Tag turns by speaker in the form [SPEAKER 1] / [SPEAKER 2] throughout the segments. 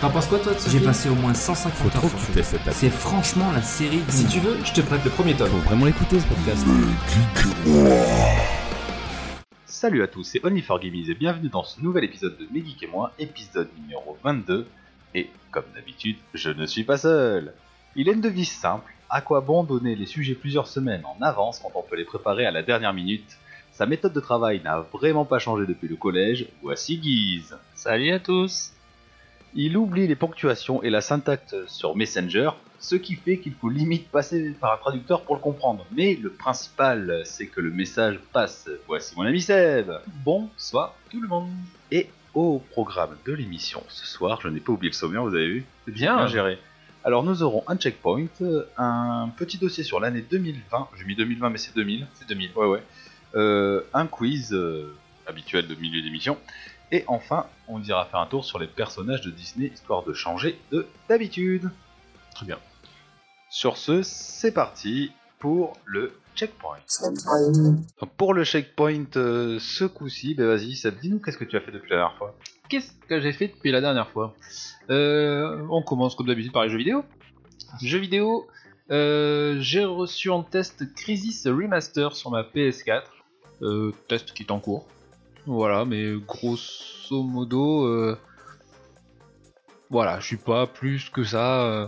[SPEAKER 1] T'en penses quoi, toi, de ce
[SPEAKER 2] J'ai
[SPEAKER 1] film
[SPEAKER 2] passé au moins 150
[SPEAKER 3] Faut
[SPEAKER 2] heures.
[SPEAKER 3] trop
[SPEAKER 2] sur-
[SPEAKER 3] écouter cette app.
[SPEAKER 2] C'est franchement la série.
[SPEAKER 1] Si tu veux, je te prête le premier tome.
[SPEAKER 3] Faut vraiment l'écouter ce podcast.
[SPEAKER 4] Salut à tous, c'est OnlyForGamies et bienvenue dans ce nouvel épisode de Megeek et moi, épisode numéro 22. Et comme d'habitude, je ne suis pas seul. Il est une devise simple, à quoi bon donner les sujets plusieurs semaines en avance quand on peut les préparer à la dernière minute Sa méthode de travail n'a vraiment pas changé depuis le collège, voici Guise. Salut à tous Il oublie les ponctuations et la syntaxe sur Messenger, ce qui fait qu'il faut limite passer par un traducteur pour le comprendre. Mais le principal, c'est que le message passe. Voici mon ami Seb. Bonsoir tout le monde. Et au programme de l'émission ce soir, je n'ai pas oublié le sommaire, vous avez vu C'est
[SPEAKER 5] Ah.
[SPEAKER 4] bien géré. Alors nous aurons un checkpoint, un petit dossier sur l'année 2020. J'ai mis 2020 mais c'est 2000. C'est 2000. Ouais ouais. Euh, un quiz euh, habituel de milieu d'émission. Et enfin, on ira faire un tour sur les personnages de Disney, histoire de changer de d'habitude. Très bien. Sur ce, c'est parti pour le checkpoint. Donc, Pour le checkpoint, euh, ce coup-ci, bah vas-y, Seb, dis-nous qu'est-ce que tu as fait depuis la dernière fois. Qu'est-ce que j'ai fait depuis la dernière fois Euh, On commence comme d'habitude par les jeux vidéo. Jeux vidéo, euh, j'ai reçu en test Crisis Remaster sur ma PS4. Euh, test qui est en cours. Voilà, mais grosso modo, euh, voilà, je suis pas plus que ça. euh,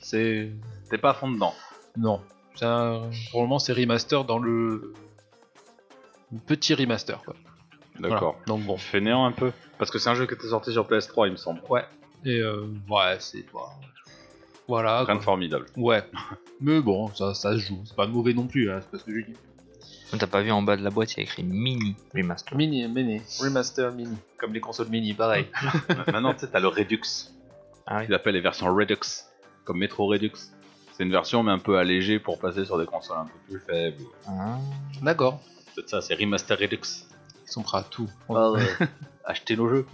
[SPEAKER 4] c'est t'es pas à fond dedans. Non, c'est un- probablement c'est remaster dans le petit remaster quoi.
[SPEAKER 5] D'accord.
[SPEAKER 4] Voilà. Donc bon.
[SPEAKER 5] Fainéant un peu. Parce que c'est un jeu qui était sorti sur PS3, il me semble.
[SPEAKER 4] Ouais. Et euh, ouais, c'est pas. Voilà.
[SPEAKER 5] Rien
[SPEAKER 4] Ah, quoi.
[SPEAKER 5] de formidable.
[SPEAKER 4] Ouais. Mais bon, ça, ça se joue. C'est pas mauvais non plus, hein, c'est pas ce que je dis.
[SPEAKER 6] T'as pas vu en bas de la boîte, il y a écrit mini remaster.
[SPEAKER 4] Mini, mini, remaster mini, comme les consoles mini, pareil.
[SPEAKER 5] Maintenant, tu sais, t'as le Redux.
[SPEAKER 6] Ah oui.
[SPEAKER 5] Ils appellent les versions Redux. Comme Metro Redux. C'est une version, mais un peu allégée pour passer sur des consoles un peu plus faibles.
[SPEAKER 6] Ah.
[SPEAKER 4] D'accord.
[SPEAKER 5] C'est ça, c'est Remaster Redux.
[SPEAKER 4] Ils sont prêts à tout.
[SPEAKER 5] Achetez nos jeux.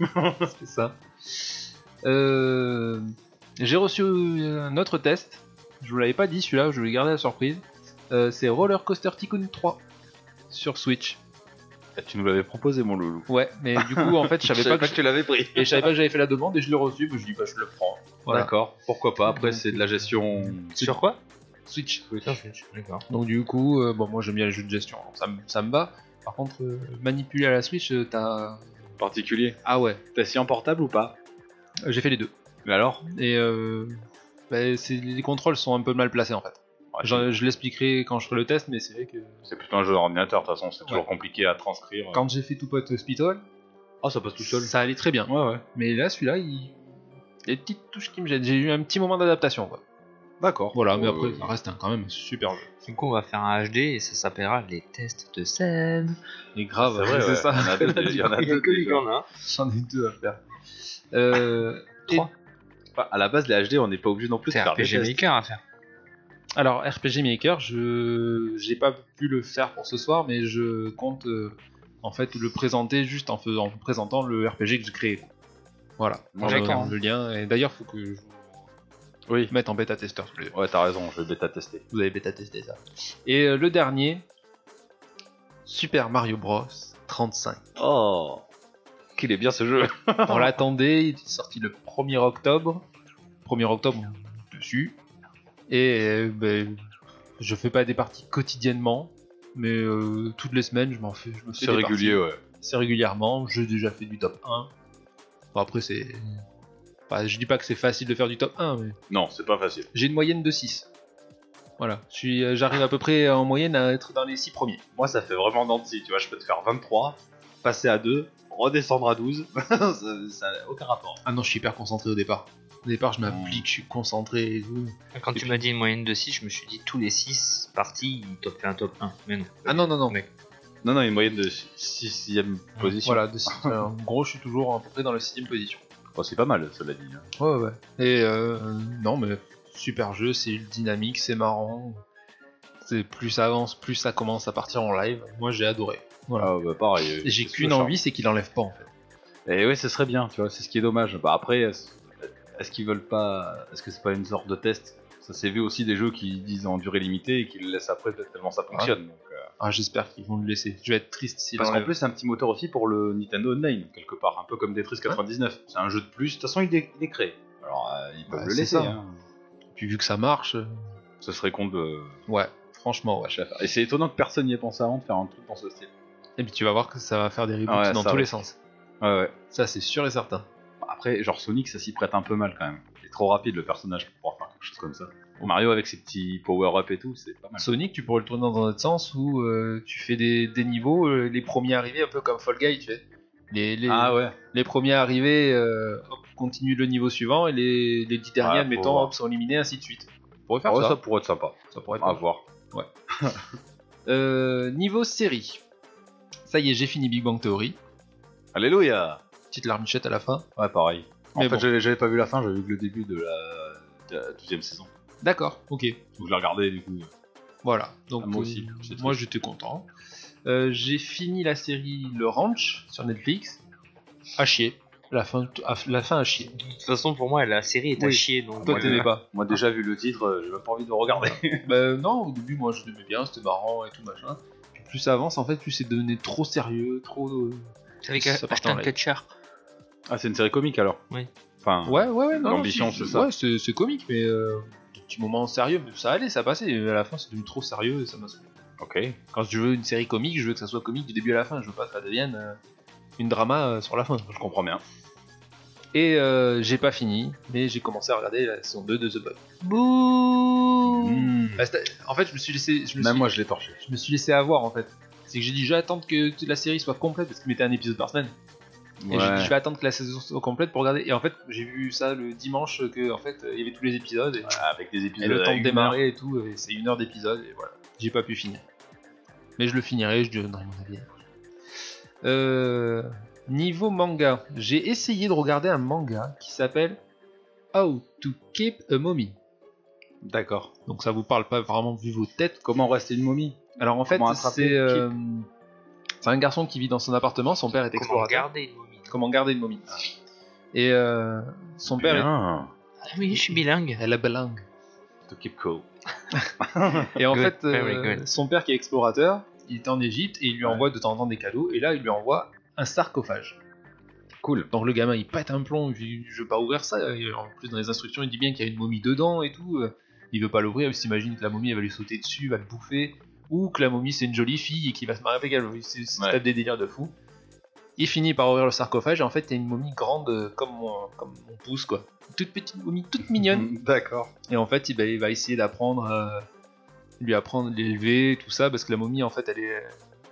[SPEAKER 4] c'est ça. Euh, J'ai reçu un autre test. Je vous l'avais pas dit celui-là, je l'ai gardé à la surprise. Euh, c'est Roller Coaster Tycoon 3 sur Switch.
[SPEAKER 5] Tu nous l'avais proposé, mon loulou.
[SPEAKER 4] Ouais, mais du coup, en fait, je savais pas que,
[SPEAKER 5] tu l'avais pris.
[SPEAKER 4] et je savais pas que j'avais fait la demande et je l'ai reçu. mais je dis, bah, je le prends. Voilà.
[SPEAKER 5] D'accord, pourquoi pas. Après, c'est de la gestion.
[SPEAKER 6] Sur quoi
[SPEAKER 4] Switch.
[SPEAKER 6] D'accord.
[SPEAKER 4] Donc du coup, euh, bon, moi j'aime bien les jeux de gestion, alors ça, me- ça me va. Par contre, euh, manipuler à la Switch, euh, t'as...
[SPEAKER 5] Particulier.
[SPEAKER 4] Ah ouais,
[SPEAKER 5] T'as si en portable ou pas
[SPEAKER 4] euh, j'ai fait les deux.
[SPEAKER 5] Mais alors
[SPEAKER 4] Et euh, bah, c'est- les contrôles sont un peu mal placés en fait.
[SPEAKER 5] Ouais,
[SPEAKER 4] J'en- Je, l'expliquerai quand je ferai le test, mais c'est vrai que
[SPEAKER 5] C'est plutôt un jeu d'ordinateur, de toute façon, c'est toujours compliqué à transcrire.
[SPEAKER 4] quand j'ai fait tout pote Hospital,
[SPEAKER 5] Ah, ça passe tout seul.
[SPEAKER 4] ça allait très bien.
[SPEAKER 5] Ouais, ouais.
[SPEAKER 4] Mais là, celui-là, il... il y a des petites touches qui me gênent. J'ai eu un petit moment d'adaptation. quoi.
[SPEAKER 5] D'accord.
[SPEAKER 4] Voilà, mais
[SPEAKER 5] Euh,
[SPEAKER 4] après, ça reste un- quand même un super jeu.
[SPEAKER 6] Du coup, on va faire un HD et ça s'appellera les tests de Seb.
[SPEAKER 4] Et grave,
[SPEAKER 5] C'est vrai, ouais.
[SPEAKER 4] ça.
[SPEAKER 5] Il y en a deux,
[SPEAKER 4] Là, du
[SPEAKER 5] il y en a
[SPEAKER 4] coup,
[SPEAKER 5] deux déjà.
[SPEAKER 4] J'en ai deux à faire. Euh,
[SPEAKER 6] Trois.
[SPEAKER 5] Enfin, à la base, les HD, on n'est pas obligé non plus de
[SPEAKER 6] C'est
[SPEAKER 5] faire des
[SPEAKER 6] RPG
[SPEAKER 5] tests.
[SPEAKER 6] Maker à faire.
[SPEAKER 4] Alors RPG Maker, je j'ai pas pu le faire pour ce soir, mais je compte euh, en fait le présenter juste en faisant en vous présentant le RPG que j'ai créé. Voilà.
[SPEAKER 5] Moi,
[SPEAKER 4] Je-
[SPEAKER 6] d'accord.
[SPEAKER 4] Le lien. Et d'ailleurs, faut que je vous
[SPEAKER 5] Oui.
[SPEAKER 4] mette en bêta testeur. tous les deux.
[SPEAKER 5] Ouais, t'as raison, je vais bêta tester.
[SPEAKER 4] Vous avez bêta testé ça. Et euh, le dernier, Super Mario Bros 35.
[SPEAKER 5] Oh Qu'il est bien ce jeu
[SPEAKER 4] On l'attendait, il est sorti le 1er octobre. 1er octobre dessus. Et euh, ben, je fais pas des parties quotidiennement, mais euh, toutes les semaines je m'en fais. Je me fais
[SPEAKER 5] C'est
[SPEAKER 4] des
[SPEAKER 5] régulier, ouais.
[SPEAKER 4] parties. C'est régulièrement. J'ai déjà fait du top 1. Bon, après c'est. enfin, je dis pas que c'est facile de faire du top 1, mais
[SPEAKER 5] Non, c'est pas facile.
[SPEAKER 4] j'ai une moyenne de 6. Voilà, Je suis- euh, j'arrive à peu près en moyenne à être dans les 6 premiers.
[SPEAKER 5] Moi, ça fait vraiment d'anti, tu vois, je peux te faire 23, passer à 2, redescendre à 12. ça, ça n'a aucun rapport.
[SPEAKER 4] Ah non, je suis hyper concentré au départ. Au départ, je m'applique, je suis concentré et tout.
[SPEAKER 6] Quand tu m'as dit une moyenne de 6, je me suis dit tous les 6 parties, il top fait un top 1. Mais non.
[SPEAKER 4] Ah non, non, non.
[SPEAKER 5] Non, non, une moyenne de 6ème position.
[SPEAKER 4] Voilà, de six- enfin, en gros, je suis toujours à peu près dans la sixième position.
[SPEAKER 5] Oh, c'est pas mal, cela dit. hein.
[SPEAKER 4] Ouais, ouais. Et euh, non, mais super jeu, c'est dynamique, c'est marrant. C'est plus ça avance, plus ça commence à partir en live. Moi, j'ai adoré. Voilà.
[SPEAKER 5] Ah, bah, pareil. euh,
[SPEAKER 4] Et J'ai
[SPEAKER 5] c'est
[SPEAKER 4] qu'une
[SPEAKER 5] sous le
[SPEAKER 4] envie, c'est qu'il enlève pas en fait.
[SPEAKER 5] Et ouais, ce serait bien, tu vois, c'est ce qui est dommage. Bah après, est-ce est-ce qu'ils veulent pas. Est-ce que c'est pas une sorte de test Ça s'est vu aussi des jeux qui disent en durée limitée et qui le laissent après tellement ça fonctionne. donc, euh,
[SPEAKER 4] Ah, j'espère qu'ils vont le laisser. Je vais être triste s'il
[SPEAKER 5] Parce qu'en
[SPEAKER 4] enlève.
[SPEAKER 5] plus, c'est un petit moteur aussi pour le Nintendo Online, quelque part, un peu comme Tetris 99. C'est un jeu de plus, de toute façon, il est, il est créé. Alors, euh, ils peuvent
[SPEAKER 4] Bah,
[SPEAKER 5] le
[SPEAKER 4] c'est
[SPEAKER 5] laisser.
[SPEAKER 4] ça.
[SPEAKER 5] hein.
[SPEAKER 4] Puis vu que ça marche, euh,
[SPEAKER 5] Ce serait con de.
[SPEAKER 4] ouais, franchement, ouais.
[SPEAKER 5] Wesh à faire. Et c'est étonnant que personne n'y ait pensé avant de faire un truc dans ce style.
[SPEAKER 4] Et puis tu vas voir que ça va faire des reboots
[SPEAKER 5] Ah ouais,
[SPEAKER 4] dans
[SPEAKER 5] ça,
[SPEAKER 4] tous
[SPEAKER 5] ouais.
[SPEAKER 4] les sens.
[SPEAKER 5] Ouais, ouais.
[SPEAKER 4] Ça, c'est sûr et certain.
[SPEAKER 5] Après, genre Sonic, ça s'y prête un peu mal quand même. Il est trop rapide le personnage pour pouvoir faire quelque chose comme ça. Mario avec ses petits power-up et tout, c'est pas mal.
[SPEAKER 4] Sonic, tu pourrais le tourner dans un autre sens où euh, tu fais des, des niveaux, euh, les premiers arrivés, un peu comme Fall Guy, tu fais. Les, les,
[SPEAKER 5] Ah ouais.
[SPEAKER 4] les premiers arrivés euh, hop, continuent le niveau suivant et les, les dix derniers,
[SPEAKER 5] Ouais, faut
[SPEAKER 4] admettons,
[SPEAKER 5] voir.
[SPEAKER 4] hop, sont éliminés, ainsi de suite. On pourrait faire
[SPEAKER 5] Ah Ouais,
[SPEAKER 4] ça.
[SPEAKER 5] ça pourrait être sympa.
[SPEAKER 4] Ça pourrait être
[SPEAKER 5] À
[SPEAKER 4] pas
[SPEAKER 5] voir.
[SPEAKER 4] mal. Euh, niveau série. Ça y est, j'ai fini Big Bang Theory.
[SPEAKER 5] Alléluia
[SPEAKER 4] Petite larmichette à la fin.
[SPEAKER 5] Ouais, pareil. En
[SPEAKER 4] Mais
[SPEAKER 5] fait,
[SPEAKER 4] bon.
[SPEAKER 5] j'avais- j'avais pas vu la fin, j'avais vu que le début de la, de la deuxième saison.
[SPEAKER 4] D'accord, ok.
[SPEAKER 5] Donc je l'ai regardé du coup.
[SPEAKER 4] Voilà. Donc,
[SPEAKER 5] Ah, moi
[SPEAKER 4] euh,
[SPEAKER 5] aussi, c'est
[SPEAKER 4] moi, j'étais content. Euh, j'ai fini la série Le Ranch sur Netflix. À chier. La fin, à- la fin à chier.
[SPEAKER 6] De toute façon, pour moi, la série est à
[SPEAKER 4] Oui.
[SPEAKER 6] chier. Donc,
[SPEAKER 4] Toi,
[SPEAKER 5] moi,
[SPEAKER 4] t'aimais
[SPEAKER 5] je-
[SPEAKER 4] pas.
[SPEAKER 5] Moi, déjà vu le titre, euh, j'ai même pas envie de le regarder.
[SPEAKER 4] Bah non, au début moi je l'aimais bien, c'était marrant et tout machin. Puis plus ça avance en fait, plus c'est devenu trop sérieux, trop. euh,
[SPEAKER 6] avec
[SPEAKER 4] Ça part en
[SPEAKER 6] Ashton
[SPEAKER 4] live.
[SPEAKER 6] Kutcher.
[SPEAKER 5] ah, c'est une série comique alors
[SPEAKER 6] Oui.
[SPEAKER 5] Enfin,
[SPEAKER 4] Ouais, ouais, ouais. non,
[SPEAKER 5] L'ambition,
[SPEAKER 4] non,
[SPEAKER 5] c'est ça.
[SPEAKER 4] Ouais, c'est c'est comique, mais euh, des petits moments sérieux, mais ça allait, ça passait. Et à la fin, c'est devenu trop sérieux et ça m'a saoulé.
[SPEAKER 5] ok.
[SPEAKER 4] Quand je veux une série comique, je veux que ça soit comique du début à la fin. Je veux pas que ça devienne euh, une drama euh, sur la fin.
[SPEAKER 5] Je comprends bien.
[SPEAKER 4] Et euh, j'ai pas fini, mais j'ai commencé à regarder la saison 2 de The Boys. Bah, c'était- en fait, je me suis laissé. Je me
[SPEAKER 5] Hmm. Même
[SPEAKER 4] suis-
[SPEAKER 5] moi, je l'ai torché.
[SPEAKER 4] je me suis laissé avoir en fait. C'est que j'ai dit, je vais attendre que la série soit complète parce qu'il mettait un épisode par semaine. Et j'ai dit, je vais attendre que la saison soit complète pour regarder. Et en fait, j'ai vu ça le dimanche que en fait euh, il y avait tous les épisodes et,
[SPEAKER 5] Avec des
[SPEAKER 4] et
[SPEAKER 5] épisodes.
[SPEAKER 4] le
[SPEAKER 5] à
[SPEAKER 4] temps de
[SPEAKER 5] une
[SPEAKER 4] démarrer et tout. euh, Et c'est une heure d'épisode et voilà. J'ai pas pu finir. Mais je le finirai, je donnerai mon avis. Euh, niveau manga, j'ai essayé de regarder un manga qui s'appelle How to Keep a Mommy.
[SPEAKER 5] heure. D'accord.
[SPEAKER 4] Donc ça vous parle pas vraiment vu vos têtes.
[SPEAKER 5] Comment rester une momie
[SPEAKER 4] Alors en fait,
[SPEAKER 5] Comment attraper
[SPEAKER 4] c'est
[SPEAKER 5] le
[SPEAKER 4] euh, c'est un garçon qui vit dans son appartement. Son père est
[SPEAKER 6] Comment
[SPEAKER 4] explorateur.
[SPEAKER 6] garder une momie
[SPEAKER 4] Comment garder une momie Et euh, son père. est-
[SPEAKER 5] Bien.
[SPEAKER 6] Ah oui, je suis bilingue.
[SPEAKER 4] Elle a belle langue.
[SPEAKER 5] To keep cool.
[SPEAKER 4] Et en
[SPEAKER 6] Good,
[SPEAKER 4] fait, euh,
[SPEAKER 6] very good.
[SPEAKER 4] son père qui est explorateur, il est en Égypte et il lui
[SPEAKER 5] Ouais.
[SPEAKER 4] envoie de temps en temps des cadeaux. Et là, il lui envoie un sarcophage. Cool. Donc le gamin, il pète un plomb. Il dit, je veux pas ouvrir ça. Et en plus, dans les instructions, il dit bien qu'il y a une momie dedans et tout. Euh, Il veut pas l'ouvrir. Il s'imagine que la momie, elle va lui sauter dessus, va le bouffer. Ou que la momie, c'est une jolie fille et qu'il va se marier avec elle. C'est c'est-
[SPEAKER 5] Ouais.
[SPEAKER 4] tape des délires de fou. Il finit par ouvrir le sarcophage et en fait, il y a une momie grande euh, comme mon, comme mon pouce, quoi. Toute petite momie, toute mignonne.
[SPEAKER 5] Mm, D'accord.
[SPEAKER 4] Et en fait, il va, il va essayer d'apprendre, euh, lui apprendre l'élever, tout ça, parce que la momie, en fait, elle est,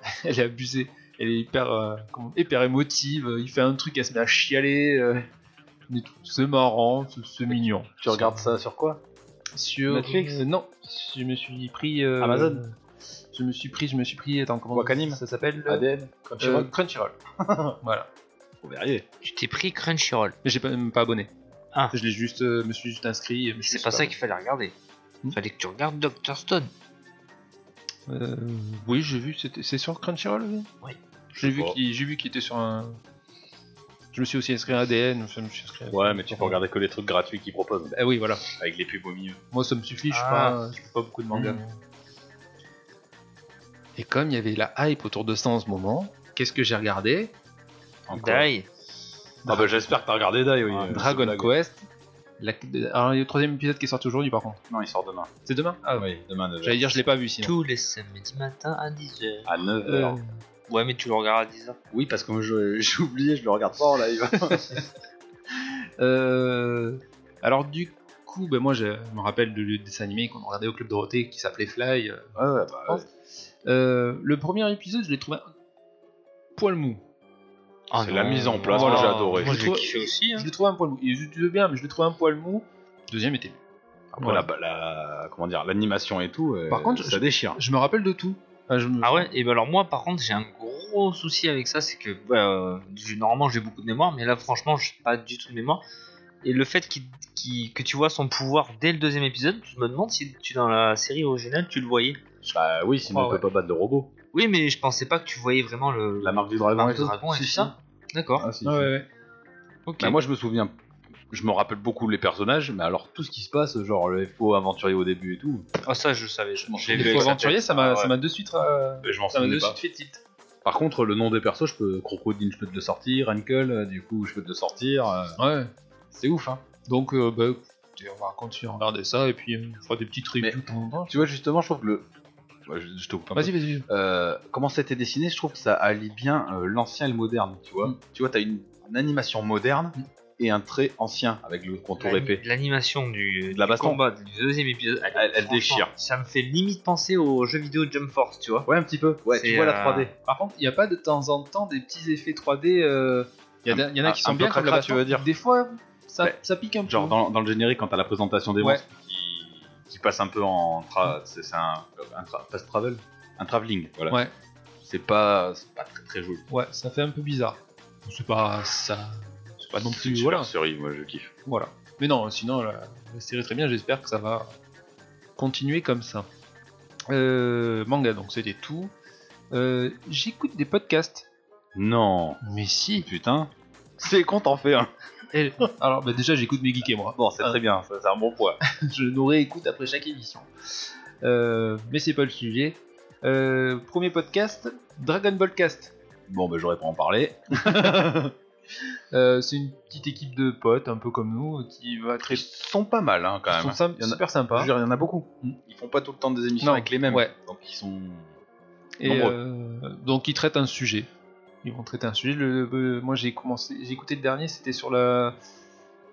[SPEAKER 4] elle est abusée. Elle est hyper, euh, comment- hyper émotive. Il fait un truc, elle se met à chialer. euh, mais tout- c'est marrant, c'est- c'est mignon.
[SPEAKER 5] Tu regardes ça sur quoi
[SPEAKER 4] sur
[SPEAKER 5] Netflix
[SPEAKER 4] euh, Non, je me suis pris euh,
[SPEAKER 5] Amazon
[SPEAKER 4] Je me suis pris, je me suis pris. Attends, comment
[SPEAKER 5] Wakanim
[SPEAKER 4] ça s'appelle euh,
[SPEAKER 5] ADN
[SPEAKER 4] euh, Crunchyroll. voilà.
[SPEAKER 5] Vous verriez.
[SPEAKER 6] Tu t'es pris Crunchyroll.
[SPEAKER 4] Mais j'ai pas, même pas abonné.
[SPEAKER 6] Ah.
[SPEAKER 4] Je l'ai juste, euh, me suis juste inscrit. mais je
[SPEAKER 6] C'est
[SPEAKER 4] suis
[SPEAKER 6] pas ça qu'il fallait regarder.
[SPEAKER 4] Hmm.
[SPEAKER 6] Fallait que tu regardes Dr. Stone.
[SPEAKER 4] Euh, oui, j'ai vu, c'était- c'est sur Crunchyroll oui
[SPEAKER 6] Oui.
[SPEAKER 4] J'ai vu
[SPEAKER 5] pas.
[SPEAKER 4] qu'il j'ai vu qu'il était sur un. Je me suis aussi inscrit à ADN, enfin, je me suis inscrit à-
[SPEAKER 5] Ouais, mais tu peux regarder que les trucs gratuits qu'ils proposent,
[SPEAKER 4] Ah oui, voilà.
[SPEAKER 5] Bah, avec les pubs au milieu.
[SPEAKER 4] Moi, ça me suffit, je suis
[SPEAKER 6] Ah.
[SPEAKER 4] pas, je fais pas beaucoup de manga.
[SPEAKER 5] Mm.
[SPEAKER 4] Et comme il y avait la hype autour de ça en ce moment, qu'est-ce que j'ai regardé
[SPEAKER 6] Die.
[SPEAKER 5] Ah bah j'espère que t'as regardé Dai, oui. euh,
[SPEAKER 4] Dragon
[SPEAKER 5] c'est blague.
[SPEAKER 4] Quest. La- Alors, il y a le troisième épisode qui est sorti aujourd'hui, par contre.
[SPEAKER 5] Non, il sort demain.
[SPEAKER 4] C'est demain Ah
[SPEAKER 5] oui, demain 9h.
[SPEAKER 4] J'allais dire, je l'ai pas vu sinon.
[SPEAKER 6] Tous les samedis matin à 10h.
[SPEAKER 5] À 9h.
[SPEAKER 4] Euh,
[SPEAKER 6] Ouais, mais tu le regardes à 10h.
[SPEAKER 5] Oui, parce que moi, je- j'ai oublié, je le regarde pas en live.
[SPEAKER 4] Euh, alors du coup, ben, moi je me rappelle du dessin animé qu'on regardait au Club Dorothée qui s'appelait Fly. euh,
[SPEAKER 5] ouais, bah,
[SPEAKER 4] ouais. Euh, le premier épisode, je l'ai trouvé un poil mou.
[SPEAKER 6] Ah
[SPEAKER 5] C'est la mise en place
[SPEAKER 4] que j'ai
[SPEAKER 5] adoré.
[SPEAKER 6] Oh Moi,
[SPEAKER 4] Je
[SPEAKER 6] je l'ai
[SPEAKER 4] trouve-
[SPEAKER 6] kiffé aussi. hein.
[SPEAKER 4] Je l'ai trouvé un poil mou. Il est bien, mais je l'ai trouvé un poil mou. Deuxième était mieux.
[SPEAKER 5] Après, la, la- comment dire, l'animation et tout, euh,
[SPEAKER 4] Par contre,
[SPEAKER 5] ça déchire.
[SPEAKER 4] Je me rappelle de tout. Enfin, je me-
[SPEAKER 6] Ah ouais, et ben alors moi par contre j'ai un gros souci avec ça, c'est que bah, euh, j'ai- normalement j'ai beaucoup de mémoire, mais là franchement j'ai pas du tout de mémoire. Et le fait qu'il- qu'il- que tu vois son pouvoir dès le deuxième épisode, je me demande si tu dans la série originale tu le voyais.
[SPEAKER 5] Bah oui, sinon
[SPEAKER 4] Ah
[SPEAKER 5] on
[SPEAKER 4] ouais.
[SPEAKER 5] peut pas battre le robot.
[SPEAKER 6] Oui mais je pensais pas que tu voyais vraiment le
[SPEAKER 5] La marque du dragon
[SPEAKER 6] le
[SPEAKER 5] et tout.
[SPEAKER 6] dragon et
[SPEAKER 5] Si,
[SPEAKER 6] tout
[SPEAKER 5] si.
[SPEAKER 6] ça. D'accord,
[SPEAKER 5] Ah, si,
[SPEAKER 4] Ouais,
[SPEAKER 5] si.
[SPEAKER 4] ouais, ouais.
[SPEAKER 6] ok.
[SPEAKER 5] Bah, moi, je me souviens, je me rappelle beaucoup les personnages, mais alors tout ce qui se passe, genre le faux aventurier au début et tout,
[SPEAKER 6] Ah ça je savais, je, je l'ai
[SPEAKER 4] Les
[SPEAKER 6] vu
[SPEAKER 4] faux
[SPEAKER 6] avec sa
[SPEAKER 4] aventuriers,
[SPEAKER 6] tête.
[SPEAKER 4] ça m'a
[SPEAKER 5] Ah ouais. Ah,
[SPEAKER 4] ça m'a de suite. euh,
[SPEAKER 5] je m'en
[SPEAKER 4] Ça m'a de
[SPEAKER 5] souviens pas.
[SPEAKER 4] suite fait tilt.
[SPEAKER 5] Par contre, le nom des persos, je peux. Crocodile, je peux te le sortir. Ankle, euh, du coup, je peux te le sortir. euh,
[SPEAKER 4] Ouais.
[SPEAKER 5] C'est ouf, hein.
[SPEAKER 4] Donc, euh, bah, écoutez, on va continuer à regarder ça et puis euh, on fera des petites reviews
[SPEAKER 5] Mais-
[SPEAKER 4] de temps en temps.
[SPEAKER 5] Tu vois, justement, je trouve que le. Ouais, Je, je te coupe un peu.
[SPEAKER 4] Vas-y, vas-y.
[SPEAKER 5] Euh, comment c'était dessiné, je trouve que ça allie bien euh, l'ancien et le moderne, tu vois.
[SPEAKER 4] Mm.
[SPEAKER 5] Tu vois, t'as une, une animation moderne et un trait ancien avec le contour
[SPEAKER 6] L'ani-
[SPEAKER 5] épais.
[SPEAKER 6] Ah, L'animation du,
[SPEAKER 5] De la
[SPEAKER 6] du
[SPEAKER 5] baston.
[SPEAKER 6] combat du deuxième épisode, elle,
[SPEAKER 5] Elle- elle
[SPEAKER 6] franchement,
[SPEAKER 5] déchire.
[SPEAKER 6] Ça me fait limite penser au jeu vidéo Jump Force, tu vois.
[SPEAKER 5] Ouais, un petit peu. Ouais,
[SPEAKER 6] C'est, euh,
[SPEAKER 5] tu vois la 3D.
[SPEAKER 4] Par contre, il n'y a pas de temps en temps des petits effets 3D. euh, Il y, a- il y en a
[SPEAKER 5] Un-
[SPEAKER 4] qui
[SPEAKER 5] un
[SPEAKER 4] sont
[SPEAKER 5] peu
[SPEAKER 4] bien comme la
[SPEAKER 5] cracra, tu
[SPEAKER 4] baston.
[SPEAKER 5] veux dire.
[SPEAKER 4] Des fois, ça,
[SPEAKER 5] Ouais.
[SPEAKER 4] ça pique un peu.
[SPEAKER 5] Genre dans, dans le générique, quand t'as la présentation des
[SPEAKER 4] euh, Ouais.
[SPEAKER 5] monstres qui, qui passe un peu en. tra- C'est c'est un. un tra- fast travel Un travelling, voilà.
[SPEAKER 4] Ouais.
[SPEAKER 5] C'est pas, c'est pas très très joli.
[SPEAKER 4] Ouais, ça fait un peu bizarre. Bon, C'est pas ça. C'est pas non plus.
[SPEAKER 5] Super
[SPEAKER 4] Voilà.
[SPEAKER 5] série, moi je kiffe.
[SPEAKER 4] voilà. Mais non, sinon, la, la série est très bien. J'espère que ça va continuer comme ça. Euh, manga, donc c'était tout. Euh, J'écoute des podcasts.
[SPEAKER 5] Non.
[SPEAKER 4] Mais si.
[SPEAKER 5] Putain. C'est con, t'en fais un.
[SPEAKER 4] Et- alors, bah, déjà, j'écoute mes geeks et moi.
[SPEAKER 5] Bon, c'est
[SPEAKER 4] Ah.
[SPEAKER 5] très bien, ça, c'est un bon point.
[SPEAKER 4] je nous réécoute après chaque émission. Euh, mais c'est pas le sujet. Euh, premier podcast, Dragon Ball Cast.
[SPEAKER 5] Bon, bah j'aurais pas en parler.
[SPEAKER 4] Euh, c'est une petite équipe de potes, un peu comme nous, qui va très.
[SPEAKER 5] Ils sont pas mal, hein, quand
[SPEAKER 4] Ils
[SPEAKER 5] même.
[SPEAKER 4] sont sym-
[SPEAKER 5] Il y en a-
[SPEAKER 4] super
[SPEAKER 5] Je
[SPEAKER 4] sympas.
[SPEAKER 5] veux dire, il y en a beaucoup.
[SPEAKER 4] Mm.
[SPEAKER 5] Ils font pas tout le temps des émissions
[SPEAKER 4] Non,
[SPEAKER 5] avec les mêmes.
[SPEAKER 4] ouais.
[SPEAKER 5] Donc ils sont.
[SPEAKER 4] Et,
[SPEAKER 5] nombreux.
[SPEAKER 4] euh, donc ils traitent un sujet. Ils vont traiter un sujet. Le, le- moi j'ai commencé, j'ai écouté le dernier, c'était sur la.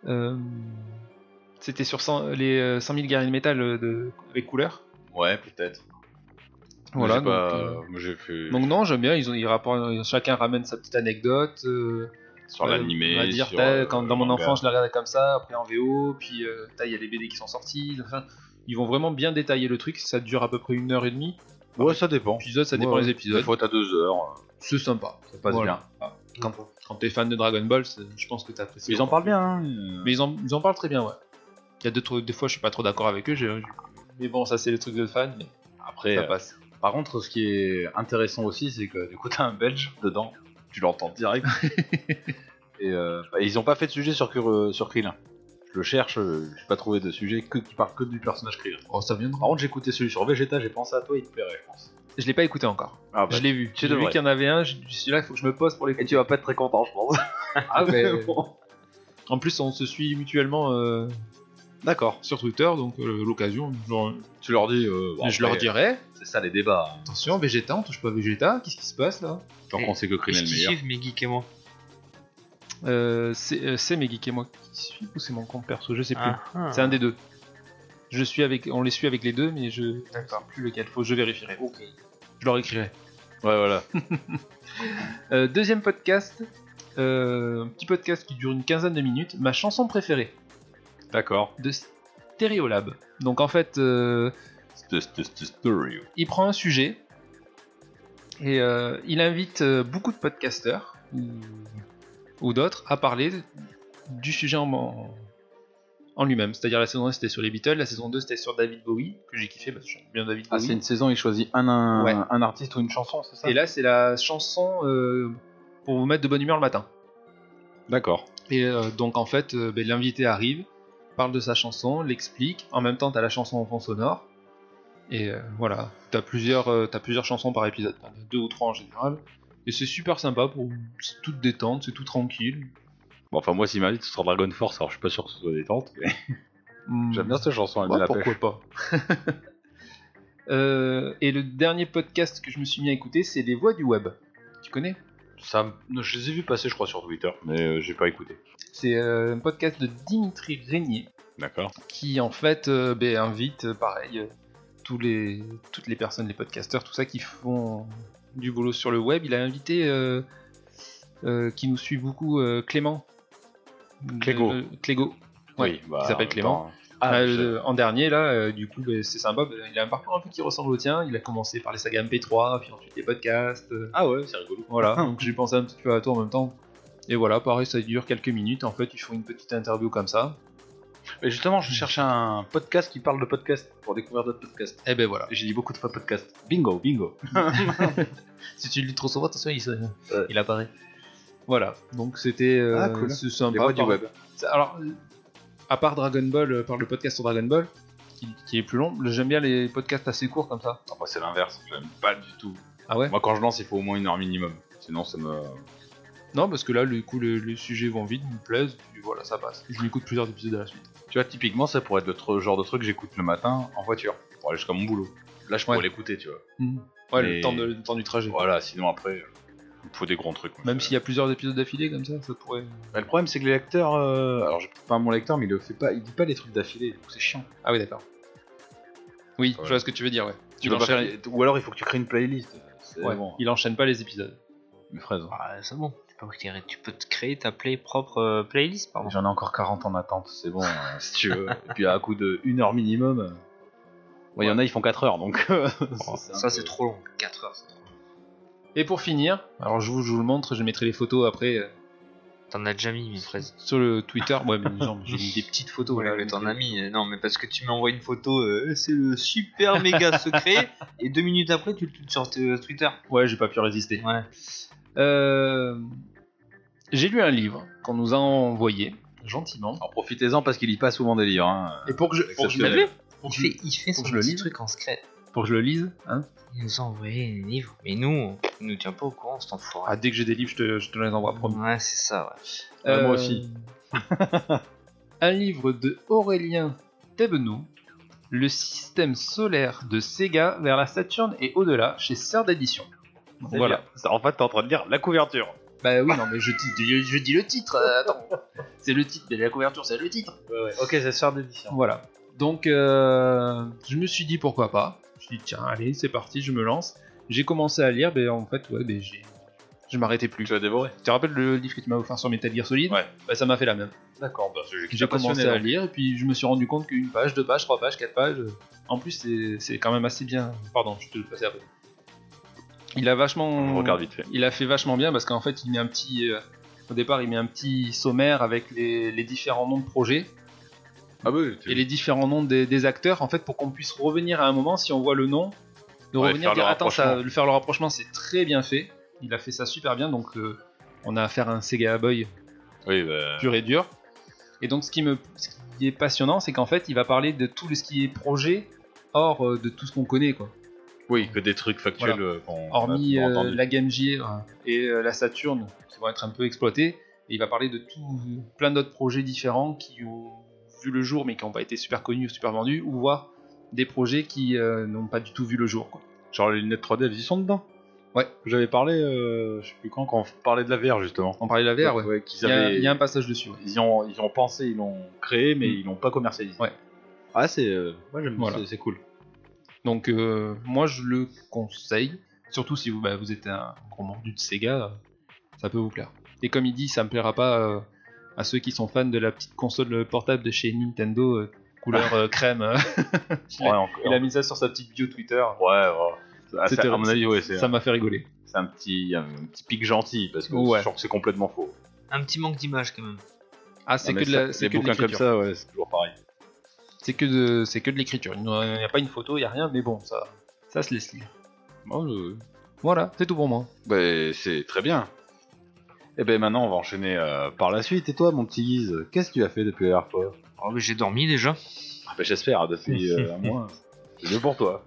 [SPEAKER 4] euh, c'était sur 100 les euh, 100 000 guerriers de métal euh, de, avec couleur.
[SPEAKER 5] Ouais, peut-être.
[SPEAKER 4] Voilà.
[SPEAKER 5] J'ai
[SPEAKER 4] donc,
[SPEAKER 5] pas-
[SPEAKER 4] euh,
[SPEAKER 5] moi, j'ai fait.
[SPEAKER 4] Donc non, j'aime bien. Ils ont, ils rapportent- chacun ramène sa petite anecdote. euh,
[SPEAKER 5] sur
[SPEAKER 4] euh,
[SPEAKER 5] l'animé.
[SPEAKER 4] On va dire,
[SPEAKER 5] sur,
[SPEAKER 4] t'as,
[SPEAKER 5] euh,
[SPEAKER 4] quand
[SPEAKER 5] le
[SPEAKER 4] dans mon
[SPEAKER 5] manga.
[SPEAKER 4] enfance, je la regardais comme ça. Après en VO, puis euh, t'as, il y a les BD qui sont sortis. Enfin, ils vont vraiment bien détailler le truc. Ça dure à peu près une heure et demie.
[SPEAKER 5] Ouais, ça dépend.
[SPEAKER 4] Épisode, ça dépend
[SPEAKER 5] Ouais,
[SPEAKER 4] des
[SPEAKER 5] ouais.
[SPEAKER 4] épisodes.
[SPEAKER 5] Des fois, t'as deux heures. euh,
[SPEAKER 4] C'est sympa.
[SPEAKER 5] Ça passe
[SPEAKER 4] Voilà.
[SPEAKER 5] bien.
[SPEAKER 4] Quand, quand t'es fan de Dragon Ball, c'est- je pense que t'as apprécié.
[SPEAKER 5] Ils en parlent bien. Hein.
[SPEAKER 4] Mais ils en, ils en parlent très bien, ouais. Il y a deux, trois- des fois, je suis pas trop d'accord avec eux. j'ai- Mais bon, ça, c'est le truc de fan, mais
[SPEAKER 5] Après,
[SPEAKER 4] ça
[SPEAKER 5] euh,
[SPEAKER 4] passe.
[SPEAKER 5] par contre, ce qui est intéressant aussi, c'est que du coup, t'as un Belge dedans. Tu l'entends direct. Et euh, bah, ils ont pas fait de sujet sur, Kur- sur Krillin. Je le cherche, euh, j'ai pas trouvé de sujet que, qui parle que du personnage Krillin.
[SPEAKER 4] Oh, ça vient
[SPEAKER 5] Par contre, j'écoutais celui sur Vegeta, j'ai pensé à toi, il te plairait, je pense.
[SPEAKER 4] Je l'ai pas écouté encore.
[SPEAKER 5] Ah,
[SPEAKER 4] je l'ai vu.
[SPEAKER 5] tu
[SPEAKER 4] J'ai vu
[SPEAKER 5] devrais.
[SPEAKER 4] qu'il y en avait un. Je je suis là, il faut que je me pose pour
[SPEAKER 5] Et
[SPEAKER 4] l'écouter.
[SPEAKER 5] tu vas pas être très content, je pense.
[SPEAKER 4] Ah, mais-
[SPEAKER 5] Bon.
[SPEAKER 4] En plus, on se suit mutuellement euh,
[SPEAKER 5] D'accord.
[SPEAKER 4] sur Twitter, donc euh, l'occasion. genre,
[SPEAKER 5] Tu leur dis. euh, bon,
[SPEAKER 4] je leur
[SPEAKER 5] après,
[SPEAKER 4] dirai
[SPEAKER 5] C'est ça les débats. hein.
[SPEAKER 4] attention, Vegeta, on touche pas à Vegeta, qu'est-ce qui se passe là
[SPEAKER 5] Tant
[SPEAKER 6] Et-
[SPEAKER 5] qu'on sait que Krillin est
[SPEAKER 6] Est-ce qu'ils
[SPEAKER 5] le meilleur.
[SPEAKER 6] suivent mes geeks et moi
[SPEAKER 4] Euh, C'est euh, c'est mes geeks et moi qui suis ou c'est mon compte perso Je sais plus.
[SPEAKER 6] Ah, ah.
[SPEAKER 4] C'est un des deux. Je suis avec, on les suit avec les deux, mais je
[SPEAKER 6] D'accord.
[SPEAKER 4] sais plus lequel. Faut, je vérifierai. Je leur écrirai.
[SPEAKER 5] Ouais, voilà.
[SPEAKER 4] Euh, deuxième podcast, euh, un petit podcast qui dure une quinzaine de minutes. Ma chanson préférée
[SPEAKER 5] D'accord.
[SPEAKER 4] de Stereolab. Donc en fait, euh,
[SPEAKER 5] C'était story.
[SPEAKER 4] il prend un sujet et euh, il invite euh, beaucoup de podcasteurs ou, ou d'autres à parler du sujet en, en- en lui-même. C'est-à-dire la saison 1 c'était sur les Beatles, la saison 2 c'était sur David Bowie, que j'ai kiffé parce que j'aime bien David
[SPEAKER 5] Ah,
[SPEAKER 4] Bowie.
[SPEAKER 5] c'est une saison, il choisit un, un,
[SPEAKER 4] Ouais.
[SPEAKER 5] un artiste ou une chanson, c'est ça
[SPEAKER 4] Et là c'est la chanson euh, pour vous mettre de bonne humeur le matin.
[SPEAKER 5] D'accord.
[SPEAKER 4] Et euh, donc en fait euh, ben, l'invité arrive, parle de sa chanson, l'explique, en même temps t'as la chanson en fond sonore. Et euh, voilà, t'as plusieurs, euh, t'as plusieurs chansons par épisode, T'en as deux ou trois en général. Et c'est super sympa pour c'est toute détente, c'est tout tranquille.
[SPEAKER 5] Bon, enfin, moi, s'il m'invite, ce sera Dragon Force, alors je suis pas sûr que ce soit détente. mais
[SPEAKER 4] Hmm,
[SPEAKER 5] J'aime bien cette chanson, elle
[SPEAKER 4] ouais,
[SPEAKER 5] me la
[SPEAKER 4] pourquoi
[SPEAKER 5] pêche.
[SPEAKER 4] pas. Euh, et le dernier podcast que je me suis mis à écouter, c'est Les Voix du Web. Tu connais
[SPEAKER 5] Ça, me- je les ai vus passer, je crois, sur Twitter, mais euh, j'ai pas écouté.
[SPEAKER 4] C'est euh, un podcast de Dimitri Régnier.
[SPEAKER 5] D'accord.
[SPEAKER 4] qui en fait euh, ben, invite euh, pareil euh, tous les, toutes les personnes, les podcasteurs, tout ça qui font du boulot sur le web. Il a invité euh, euh, qui nous suit beaucoup euh, Clément.
[SPEAKER 5] Clégo.
[SPEAKER 4] Euh, Clégo. Ouais,
[SPEAKER 5] oui, bah,
[SPEAKER 4] qui s'appelle
[SPEAKER 5] en
[SPEAKER 4] Clément.
[SPEAKER 5] même temps, hein. Ah,
[SPEAKER 4] Euh,
[SPEAKER 5] je-
[SPEAKER 4] le- en dernier là, euh, du coup ben, c'est sympa. ben, il a un parcours un peu qui ressemble au tien. Il a commencé par les sagas MP3, puis ensuite les podcasts. euh,
[SPEAKER 5] ah ouais, c'est rigolo.
[SPEAKER 4] voilà, donc j'ai pensé un petit peu à toi en même temps. Et voilà, pareil, ça dure quelques minutes. En fait, ils font une petite interview comme ça.
[SPEAKER 5] Mais justement, je cherche un podcast qui parle de podcast pour découvrir d'autres podcasts.
[SPEAKER 4] Et ben voilà.
[SPEAKER 5] J'ai dit beaucoup de fois podcast. Bingo, bingo.
[SPEAKER 4] Si tu le lis trop souvent, attention, il, se- il apparaît. Voilà, donc c'était euh,
[SPEAKER 5] Ah, cool.
[SPEAKER 4] c'est sympa.
[SPEAKER 5] Les voix du
[SPEAKER 4] Par-
[SPEAKER 5] web.
[SPEAKER 4] Alors, euh, à part Dragon Ball, euh, par le podcast sur Dragon Ball, qui, qui est plus long, j'aime bien les podcasts assez courts comme ça.
[SPEAKER 5] Ah, moi, c'est l'inverse, j'aime pas du tout.
[SPEAKER 4] Ah ouais
[SPEAKER 5] Moi, quand je lance, il faut au moins une heure minimum. Sinon, ça me.
[SPEAKER 4] Non, parce que là, le coup, le- les sujets vont vite, me plaisent, puis voilà, ça passe. Je m'écoute plusieurs épisodes à la suite.
[SPEAKER 5] Tu vois, typiquement, ça pourrait être le tr- genre de truc que j'écoute le matin en voiture pour aller jusqu'à mon boulot. Là, je pourrais
[SPEAKER 4] Ouais. Mhm.
[SPEAKER 5] l'écouter, tu vois.
[SPEAKER 4] Ouais,
[SPEAKER 5] Et-
[SPEAKER 4] le, temps de- le temps du trajet.
[SPEAKER 5] Voilà, sinon après, il faut des grands trucs.
[SPEAKER 4] Même s'il y a plusieurs épisodes d'affilée comme ça, ça pourrait.
[SPEAKER 5] Bah, le problème, c'est que les lecteurs. euh, Alors, j'ai pas mon lecteur, mais il le fait pas. Il dit pas les trucs d'affilée, donc c'est chiant.
[SPEAKER 4] Ah oui, d'accord. Oui,
[SPEAKER 5] Ouais.
[SPEAKER 4] je vois ce que tu veux dire, ouais.
[SPEAKER 5] Tu
[SPEAKER 4] Tu
[SPEAKER 5] peux pas
[SPEAKER 4] l'enchaînes-
[SPEAKER 5] faire- Ou alors, il faut que tu crées une playlist. Euh, C'est
[SPEAKER 4] Ouais,
[SPEAKER 5] bon.
[SPEAKER 4] Il enchaîne pas les épisodes.
[SPEAKER 5] Mes fraises.
[SPEAKER 6] Ah, c'est bon, tu peux, créer, tu peux te créer ta play- propre euh, playlist, pardon.
[SPEAKER 5] J'en ai encore 40 en attente, c'est bon, euh, si tu veux. Et puis à coup de 1 heure minimum. euh, Ouais, il y en a, ils font 4 heures, donc. euh,
[SPEAKER 6] Oh,
[SPEAKER 5] un
[SPEAKER 6] ça,
[SPEAKER 5] peu-
[SPEAKER 6] c'est trop long. 4 heures, c'est trop long.
[SPEAKER 4] Et pour finir, alors je vous, je vous le montre, je mettrai les photos après euh,
[SPEAKER 6] T'en as déjà mis, mes fraises.
[SPEAKER 4] sur le Twitter. Ouais, mais genre, j'ai mis des petites photos.
[SPEAKER 6] Ouais,
[SPEAKER 4] là,
[SPEAKER 6] mais
[SPEAKER 4] les-
[SPEAKER 6] t'en as mis. euh, Non, mais parce que tu m'envoies une photo, euh, c'est le super méga secret, et deux minutes après, tu le tweets sur euh, Twitter.
[SPEAKER 4] Ouais, j'ai pas pu résister.
[SPEAKER 6] Ouais.
[SPEAKER 4] Euh, J'ai lu un livre qu'on nous a envoyé, gentiment.
[SPEAKER 5] Alors profitez-en parce qu'il y passe souvent des livres. Hein.
[SPEAKER 4] Et pour que je, pour que je,
[SPEAKER 5] Exceptionnel.
[SPEAKER 4] pour que
[SPEAKER 6] Il
[SPEAKER 4] je-
[SPEAKER 6] fait, il fait son
[SPEAKER 4] que je le
[SPEAKER 6] petit
[SPEAKER 4] lise
[SPEAKER 6] truc en secret.
[SPEAKER 4] pour que je le lise, hein,
[SPEAKER 6] Il nous a envoyé des livres, mais nous, il nous tient pas au courant, cet enfoiré.
[SPEAKER 4] Ah, dès que j'ai des livres, je te, je te les envoie, promis. Euh,
[SPEAKER 6] Ouais, c'est ça, ouais.
[SPEAKER 5] Ouais, Ah, moi aussi.
[SPEAKER 4] un livre de Aurélien Thébenou, Le système solaire de Sega vers la Saturne et au-delà, chez Serre d'édition. Donc
[SPEAKER 5] C'est
[SPEAKER 4] Voilà.
[SPEAKER 5] bien. Ça, en fait, t'es en train de lire la couverture.
[SPEAKER 4] Bah oui, non, mais je, dis- je- je dis le titre, euh, attends. C'est le titre, mais la couverture, c'est le titre.
[SPEAKER 5] Ok, c'est sort d'édition.
[SPEAKER 4] Voilà. Donc, euh, je me suis dit pourquoi pas. Je me suis dit, tiens, allez, c'est parti, je me lance. J'ai commencé à lire, mais en fait, ouais, mais j'ai. Je m'arrêtais plus.
[SPEAKER 5] Tu l'as dévoré
[SPEAKER 4] Tu te rappelles le livre que tu m'as offert sur Metal Gear Solid
[SPEAKER 5] Ouais.
[SPEAKER 4] Bah, ça m'a fait la même.
[SPEAKER 5] D'accord, bah, parce que
[SPEAKER 4] J'ai
[SPEAKER 5] hein.
[SPEAKER 4] commencé à lire et puis je me suis rendu compte qu'une page, deux pages, trois pages, quatre pages. euh, En plus, c'est- c'est quand même assez bien. Pardon, je te le passe après. Il a vachement.
[SPEAKER 5] Regarde vite fait.
[SPEAKER 4] Il a fait vachement bien parce qu'en fait, il met un petit. euh, au départ, il met un petit sommaire avec les, les différents noms de projets
[SPEAKER 5] Ah oui,
[SPEAKER 4] et les différents noms des, des acteurs en fait pour qu'on puisse revenir à un moment si on voit le nom de
[SPEAKER 5] Ouais,
[SPEAKER 4] revenir
[SPEAKER 5] faire le
[SPEAKER 4] dire attends ça
[SPEAKER 5] rapprochement.
[SPEAKER 4] le faire le rapprochement c'est très bien fait il a fait ça super bien donc euh, on a affaire à un Sega Boy
[SPEAKER 5] Oui, bah,
[SPEAKER 4] pur et dur et donc ce qui me ce qui est passionnant c'est qu'en fait il va parler de tout ce qui est projet hors euh, de tout ce qu'on connaît quoi
[SPEAKER 5] oui, que des trucs factuels euh, qu'on
[SPEAKER 4] hormis
[SPEAKER 5] qu'on a
[SPEAKER 4] euh,
[SPEAKER 5] entendu.
[SPEAKER 4] la Game Gear et euh, la Saturn qui vont être un peu exploitées. Et il va parler de tout, plein d'autres projets différents qui ont vu le jour mais qui n'ont pas été super connus ou super vendus, ou voire des projets qui euh, n'ont pas du tout vu le jour. quoi.
[SPEAKER 5] Genre les lunettes 3D, elles y sont dedans
[SPEAKER 4] Ouais.
[SPEAKER 5] J'avais parlé, euh, je sais plus quand, quand on parlait de la VR justement.
[SPEAKER 4] On parlait de la VR, ouais.
[SPEAKER 5] qu'ils
[SPEAKER 4] Il y, a,
[SPEAKER 5] avaient-
[SPEAKER 4] il y a un passage dessus. ouais.
[SPEAKER 5] Ils y ont, ils ont pensé, ils l'ont créé, mais
[SPEAKER 4] Mm.
[SPEAKER 5] ils l'ont pas commercialisé.
[SPEAKER 4] Ouais.
[SPEAKER 5] Ah, c'est. euh, moi, j'aime
[SPEAKER 4] Voilà.
[SPEAKER 5] c'est- c'est cool.
[SPEAKER 4] Donc euh, moi je le conseille, surtout si vous, bah, vous êtes un grand mordu de Sega, euh, ça peut vous plaire. Et comme il dit, ça me plaira pas euh, à ceux qui sont fans de la petite console portable de chez Nintendo euh, couleur euh, crème. euh.
[SPEAKER 5] Ouais, encore-
[SPEAKER 4] Il a mis ça sur sa petite bio Twitter.
[SPEAKER 5] ouais, ouais. Ah,
[SPEAKER 4] C'était-
[SPEAKER 5] c'est- à mon avis, ouais, c'est
[SPEAKER 4] Ça m'a fait rigoler.
[SPEAKER 5] c'est un petit, un petit pic gentil parce que
[SPEAKER 4] Ouais.
[SPEAKER 5] je suis sûr que c'est complètement faux.
[SPEAKER 6] Un petit manque d'image, quand même.
[SPEAKER 4] Ah,
[SPEAKER 5] Ah,
[SPEAKER 4] c'est
[SPEAKER 5] mais
[SPEAKER 4] que de
[SPEAKER 5] ça-
[SPEAKER 4] la- c'est
[SPEAKER 5] les
[SPEAKER 4] que de
[SPEAKER 5] bouquins comme
[SPEAKER 4] l'écriture.
[SPEAKER 5] ça, ouais, c'est toujours pareil.
[SPEAKER 4] C'est que de, c'est que de l'écriture. Il n'y a il n'y a pas une photo, il n'y a rien, mais bon, ça, ça se laisse lire.
[SPEAKER 5] Oh,
[SPEAKER 4] Voilà, c'est tout pour moi.
[SPEAKER 5] Bah, c'est très bien. Et ben maintenant, on va enchaîner euh, par la suite. Et toi, mon petit Guise, qu'est-ce que tu as fait depuis la dernière fois
[SPEAKER 6] Oh, mais j'ai dormi déjà.
[SPEAKER 5] Ah, bah, J'espère, depuis euh, un mois. C'est mieux pour toi.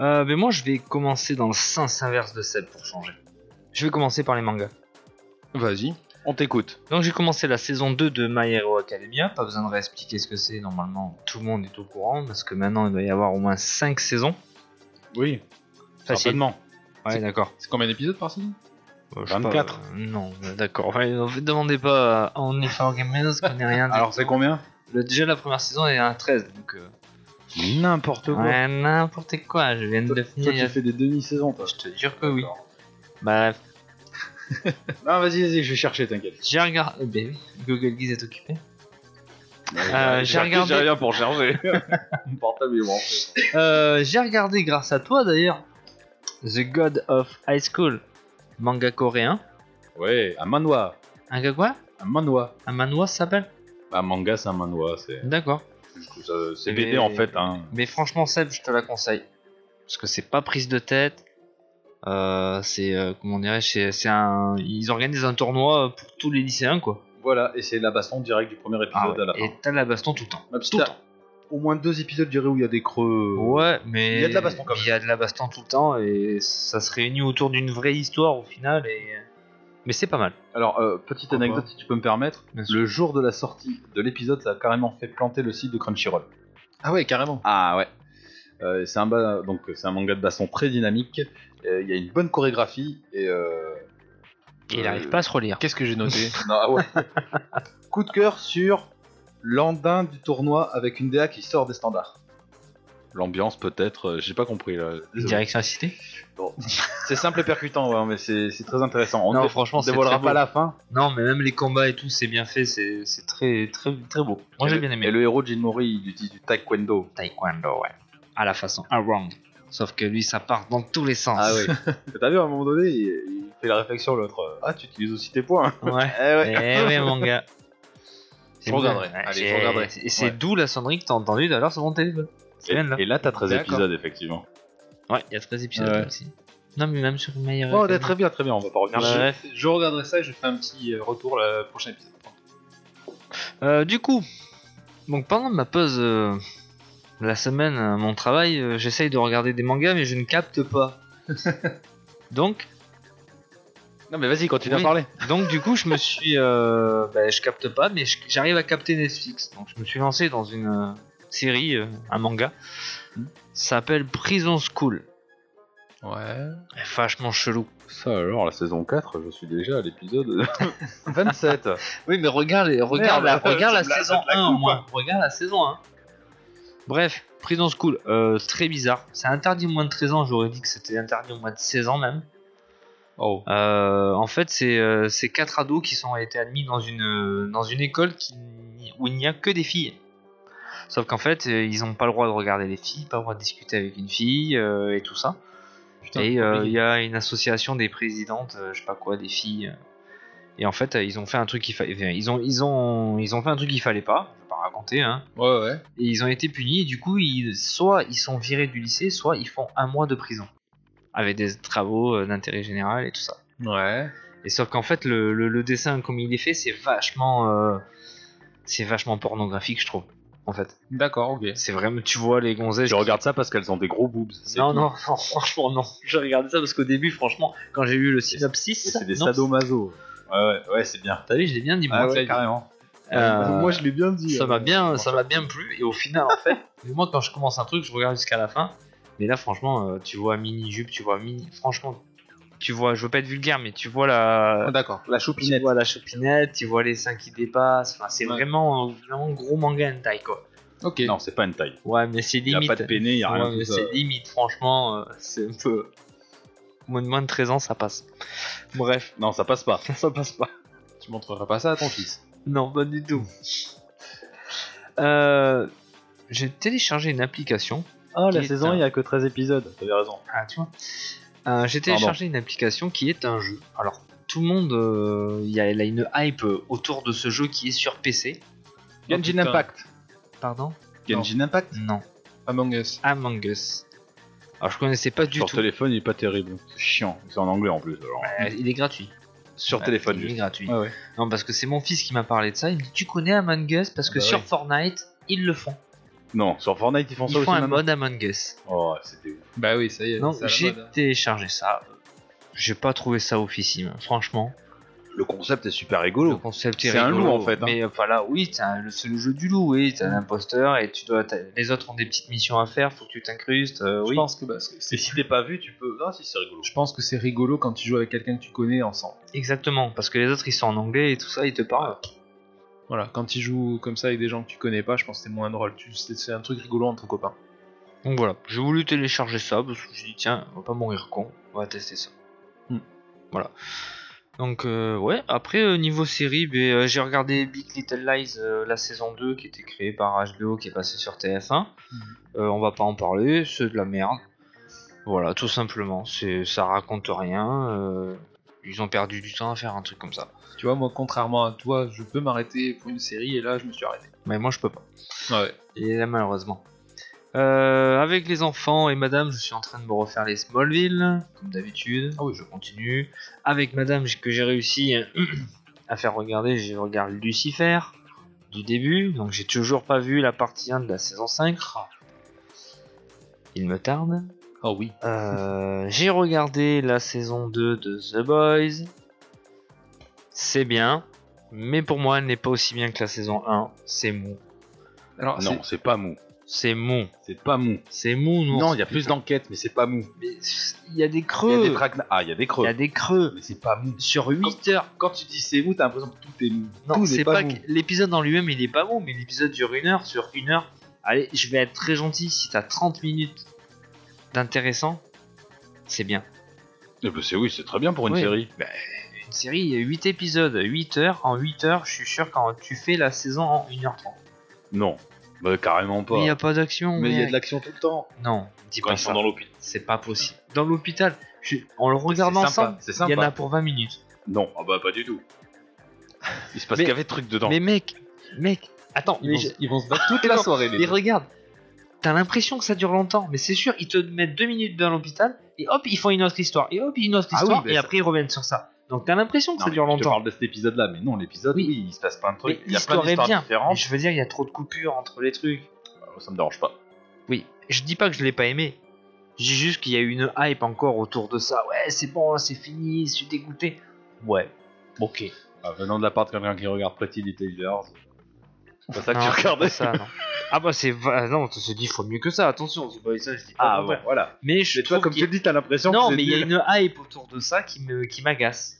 [SPEAKER 6] Euh, mais moi, je vais commencer dans le sens inverse de Seb pour changer. Je vais commencer par les mangas.
[SPEAKER 4] Vas-y.
[SPEAKER 5] On t'écoute.
[SPEAKER 6] Donc j'ai commencé la saison 2 de My Hero Academia, pas besoin de réexpliquer ce que c'est, normalement tout le monde est au courant, parce que maintenant il doit y avoir au moins 5 saisons.
[SPEAKER 5] Oui,
[SPEAKER 6] Facile.
[SPEAKER 5] certainement.
[SPEAKER 6] Ouais d'accord.
[SPEAKER 4] C'est combien d'épisodes par saison
[SPEAKER 6] Euh, je sais
[SPEAKER 5] 24.
[SPEAKER 6] pas, euh, non, euh, d'accord. Ouais, ne vous demandez pas à On est fort gamers, qu'on n'est rien. du
[SPEAKER 5] Alors,
[SPEAKER 6] tout.
[SPEAKER 5] c'est combien
[SPEAKER 6] Le- Déjà la première saison est à 13, donc... euh,
[SPEAKER 5] N'importe quoi.
[SPEAKER 6] ouais, n'importe quoi, je viens de le
[SPEAKER 5] Toi,
[SPEAKER 6] finir. il y
[SPEAKER 5] tu
[SPEAKER 6] a-
[SPEAKER 5] fais des demi-saisons, toi.
[SPEAKER 6] Je te jure que oui. Bah
[SPEAKER 5] Non, vas-y, vas-y, je vais chercher, t'inquiète.
[SPEAKER 6] j'ai regardé... Ben oui, Google Guise est occupé. Euh, j'ai
[SPEAKER 5] J'ai
[SPEAKER 6] regardé-
[SPEAKER 5] rien pour charger. Mon portable est branché.
[SPEAKER 6] Euh, j'ai regardé grâce à toi d'ailleurs The God of High School, manga coréen.
[SPEAKER 5] Ouais, un manoir.
[SPEAKER 6] Un gars quoi
[SPEAKER 5] Un manoir.
[SPEAKER 6] Un manoir ça s'appelle
[SPEAKER 5] Un manga, c'est un manoir. C'est
[SPEAKER 6] D'accord.
[SPEAKER 5] je trouve ça- c'est
[SPEAKER 6] Mais-
[SPEAKER 5] BD en fait. Hein.
[SPEAKER 6] Mais franchement Seb, je te la conseille. Parce que c'est pas prise de tête. Euh, c'est euh, comment dirais-je c'est- c'est un ils organisent un tournoi pour tous les lycéens quoi.
[SPEAKER 5] Voilà, et c'est la baston direct du premier épisode
[SPEAKER 6] Ah ouais,
[SPEAKER 5] à la fin.
[SPEAKER 6] Et t'as de la baston tout le temps.
[SPEAKER 5] Même si
[SPEAKER 6] tout le
[SPEAKER 5] t'as Au moins deux épisodes, je dirais, où il y a des creux.
[SPEAKER 6] Ouais, mais
[SPEAKER 5] il y a de la baston quand même.
[SPEAKER 6] Il y a de la baston tout le temps et ça se réunit autour d'une vraie histoire au final et Mais c'est pas mal.
[SPEAKER 5] Alors, euh, petite
[SPEAKER 4] Pourquoi
[SPEAKER 5] anecdote, si tu peux me permettre.
[SPEAKER 6] Bien
[SPEAKER 5] Le jour de la sortie de l'épisode, ça a carrément fait planter le site de Crunchyroll.
[SPEAKER 4] Ah ouais, carrément.
[SPEAKER 5] Ah ouais. Euh, c'est un ba- donc c'est un manga de baston très dynamique. Euh, Il y a une bonne chorégraphie et euh,
[SPEAKER 6] Et
[SPEAKER 4] Euh,
[SPEAKER 6] il arrive pas à se relire.
[SPEAKER 4] Qu'est-ce que j'ai noté
[SPEAKER 5] non, ah ouais. coup de cœur sur l'andin du tournoi avec une DA qui sort des standards. L'ambiance peut-être, euh, j'ai pas compris là.
[SPEAKER 6] Une
[SPEAKER 5] Désolé.
[SPEAKER 6] direction à citer
[SPEAKER 5] C'est simple et percutant, ouais, mais c'est c'est très intéressant. On
[SPEAKER 6] Non,
[SPEAKER 5] ne
[SPEAKER 6] franchement, c'est
[SPEAKER 5] dévoilera
[SPEAKER 6] très
[SPEAKER 5] pas
[SPEAKER 6] beau.
[SPEAKER 5] la fin.
[SPEAKER 6] Non, mais même les combats et tout, c'est bien fait, c'est c'est très, très, très beau. Moi,
[SPEAKER 5] Et
[SPEAKER 6] j'ai
[SPEAKER 5] le-
[SPEAKER 6] bien aimé.
[SPEAKER 5] Et le héros Jin Mori, il utilise du taekwondo.
[SPEAKER 6] Taekwondo, ouais. À la façon Around. Sauf que lui, ça part dans tous les sens.
[SPEAKER 5] Ah oui. T'as vu, à un moment donné, il, il fait la réflexion, l'autre. euh, Ah, tu utilises aussi tes points.
[SPEAKER 6] ouais.
[SPEAKER 5] Eh ouais.
[SPEAKER 6] Eh ouais, mon gars.
[SPEAKER 4] Je regarderai.
[SPEAKER 6] Ouais,
[SPEAKER 4] Allez,
[SPEAKER 6] j'ai-
[SPEAKER 4] je regarderai.
[SPEAKER 6] Et c'est d'où la sonnerie que t'as entendue d'ailleurs sur mon téléphone. C'est
[SPEAKER 5] Et,
[SPEAKER 6] bien, là.
[SPEAKER 5] et là, t'as 13
[SPEAKER 4] D'accord.
[SPEAKER 5] épisodes, effectivement.
[SPEAKER 6] Ouais, il y a 13 épisodes
[SPEAKER 5] Ouais.
[SPEAKER 6] aussi. Non, mais même sur Meilleur.
[SPEAKER 5] Oh, très bien, très bien, on va pas revenir
[SPEAKER 6] Ouais. Bref.
[SPEAKER 4] Je, je regarderai ça et je ferai un petit euh, retour le prochain épisode.
[SPEAKER 6] Euh, du coup, donc pendant ma pause euh, la semaine, à mon travail, euh, j'essaye de regarder des mangas, mais je ne capte pas. donc,
[SPEAKER 5] Non, mais vas-y, continue
[SPEAKER 6] Oui.
[SPEAKER 5] à parler.
[SPEAKER 6] donc du coup, je me suis, euh, bah, je capte pas, mais je- j'arrive à capter Netflix. Donc, je me suis lancé dans une euh, série, euh, un manga. Ça s'appelle Prison School.
[SPEAKER 4] Ouais.
[SPEAKER 6] Vachement chelou.
[SPEAKER 5] Ça, alors, la saison 4, je suis déjà à l'épisode 27.
[SPEAKER 6] Oui, mais regarde, regarde,
[SPEAKER 5] Merde,
[SPEAKER 6] la, regarde la
[SPEAKER 5] ça te la-
[SPEAKER 6] saison
[SPEAKER 5] ça te la
[SPEAKER 6] 1 au
[SPEAKER 5] coupe,
[SPEAKER 6] moins. Regarde la saison 1. Bref, Prison School, euh, très bizarre. C'est interdit au moins de 13 ans, j'aurais dit que c'était interdit au moins de 16 ans même.
[SPEAKER 4] Oh.
[SPEAKER 6] Euh, en fait, c'est euh, c'est quatre ados qui sont été admis dans une, euh, dans une école qui, n'y- où il n'y a que des filles. Sauf qu'en fait, euh, ils n'ont pas le droit de regarder les filles, pas le droit de discuter avec une fille euh, et tout ça.
[SPEAKER 4] Putain,
[SPEAKER 6] Et euh,
[SPEAKER 4] compliqué.
[SPEAKER 6] il y a une association des présidentes, euh, je sais pas quoi, des filles. euh, Et en fait, euh, ils ont fait un truc qu'il fallait. Ils ont, ils ont, ils ont fait un truc qu'il fallait pas. Je vais pas raconter. Hein.
[SPEAKER 4] Ouais, ouais.
[SPEAKER 6] Et ils ont été punis. Et du coup, ils, soit ils sont virés du lycée, soit ils font un mois de prison avec des travaux euh, d'intérêt général et tout ça.
[SPEAKER 4] Ouais.
[SPEAKER 6] Et sauf qu'en fait, le, le- le dessin comme il est fait, c'est vachement, euh, c'est vachement pornographique, je trouve. En fait,
[SPEAKER 4] D'accord, ok.
[SPEAKER 6] c'est vraiment, tu vois les gonzesses.
[SPEAKER 5] Je
[SPEAKER 6] qui-
[SPEAKER 5] regarde ça parce qu'elles ont des gros boobs. c'est
[SPEAKER 6] Non,
[SPEAKER 5] tout.
[SPEAKER 6] non, non, franchement, non. Je regardais ça parce qu'au début, franchement, quand j'ai lu le
[SPEAKER 5] Et
[SPEAKER 6] synopsis,
[SPEAKER 5] C'est des
[SPEAKER 6] non,
[SPEAKER 5] sadomaso. Ouais, ouais, ouais, c'est bien.
[SPEAKER 6] T'as vu, je l'ai bien dit. moi.
[SPEAKER 5] Ah ouais, carrément.
[SPEAKER 6] Euh,
[SPEAKER 5] Moi, je l'ai bien dit. hein.
[SPEAKER 6] ça m'a bien, ça m'a bien plu. Et au final, en fait, moi, quand je commence un truc, je regarde jusqu'à la fin. Mais là, franchement, euh, tu vois mini jupe, tu vois mini, franchement, tu vois, je veux pas être vulgaire, mais tu vois la,
[SPEAKER 4] Ah, D'accord.
[SPEAKER 5] La choupinette.
[SPEAKER 6] Tu vois la chopinette, tu vois les seins qui dépassent. Enfin, c'est
[SPEAKER 4] Ouais.
[SPEAKER 6] vraiment, euh, vraiment gros manga hentai quoi.
[SPEAKER 4] Ok.
[SPEAKER 5] Non, c'est pas une taille.
[SPEAKER 6] Ouais, mais c'est
[SPEAKER 5] Il y a
[SPEAKER 6] limite.
[SPEAKER 5] pas de peiné, il y a rien
[SPEAKER 6] Ouais,
[SPEAKER 5] de
[SPEAKER 6] mais
[SPEAKER 5] ça.
[SPEAKER 6] c'est limite, franchement, euh, c'est un peu. Moins de, moins de 13 ans, ça passe. Bref,
[SPEAKER 5] Non, ça passe pas.
[SPEAKER 6] ça passe pas.
[SPEAKER 4] Tu montreras pas ça à ton fils.
[SPEAKER 6] Non, pas du tout. Euh, J'ai téléchargé une application.
[SPEAKER 5] Oh,
[SPEAKER 6] la saison, il y
[SPEAKER 5] a que 13 épisodes. T'avais raison.
[SPEAKER 6] Ah, tu vois. Euh, J'ai téléchargé une application qui est un jeu. Alors, tout le monde, euh, il y a, il y a une hype euh, autour de ce jeu qui est sur PC.
[SPEAKER 5] Genshin
[SPEAKER 4] putain.
[SPEAKER 5] Impact.
[SPEAKER 6] Pardon
[SPEAKER 5] Genshin Impact
[SPEAKER 6] Non.
[SPEAKER 4] Among Us.
[SPEAKER 6] Among Us. Alors je connaissais pas du
[SPEAKER 5] Sur
[SPEAKER 6] tout.
[SPEAKER 5] téléphone, il est pas terrible. C'est chiant. C'est en anglais en plus. alors.
[SPEAKER 6] Euh, il est gratuit.
[SPEAKER 5] Sur
[SPEAKER 6] Ouais,
[SPEAKER 5] téléphone,
[SPEAKER 6] Il est
[SPEAKER 5] juste.
[SPEAKER 6] gratuit.
[SPEAKER 5] Ouais, ouais.
[SPEAKER 6] Non parce que c'est mon fils qui m'a parlé de ça. Il me dit tu connais Among Us parce que
[SPEAKER 5] Bah
[SPEAKER 6] sur
[SPEAKER 5] oui.
[SPEAKER 6] Fortnite ils le font.
[SPEAKER 5] Non, sur Fortnite, ils font
[SPEAKER 6] Ils
[SPEAKER 5] ça aussi.
[SPEAKER 6] font un
[SPEAKER 5] maintenant
[SPEAKER 6] mode Among Us.
[SPEAKER 5] Oh, c'était ouf.
[SPEAKER 4] Bah oui, ça y est.
[SPEAKER 6] Donc
[SPEAKER 4] c'est à la
[SPEAKER 6] j'ai
[SPEAKER 4] mode, hein.
[SPEAKER 6] téléchargé ça. J'ai pas trouvé ça officime. Franchement,
[SPEAKER 5] Le concept est super
[SPEAKER 6] le
[SPEAKER 5] rigolo.
[SPEAKER 6] concept est
[SPEAKER 5] Oh. C'est un
[SPEAKER 6] rigolo,
[SPEAKER 5] loup, en fait, hein.
[SPEAKER 6] Mais enfin là, oui, t'as le- c'est le jeu du loup. Oui, t'as un imposteur et tu dois. t'as- Les autres ont des petites missions à faire. Faut que tu t'incrustes. euh,
[SPEAKER 4] Je
[SPEAKER 6] oui.
[SPEAKER 4] pense que bah, c'est- c'est-
[SPEAKER 5] si t'es pas vu, tu peux. Ah, si, c'est rigolo.
[SPEAKER 4] je pense que c'est rigolo quand tu joues avec quelqu'un que tu connais ensemble.
[SPEAKER 6] Exactement. Parce que les autres ils sont en anglais et tout ça, ils te parlent.
[SPEAKER 4] Voilà, quand tu joues comme ça avec des gens que tu connais pas, je pense que c'est moins drôle. Tu- C'est c'est un truc rigolo entre copains.
[SPEAKER 6] Donc voilà, j'ai voulu télécharger ça parce que je dit tiens, on va pas mourir con, on va tester ça.
[SPEAKER 4] Hmm.
[SPEAKER 6] Voilà. Donc euh, ouais, après euh, niveau série, ben, euh, j'ai regardé Big Little Lies euh, la saison 2 qui était créée par HBO qui est passée sur TF1. Euh, on va pas en parler, c'est de la merde. Voilà, tout simplement, c'est ça raconte rien. euh, ils ont perdu du temps à faire un truc comme ça.
[SPEAKER 4] Tu vois, moi, contrairement à toi, je peux m'arrêter pour une série et là, je me suis arrêté.
[SPEAKER 6] Mais moi je peux pas.
[SPEAKER 4] Ah Ouais.
[SPEAKER 6] Et là, malheureusement. Euh, avec les enfants et madame, je suis en train de me refaire les Smallville, comme d'habitude. Ah oui, je continue. Avec madame, j'ai- que j'ai réussi euh, à faire regarder, j'ai regardé Lucifer du début, donc j'ai toujours pas vu la partie 1 de la saison 5. Il me tarde.
[SPEAKER 4] Oh oui.
[SPEAKER 6] Euh, j'ai regardé la saison 2 de The Boys. c'est bien, mais pour moi, elle n'est pas aussi bien que la saison 1. C'est mou. Ah,
[SPEAKER 4] Alors,
[SPEAKER 5] Non, c'est pas mou.
[SPEAKER 6] C'est mou.
[SPEAKER 5] C'est pas mou.
[SPEAKER 6] C'est mou, non
[SPEAKER 5] Non, il y a plus d'enquêtes, mais c'est pas mou.
[SPEAKER 6] Il y a des
[SPEAKER 5] Il y a
[SPEAKER 6] creux.
[SPEAKER 5] des tracna- Ah, il y a des creux.
[SPEAKER 6] Il y a des creux.
[SPEAKER 5] Mais c'est pas mou.
[SPEAKER 6] Sur 8 heures.
[SPEAKER 5] Quand tu dis c'est mou, t'as l'impression que tout est mou.
[SPEAKER 6] Non,
[SPEAKER 5] Tout
[SPEAKER 6] c'est
[SPEAKER 5] n'est
[SPEAKER 6] pas,
[SPEAKER 5] pas mou.
[SPEAKER 6] que l'épisode en lui-même il est pas bon, mais l'épisode dure une heure. Sur une heure, allez, je vais être très gentil. Si t'as 30 minutes d'intéressant, c'est bien.
[SPEAKER 5] Eh ben, c'est oui, c'est très bien pour une
[SPEAKER 6] Oui.
[SPEAKER 5] série.
[SPEAKER 6] Une série, il y a 8 épisodes, 8 heures. En 8 heures, je suis sûr, quand tu fais la saison en 1h30,
[SPEAKER 5] Non, Bah, carrément pas.
[SPEAKER 6] mais il n'y a pas d'action.
[SPEAKER 5] Mais il y a
[SPEAKER 6] mec.
[SPEAKER 5] de l'action tout le temps.
[SPEAKER 6] Non, dis
[SPEAKER 5] Quand
[SPEAKER 6] pas
[SPEAKER 5] ils
[SPEAKER 6] ça.
[SPEAKER 5] sont dans l'hôpital.
[SPEAKER 6] Ah, C'est pas possible. Dans l'hôpital, je- en le regardant
[SPEAKER 5] C'est sympa,
[SPEAKER 6] ensemble,
[SPEAKER 5] c'est
[SPEAKER 6] il y en a
[SPEAKER 5] sympa.
[SPEAKER 6] pour 20 minutes.
[SPEAKER 5] Non, ah bah pas du tout. Il se passe
[SPEAKER 6] Mais-
[SPEAKER 5] qu'avec trucs dedans.
[SPEAKER 6] Mais mec, mec, attends, mais je-
[SPEAKER 5] se battre toute la soirée. les
[SPEAKER 6] Mais
[SPEAKER 5] deux.
[SPEAKER 6] regarde, t'as l'impression que ça dure longtemps, mais c'est sûr, ils te mettent deux minutes dans l'hôpital, et hop, ils font une autre histoire, et hop, une autre
[SPEAKER 5] Ah oui,
[SPEAKER 6] histoire,
[SPEAKER 5] bah
[SPEAKER 6] et
[SPEAKER 5] ça-
[SPEAKER 6] après ils reviennent sur ça. Donc t'as l'impression que
[SPEAKER 5] Non,
[SPEAKER 6] ça
[SPEAKER 5] mais
[SPEAKER 6] dure
[SPEAKER 5] Je te
[SPEAKER 6] longtemps.
[SPEAKER 5] parle de cet épisode-là, mais non, l'épisode,
[SPEAKER 6] Oui.
[SPEAKER 5] oui. il se passe plein de trucs.
[SPEAKER 6] Mais
[SPEAKER 5] Il y a plein
[SPEAKER 6] l'histoire est
[SPEAKER 5] d'histoires
[SPEAKER 6] bien. Mais
[SPEAKER 5] différentes.
[SPEAKER 6] je veux dire, il y a trop de coupures entre les trucs.
[SPEAKER 5] Euh, Ça me dérange pas.
[SPEAKER 6] Oui, je dis pas que je l'ai pas aimé. Je dis juste qu'il y a une hype encore autour de ça. Ouais, c'est bon, c'est fini, je suis dégoûté. Ouais, ok.
[SPEAKER 5] Ah, venant de la part de quelqu'un qui regarde Platy Little Girls. C'est pas ça que
[SPEAKER 6] Non,
[SPEAKER 5] tu regardais
[SPEAKER 6] c'est pas ça, non. Ah bah c'est... va- Non, on se dit, faut mieux que ça, attention, c'est pas ça, je dis pas
[SPEAKER 5] Ah
[SPEAKER 6] longtemps.
[SPEAKER 5] ouais, voilà.
[SPEAKER 6] Mais je
[SPEAKER 5] Mais toi,
[SPEAKER 6] trouve
[SPEAKER 5] comme
[SPEAKER 6] qu'il-
[SPEAKER 5] tu le dis, t'as l'impression
[SPEAKER 6] Non,
[SPEAKER 5] que
[SPEAKER 6] mais
[SPEAKER 5] c'est
[SPEAKER 6] il y a
[SPEAKER 5] nul.
[SPEAKER 6] une hype autour de ça qui me qui m'agace.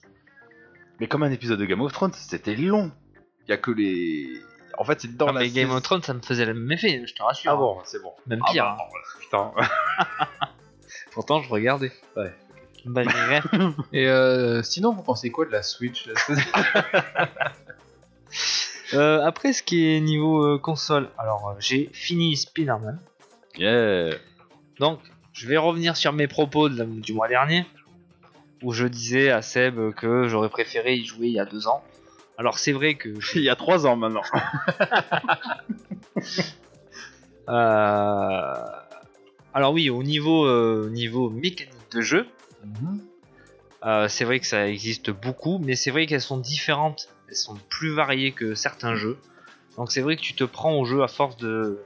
[SPEAKER 5] Mais comme un épisode de Game of Thrones, c'était long. Il y a que les. En fait, c'est dans
[SPEAKER 6] Ah,
[SPEAKER 5] la.
[SPEAKER 6] mais Game
[SPEAKER 5] saison-
[SPEAKER 6] of Thrones, ça me faisait le même effet, je te rassure.
[SPEAKER 5] Ah bon, c'est bon.
[SPEAKER 6] Même
[SPEAKER 5] Ah
[SPEAKER 6] pire. hein.
[SPEAKER 5] bah, putain.
[SPEAKER 6] Pourtant, je regardais.
[SPEAKER 5] Ouais.
[SPEAKER 6] Malgré.
[SPEAKER 4] Et euh, sinon, vous pensez quoi de la Switch
[SPEAKER 6] Euh, après, ce qui est niveau euh, console, alors euh, j'ai fini Spider-Man.
[SPEAKER 5] Yeah.
[SPEAKER 6] Donc, je vais revenir sur mes propos de la- du mois dernier, où je disais à Seb que j'aurais préféré y jouer il y a deux ans. Alors, c'est vrai que
[SPEAKER 5] Il y a trois ans maintenant.
[SPEAKER 6] Euh, Alors oui, au niveau, euh, niveau mécanique de jeu,
[SPEAKER 4] Mhm.
[SPEAKER 6] euh, c'est vrai que ça existe beaucoup, mais c'est vrai qu'elles sont différentes, elles sont plus variées que certains jeux. Donc c'est vrai que tu te prends au jeu à force de,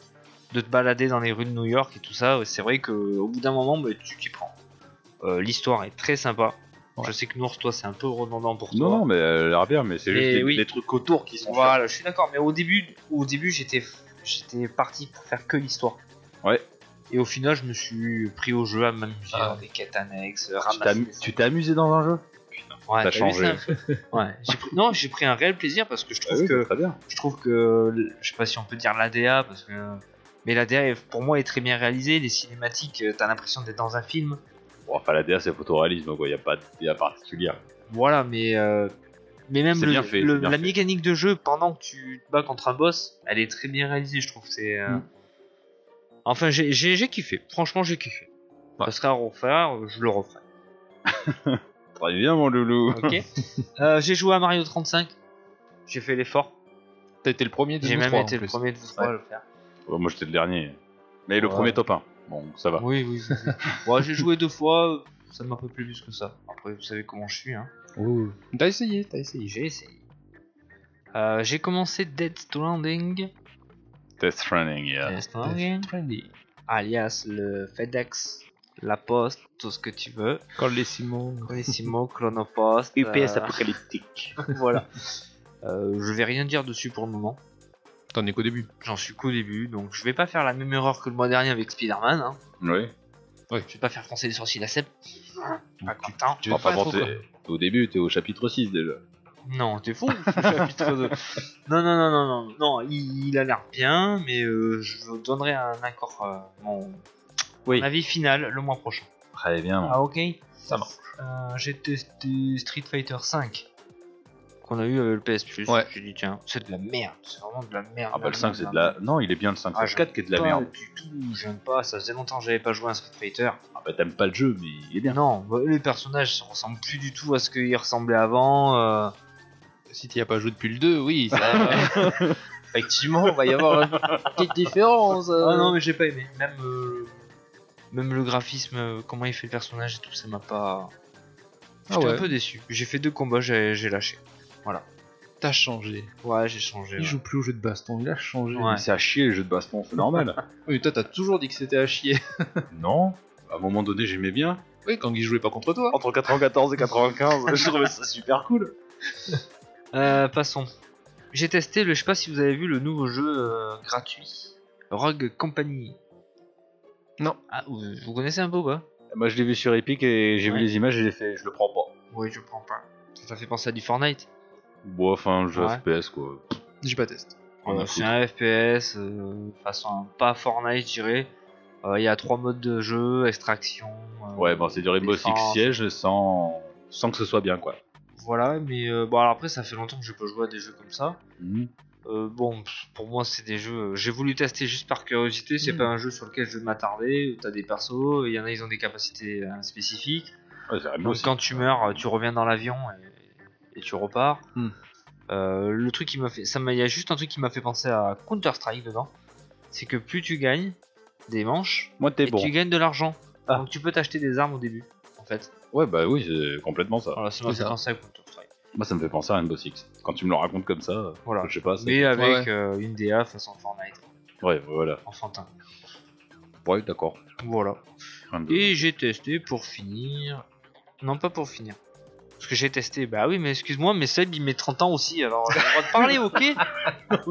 [SPEAKER 6] de te balader dans les rues de New York et tout ça. C'est vrai qu'au bout d'un moment, bah, tu t'y prends. Euh, L'histoire est très sympa. Je sais que Nours, toi, c'est un peu redondant pour toi.
[SPEAKER 5] Non, non, mais elle a l'air bien, mais c'est
[SPEAKER 6] Mais
[SPEAKER 5] juste les,
[SPEAKER 6] oui.
[SPEAKER 5] les trucs autour qui sont.
[SPEAKER 6] Voilà, je suis d'accord, mais au début, au début j'étais, j'étais parti pour faire que l'histoire.
[SPEAKER 5] Ouais.
[SPEAKER 6] Et au final, je me suis pris au jeu à m'amuser
[SPEAKER 4] Ah.
[SPEAKER 6] dans des quêtes annexes,
[SPEAKER 5] chers. Tu
[SPEAKER 6] ramasser.
[SPEAKER 5] t'amu- Tu t'es amusé dans un jeu
[SPEAKER 6] Ouais,
[SPEAKER 5] t'as
[SPEAKER 6] vu
[SPEAKER 5] changé.
[SPEAKER 6] ça ouais, j'ai pris- non, j'ai pris un réel plaisir parce que je
[SPEAKER 5] Ah
[SPEAKER 6] trouve que,
[SPEAKER 5] Très bien.
[SPEAKER 6] je trouve que, le- je sais pas si on peut dire l'ADA parce que, mais l'ADA pour moi est très bien réalisée. Les cinématiques, euh, t'as l'impression d'être dans un film.
[SPEAKER 5] Bon, enfin, la DA, c'est photoréalisme, quoi. Il n'y a pas de DA particulière.
[SPEAKER 6] Voilà, mais euh, mais même
[SPEAKER 5] C'est
[SPEAKER 6] le-
[SPEAKER 5] bien fait,
[SPEAKER 6] le-
[SPEAKER 5] c'est bien
[SPEAKER 6] la
[SPEAKER 5] fait.
[SPEAKER 6] mécanique de jeu pendant que tu te bats contre un boss, elle est très bien réalisée, je trouve. C'est euh,
[SPEAKER 5] Mm.
[SPEAKER 6] enfin j'ai- j'ai j'ai kiffé. Franchement, j'ai kiffé. Ça serait à refaire, euh, je le referai.
[SPEAKER 5] Très bien, mon loulou.
[SPEAKER 6] Ok. Euh, j'ai joué à Mario 35. J'ai fait l'effort.
[SPEAKER 4] T'as été le premier de
[SPEAKER 6] J'ai
[SPEAKER 4] nous
[SPEAKER 6] même
[SPEAKER 4] trois,
[SPEAKER 6] été
[SPEAKER 4] en
[SPEAKER 6] le
[SPEAKER 4] plus.
[SPEAKER 6] premier de vous trois à le faire.
[SPEAKER 5] Bon, moi, j'étais le dernier. Mais le
[SPEAKER 6] Ouais.
[SPEAKER 5] premier top 1. Bon, ça va.
[SPEAKER 6] Oui, oui. oui, oui. Bon, j'ai joué deux fois. euh, Ça m'a pas plu plus que ça. Après, vous savez comment je suis. Hein.
[SPEAKER 4] T'as essayé, t'as essayé.
[SPEAKER 6] J'ai essayé. Euh, j'ai commencé Dead Stranding.
[SPEAKER 5] Test running, yeah.
[SPEAKER 6] Ah, Death Stranding.
[SPEAKER 4] Trendy.
[SPEAKER 6] alias le FedEx, la Poste, tout ce que tu veux.
[SPEAKER 4] Colissimo.
[SPEAKER 6] Colissimo, Chronopost.
[SPEAKER 5] UPS
[SPEAKER 6] euh,
[SPEAKER 5] apocalyptique.
[SPEAKER 6] voilà. Euh, je vais rien dire dessus pour le moment.
[SPEAKER 4] T'en es qu'au début.
[SPEAKER 6] J'en suis qu'au début, donc je vais pas faire la même erreur que le mois dernier avec Spider-Man. hein.
[SPEAKER 5] Oui.
[SPEAKER 6] Je vais pas faire foncer les sourcils à Seb. Pas Ah, content.
[SPEAKER 4] Tu
[SPEAKER 5] Enfin,
[SPEAKER 4] pas
[SPEAKER 5] bon,
[SPEAKER 4] trop,
[SPEAKER 5] t'es-
[SPEAKER 4] quoi.
[SPEAKER 5] t'es au début, t'es au chapitre 6 déjà.
[SPEAKER 6] Non, t'es fou. le chapitre 2. Non, non, non, non, non, non. Il, il a l'air bien, mais euh, je vous donnerai un accord, euh, mon,
[SPEAKER 5] Oui.
[SPEAKER 6] mon avis final le mois prochain.
[SPEAKER 5] Très bien.
[SPEAKER 6] Ah ok.
[SPEAKER 4] Ça marche.
[SPEAKER 6] Euh, j'ai testé Street Fighter 5 qu'on a eu avec le PS Plus.
[SPEAKER 4] Ouais.
[SPEAKER 6] J'ai dit tiens, c'est de la merde, c'est vraiment de la merde.
[SPEAKER 5] Ah bah le 5 c'est de la... Non il est bien le 5,
[SPEAKER 6] Ah,
[SPEAKER 5] c'est le 4 qui est de la merde.
[SPEAKER 6] Du tout, j'aime pas. Ça faisait longtemps que j'avais pas joué à un Street Fighter.
[SPEAKER 5] Ah bah t'aimes pas le jeu mais il est bien.
[SPEAKER 6] Non, bah, les personnages se ressemblent plus du tout à ce qu'ils ressemblaient avant. euh,
[SPEAKER 4] Si t'y as pas joué depuis le 2, oui. Ça... Effectivement, il va y avoir une petite différence. euh.
[SPEAKER 6] Ah non mais j'ai pas aimé. Même euh, même le graphisme, euh, comment il fait le personnage et tout, ça m'a pas.
[SPEAKER 4] Ah
[SPEAKER 6] J'étais
[SPEAKER 4] ouais.
[SPEAKER 6] un peu déçu. J'ai fait deux combats, j'ai j'ai lâché.
[SPEAKER 4] T'as changé.
[SPEAKER 6] Ouais, j'ai changé.
[SPEAKER 4] Il
[SPEAKER 6] ouais.
[SPEAKER 4] joue plus au jeu de baston, il a changé.
[SPEAKER 6] Ouais.
[SPEAKER 5] Mais C'est à chier les jeux de baston, c'est normal.
[SPEAKER 4] Oui, toi, t'as toujours dit que c'était à chier.
[SPEAKER 5] non à un moment donné, j'aimais bien.
[SPEAKER 4] Oui, quand il jouait pas contre toi.
[SPEAKER 5] Entre 94 et 95, je trouvais ça super cool.
[SPEAKER 6] Euh, passons. J'ai testé le, je sais pas si vous avez vu le nouveau jeu euh, gratuit, Rogue Company.
[SPEAKER 4] Non.
[SPEAKER 6] Ah, vous, vous connaissez un peu ou pas
[SPEAKER 5] Moi, je l'ai vu sur Epic et j'ai
[SPEAKER 6] Ouais.
[SPEAKER 5] vu les images et j'ai fait, je le prends pas.
[SPEAKER 6] Oui, je prends pas. Ça, ça fait penser à du Fortnite.
[SPEAKER 5] Bon, enfin, jeu
[SPEAKER 6] Ouais.
[SPEAKER 5] FPS quoi.
[SPEAKER 4] J'ai pas testé.
[SPEAKER 5] On a
[SPEAKER 6] Euh, c'est un FPS, euh, façon pas Fortnite, je dirais. Euh, Il y a trois modes de jeu, extraction. euh,
[SPEAKER 5] Ouais, bon, c'est du Rainbow Six
[SPEAKER 6] défense.
[SPEAKER 5] Siege sans... sans que ce soit bien quoi.
[SPEAKER 6] Voilà, mais euh, bon, alors après, ça fait longtemps que je peux jouer à des jeux comme ça.
[SPEAKER 5] Mhm.
[SPEAKER 6] Euh, bon, pff, pour moi, c'est des jeux. euh, J'ai voulu tester juste par curiosité.
[SPEAKER 4] Hmm.
[SPEAKER 6] C'est pas un jeu sur lequel je vais m'attarder. où T'as des persos, il y en a, ils ont des capacités euh, spécifiques.
[SPEAKER 5] Ouais, c'est Rainbow
[SPEAKER 6] Donc,
[SPEAKER 5] Six.
[SPEAKER 6] quand tu meurs, euh, tu reviens dans l'avion et, et tu repars.
[SPEAKER 4] Hmm.
[SPEAKER 6] Euh, le truc qui m'a fait. ça m'a- Il y a juste un truc qui m'a fait penser à Counter-Strike dedans. C'est que plus tu gagnes des manches,
[SPEAKER 5] Moi, t'es
[SPEAKER 6] et
[SPEAKER 5] bon.
[SPEAKER 6] tu gagnes de l'argent.
[SPEAKER 5] Ah.
[SPEAKER 6] Donc, tu peux t'acheter des armes au début, en fait.
[SPEAKER 5] Ouais, bah oui, c'est complètement ça.
[SPEAKER 6] Voilà, ça m'a
[SPEAKER 4] C'est
[SPEAKER 6] fait
[SPEAKER 4] ça.
[SPEAKER 6] penser à Counter-Strike.
[SPEAKER 5] Moi, ça me fait penser à Rainbow Six. Quand tu me le racontes comme ça,
[SPEAKER 6] Voilà.
[SPEAKER 5] je sais pas. c'est-
[SPEAKER 6] Mais avec
[SPEAKER 4] ouais.
[SPEAKER 6] euh, une DA façon Fortnite,
[SPEAKER 5] Ouais, voilà.
[SPEAKER 6] enfantin.
[SPEAKER 5] Ouais, d'accord.
[SPEAKER 6] Voilà.
[SPEAKER 5] Rien de-
[SPEAKER 6] Et j'ai testé pour finir. Non, pas pour finir. Parce que j'ai testé, bah oui, mais excuse-moi, mais Seb il met 30 ans aussi, alors euh, j'ai le droit de parler, ok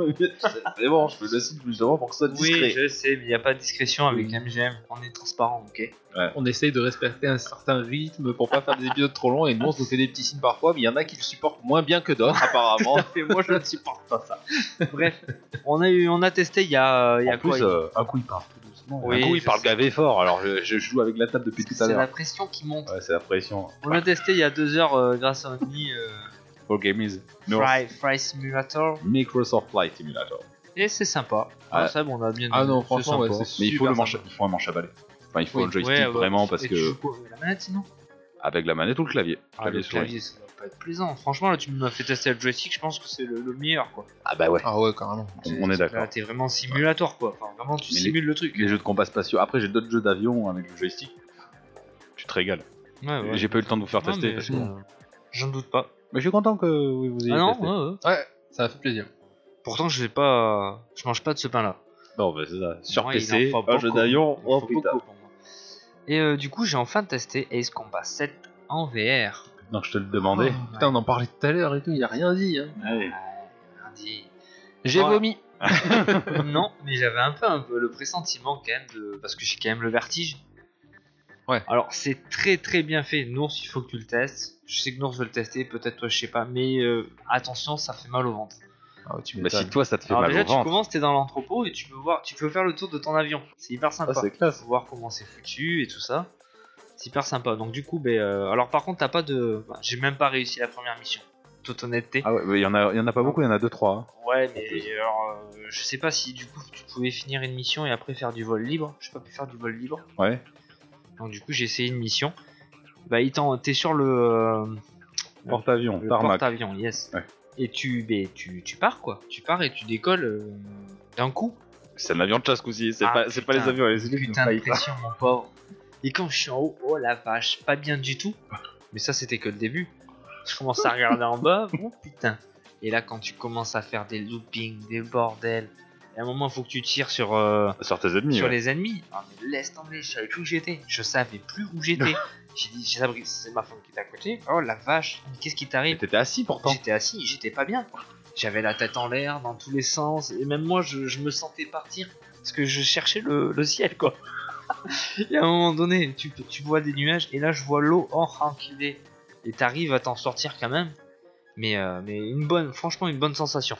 [SPEAKER 5] c'est bon, je le cite justement pour que ça
[SPEAKER 6] Oui, je sais, mais il n'y a pas de discrétion avec MGM, on est transparent, ok
[SPEAKER 4] On essaye de respecter un certain rythme pour pas faire des épisodes trop longs et nous on se fait des petits signes parfois, mais il y en a qui le supportent moins bien que d'autres apparemment.
[SPEAKER 6] Et moi je ne supporte pas ça. Bref, on a, eu, on a testé il y a, il y a
[SPEAKER 5] En
[SPEAKER 6] quoi
[SPEAKER 5] plus,
[SPEAKER 6] il-
[SPEAKER 5] euh, un coup il part tout doucement.
[SPEAKER 6] Oui,
[SPEAKER 5] un coup
[SPEAKER 6] je
[SPEAKER 5] il parle
[SPEAKER 6] sais.
[SPEAKER 5] gavé fort, alors je, je joue avec la table depuis tout à
[SPEAKER 6] C'est la
[SPEAKER 5] l'heure.
[SPEAKER 6] pression qui monte.
[SPEAKER 5] Ouais, c'est la pression.
[SPEAKER 6] On a testé il y a deux heures euh, grâce à Anthony euh,
[SPEAKER 5] Full Game is no.
[SPEAKER 6] Fry, Fry Simulator,
[SPEAKER 5] Microsoft Flight Simulator.
[SPEAKER 6] et c'est sympa. Ah,
[SPEAKER 5] Ouais.
[SPEAKER 6] Seb, on a bien
[SPEAKER 4] Ah
[SPEAKER 6] aimé.
[SPEAKER 4] non, franchement,
[SPEAKER 6] sympa.
[SPEAKER 4] ouais, c'est
[SPEAKER 5] Mais il faut,
[SPEAKER 4] super
[SPEAKER 5] le manche,
[SPEAKER 4] sympa.
[SPEAKER 5] il faut un manche à balai. Enfin, il faut
[SPEAKER 4] Oui.
[SPEAKER 5] le joystick
[SPEAKER 6] Ouais, ouais.
[SPEAKER 5] vraiment parce
[SPEAKER 6] Et tu
[SPEAKER 5] que.
[SPEAKER 6] joues quoi, avec la manette sinon
[SPEAKER 5] Avec la manette ou le clavier
[SPEAKER 6] Ah, le
[SPEAKER 5] souris.
[SPEAKER 6] clavier, ça va pas être plaisant. Franchement, là, tu m'as fait tester le joystick, je pense que c'est le, le meilleur, quoi.
[SPEAKER 5] Ah bah ouais,
[SPEAKER 4] Ah ouais, carrément.
[SPEAKER 5] on, on est
[SPEAKER 6] Là,
[SPEAKER 5] d'accord.
[SPEAKER 6] t'es vraiment simulateur, quoi. Enfin, vraiment, tu
[SPEAKER 5] Mais les-
[SPEAKER 6] simules le truc.
[SPEAKER 5] Les jeux de compas spatiaux. Après, j'ai d'autres jeux d'avion avec le joystick. Tu te régales.
[SPEAKER 6] Ouais, ouais.
[SPEAKER 5] J'ai pas eu le temps de vous faire
[SPEAKER 6] Non,
[SPEAKER 5] tester.
[SPEAKER 6] mais,
[SPEAKER 5] parce que-
[SPEAKER 6] euh, J'en doute pas.
[SPEAKER 5] Mais je suis content que oui, vous ayez
[SPEAKER 6] Ah non,
[SPEAKER 5] testé.
[SPEAKER 6] ouais, ouais.
[SPEAKER 4] Ouais, ça a fait plaisir.
[SPEAKER 6] Pourtant, je vais pas. Je mange pas de ce pain-là.
[SPEAKER 5] Non, mais c'est ça. Sur Ah,
[SPEAKER 6] Moi, il
[SPEAKER 5] PC,
[SPEAKER 6] en faut
[SPEAKER 5] un jeu
[SPEAKER 6] beaucoup.
[SPEAKER 5] d'avion,
[SPEAKER 6] Il
[SPEAKER 5] oh
[SPEAKER 6] faut
[SPEAKER 5] putain.
[SPEAKER 6] beaucoup pour moi. Et euh, du coup, j'ai enfin testé Ace Combat 7 en VR.
[SPEAKER 5] Non, je te le demandais.
[SPEAKER 4] Oh, putain, on en parlait tout à l'heure et tout, il a rien dit. hein.
[SPEAKER 5] Ah,
[SPEAKER 6] Lundi.
[SPEAKER 4] J'ai
[SPEAKER 6] Voilà.
[SPEAKER 4] vomi.
[SPEAKER 6] non, mais j'avais un peu, un peu le pressentiment quand même de parce que j'ai quand même le vertige.
[SPEAKER 4] Ouais.
[SPEAKER 6] Alors c'est très très bien fait. Nours, il faut que tu le testes. Je sais que Nours veut le tester, peut-être toi je sais pas, mais euh, attention, ça fait mal au ventre.
[SPEAKER 4] Ah ouais, tu
[SPEAKER 5] Bah, si
[SPEAKER 4] m'étonnes.
[SPEAKER 5] toi ça te fait
[SPEAKER 6] Alors
[SPEAKER 5] mal
[SPEAKER 6] déjà
[SPEAKER 5] au
[SPEAKER 6] tu
[SPEAKER 5] ventre,
[SPEAKER 6] commences, t'es dans l'entrepôt et tu peux voir, tu peux faire le tour de ton avion. C'est hyper sympa.
[SPEAKER 5] ça Ah, c'est classe.
[SPEAKER 6] Faut voir comment c'est foutu et tout ça. C'est hyper sympa. Donc du coup, ben, euh, alors par contre t'as pas de, enfin, j'ai même pas réussi la première mission. Toute honnêteté.
[SPEAKER 5] Ah ouais, mais il y en a, il y en a pas beaucoup, il y en a deux trois. hein.
[SPEAKER 6] Ouais, mais alors, euh, je sais pas si du coup tu pouvais finir une mission et après faire du vol libre. J'ai pas pu faire du vol libre.
[SPEAKER 5] Ouais.
[SPEAKER 6] Donc du coup j'ai essayé une mission. Bah il t'en- t'es sur le, euh,
[SPEAKER 5] Porte-avions,
[SPEAKER 6] le
[SPEAKER 5] tarmac.
[SPEAKER 6] porte-avions, yes.
[SPEAKER 5] Ouais.
[SPEAKER 6] Et tu, ben, tu, tu pars quoi. Tu pars et tu décolles euh, d'un coup.
[SPEAKER 5] C'est un avion de chasse aussi. C'est
[SPEAKER 6] Ah,
[SPEAKER 5] pas, c'est pas
[SPEAKER 6] putain.
[SPEAKER 5] les avions, les hélices.
[SPEAKER 6] Putain de pression mon pauvre. Et quand je suis en haut, oh la vache, pas bien du tout. Mais ça c'était que le début. Je commence à regarder en bas, oh putain. Et là quand tu commences à faire des loopings, des bordels, et à un moment faut que tu tires sur... euh,
[SPEAKER 5] Sur tes ennemis.
[SPEAKER 6] sur
[SPEAKER 5] ouais.
[SPEAKER 6] les ennemis. Ah, mais laisse tomber, je savais plus où j'étais. Je savais plus où j'étais. j'ai dit, j'ai abri- c'est ma femme qui était à côté. Oh la vache, mais qu'est-ce qui
[SPEAKER 5] Mais
[SPEAKER 6] t'arrive
[SPEAKER 5] T'étais assis pourtant.
[SPEAKER 6] J'étais assis, j'étais pas bien. J'avais la tête en l'air, dans tous les sens, et même moi, je, je me sentais partir parce que je cherchais le, le ciel, quoi. et à un moment donné, tu, tu vois des nuages, et là, je vois l'eau en enculée. Et t'arrives à t'en sortir quand même. Mais, euh, mais une bonne, franchement, une bonne sensation.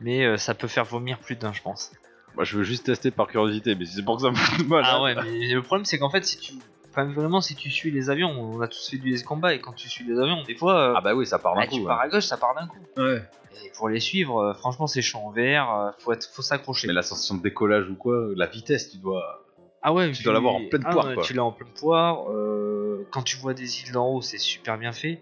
[SPEAKER 6] Mais euh, ça peut faire vomir plus d'un, je pense.
[SPEAKER 5] Moi je veux juste tester par curiosité, mais c'est pour que ça me foute mal.
[SPEAKER 6] Ah
[SPEAKER 5] hein.
[SPEAKER 6] ouais, mais le problème c'est qu'en fait, si tu. Enfin, vraiment, si tu suis les avions, on a tous fait du les combat et quand tu suis les avions, des fois, euh,
[SPEAKER 5] Ah bah oui, ça part
[SPEAKER 6] bah,
[SPEAKER 5] d'un
[SPEAKER 6] tu
[SPEAKER 5] coup.
[SPEAKER 6] pars
[SPEAKER 5] ouais.
[SPEAKER 6] à gauche, ça part d'un coup.
[SPEAKER 4] Ouais.
[SPEAKER 6] Et pour les suivre, euh, franchement, c'est chaud en VR, euh, faut, être, faut s'accrocher.
[SPEAKER 5] Mais la sensation de décollage ou quoi, la vitesse, tu dois.
[SPEAKER 6] Ah ouais,
[SPEAKER 5] tu dois l'avoir en pleine
[SPEAKER 6] ah
[SPEAKER 5] poire,
[SPEAKER 6] ouais,
[SPEAKER 5] quoi.
[SPEAKER 6] Tu l'as en pleine poire, euh, quand tu vois des îles d'en haut, c'est super bien fait.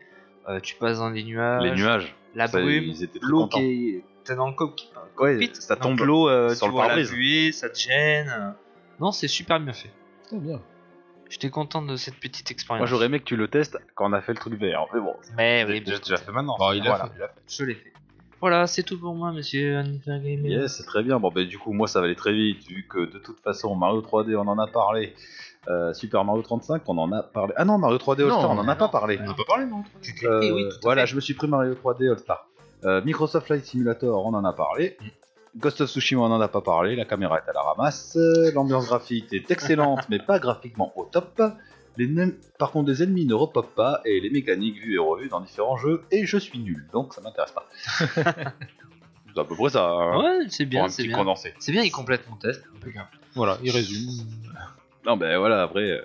[SPEAKER 6] Euh, tu passes dans les nuages,
[SPEAKER 5] les nuages.
[SPEAKER 6] la
[SPEAKER 5] ça,
[SPEAKER 6] brume,
[SPEAKER 5] Ils étaient très
[SPEAKER 6] l'eau
[SPEAKER 5] contents.
[SPEAKER 6] qui est. T'es dans le cockpit,
[SPEAKER 5] Ouais, ça
[SPEAKER 6] donc
[SPEAKER 5] tombe.
[SPEAKER 6] l'eau, euh,
[SPEAKER 5] sur
[SPEAKER 6] tu
[SPEAKER 5] le
[SPEAKER 6] vois la
[SPEAKER 5] pare-brise.
[SPEAKER 6] buée, ça te gêne. euh. Non, c'est super bien fait.
[SPEAKER 4] Putain, bien.
[SPEAKER 6] J'étais content de cette petite expérience.
[SPEAKER 5] Moi j'aurais aimé que tu le testes quand on a fait le truc vert. Mais bon,
[SPEAKER 6] Mais
[SPEAKER 5] c'est
[SPEAKER 6] oui, bon,
[SPEAKER 5] déjà déjà fait maintenant.
[SPEAKER 4] Bon, il a
[SPEAKER 5] Voilà.
[SPEAKER 4] fait, il a fait.
[SPEAKER 6] Je l'ai fait. Voilà, c'est tout pour moi, monsieur Anita Gamer.
[SPEAKER 5] Yes, c'est très bien. Bon, ben du coup, moi, ça va aller très vite, vu que de toute façon, Mario 3D, on en a parlé. Euh, Super Mario 35, on en a parlé. Ah non, Mario 3D All-Star,
[SPEAKER 4] Non,
[SPEAKER 5] on en a
[SPEAKER 4] mais
[SPEAKER 5] pas parlé.
[SPEAKER 4] On n'a pas parlé, non
[SPEAKER 6] Tu te l'as
[SPEAKER 5] Euh,
[SPEAKER 6] fait, oui, tout à
[SPEAKER 5] voilà,
[SPEAKER 6] fait.
[SPEAKER 5] je me suis pris Mario 3D All-Star. Euh, Microsoft Flight Simulator, on en a parlé. Ghost of Tsushima, on en a pas parlé. La caméra est à la ramasse. Euh, L'ambiance graphique est excellente, mais pas graphiquement au top. Les nem- Par contre, les ennemis ne repopent pas et les mécaniques vues et revues dans différents jeux. Et je suis nul, donc ça m'intéresse pas. c'est à peu près ça. hein,
[SPEAKER 6] Ouais, c'est
[SPEAKER 5] pour
[SPEAKER 6] bien,
[SPEAKER 5] un
[SPEAKER 6] c'est
[SPEAKER 5] petit
[SPEAKER 6] bien.
[SPEAKER 5] condensé.
[SPEAKER 6] C'est bien, il complète mon test. Impeccable.
[SPEAKER 4] Voilà, Ah, il résume.
[SPEAKER 5] Non, ben voilà, après, euh,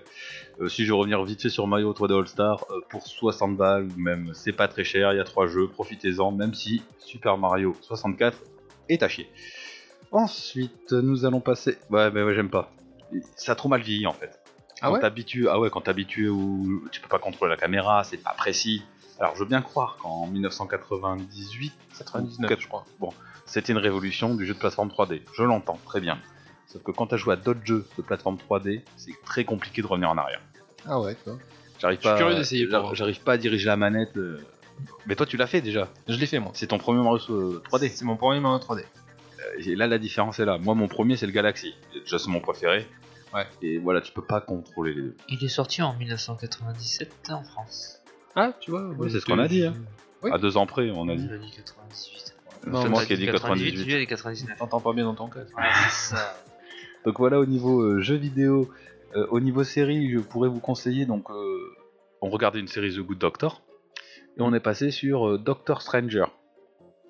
[SPEAKER 5] euh, si je veux revenir vite fait sur Mario 3D All-Star, euh, pour 60 balles ou même, c'est pas très cher, il y a trois jeux, profitez-en, même si Super Mario 64 est à chier. Ensuite, nous allons passer. Ouais, ben ouais, j'aime pas. Ça a trop mal vieilli en fait.
[SPEAKER 4] Ah
[SPEAKER 5] quand
[SPEAKER 4] ouais
[SPEAKER 5] t'habitues, ah ouais, quand t'habitues où tu peux pas contrôler la caméra, c'est pas précis. Alors, je veux bien croire qu'en 1998,
[SPEAKER 4] 99, je crois.
[SPEAKER 5] Bon, c'était une révolution du jeu de plateforme 3D. Je l'entends, très bien. Sauf que quand t'as joué à d'autres jeux de plateforme 3D, c'est très compliqué de revenir en arrière.
[SPEAKER 4] Ah ouais, tu vois.
[SPEAKER 5] J'arrive
[SPEAKER 4] Je suis
[SPEAKER 5] pas,
[SPEAKER 4] curieux d'essayer pour
[SPEAKER 5] j'ar-
[SPEAKER 4] voir.
[SPEAKER 5] J'arrive pas à diriger la manette. euh. Mais toi, tu l'as fait déjà.
[SPEAKER 4] Je l'ai fait, moi.
[SPEAKER 5] C'est ton premier Mario euh, 3D.
[SPEAKER 4] C'est mon premier Mario 3D.
[SPEAKER 5] Et là, la différence est là. Moi, mon premier, c'est le Galaxy. Et Déjà, c'est mon préféré.
[SPEAKER 4] Ouais.
[SPEAKER 5] Et voilà, tu peux pas contrôler les deux.
[SPEAKER 6] Il est sorti en 1997 hein, en France.
[SPEAKER 4] Ah, tu vois,
[SPEAKER 5] c'est ce qu'on a dit, hein.
[SPEAKER 4] Oui.
[SPEAKER 5] À deux ans près, on a dit.
[SPEAKER 6] Il a dit 98.
[SPEAKER 4] Non,
[SPEAKER 5] c'est
[SPEAKER 4] moi,
[SPEAKER 5] moi qui ai dit 98.
[SPEAKER 6] Lui, il est 99.
[SPEAKER 4] T'entends pas bien dans ton cas.
[SPEAKER 6] Ouais, c'est ça.
[SPEAKER 5] Donc voilà au niveau euh, jeux vidéo, Euh, au niveau série, je pourrais vous conseiller donc euh, on regardait une série The Good Doctor et on est passé sur euh, Doctor Stranger.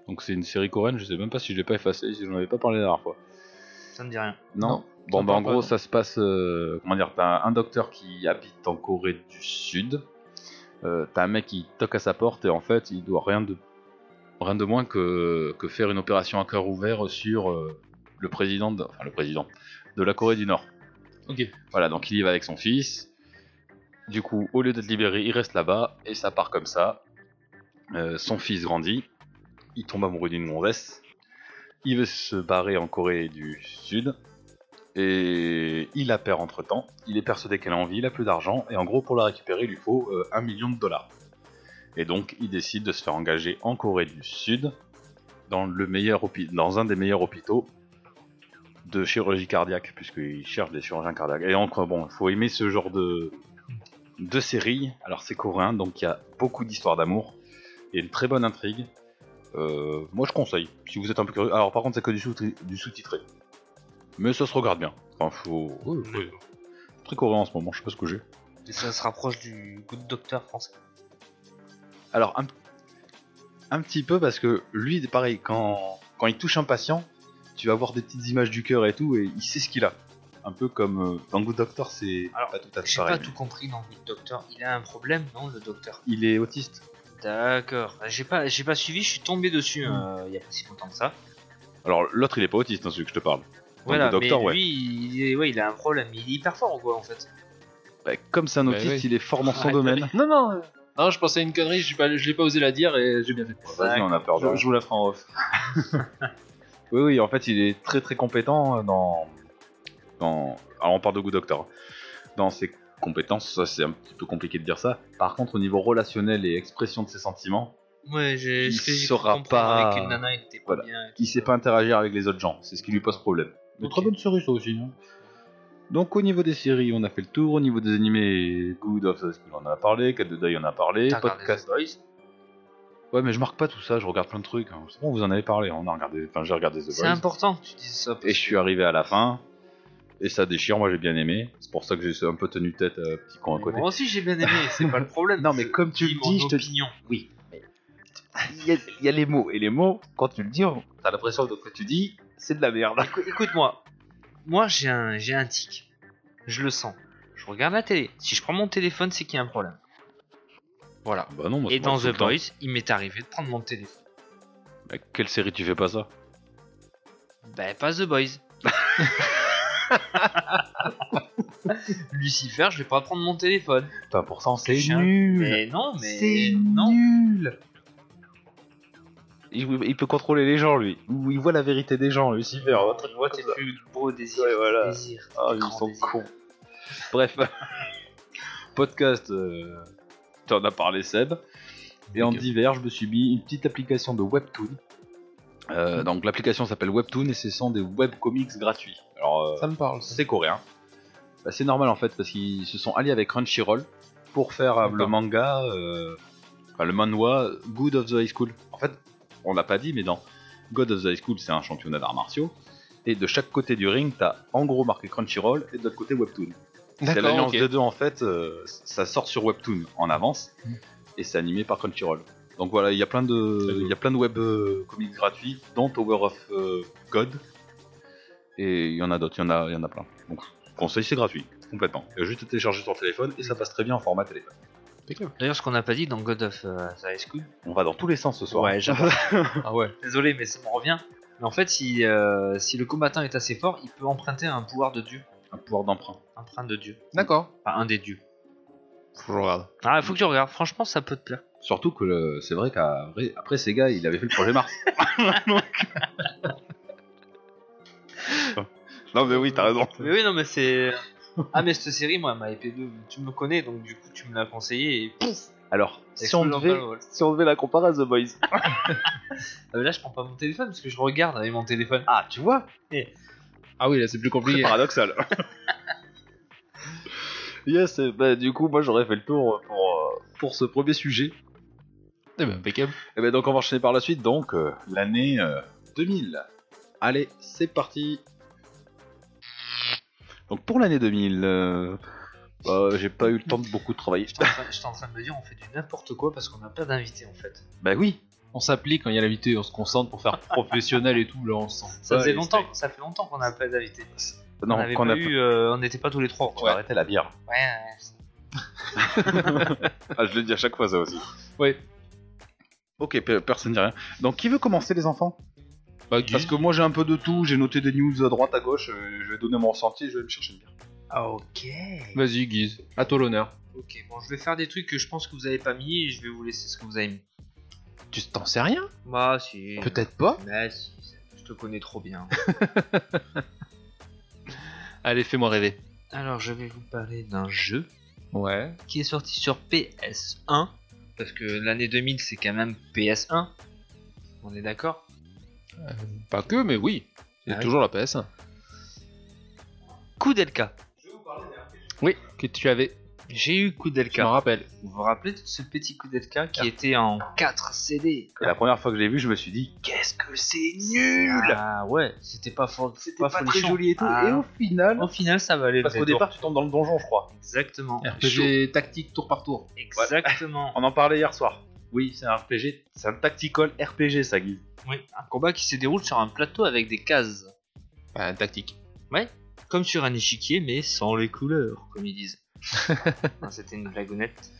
[SPEAKER 5] Donc c'est une série coréenne, je sais même pas si je l'ai pas effacée, si je n'en avais pas parlé la dernière fois.
[SPEAKER 6] Ça me dit rien.
[SPEAKER 5] Non.
[SPEAKER 4] Non,
[SPEAKER 5] bon
[SPEAKER 4] ça
[SPEAKER 5] bah en
[SPEAKER 4] parle pas, non.
[SPEAKER 5] gros ça se passe euh, comment dire, t'as un docteur qui habite en Corée du Sud, euh, t'as un mec qui toque à sa porte et en fait il doit rien de rien de moins que, que faire une opération à cœur ouvert sur euh, le président de, enfin le président de la Corée du Nord.
[SPEAKER 4] Ok.
[SPEAKER 5] Voilà, donc il y va avec son fils. Du coup, au lieu d'être libéré, il reste là-bas et ça part comme ça. Euh, son fils grandit, il tombe amoureux d'une gonzesse, il veut se barrer en Corée du Sud et il la perd entre temps. Il est persuadé qu'elle a envie, il a plus d'argent et en gros, pour la récupérer, il lui faut euh, un million de dollars. Et donc, il décide de se faire engager en Corée du Sud dans, le meilleur hôpi- dans un des meilleurs hôpitaux de chirurgie cardiaque, puisqu'il cherche des chirurgiens cardiaques. Et encore, bon, il faut aimer ce genre de, de série. Alors, c'est coréen, donc il y a beaucoup d'histoires d'amour et une très bonne intrigue. Euh, moi, je conseille, si vous êtes un peu curieux. Alors, par contre, c'est que du sous-tri- du sous-titré. Mais ça se regarde bien. Enfin, faut. ouais, faut- Très coréen en ce moment, je sais pas ce que j'ai.
[SPEAKER 6] Et ça se rapproche du Good Doctor français.
[SPEAKER 5] Alors, un, un petit peu, parce que lui, pareil, quand, quand il touche un patient, tu vas voir des petites images du cœur et tout, et il sait ce qu'il a. Un peu comme euh, dans Good Doctor, c'est
[SPEAKER 6] Alors,
[SPEAKER 5] pas tout à fait
[SPEAKER 6] J'ai pas
[SPEAKER 5] pareil.
[SPEAKER 6] tout compris dans Good Doctor. Il a un problème, non, le docteur
[SPEAKER 5] Il est autiste.
[SPEAKER 6] D'accord. J'ai pas, j'ai pas suivi, je suis tombé dessus
[SPEAKER 5] Mm.
[SPEAKER 6] euh, il y a pas si longtemps que ça.
[SPEAKER 5] Alors, l'autre, il est pas autiste, hein, celui que je te parle.
[SPEAKER 6] Voilà,
[SPEAKER 5] Good Doctor,
[SPEAKER 6] mais
[SPEAKER 5] ouais.
[SPEAKER 6] lui, il, est- ouais, il a un problème. Il est hyper fort, quoi, en fait.
[SPEAKER 5] Bah, comme c'est un
[SPEAKER 4] Bah
[SPEAKER 5] autiste,
[SPEAKER 4] oui.
[SPEAKER 5] il est fort dans son
[SPEAKER 6] Arrête,
[SPEAKER 5] domaine.
[SPEAKER 4] Non, non. euh, Ah, je pensais à une connerie, je ne l'ai pas osé la dire et j'ai bien fait.
[SPEAKER 5] Vas-y, on a peur de
[SPEAKER 4] Je, je vous la ferai en off.
[SPEAKER 5] Oui, oui, en fait, il est très très compétent euh, dans. dans... Alors, on parle de Good Doctor. Dans ses compétences, ça c'est un petit peu compliqué de dire ça. Par contre, au niveau relationnel et expression de ses sentiments,
[SPEAKER 6] Ouais, j'ai
[SPEAKER 5] Il
[SPEAKER 6] ce que j'ai
[SPEAKER 5] saura
[SPEAKER 6] cru comprendre
[SPEAKER 5] pas-
[SPEAKER 6] avec une nana, il était pas
[SPEAKER 5] Voilà.
[SPEAKER 6] bien. et tout euh.
[SPEAKER 5] il sait
[SPEAKER 6] ça.
[SPEAKER 5] pas interagir avec les autres gens. C'est ce qui lui pose problème. Mais
[SPEAKER 6] Ok.
[SPEAKER 5] très bonne série, ça aussi. hein. Donc, au niveau des séries, on a fait le tour. Au niveau des animés, Good of School, on en a parlé. Cat de Deuil, on en a parlé.
[SPEAKER 6] T'as regardé
[SPEAKER 5] Podcast.
[SPEAKER 6] The Boys
[SPEAKER 5] Ouais, mais je marque pas tout ça, je regarde plein de trucs. hein. C'est bon, vous en avez parlé. On a regardé. Enfin, j'ai regardé The
[SPEAKER 6] C'est
[SPEAKER 5] Voice.
[SPEAKER 6] important que tu dises ça. parce
[SPEAKER 5] Et je suis arrivé à la fin. Et ça déchire, moi j'ai bien aimé. C'est pour ça que j'ai un peu tenu tête à petit con à
[SPEAKER 6] que
[SPEAKER 5] côté.
[SPEAKER 6] Moi aussi, j'ai bien aimé, c'est pas le problème.
[SPEAKER 5] Non, mais
[SPEAKER 6] Je
[SPEAKER 5] comme tu
[SPEAKER 6] dis
[SPEAKER 5] le
[SPEAKER 6] mon
[SPEAKER 5] dis, je te-
[SPEAKER 6] opinion.
[SPEAKER 5] Oui. Il y, a, il y a les mots. Et les mots, quand tu le dis, on- t'as l'impression que ce que tu dis, c'est de la merde.
[SPEAKER 6] Écou- Écoute-moi, moi j'ai un, j'ai un tic, je le sens. Je regarde la télé, si je prends mon téléphone, c'est qu'il y a un problème. Voilà.
[SPEAKER 5] Bah non, moi,
[SPEAKER 6] Et
[SPEAKER 5] c'est moi,
[SPEAKER 6] dans
[SPEAKER 5] tout
[SPEAKER 6] The
[SPEAKER 5] le temps.
[SPEAKER 6] Boys, il m'est arrivé de prendre mon téléphone.
[SPEAKER 5] Bah, quelle série tu fais pas ça
[SPEAKER 6] Bah, pas The Boys. Lucifer, je vais pas prendre mon téléphone.
[SPEAKER 5] Putain, pourtant, c'est
[SPEAKER 6] Chien.
[SPEAKER 5] nul.
[SPEAKER 6] Mais non, mais.
[SPEAKER 5] C'est
[SPEAKER 6] non.
[SPEAKER 5] nul. Il, il peut contrôler les gens, lui. Ou il voit la vérité des gens, Lucifer. un truc
[SPEAKER 6] Moi,
[SPEAKER 5] comme
[SPEAKER 6] t'es
[SPEAKER 5] ça.
[SPEAKER 6] plus beau désir.
[SPEAKER 5] Ouais, voilà.
[SPEAKER 6] désir
[SPEAKER 5] Ah,
[SPEAKER 6] tes
[SPEAKER 5] ils
[SPEAKER 6] grands
[SPEAKER 5] sont
[SPEAKER 6] désirs.
[SPEAKER 5] cons. Bref, podcast, euh, t'en as parlé Seb. Et en
[SPEAKER 4] Ok.
[SPEAKER 5] divers, je me suis mis une petite application de Webtoon. Euh, donc l'application s'appelle Webtoon et ce sont des webcomics gratuits. Alors euh,
[SPEAKER 4] Ça me parle.
[SPEAKER 5] c'est coréen. Bah, c'est normal en fait parce qu'ils se sont alliés avec Crunchyroll pour faire euh, le
[SPEAKER 4] D'accord.
[SPEAKER 5] euh, manga, euh, enfin, le manhwa Good of the High School. En fait, on l'a pas dit, mais dans God of the High School, c'est un championnat d'arts martiaux. Et de chaque côté du ring, t'as en gros marqué Crunchyroll et de l'autre côté Webtoon. C'est l'alliance
[SPEAKER 4] ok.
[SPEAKER 5] des deux en fait, euh, ça sort sur Webtoon en avance et c'est animé par Crunchyroll. Donc voilà, il y a plein de, il y a plein de web euh, comics gratuits, dont Tower of euh, God et il y en a d'autres, il y en a, il y en a plein. Donc je conseille, c'est gratuit complètement. Il y a juste à télécharger sur téléphone et ça passe très bien en format téléphone.
[SPEAKER 6] D'ailleurs, ce qu'on n'a pas dit dans God of euh, the High School.
[SPEAKER 5] On va dans tous les sens ce soir.
[SPEAKER 6] Ouais, j'avoue. ah ouais. Désolé, mais ça me revient. Mais en fait, si, euh, si le combattant est assez fort, il peut emprunter un pouvoir de dieu.
[SPEAKER 5] Un pouvoir d'emprunt.
[SPEAKER 6] Empreinte de dieu.
[SPEAKER 4] D'accord.
[SPEAKER 6] Enfin, un des dieux.
[SPEAKER 4] Faut que je regarde.
[SPEAKER 6] Ah, faut que tu regardes. Franchement, ça peut te plaire.
[SPEAKER 5] Surtout que le- c'est vrai qu'après Sega, il avait fait le projet Mars. Donc- non mais oui, t'as raison.
[SPEAKER 6] Mais oui, non, mais c'est. Ah, mais cette série, moi, elle m'a épée 2. Tu me connais, donc du coup, tu me l'as conseillé. Et... pouf,
[SPEAKER 5] Alors, si on,
[SPEAKER 6] explosion
[SPEAKER 5] devait,
[SPEAKER 6] dans le hall.
[SPEAKER 5] si on devait la comparer à The Boys.
[SPEAKER 6] Ah, mais là, je prends pas mon téléphone parce que je regarde avec mon téléphone.
[SPEAKER 5] Ah, tu vois
[SPEAKER 4] Ah oui, là c'est plus compliqué.
[SPEAKER 5] Paradoxal. yes, eh ben, du coup, moi j'aurais fait le tour pour, euh, pour ce premier sujet.
[SPEAKER 4] Eh ben, impeccable.
[SPEAKER 5] Et ben donc, on va enchaîner par la suite, donc, euh, l'année euh, 2000. Allez, c'est parti Donc, pour l'année 2000, euh, bah, j'ai pas eu le temps de beaucoup travailler.
[SPEAKER 6] J'étais en, train- j'étais en train de me dire, on fait du n'importe quoi parce qu'on n'a pas d'invité en fait.
[SPEAKER 5] bah oui
[SPEAKER 4] On s'applique quand il y a l'invité, on se concentre pour faire professionnel et tout. Là, on se sent
[SPEAKER 6] Ça
[SPEAKER 4] pas,
[SPEAKER 6] faisait
[SPEAKER 4] et
[SPEAKER 6] longtemps, ça fait longtemps qu'on n'a pas d'invité.
[SPEAKER 5] Non,
[SPEAKER 6] on avait
[SPEAKER 5] qu'on
[SPEAKER 6] pas
[SPEAKER 5] a
[SPEAKER 6] eu, euh, on n'était pas tous les trois.
[SPEAKER 5] Tu vas arrêter la bière.
[SPEAKER 6] Ouais, ouais.
[SPEAKER 5] Ah, je le dis à chaque fois, ça aussi.
[SPEAKER 4] Ouais.
[SPEAKER 5] Ok, pe- personne dit rien. Donc, qui veut commencer, les enfants
[SPEAKER 4] c'est- Bah, Guy,
[SPEAKER 5] Parce que moi j'ai un peu de tout, j'ai noté des news à droite à gauche, euh, je vais donner mon ressenti et je vais me chercher une bière.
[SPEAKER 6] Ah, ok.
[SPEAKER 4] Vas-y, Guise, à toi l'honneur.
[SPEAKER 6] Ok, bon, je vais faire des trucs que je pense que vous avez pas mis et je vais vous laisser ce que vous avez mis.
[SPEAKER 4] Tu t'en sais rien
[SPEAKER 6] Bah, si.
[SPEAKER 4] Peut-être pas.
[SPEAKER 6] Mais si, je te connais trop bien.
[SPEAKER 4] Allez, fais-moi rêver.
[SPEAKER 6] Alors, je vais vous parler d'un jeu
[SPEAKER 4] Ouais.
[SPEAKER 6] qui est sorti sur PS1. Parce que l'année 2000, c'est quand même PS1. On est d'accord
[SPEAKER 4] Pas que, mais oui. C'est
[SPEAKER 6] Ah oui.
[SPEAKER 4] toujours la hein. PS1.
[SPEAKER 6] Kudelka.
[SPEAKER 4] Oui, que tu avais.
[SPEAKER 6] J'ai eu
[SPEAKER 4] Je m'en
[SPEAKER 6] Kudelka.
[SPEAKER 4] rappelle.
[SPEAKER 6] Vous vous rappelez de ce petit Kudelka qui était en 4 CD
[SPEAKER 5] Et la première fois que je l'ai vu, je me suis dit,
[SPEAKER 6] Qu'est-ce que c'est nul Ah ouais, c'était pas fort. C'était pas, folichon. Ah.
[SPEAKER 5] final,
[SPEAKER 6] Au final, ça valait
[SPEAKER 5] parce
[SPEAKER 6] le
[SPEAKER 5] qu'au
[SPEAKER 6] détour.
[SPEAKER 5] départ tu tombes dans le donjon, je crois.
[SPEAKER 6] Exactement.
[SPEAKER 4] RPG tactique tour par tour.
[SPEAKER 6] Exactement.
[SPEAKER 5] On en parlait hier soir. Oui, c'est un RPG, c'est un tactical RPG, ça guise.
[SPEAKER 6] Oui, un combat qui se déroule sur un plateau avec des cases.
[SPEAKER 4] Enfin, Bah, tactique.
[SPEAKER 6] Comme sur un échiquier, mais sans les couleurs, comme ils disent. Non, C'était une blagounette.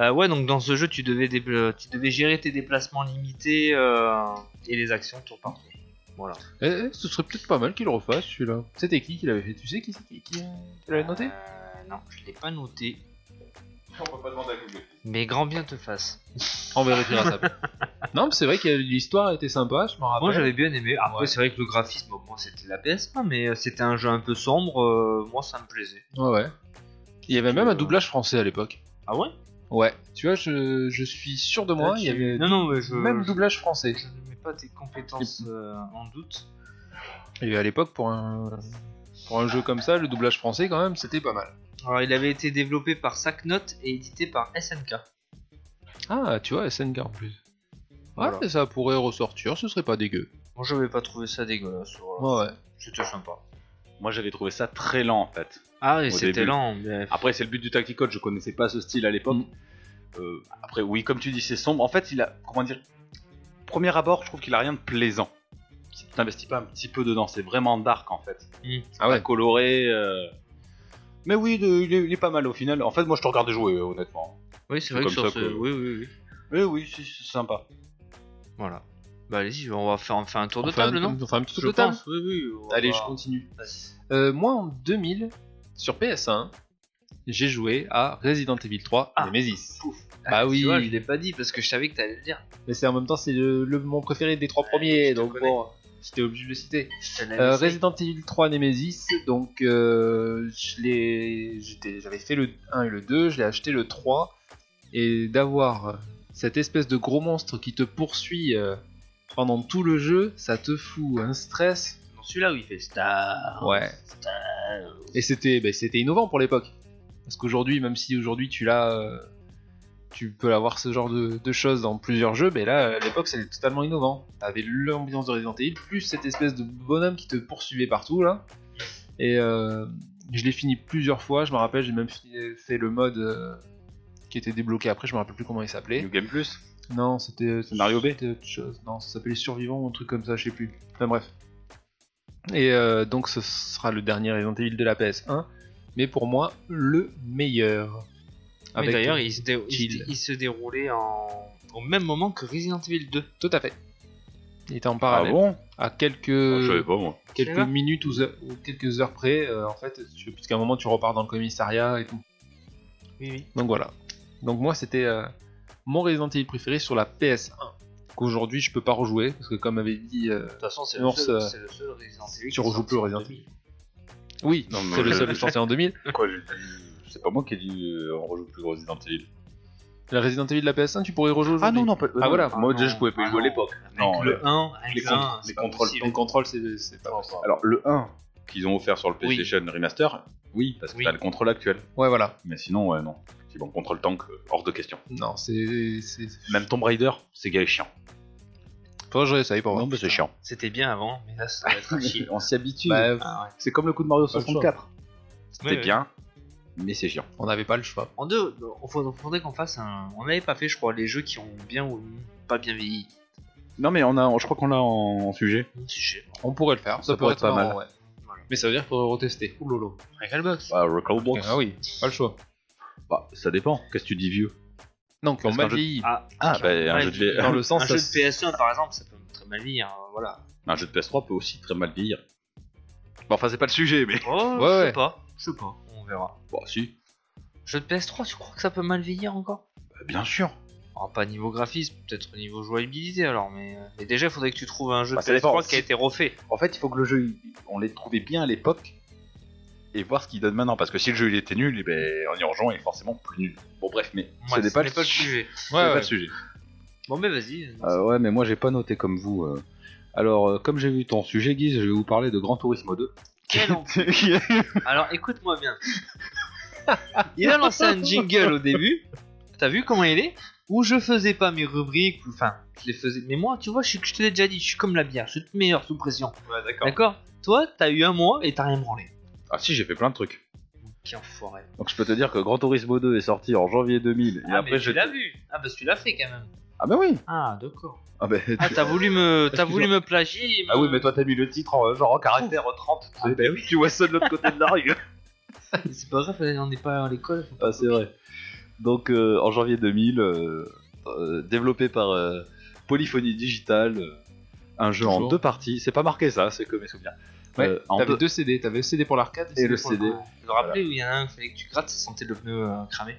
[SPEAKER 6] Euh, ouais, donc dans ce jeu, tu devais, dé- euh, tu devais gérer tes déplacements limités euh, et les actions tour par tour. Voilà.
[SPEAKER 4] Eh, eh, ce serait peut-être pas mal qu'il le refasse celui-là. C'était qui qui l'avait fait Tu sais qui, c'est qui, qui, euh, qui l'avait noté
[SPEAKER 6] Euh, Non, je l'ai pas noté.
[SPEAKER 5] On peut pas demander à Google.
[SPEAKER 6] Mais grand bien te fasse.
[SPEAKER 4] On vérifiera ça. non, mais c'est vrai que l'histoire était sympa, je m'en rappelle.
[SPEAKER 6] moi j'avais bien aimé. Après,
[SPEAKER 4] Ah ben. Ouais.
[SPEAKER 6] c'est vrai que le graphisme, bon, c'était la PS1, mais euh, c'était un jeu un peu sombre. euh, moi, ça me plaisait.
[SPEAKER 4] Ouais, ouais. Il y avait même un doublage français à l'époque.
[SPEAKER 6] Ah ouais
[SPEAKER 4] Ouais. Tu vois, je, je suis sûr de moi, il y avait
[SPEAKER 6] Non, non, mais je.
[SPEAKER 4] même
[SPEAKER 6] je-
[SPEAKER 4] doublage français.
[SPEAKER 6] Je ne mets pas tes compétences euh, en doute.
[SPEAKER 4] Et à l'époque, pour un... pour un jeu comme ça, le doublage français, quand même, c'était pas mal.
[SPEAKER 6] Alors, il avait été développé par Sacknote et édité par SNK.
[SPEAKER 4] Ah, tu vois, SNK en plus. Ouais,
[SPEAKER 6] Voilà.
[SPEAKER 4] ça pourrait ressortir, ce serait pas dégueu.
[SPEAKER 6] Moi, j'avais pas trouvé ça dégueulasse. voilà.
[SPEAKER 4] Ouais, ouais.
[SPEAKER 6] C'était sympa.
[SPEAKER 5] Moi j'avais trouvé ça très lent en fait.
[SPEAKER 6] Ah, et
[SPEAKER 5] Au
[SPEAKER 6] c'était
[SPEAKER 5] début.
[SPEAKER 6] lent. mais-
[SPEAKER 5] Après c'est le but du tactical, je connaissais pas ce style à l'époque. Euh, après oui, comme tu dis, c'est sombre. En fait, il a comment dire Premier abord, je trouve qu'il a rien de plaisant. Si tu t'investis pas un petit peu dedans, c'est vraiment dark en fait.
[SPEAKER 4] Ah
[SPEAKER 5] pas coloré. euh. Mais oui, de- il, est, il est pas mal au final. En fait, moi, je te regarde jouer, euh, honnêtement.
[SPEAKER 6] Oui, c'est
[SPEAKER 5] C'est
[SPEAKER 6] vrai que
[SPEAKER 5] comme
[SPEAKER 6] sur
[SPEAKER 5] ça
[SPEAKER 6] ce.
[SPEAKER 5] que-
[SPEAKER 6] Oui, oui, oui.
[SPEAKER 5] Mais oui, c'est c'est sympa.
[SPEAKER 6] Voilà. Bah, allez-y, on va faire, on fait un tour de
[SPEAKER 4] Enfin,
[SPEAKER 6] table, non
[SPEAKER 4] Enfin, un petit tour
[SPEAKER 6] Je
[SPEAKER 4] de table.
[SPEAKER 6] pense, oui, oui. on va
[SPEAKER 4] Allez, je
[SPEAKER 6] voir.
[SPEAKER 4] continue.
[SPEAKER 6] Vas-y.
[SPEAKER 4] Euh, moi, en 2000, sur PS1, j'ai joué à Resident Evil 3
[SPEAKER 6] Ah.
[SPEAKER 4] Nemesis.
[SPEAKER 6] Ah,
[SPEAKER 4] Bah oui.
[SPEAKER 6] Tu vois, je l'ai pas dit parce que je savais que t'allais le dire.
[SPEAKER 4] Mais c'est en même temps, c'est le, le- mon préféré des trois
[SPEAKER 6] Ah, je
[SPEAKER 4] premiers,
[SPEAKER 6] te
[SPEAKER 4] donc
[SPEAKER 6] connais. Ah,
[SPEAKER 4] bon, j'étais obligé de le citer.
[SPEAKER 6] Je te l'avais
[SPEAKER 4] Euh,
[SPEAKER 6] fait.
[SPEAKER 4] Resident Evil 3 Nemesis, donc euh, je l'ai- j'étais- j'avais fait le 1 et le 2, je l'ai acheté le 3, et d'avoir cette espèce de gros monstre qui te poursuit euh, pendant tout le jeu, ça te fout un stress.
[SPEAKER 6] Non, Celui-là où il fait Star.
[SPEAKER 4] Ouais. bah,
[SPEAKER 6] Star.
[SPEAKER 4] Et c'était ben, c'était innovant pour l'époque. Parce qu'aujourd'hui, même si aujourd'hui tu l'as euh, tu peux avoir ce genre de, de choses dans plusieurs jeux, mais là, à l'époque, c'était totalement innovant. T'avais l'ambiance de Resident Evil, plus cette espèce de bonhomme qui te poursuivait partout, là. Et euh, je l'ai fini plusieurs fois, je me rappelle, j'ai même fi- fait le mode euh, qui était débloqué après, je me rappelle plus comment il s'appelait.
[SPEAKER 5] New Game Plus
[SPEAKER 4] Non, c'était. euh,
[SPEAKER 5] Mario B
[SPEAKER 4] c'était autre chose. Non, ça s'appelait Survivant ou un truc comme ça, je sais plus. Enfin bref. Et euh, donc ce sera le dernier Resident Evil de la PS1, mais pour moi, le meilleur.
[SPEAKER 6] Oui,
[SPEAKER 4] Avec-
[SPEAKER 6] D'ailleurs, il, se dé- il se dé-
[SPEAKER 4] Jill.
[SPEAKER 6] il se déroulait en... au même moment que Resident Evil 2.
[SPEAKER 4] Tout à fait. Il était en
[SPEAKER 5] Ah
[SPEAKER 4] parallèle.
[SPEAKER 5] bon
[SPEAKER 4] à quelques,
[SPEAKER 5] Ah, Je savais pas moi.
[SPEAKER 4] quelques
[SPEAKER 6] Ça va
[SPEAKER 4] minutes ou, ze- ou quelques heures près, euh, en fait, tu- puisqu'à un moment tu repars dans le commissariat et tout.
[SPEAKER 6] Oui, oui.
[SPEAKER 4] Donc voilà. Donc moi, c'était euh, mon Resident Evil préféré sur la PS1. Qu'aujourd'hui, je peux pas rejouer, parce que comme avait dit. euh,
[SPEAKER 6] De toute façon, c'est
[SPEAKER 4] Non,
[SPEAKER 6] le, seul-
[SPEAKER 4] ça-
[SPEAKER 6] c'est le seul Resident
[SPEAKER 4] tu
[SPEAKER 6] Evil. qui est
[SPEAKER 4] rejoues
[SPEAKER 6] sorti
[SPEAKER 4] plus
[SPEAKER 6] en
[SPEAKER 4] Resident
[SPEAKER 6] 2000.
[SPEAKER 4] Oui,
[SPEAKER 5] Non, mais
[SPEAKER 4] c'est le
[SPEAKER 5] je-
[SPEAKER 4] seul sorti en 2000.
[SPEAKER 5] Quoi, j'ai dit- C'est pas moi qui ai dit euh, on rejoue plus Resident Evil.
[SPEAKER 4] La Resident Evil de la PS1, tu pourrais rejouer aujourd'hui.
[SPEAKER 5] non, pas.
[SPEAKER 4] Ah, voilà.
[SPEAKER 5] Moi
[SPEAKER 6] Ah,
[SPEAKER 5] déjà
[SPEAKER 6] non.
[SPEAKER 5] je pouvais pas y
[SPEAKER 6] Ah,
[SPEAKER 5] jouer à
[SPEAKER 6] non.
[SPEAKER 5] l'époque.
[SPEAKER 6] Avec
[SPEAKER 5] Non, Ah, le-
[SPEAKER 6] le 1, avec
[SPEAKER 5] les
[SPEAKER 6] le
[SPEAKER 5] cons-
[SPEAKER 6] 1,
[SPEAKER 5] les
[SPEAKER 6] c'est pas
[SPEAKER 5] contrôles-
[SPEAKER 6] possible.
[SPEAKER 4] Le contrôle, c'est c'est pas possible.
[SPEAKER 5] alors le 1 qu'ils ont offert sur le
[SPEAKER 6] Oui.
[SPEAKER 5] PlayStation Remaster, oui, parce que
[SPEAKER 6] Oui.
[SPEAKER 5] t'as le contrôle actuel.
[SPEAKER 4] Ouais, voilà.
[SPEAKER 5] Mais sinon, ouais, non. Si bon, contrôle tank, euh, hors de question.
[SPEAKER 4] Non, c'est. c'est-
[SPEAKER 5] Même Tomb Raider, c'est gars chiant.
[SPEAKER 4] Faudrait que je réessaye pour voir.
[SPEAKER 5] Non, mais c'est chiant.
[SPEAKER 6] C'était bien avant, mais là, ça va être un chier.
[SPEAKER 5] Oh. On s'y habitue.
[SPEAKER 4] Bah,
[SPEAKER 6] Ah ouais.
[SPEAKER 5] c'est comme le coup de Mario
[SPEAKER 4] pas le choix.
[SPEAKER 5] 64. C'était
[SPEAKER 6] Ouais, ouais.
[SPEAKER 5] bien, mais c'est chiant.
[SPEAKER 4] on n'avait pas le choix.
[SPEAKER 6] En deux, on faudrait, faudrait qu'on fasse un. On n'avait pas fait, je crois, les jeux qui ont bien ou pas bien vieilli.
[SPEAKER 5] Non, mais on a, je crois qu'on l'a en, en sujet.
[SPEAKER 6] Sujet.
[SPEAKER 4] On pourrait le faire, ça, pourrait être pas mal. Ouais.
[SPEAKER 6] Voilà.
[SPEAKER 4] Mais ça veut dire qu'il faudrait retester. Ouh lolo.
[SPEAKER 6] Recalbox.
[SPEAKER 5] Bah, Recallbox.
[SPEAKER 4] Ah oui, pas le choix.
[SPEAKER 5] Bah, ça dépend. Qu'est-ce que tu dis, vieux
[SPEAKER 4] Non, qui ont
[SPEAKER 5] Parce
[SPEAKER 4] mal
[SPEAKER 5] qu'un jeu-
[SPEAKER 4] vieilli.
[SPEAKER 6] Ah,
[SPEAKER 5] Ah,
[SPEAKER 6] qui
[SPEAKER 5] bah,
[SPEAKER 6] ont
[SPEAKER 5] un
[SPEAKER 6] mal
[SPEAKER 5] jeu de
[SPEAKER 6] vieilli.
[SPEAKER 5] V-
[SPEAKER 4] Dans le sens.
[SPEAKER 6] Un jeu de
[SPEAKER 4] ça-
[SPEAKER 6] PS1 par exemple, ça peut très mal vieillir, hein, voilà.
[SPEAKER 5] Un jeu de PS3 peut aussi très mal vieillir. Bon, enfin, c'est pas le sujet, mais.
[SPEAKER 6] Oh,
[SPEAKER 4] Ouais,
[SPEAKER 6] je
[SPEAKER 4] ouais.
[SPEAKER 6] sais pas, je sais pas, on verra.
[SPEAKER 5] Bon, Bah, si.
[SPEAKER 6] Jeu de PS3, tu crois que ça peut mal vieillir encore
[SPEAKER 5] Bah, bien sûr.
[SPEAKER 6] Alors pas niveau graphisme, peut-être niveau jouabilité alors, mais, euh, mais déjà il faudrait que tu trouves un jeu
[SPEAKER 5] Bah,
[SPEAKER 6] de
[SPEAKER 5] ça dépend.
[SPEAKER 6] PS3 qui a été refait.
[SPEAKER 5] En fait, il faut que le jeu, il- on l'ait trouvé bien à l'époque et voir ce qu'il donne maintenant. Parce que si le jeu il était nul, eh ben, en y rejoignant, il est forcément plus nul. Bon, bref, mais
[SPEAKER 6] Ouais,
[SPEAKER 5] ce n'est pas, le sujet.
[SPEAKER 6] sujet.
[SPEAKER 5] Ce n'est
[SPEAKER 4] Ouais,
[SPEAKER 5] pas
[SPEAKER 4] ouais.
[SPEAKER 5] le sujet.
[SPEAKER 6] Bon mais vas-y.
[SPEAKER 5] Euh, ouais, mais moi, j'ai pas noté comme vous. euh. Alors, euh, comme j'ai vu ton sujet, Guise, je vais vous parler de Gran Turismo 2.
[SPEAKER 6] Quel enfer. Alors écoute-moi bien. Il a lancé un jingle au début. T'as vu comment il est Où je faisais pas mes rubriques, ou- enfin je les faisais. Mais moi, tu vois, je, suis- je te l'ai déjà dit, je suis comme la bière, je suis le meilleur sous pression.
[SPEAKER 5] Ouais,
[SPEAKER 6] D'accord Toi, t'as eu un mois et t'as rien branlé.
[SPEAKER 5] Ah, si, j'ai fait plein de trucs.
[SPEAKER 6] Qui enfoiré.
[SPEAKER 5] Donc, je peux te dire que Gran Turismo 2 est sorti en janvier 2000. et
[SPEAKER 6] Ah
[SPEAKER 5] après,
[SPEAKER 6] mais
[SPEAKER 5] je...
[SPEAKER 6] tu l'as vu Ah bah tu l'as fait quand même.
[SPEAKER 5] Ah, bah oui.
[SPEAKER 6] Ah d'accord.
[SPEAKER 5] Ah, bah,
[SPEAKER 6] Ah
[SPEAKER 5] tu-
[SPEAKER 6] t'as voulu me, t'as
[SPEAKER 5] Excuse-moi.
[SPEAKER 6] voulu me plagier. et me-
[SPEAKER 5] Ah oui, mais toi, t'as mis le titre en, genre en caractère 30. Tu, bah oui. tu vois ça de l'autre côté de la rue.
[SPEAKER 6] C'est pas grave, on n'est pas à l'école. faut pas-
[SPEAKER 5] Ah, c'est vrai. Donc, euh, en janvier 2000, euh, euh, développé par euh, Polyphonie Digital, euh, un jeu en
[SPEAKER 4] Toujours.
[SPEAKER 5] deux parties. C'est pas marqué ça, c'est que mes souvenirs.
[SPEAKER 4] Ouais,
[SPEAKER 5] Euh, en
[SPEAKER 4] T'avais
[SPEAKER 5] deux-
[SPEAKER 4] deux CD, t'avais le CD pour l'arcade
[SPEAKER 5] Et le
[SPEAKER 4] pour-
[SPEAKER 5] CD.
[SPEAKER 6] Vous vous rappelez où il y en a un, il fallait que tu grattes, ça sentait le pneu euh, cramé.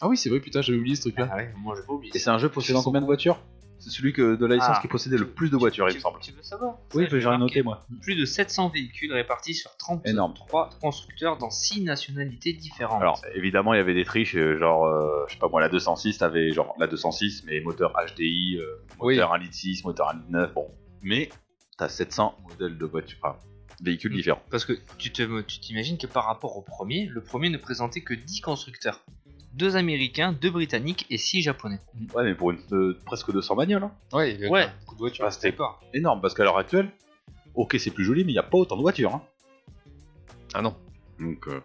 [SPEAKER 4] Ah oui, c'est vrai, putain, j'avais oublié ce truc-là.
[SPEAKER 6] ouais, moi j'ai pas oublié.
[SPEAKER 5] Et c'est un jeu possédant combien de voitures C'est celui que, de la licence
[SPEAKER 6] Ah.
[SPEAKER 5] qui possédait le plus de voitures, il me semble.
[SPEAKER 6] Tu veux savoir
[SPEAKER 5] Oui,
[SPEAKER 6] Ça,
[SPEAKER 5] j'ai rien
[SPEAKER 6] marqué
[SPEAKER 5] noté, moi.
[SPEAKER 6] Plus de 700 véhicules répartis sur 33
[SPEAKER 5] Énorme.
[SPEAKER 6] constructeurs dans 6 nationalités différentes.
[SPEAKER 5] Alors, évidemment, il y avait des triches, euh, genre, euh, je sais pas moi, la 206, t'avais genre la 206, mais moteur HDI, euh,
[SPEAKER 4] Oui.
[SPEAKER 5] moteur 1 litre 6, moteur 1 litre 9, bon. Mais t'as 700 modèles de voitures, enfin, véhicules
[SPEAKER 6] Mm.
[SPEAKER 5] différents.
[SPEAKER 6] Parce que tu te- tu t'imagines que par rapport au premier, le premier ne présentait que 10 constructeurs. 2 américains, 2 britanniques et 6 japonais.
[SPEAKER 5] Ouais, mais pour une, euh, presque 200 bagnoles, hein.
[SPEAKER 4] Ouais, il y avait
[SPEAKER 6] Ouais.
[SPEAKER 4] beaucoup de voitures.
[SPEAKER 5] Ah, c'était énorme parce qu'à l'heure actuelle, ok, c'est plus joli, mais il n'y a pas autant de voitures. hein.
[SPEAKER 4] Ah non.
[SPEAKER 5] Donc, euh,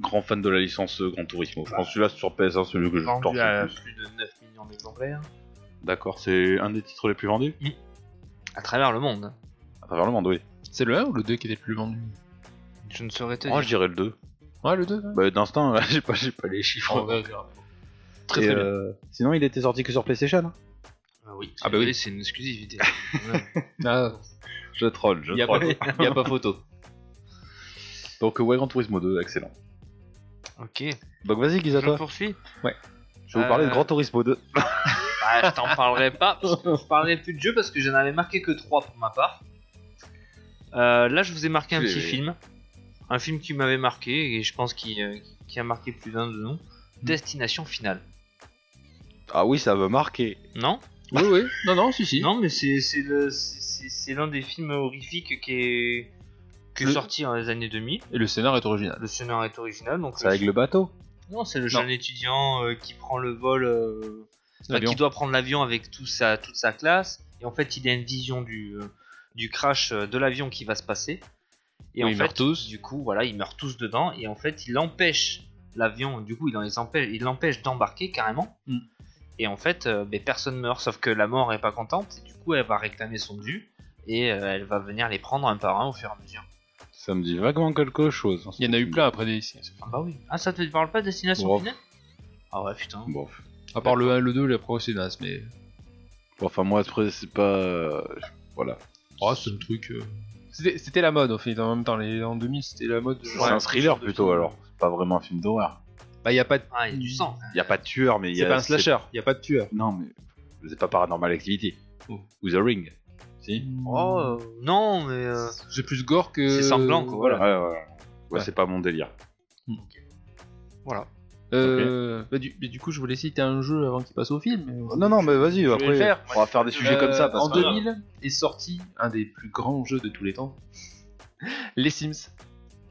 [SPEAKER 5] grand fan de la licence euh, Gran Turismo. Je pense que celui-là sur PS1, celui que je torche
[SPEAKER 6] Vendu
[SPEAKER 5] le
[SPEAKER 6] à
[SPEAKER 5] plus.
[SPEAKER 6] plus de 9 millions d'exemplaires.
[SPEAKER 5] D'accord, c'est un des titres les plus vendus
[SPEAKER 6] À travers le monde.
[SPEAKER 5] à travers le monde, oui.
[SPEAKER 4] C'est le 1 ou le 2 qui était le plus vendu
[SPEAKER 6] Je ne saurais te
[SPEAKER 5] Moi,
[SPEAKER 6] dire.
[SPEAKER 5] je dirais le 2.
[SPEAKER 4] Ouais, le 2. hein.
[SPEAKER 5] Bah, d'instinct, j'ai pas, j'ai pas les chiffres.
[SPEAKER 4] On verra. Très
[SPEAKER 5] Et,
[SPEAKER 4] très bien.
[SPEAKER 5] euh, Sinon, il était sorti que sur PlayStation. hein.
[SPEAKER 6] Ah oui,
[SPEAKER 4] Ah bah oui.
[SPEAKER 6] c'est une exclusivité.
[SPEAKER 4] Ah,
[SPEAKER 5] Je troll, je
[SPEAKER 4] y a pas,
[SPEAKER 5] troll.
[SPEAKER 4] Ah, y a pas photo.
[SPEAKER 5] Donc, euh, ouais, Gran Turismo 2, excellent.
[SPEAKER 6] ok,
[SPEAKER 5] Donc, vas-y, Guise,
[SPEAKER 6] je
[SPEAKER 5] à toi.
[SPEAKER 6] poursuis.
[SPEAKER 5] Je vais vous parler
[SPEAKER 6] Euh,
[SPEAKER 5] de Gran Turismo 2.
[SPEAKER 6] Bah, je t'en parlerai pas, parce que je parlerai plus de jeu parce que j'en avais marqué que 3 pour ma part. Euh, là, je vous ai marqué un
[SPEAKER 5] Oui,
[SPEAKER 6] petit
[SPEAKER 5] oui.
[SPEAKER 6] film. Un film qui m'avait marqué et je pense qui, euh, qui a marqué plus d'un de nous. Destination finale.
[SPEAKER 5] Ah oui, ça m'a marqué.
[SPEAKER 6] Non
[SPEAKER 4] Oui, oui. Non, non, si, si.
[SPEAKER 6] Non, mais c'est c'est le- c'est- c'est- c'est l'un des films horrifiques qui est, qui est
[SPEAKER 4] Le-
[SPEAKER 6] sorti dans les années 2000.
[SPEAKER 4] Et le scénar est original.
[SPEAKER 6] Le scénario est original, donc
[SPEAKER 5] C'est avec le bateau.
[SPEAKER 6] Non, c'est le jeune étudiant euh, qui prend le vol, euh,
[SPEAKER 4] Ah,
[SPEAKER 6] enfin, qui doit prendre l'avion avec tout sa, toute sa classe. Et en fait, il a une vision du, euh, du crash euh, de l'avion qui va se passer. Et
[SPEAKER 4] Oui,
[SPEAKER 6] en
[SPEAKER 4] ils
[SPEAKER 6] fait,
[SPEAKER 4] meurent tous.
[SPEAKER 6] du coup, voilà, ils meurent tous dedans. Et en fait, il empêche l'avion, du coup, il en les empêche, il l'empêche d'embarquer carrément.
[SPEAKER 4] Mm.
[SPEAKER 6] Et en fait, euh, ben, personne meurt, sauf que la mort est pas contente. Et du coup, elle va réclamer son dû. Et euh, elle va venir les prendre un par un au fur et à mesure.
[SPEAKER 5] Ça me dit vaguement quelque chose. hein.
[SPEAKER 4] Il y en a eu plein après des ici.
[SPEAKER 6] Ah bah oui. Ah, ça te parle pas de Destination
[SPEAKER 5] Bon.
[SPEAKER 6] Finale Ah ouais, putain.
[SPEAKER 5] Bon.
[SPEAKER 4] À part le 1, le 2, la pro c'est naze, mais.
[SPEAKER 5] Bon, Enfin, moi, après, c'est pas. euh, Voilà.
[SPEAKER 4] Oh, c'est un truc. euh, C'était c'était la mode en fait, en même temps, les en 2000 c'était la mode. euh,
[SPEAKER 5] C'est un thriller plutôt alors. C'est pas vraiment un film d'horreur.
[SPEAKER 4] Bah, y a pas de.
[SPEAKER 6] Ah, il y a du sang.
[SPEAKER 5] Il y a pas de tueur, mais il y
[SPEAKER 4] C'est
[SPEAKER 5] a.
[SPEAKER 4] pas un slasher, y a pas de tueur.
[SPEAKER 5] c'est- Non, mais c'est pas Paranormal Activity
[SPEAKER 4] Oh.
[SPEAKER 5] ou The Ring. Si.
[SPEAKER 6] Oh, euh, non, mais. euh,
[SPEAKER 4] J'ai plus gore que.
[SPEAKER 6] C'est sanglant, quoi,
[SPEAKER 4] Voilà.
[SPEAKER 5] Ouais, ouais, ouais. Ouais,
[SPEAKER 4] Ouais.
[SPEAKER 5] c'est pas mon délire.
[SPEAKER 4] voilà. Euh, bah, du, mais du coup, je voulais citer un jeu avant qu'il passe au film. mais-
[SPEAKER 5] Oh Non, non, mais vas-y.
[SPEAKER 4] vais
[SPEAKER 5] Après,
[SPEAKER 4] le faire.
[SPEAKER 5] on va faire des sujets
[SPEAKER 4] Euh,
[SPEAKER 5] comme ça. parce
[SPEAKER 4] En
[SPEAKER 5] que-
[SPEAKER 4] 2000 est sorti un des plus grands jeux de tous les temps. Les Sims.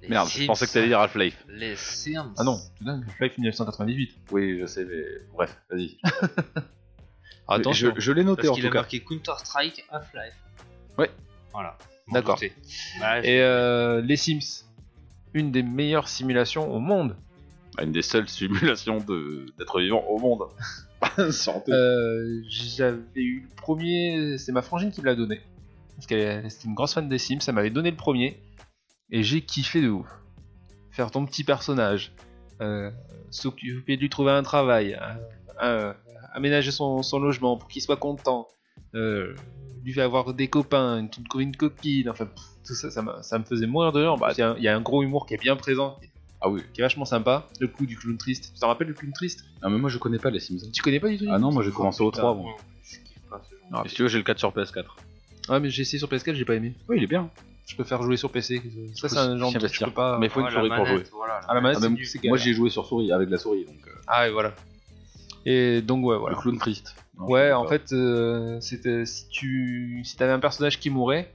[SPEAKER 6] les
[SPEAKER 5] Merde, je
[SPEAKER 6] Sims.
[SPEAKER 5] pensais que t'allais dire Half-Life.
[SPEAKER 6] Les Sims.
[SPEAKER 4] Ah non, putain, Half-Life 1998.
[SPEAKER 5] Oui, je sais, mais bref, vas-y.
[SPEAKER 4] Attends,
[SPEAKER 5] je, je l'ai noté
[SPEAKER 6] Parce
[SPEAKER 5] en
[SPEAKER 6] qu'il
[SPEAKER 5] tout
[SPEAKER 6] a
[SPEAKER 5] cas.
[SPEAKER 6] marqué Counter-Strike Half-Life.
[SPEAKER 5] Ouais.
[SPEAKER 6] Voilà.
[SPEAKER 4] D'accord.
[SPEAKER 6] Bon, écoutez. Bah,
[SPEAKER 4] Et euh, Les Sims. Une des meilleures simulations au monde.
[SPEAKER 5] Une des seules simulations de- d'être vivant au monde. Surtout.
[SPEAKER 4] Euh, J'avais eu le premier, c'est ma frangine qui me l'a donné. Parce qu'elle était une grosse fan des Sims, elle m'avait donné le premier. Et j'ai kiffé de ouf. Faire ton petit personnage, euh, s'occuper de lui trouver un travail, euh, euh, aménager son, son logement pour qu'il soit content, euh, lui faire avoir des copains, une, une, une copine, enfin pff, tout ça, ça, m'a- ça me faisait mourir de rire. Bah, Il y a un- il y a un gros humour qui est bien présent,
[SPEAKER 5] Ah oui.
[SPEAKER 4] qui est vachement sympa. Le coup du clown triste, tu t'en rappelles le clown triste
[SPEAKER 5] Ah, mais moi, je connais pas les Sims.
[SPEAKER 4] Tu connais pas du tout
[SPEAKER 5] Ah non, moi, j'ai commencé au
[SPEAKER 4] Putain.
[SPEAKER 5] 3. Moi.
[SPEAKER 6] je kiffe pas ce genre.
[SPEAKER 4] Ah,
[SPEAKER 5] Et si tu veux, j'ai le 4 sur PS4.
[SPEAKER 4] Ouais, Ah, mais j'ai essayé sur PS4, j'ai pas aimé.
[SPEAKER 5] Oui, il est bien.
[SPEAKER 4] Je préfère jouer sur PC. Ça, c'est
[SPEAKER 5] Faut
[SPEAKER 4] un genre de
[SPEAKER 5] s'y
[SPEAKER 4] truc, je
[SPEAKER 5] investir.
[SPEAKER 4] peux pas.
[SPEAKER 5] Mais il faut une
[SPEAKER 6] Ah, la
[SPEAKER 5] souris pour
[SPEAKER 6] manette,
[SPEAKER 5] jouer.
[SPEAKER 6] Voilà.
[SPEAKER 4] Ah, la manette,
[SPEAKER 5] Ah,
[SPEAKER 4] c'est
[SPEAKER 5] même-
[SPEAKER 4] nul, c'est
[SPEAKER 5] moi,
[SPEAKER 4] galère.
[SPEAKER 5] j'ai joué sur souris, avec la souris, donc. euh,
[SPEAKER 4] Ah, et voilà. Et donc, ouais, voilà.
[SPEAKER 5] Le clown triste. Non, je
[SPEAKER 4] Ouais,
[SPEAKER 5] connais
[SPEAKER 4] en
[SPEAKER 5] pas.
[SPEAKER 4] fait, euh, c'était si tu si t'avais un personnage qui mourait,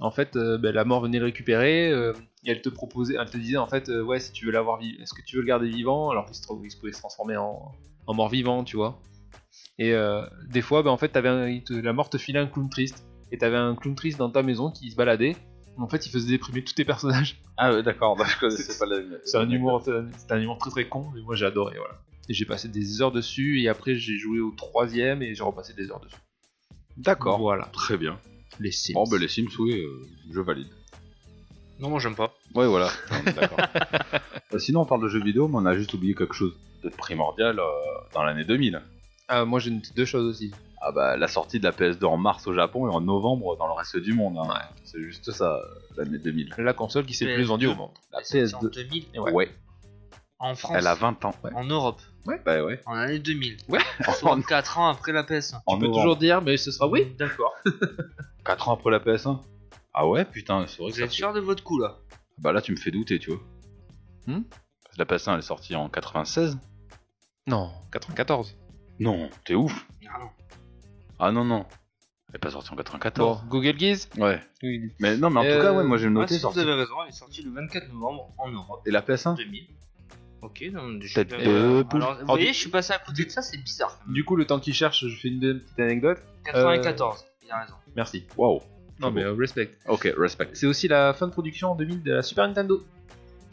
[SPEAKER 4] en fait, euh, ben, la mort venait le récupérer. euh, et elle te proposait, elle te disait en fait, euh, ouais, si tu veux l'avoir vivant, est-ce que tu veux le garder vivant Alors qu'il se, trou- il se pouvait se transformer en, en mort vivant, tu vois. Et euh, des fois, ben, en fait, t'avais un- il te- la mort te filait un clown triste, et t'avais un clown triste dans ta maison qui se baladait. En fait, il faisait déprimer tous tes personnages.
[SPEAKER 5] Ah, ouais, d'accord, bah, je connaissais pas la.
[SPEAKER 4] C'est un humour, c'est un humour très très con, mais moi j'ai adoré, voilà. Et j'ai passé des heures dessus, et après j'ai joué au troisième, et j'ai repassé des heures dessus.
[SPEAKER 5] D'accord.
[SPEAKER 4] Voilà,
[SPEAKER 5] Très bien.
[SPEAKER 4] les Sims.
[SPEAKER 5] Bon, bah, les Sims, oui, euh, je valide.
[SPEAKER 6] Non, moi j'aime pas.
[SPEAKER 5] Ouais, voilà. D'accord. Euh, Sinon, on parle de jeux vidéo, mais on a juste oublié quelque chose de primordial euh, dans l'année 2000.
[SPEAKER 4] Ah, moi j'ai noté deux choses aussi.
[SPEAKER 5] Ah bah, la sortie de la PS2 en mars au Japon et en novembre dans le reste du monde. hein. C'est juste ça, euh, l'année 2000.
[SPEAKER 4] La console qui s'est
[SPEAKER 6] Mais-
[SPEAKER 4] plus vendue au monde.
[SPEAKER 5] La
[SPEAKER 6] Elle est sortie en
[SPEAKER 5] PS2.
[SPEAKER 6] 2000
[SPEAKER 5] Ouais.
[SPEAKER 6] en France,
[SPEAKER 5] Elle a 20 ans.
[SPEAKER 6] en Europe,
[SPEAKER 5] Bah ouais.
[SPEAKER 6] en l'année 2000.
[SPEAKER 4] Ouais.
[SPEAKER 6] Soit 4 ans après la PS1.
[SPEAKER 5] En
[SPEAKER 4] On peut
[SPEAKER 5] novembre.
[SPEAKER 4] toujours dire, mais ce sera
[SPEAKER 5] Ah
[SPEAKER 4] oui.
[SPEAKER 6] D'accord.
[SPEAKER 5] 4 ans après la PS1 Ah ouais, putain, c'est vrai que
[SPEAKER 6] Vous
[SPEAKER 5] ça
[SPEAKER 6] êtes
[SPEAKER 5] fait-
[SPEAKER 6] sûr de votre coup là
[SPEAKER 5] Bah là, tu me fais douter, tu vois.
[SPEAKER 4] Hmm
[SPEAKER 5] Parce que la PS1, elle est sortie en 96
[SPEAKER 4] Non, 94.
[SPEAKER 5] Non, t'es ouf
[SPEAKER 6] Ah non.
[SPEAKER 5] Ah non, non. Elle est pas sortie en 94.
[SPEAKER 4] Google Guise
[SPEAKER 5] Ouais.
[SPEAKER 4] Oui.
[SPEAKER 5] Mais non, mais en
[SPEAKER 4] Euh,
[SPEAKER 5] tout cas, ouais, moi j'ai
[SPEAKER 6] Ah,
[SPEAKER 5] noté
[SPEAKER 6] si vous
[SPEAKER 5] sortie.
[SPEAKER 6] avez raison, elle est sortie le 24 novembre en Europe.
[SPEAKER 5] Et la PS1
[SPEAKER 6] 2000. Ok, donc je
[SPEAKER 5] Peut-être
[SPEAKER 6] suis-
[SPEAKER 5] deux Euh, poules.
[SPEAKER 6] Alors, vous
[SPEAKER 4] Alors,
[SPEAKER 6] voyez,
[SPEAKER 4] du-
[SPEAKER 6] je suis passé à côté de ça, c'est bizarre.
[SPEAKER 4] Du coup, le temps qu'il cherche, je fais une deuxième petite anecdote.
[SPEAKER 6] 94, il a raison.
[SPEAKER 4] Merci.
[SPEAKER 5] Waouh.
[SPEAKER 4] Non, mais euh, respect.
[SPEAKER 5] Ok, respect.
[SPEAKER 4] C'est aussi la fin de production en 2000 de la Super Nintendo.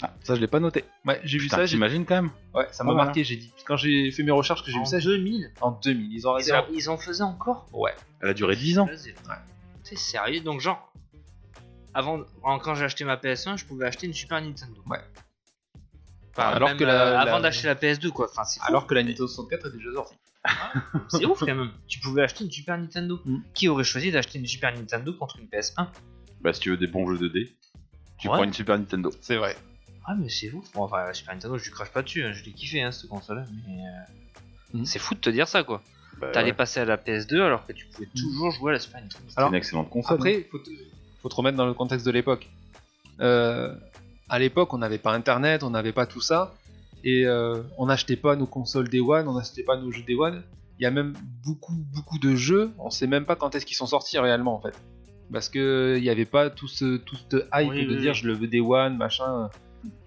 [SPEAKER 5] Ah, ça, je l'ai pas noté.
[SPEAKER 4] Ouais, j'ai vu
[SPEAKER 5] Putain,
[SPEAKER 4] ça, j'ai-
[SPEAKER 5] t'imagines quand même
[SPEAKER 4] ouais, ça m'a
[SPEAKER 5] Ah, voilà.
[SPEAKER 4] marqué, j'ai dit. Quand j'ai fait mes recherches, que j'ai
[SPEAKER 6] En
[SPEAKER 4] vu ça, j'ai-
[SPEAKER 6] 2000
[SPEAKER 4] en 2000. Ils ont
[SPEAKER 6] ils
[SPEAKER 4] arrêté
[SPEAKER 6] en, ils en faisaient encore
[SPEAKER 4] en- Ouais.
[SPEAKER 5] Elle a duré 10 ans.
[SPEAKER 6] Vas-y. C'est sérieux Donc genre, avant, en- quand j'ai acheté ma PS1, je pouvais acheter une Super Nintendo.
[SPEAKER 4] Ouais.
[SPEAKER 6] Enfin,
[SPEAKER 4] Alors
[SPEAKER 6] même,
[SPEAKER 4] que la-
[SPEAKER 6] euh,
[SPEAKER 4] la-
[SPEAKER 6] avant d'acheter la PS2 quoi. Enfin c'est fou.
[SPEAKER 4] Alors que la Nintendo 64 est déjà sortie.
[SPEAKER 6] c'est ouf quand même. Tu pouvais acheter une Super Nintendo.
[SPEAKER 4] Mm.
[SPEAKER 6] Qui aurait choisi d'acheter une Super Nintendo contre une PS1
[SPEAKER 5] Bah, si tu veux des bons jeux 2D, tu
[SPEAKER 6] Ouais.
[SPEAKER 5] prends une Super Nintendo.
[SPEAKER 4] C'est vrai.
[SPEAKER 6] Ah mais c'est ouf. Bon, enfin la Super Nintendo, je lui crache pas dessus. hein. Je l'ai kiffé hein, cette console. là Mais euh,
[SPEAKER 4] Mm. Euh,
[SPEAKER 6] c'est fou de te dire ça quoi.
[SPEAKER 5] Bah,
[SPEAKER 6] T'allais
[SPEAKER 5] ouais.
[SPEAKER 6] passer à la PS2 alors que tu pouvais
[SPEAKER 4] Mm.
[SPEAKER 6] toujours jouer à la Super Nintendo.
[SPEAKER 5] C'est une excellente console.
[SPEAKER 4] Après,
[SPEAKER 6] hein.
[SPEAKER 4] faut te, faut te remettre dans le contexte de l'époque. Euh, à l'époque, on n'avait pas Internet, on n'avait pas tout ça, et euh, on n'achetait pas nos consoles Day One, on n'achetait pas nos jeux Day One. Il y a même beaucoup, beaucoup de jeux, on sait même pas quand est-ce qu'ils sont sortis réellement en fait. Parce que il n'y avait pas tout ce, tout ce hype
[SPEAKER 6] Oui,
[SPEAKER 4] de
[SPEAKER 6] oui,
[SPEAKER 4] dire
[SPEAKER 6] oui.
[SPEAKER 4] je le veux Day One, machin.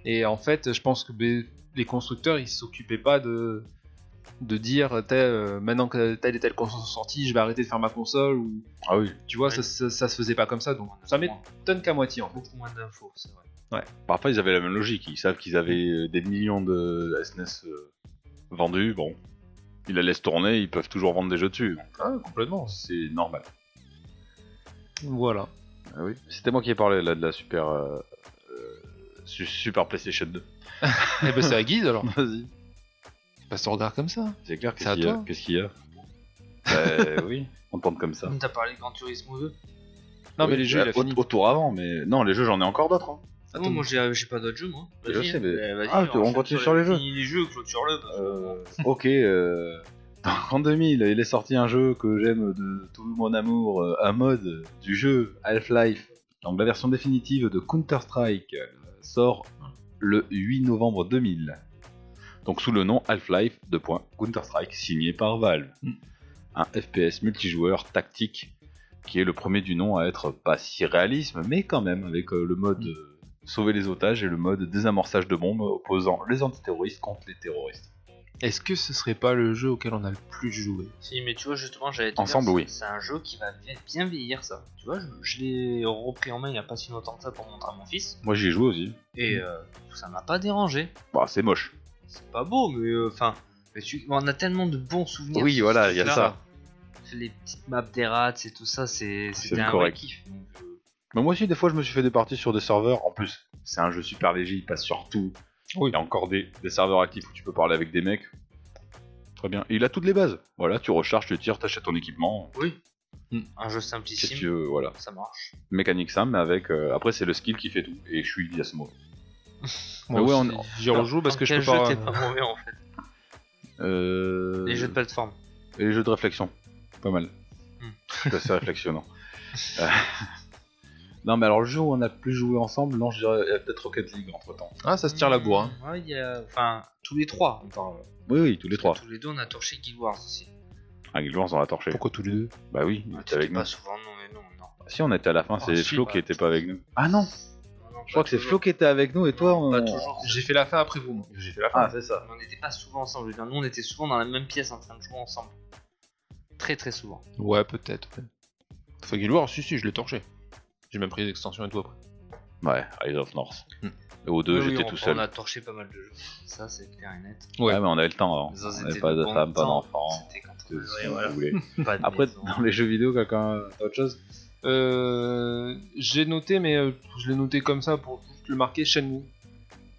[SPEAKER 4] Et en fait, je pense que ben, les constructeurs, ils s'occupaient pas de de dire T'es, euh, maintenant que telle et telle console sont sorties, je vais arrêter de faire ma console ou
[SPEAKER 5] Ah oui.
[SPEAKER 4] tu vois
[SPEAKER 6] Ouais.
[SPEAKER 4] ça, ça, ça se faisait pas comme ça donc ça
[SPEAKER 6] moins-
[SPEAKER 4] m'étonne qu'à moitié en fait.
[SPEAKER 6] beaucoup moins d'infos, c'est vrai.
[SPEAKER 5] Parfois, ils avaient la même logique. Ils savent qu'ils avaient euh, des millions de SNES euh, vendus. Bon, ils la laissent tourner, ils peuvent toujours vendre des jeux dessus.
[SPEAKER 4] Ah, complètement.
[SPEAKER 5] C'est normal.
[SPEAKER 4] Voilà.
[SPEAKER 5] Ah oui. C'était moi qui ai parlé là de la super euh, euh, su- super PlayStation 2.
[SPEAKER 4] et ben c'est à guise alors.
[SPEAKER 5] Vas-y.
[SPEAKER 4] Pas ce regard comme ça.
[SPEAKER 5] C'est clair.
[SPEAKER 4] C'est
[SPEAKER 5] Qu'est-ce
[SPEAKER 4] à
[SPEAKER 5] qu'il y a
[SPEAKER 4] toi.
[SPEAKER 5] Qu'est-ce qu'il y a Bah, oui. On tente comme ça.
[SPEAKER 6] Comme t'as parlé de Gran Turismo 2.
[SPEAKER 4] Non
[SPEAKER 5] Oui,
[SPEAKER 4] mais les jeux, il a
[SPEAKER 5] au-
[SPEAKER 4] fini.
[SPEAKER 5] Autour avant, mais non, les jeux, j'en ai encore d'autres. hein.
[SPEAKER 6] Ah
[SPEAKER 4] Attends.
[SPEAKER 6] non, moi j'ai j'ai pas d'autres jeux, moi.
[SPEAKER 5] Je
[SPEAKER 6] Vas-y,
[SPEAKER 5] sais,
[SPEAKER 6] hein.
[SPEAKER 5] mais-
[SPEAKER 6] Eh, vas-y,
[SPEAKER 5] Ah, on continue sur les jeux.
[SPEAKER 6] Finis les jeux, clôture-le. parce que-
[SPEAKER 5] Euh, ok. Euh... En 2000, il est sorti un jeu que j'aime de tout mon amour, euh, un mode du jeu Half-Life. Donc la version définitive de Counter-Strike euh, sort le 8 novembre 2000. Donc sous le nom Half-Life 2. Counter-Strike signé par Valve. Un FPS multijoueur tactique qui est le premier du nom à être pas si réalisme, mais quand même avec euh, le mode euh, sauver les otages et le mode désamorçage de bombes opposant les antiterroristes contre les terroristes.
[SPEAKER 4] Est-ce que ce serait pas le jeu auquel on a le plus joué
[SPEAKER 6] Si, mais tu vois, justement, j'allais te dire,
[SPEAKER 5] Ensemble,
[SPEAKER 6] c'est-
[SPEAKER 5] oui.
[SPEAKER 6] C'est un jeu qui va bien, bien vieillir, ça. Tu vois, je, je l'ai repris en main il y a pas si longtemps que ça pour montrer à mon fils.
[SPEAKER 5] Moi j'y ai joué aussi.
[SPEAKER 6] Et euh, ça m'a pas dérangé.
[SPEAKER 5] Bah c'est moche.
[SPEAKER 6] C'est pas beau, mais euh, enfin. mais tu- on a tellement de bons souvenirs.
[SPEAKER 5] Oui
[SPEAKER 6] sur
[SPEAKER 5] voilà,
[SPEAKER 6] ce
[SPEAKER 5] il y a
[SPEAKER 6] truc-là.
[SPEAKER 5] ça.
[SPEAKER 6] Les petites maps des rats et tout ça, c'est- c'était un vrai
[SPEAKER 5] correct.
[SPEAKER 6] kiff. Donc, euh,
[SPEAKER 5] Mais moi aussi des fois je me suis fait des parties sur des serveurs. En plus c'est un jeu super léger, il passe sur tout.
[SPEAKER 4] Oui.
[SPEAKER 5] Il y a encore des, des serveurs actifs où tu peux parler avec des mecs. Très bien. Et il a toutes les bases. Voilà, tu recharges, tu tires, t'achètes ton équipement.
[SPEAKER 6] un jeu
[SPEAKER 5] Mm. Si
[SPEAKER 6] simplissime.
[SPEAKER 5] tu veux, voilà.
[SPEAKER 6] Ça marche.
[SPEAKER 5] Mécanique simple, mais avec... euh, après c'est le skill qui fait tout. Et je suis à ce mot.
[SPEAKER 4] Moi
[SPEAKER 5] Ah ouais,
[SPEAKER 4] aussi,
[SPEAKER 5] on-
[SPEAKER 4] j'y rejoue parce
[SPEAKER 6] En
[SPEAKER 4] que je
[SPEAKER 6] quel
[SPEAKER 4] peux
[SPEAKER 6] jeu
[SPEAKER 4] pas.
[SPEAKER 6] t'es pas mauvais en fait.
[SPEAKER 5] Euh...
[SPEAKER 6] Les jeux de plateforme.
[SPEAKER 5] et les jeux de réflexion. Pas mal.
[SPEAKER 6] Hmm.
[SPEAKER 5] C'est assez réflexionnant. Euh, Non mais alors le jeu où on a plus joué ensemble, non je dirais il y a peut-être Rocket League entre temps.
[SPEAKER 4] Ah, ça se tire la bourre. Hein.
[SPEAKER 6] Ouais, il y a. Enfin, tous les trois, on parle.
[SPEAKER 5] Oui oui, tous les trois.
[SPEAKER 6] Tous les deux, on a torché Guild Wars aussi.
[SPEAKER 5] Ah, Guild Wars, on l'a torché.
[SPEAKER 4] Pourquoi tous les deux
[SPEAKER 5] Bah oui, il
[SPEAKER 6] Ah,
[SPEAKER 5] était avec
[SPEAKER 6] t'étais
[SPEAKER 5] nous.
[SPEAKER 6] pas souvent, non, mais non, non.
[SPEAKER 5] Si, on était à la fin, c'est
[SPEAKER 4] si,
[SPEAKER 5] Flo
[SPEAKER 4] bah.
[SPEAKER 5] qui était pas avec nous. Ah non,
[SPEAKER 6] Non, non,
[SPEAKER 5] je
[SPEAKER 6] pas
[SPEAKER 5] crois que c'est Flo
[SPEAKER 6] toujours.
[SPEAKER 5] qui était avec nous et toi, on...
[SPEAKER 6] Pas toujours.
[SPEAKER 4] J'ai fait la fin après vous. moi. J'ai fait la fin.
[SPEAKER 5] Ah, c'est ça.
[SPEAKER 6] Mais On n'était pas souvent ensemble. je veux dire, Nous, on était souvent dans la même pièce en train de jouer ensemble. Très, très souvent.
[SPEAKER 4] Ouais, peut-être. ouais. Faut qu'il voit, si, si, je l'ai torché. J'ai même pris les extensions et tout après.
[SPEAKER 5] Ouais, Eyes of North.
[SPEAKER 4] Hmm.
[SPEAKER 5] Et aux deux,
[SPEAKER 6] Oui, oui,
[SPEAKER 5] j'étais
[SPEAKER 6] on-
[SPEAKER 5] tout seul.
[SPEAKER 6] On a torché pas mal de jeux. Ça, c'est clair et net.
[SPEAKER 5] Ouais.
[SPEAKER 4] Ouais.
[SPEAKER 5] mais on avait le temps avant.
[SPEAKER 6] Nous,
[SPEAKER 5] On
[SPEAKER 6] c'était
[SPEAKER 5] avait pas
[SPEAKER 6] le
[SPEAKER 5] de
[SPEAKER 6] bon
[SPEAKER 5] femme, pas
[SPEAKER 6] temps.
[SPEAKER 5] d'enfant.
[SPEAKER 6] C'était quand on
[SPEAKER 5] tout ce
[SPEAKER 6] voulait,
[SPEAKER 5] qu'on
[SPEAKER 6] voilà.
[SPEAKER 5] voulait.
[SPEAKER 6] Pas de
[SPEAKER 5] Après,
[SPEAKER 6] maison.
[SPEAKER 5] dans les jeux vidéo, quelqu'un a autre chose
[SPEAKER 4] Euh, j'ai noté, mais euh, je l'ai noté comme ça pour juste le marquer Shenmue.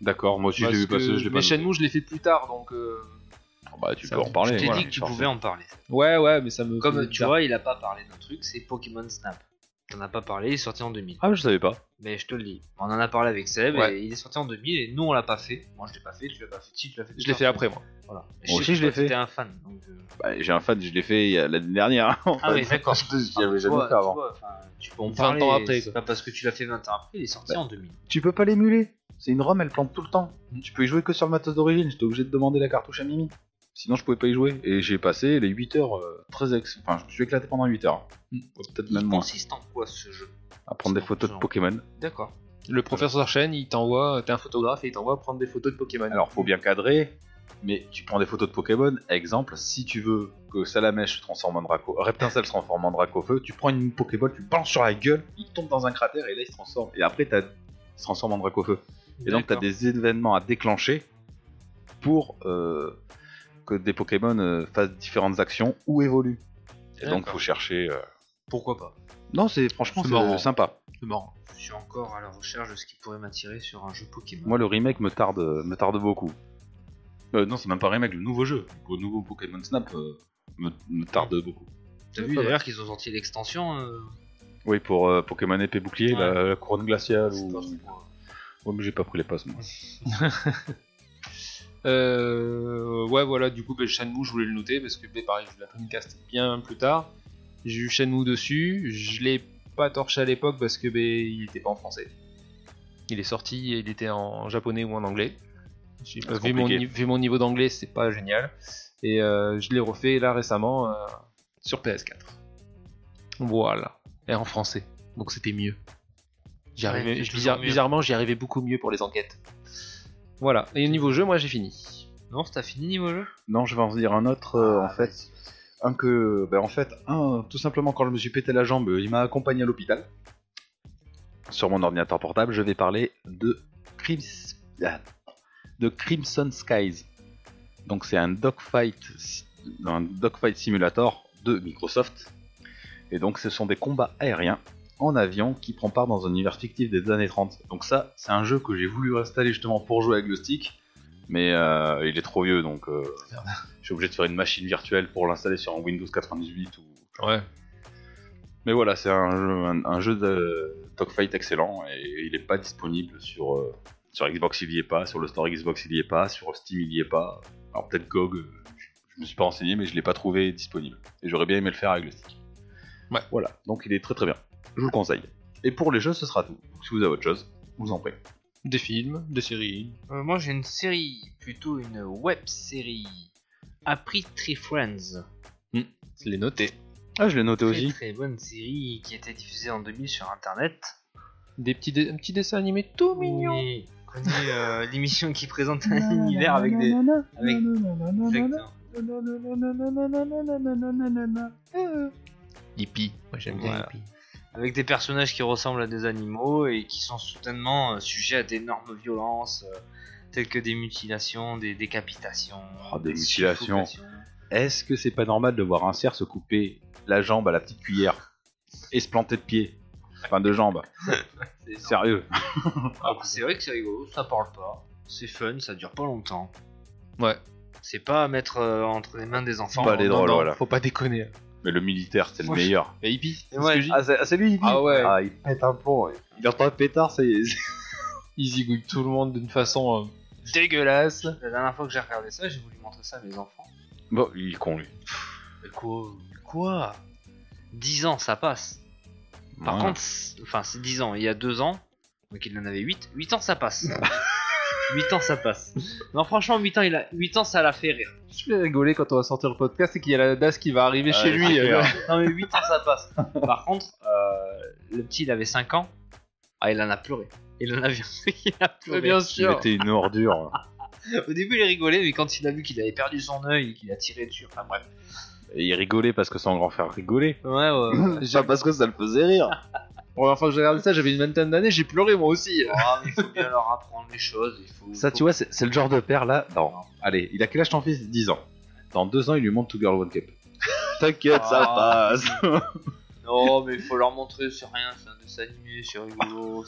[SPEAKER 5] D'accord, moi aussi je
[SPEAKER 4] Parce
[SPEAKER 5] l'ai vu
[SPEAKER 4] que-
[SPEAKER 5] passer, je l'ai
[SPEAKER 4] mais
[SPEAKER 5] pas noté.
[SPEAKER 4] Shenmue, je l'ai fait plus tard, donc. euh,
[SPEAKER 5] Ah Bah tu
[SPEAKER 4] Ça,
[SPEAKER 5] peux en parler.
[SPEAKER 6] Je t'ai
[SPEAKER 5] voilà,
[SPEAKER 6] dit que tu
[SPEAKER 5] forcément.
[SPEAKER 6] pouvais en parler.
[SPEAKER 4] Ouais, ouais, mais ça me.
[SPEAKER 6] Comme
[SPEAKER 4] faisait
[SPEAKER 6] tu
[SPEAKER 4] bizarre.
[SPEAKER 6] vois, il a pas parlé d'un truc, c'est Pokémon Snap. T'en as pas parlé, il est sorti en 2000.
[SPEAKER 5] Ah, je savais pas.
[SPEAKER 6] Mais je te le dis, on en a parlé avec Seb,
[SPEAKER 4] Ouais.
[SPEAKER 6] et il est sorti en 2000 et nous on l'a pas fait. Moi je l'ai pas fait, tu l'as pas fait, si tu l'as fait.
[SPEAKER 4] Je l'ai fait après moi.
[SPEAKER 6] Voilà.
[SPEAKER 5] Moi aussi, je l'ai fait.
[SPEAKER 6] T'étais un fan. Donc, euh,
[SPEAKER 5] Bah, j'ai un fan, je l'ai fait il y a- l'année dernière. en
[SPEAKER 6] Ah
[SPEAKER 5] fait.
[SPEAKER 6] oui, d'accord.
[SPEAKER 5] Je l'avais
[SPEAKER 6] Tu vois,
[SPEAKER 5] jamais fait
[SPEAKER 6] tu
[SPEAKER 5] avant.
[SPEAKER 6] vois, enfin, Tu peux en
[SPEAKER 4] 20
[SPEAKER 6] parler.
[SPEAKER 4] ans après,
[SPEAKER 6] C'est
[SPEAKER 4] quoi.
[SPEAKER 6] pas parce que tu l'as fait 20 ans après, il est sorti
[SPEAKER 5] Bah,
[SPEAKER 6] en 2000.
[SPEAKER 5] Tu peux pas l'émuler. C'est une ROM, elle plante tout le temps. Tu peux y jouer que sur le matos d'origine. J'étais obligé de demander la cartouche à Mimi. Sinon, je pouvais pas y jouer. Et j'ai passé les 8 heures euh, très ex. Enfin, je me suis éclaté pendant 8 heures. Peut-être même
[SPEAKER 6] Il
[SPEAKER 5] moins.
[SPEAKER 6] consiste en quoi ce jeu
[SPEAKER 5] À prendre des photos de Pokémon.
[SPEAKER 6] D'accord.
[SPEAKER 4] Le professeur Shen, il t'envoie, euh, t'es un photographe et il t'envoie prendre des photos de Pokémon.
[SPEAKER 5] Alors, faut bien cadrer. Mais tu prends des photos de Pokémon. Exemple, si tu veux que Salamèche se transforme en Draco. Reptincelle se transforme en Draco-feu. Tu prends une Pokéball, tu balances sur la gueule. Il tombe dans un cratère et là, il se transforme. Et après, t'as- il se transforme en Draco-feu. Et donc, tu as
[SPEAKER 6] D'accord.
[SPEAKER 5] des événements à déclencher pour euh, que des Pokémon euh, fassent différentes actions ou évoluent. Et donc,
[SPEAKER 6] D'accord.
[SPEAKER 5] faut chercher. euh,
[SPEAKER 4] pourquoi pas
[SPEAKER 5] Non, c'est franchement
[SPEAKER 4] C'est
[SPEAKER 5] c'est
[SPEAKER 4] marrant.
[SPEAKER 5] sympa.
[SPEAKER 4] C'est marrant.
[SPEAKER 6] Je suis encore à la recherche de ce qui pourrait m'attirer sur un jeu Pokémon.
[SPEAKER 5] Moi, le remake me tarde, me tarde beaucoup. Euh, non, c'est même pas un remake, le nouveau jeu, le nouveau Pokémon Snap euh, me, me tarde beaucoup.
[SPEAKER 6] T'as vu d'ailleurs qu'ils ont sorti l'extension euh,
[SPEAKER 5] Oui, pour euh, Pokémon épée bouclier,
[SPEAKER 6] Ouais.
[SPEAKER 5] la, la couronne glaciale ou.
[SPEAKER 6] c'est pas-
[SPEAKER 5] Ouais, mais j'ai pas pris les passes moi.
[SPEAKER 4] Euh, ouais, voilà, du coup, ben, Shenmue, je voulais le noter parce que, ben, pareil, je l'ai pris une caste bien plus tard. J'ai eu Shenmue dessus, je l'ai pas torché à l'époque parce que, ben, il était pas en français. Il est sorti et il était en japonais ou en anglais. J'ai pas-
[SPEAKER 5] C'est
[SPEAKER 4] vu, mon,
[SPEAKER 5] compliqué.
[SPEAKER 4] ni- vu mon niveau d'anglais, c'est pas génial. Et euh, je l'ai refait là récemment euh, sur PS4. Voilà. Et en français. Donc c'était mieux. J'y
[SPEAKER 6] Ouais,
[SPEAKER 4] arrivais-
[SPEAKER 6] c'est
[SPEAKER 4] je-
[SPEAKER 6] toujours
[SPEAKER 4] bizarre-
[SPEAKER 6] mieux.
[SPEAKER 4] Bizarrement, j'y arrivais beaucoup mieux pour les enquêtes. Voilà. Et niveau jeu, moi j'ai fini.
[SPEAKER 6] Non, t'as fini niveau jeu
[SPEAKER 5] Non, je vais en dire un autre euh, en fait. Un que, ben, en fait, un, tout simplement quand je me suis pété la jambe, il m'a accompagné à l'hôpital. Sur mon ordinateur portable, je vais parler de, Crims- ah, de Crimson Skies. Donc c'est un dogfight, si- un dogfight simulator de Microsoft. Et donc ce sont des combats aériens en avion qui prend part dans un univers fictif des années 30. Donc ça, c'est un jeu que j'ai voulu installer justement pour jouer avec le stick, mais euh, il est trop vieux donc euh, je suis obligé de faire une machine virtuelle pour l'installer sur un Windows 98 ou.
[SPEAKER 4] Ouais.
[SPEAKER 5] Mais voilà, c'est un jeu, un, un jeu de dogfight excellent et il n'est pas disponible sur, euh, sur Xbox, il n'y est pas, sur le store Xbox, il n'y est pas, sur Steam, il n'y est pas. Alors peut-être GOG, euh, je, je me suis pas renseigné, mais je l'ai pas trouvé disponible. Et j'aurais bien aimé le faire avec le stick.
[SPEAKER 4] Ouais.
[SPEAKER 5] Voilà, donc il est très très bien. Je vous le conseille. Et pour les jeux, ce sera tout. Donc, si vous avez autre chose, vous en prie.
[SPEAKER 4] Des films, des séries.
[SPEAKER 6] Euh, Moi j'ai une série, plutôt une web série. Après Three Friends.
[SPEAKER 4] Les noter.
[SPEAKER 5] Ah, je l'ai noté
[SPEAKER 6] Très
[SPEAKER 5] aussi.
[SPEAKER 6] très bonne série qui a été diffusée en 2000 sur internet.
[SPEAKER 4] Des petits, dé- un petit dessin animé tout Oh, mignon.
[SPEAKER 6] Oui, Connais euh, l'émission qui présente un univers avec des. Avec... Exactement.
[SPEAKER 4] Hippie. Moi j'aime bien
[SPEAKER 6] Voilà.
[SPEAKER 4] Hippie.
[SPEAKER 6] avec des personnages qui ressemblent à des animaux et qui sont soudainement euh, sujets à d'énormes violences euh, telles que des mutilations, des décapitations,
[SPEAKER 5] Oh, des
[SPEAKER 6] des
[SPEAKER 5] mutilations.
[SPEAKER 6] suffocations.
[SPEAKER 5] Est-ce que c'est pas normal de voir un cerf se couper la jambe à la petite cuillère et se planter de pied Enfin, de jambe.
[SPEAKER 6] C'est énorme.
[SPEAKER 5] Sérieux. Ah, bah,
[SPEAKER 6] Après, c'est vrai que c'est rigolo, ça parle pas, c'est fun, ça dure pas longtemps.
[SPEAKER 4] Ouais.
[SPEAKER 6] C'est pas à mettre euh, entre les mains des enfants.
[SPEAKER 5] Pas Bah, les
[SPEAKER 6] Non,
[SPEAKER 5] drôles,
[SPEAKER 6] non.
[SPEAKER 5] voilà.
[SPEAKER 4] Faut pas déconner.
[SPEAKER 5] Mais le militaire, c'est le
[SPEAKER 6] Moi, je-
[SPEAKER 5] meilleur.
[SPEAKER 4] Mais hippie. c'est
[SPEAKER 6] Ouais.
[SPEAKER 4] ce que je dis.
[SPEAKER 5] Ah, c'est, ah, c'est lui, il dit
[SPEAKER 4] Ah ouais.
[SPEAKER 5] Ah, il pète un plomb. Il entend un pétard, ça y est.
[SPEAKER 4] Ils zigouillent tout le monde d'une façon euh, dégueulasse.
[SPEAKER 6] La dernière fois que j'ai regardé ça, j'ai voulu montrer ça à mes enfants.
[SPEAKER 5] Bon, il est con, lui.
[SPEAKER 6] Mais quoi Quoi 10 ans, ça passe. Par
[SPEAKER 5] Ouais.
[SPEAKER 6] contre, c'est- enfin, c'est 10 ans. Il y a 2 ans, donc il en avait 8. 8 ans, ça passe. 8 ans, ça passe. Non, franchement, 8 ans, il a... 8 ans ça l'a fait rire.
[SPEAKER 4] Je vais rigoler quand on va sortir le podcast et qu'il y a la DAS qui va arriver chez lui. euh,
[SPEAKER 6] Non, mais 8 ans, ça passe. Par contre, euh, le petit, il avait 5 ans. Ah, il en a pleuré. Il en a, vu- il a pleuré.
[SPEAKER 4] bien
[SPEAKER 5] il
[SPEAKER 4] sûr.
[SPEAKER 5] était une ordure.
[SPEAKER 6] Au début, il rigolait, mais quand il a vu qu'il avait perdu son œil et qu'il a tiré dessus, enfin bref.
[SPEAKER 5] Et il rigolait parce que son grand frère rigolait.
[SPEAKER 6] Ouais, ouais.
[SPEAKER 5] Pas parce que ça le faisait rire.
[SPEAKER 4] Pour la première fois que j'ai regardé ça, j'avais une vingtaine d'années, j'ai pleuré moi aussi.
[SPEAKER 6] Ah, mais il faut bien leur apprendre les choses. Il faut,
[SPEAKER 5] Ça,
[SPEAKER 6] faut-
[SPEAKER 5] tu vois, c'est, c'est le genre de père là. Non. Allez, il a quel âge ton fils 10 ans. Dans 2 ans, il lui montre Two Girl One Cup. T'inquiète,
[SPEAKER 6] Ah.
[SPEAKER 5] ça passe.
[SPEAKER 6] Non, mais il faut leur montrer, c'est rien, c'est un dessin animé, c'est rigolo.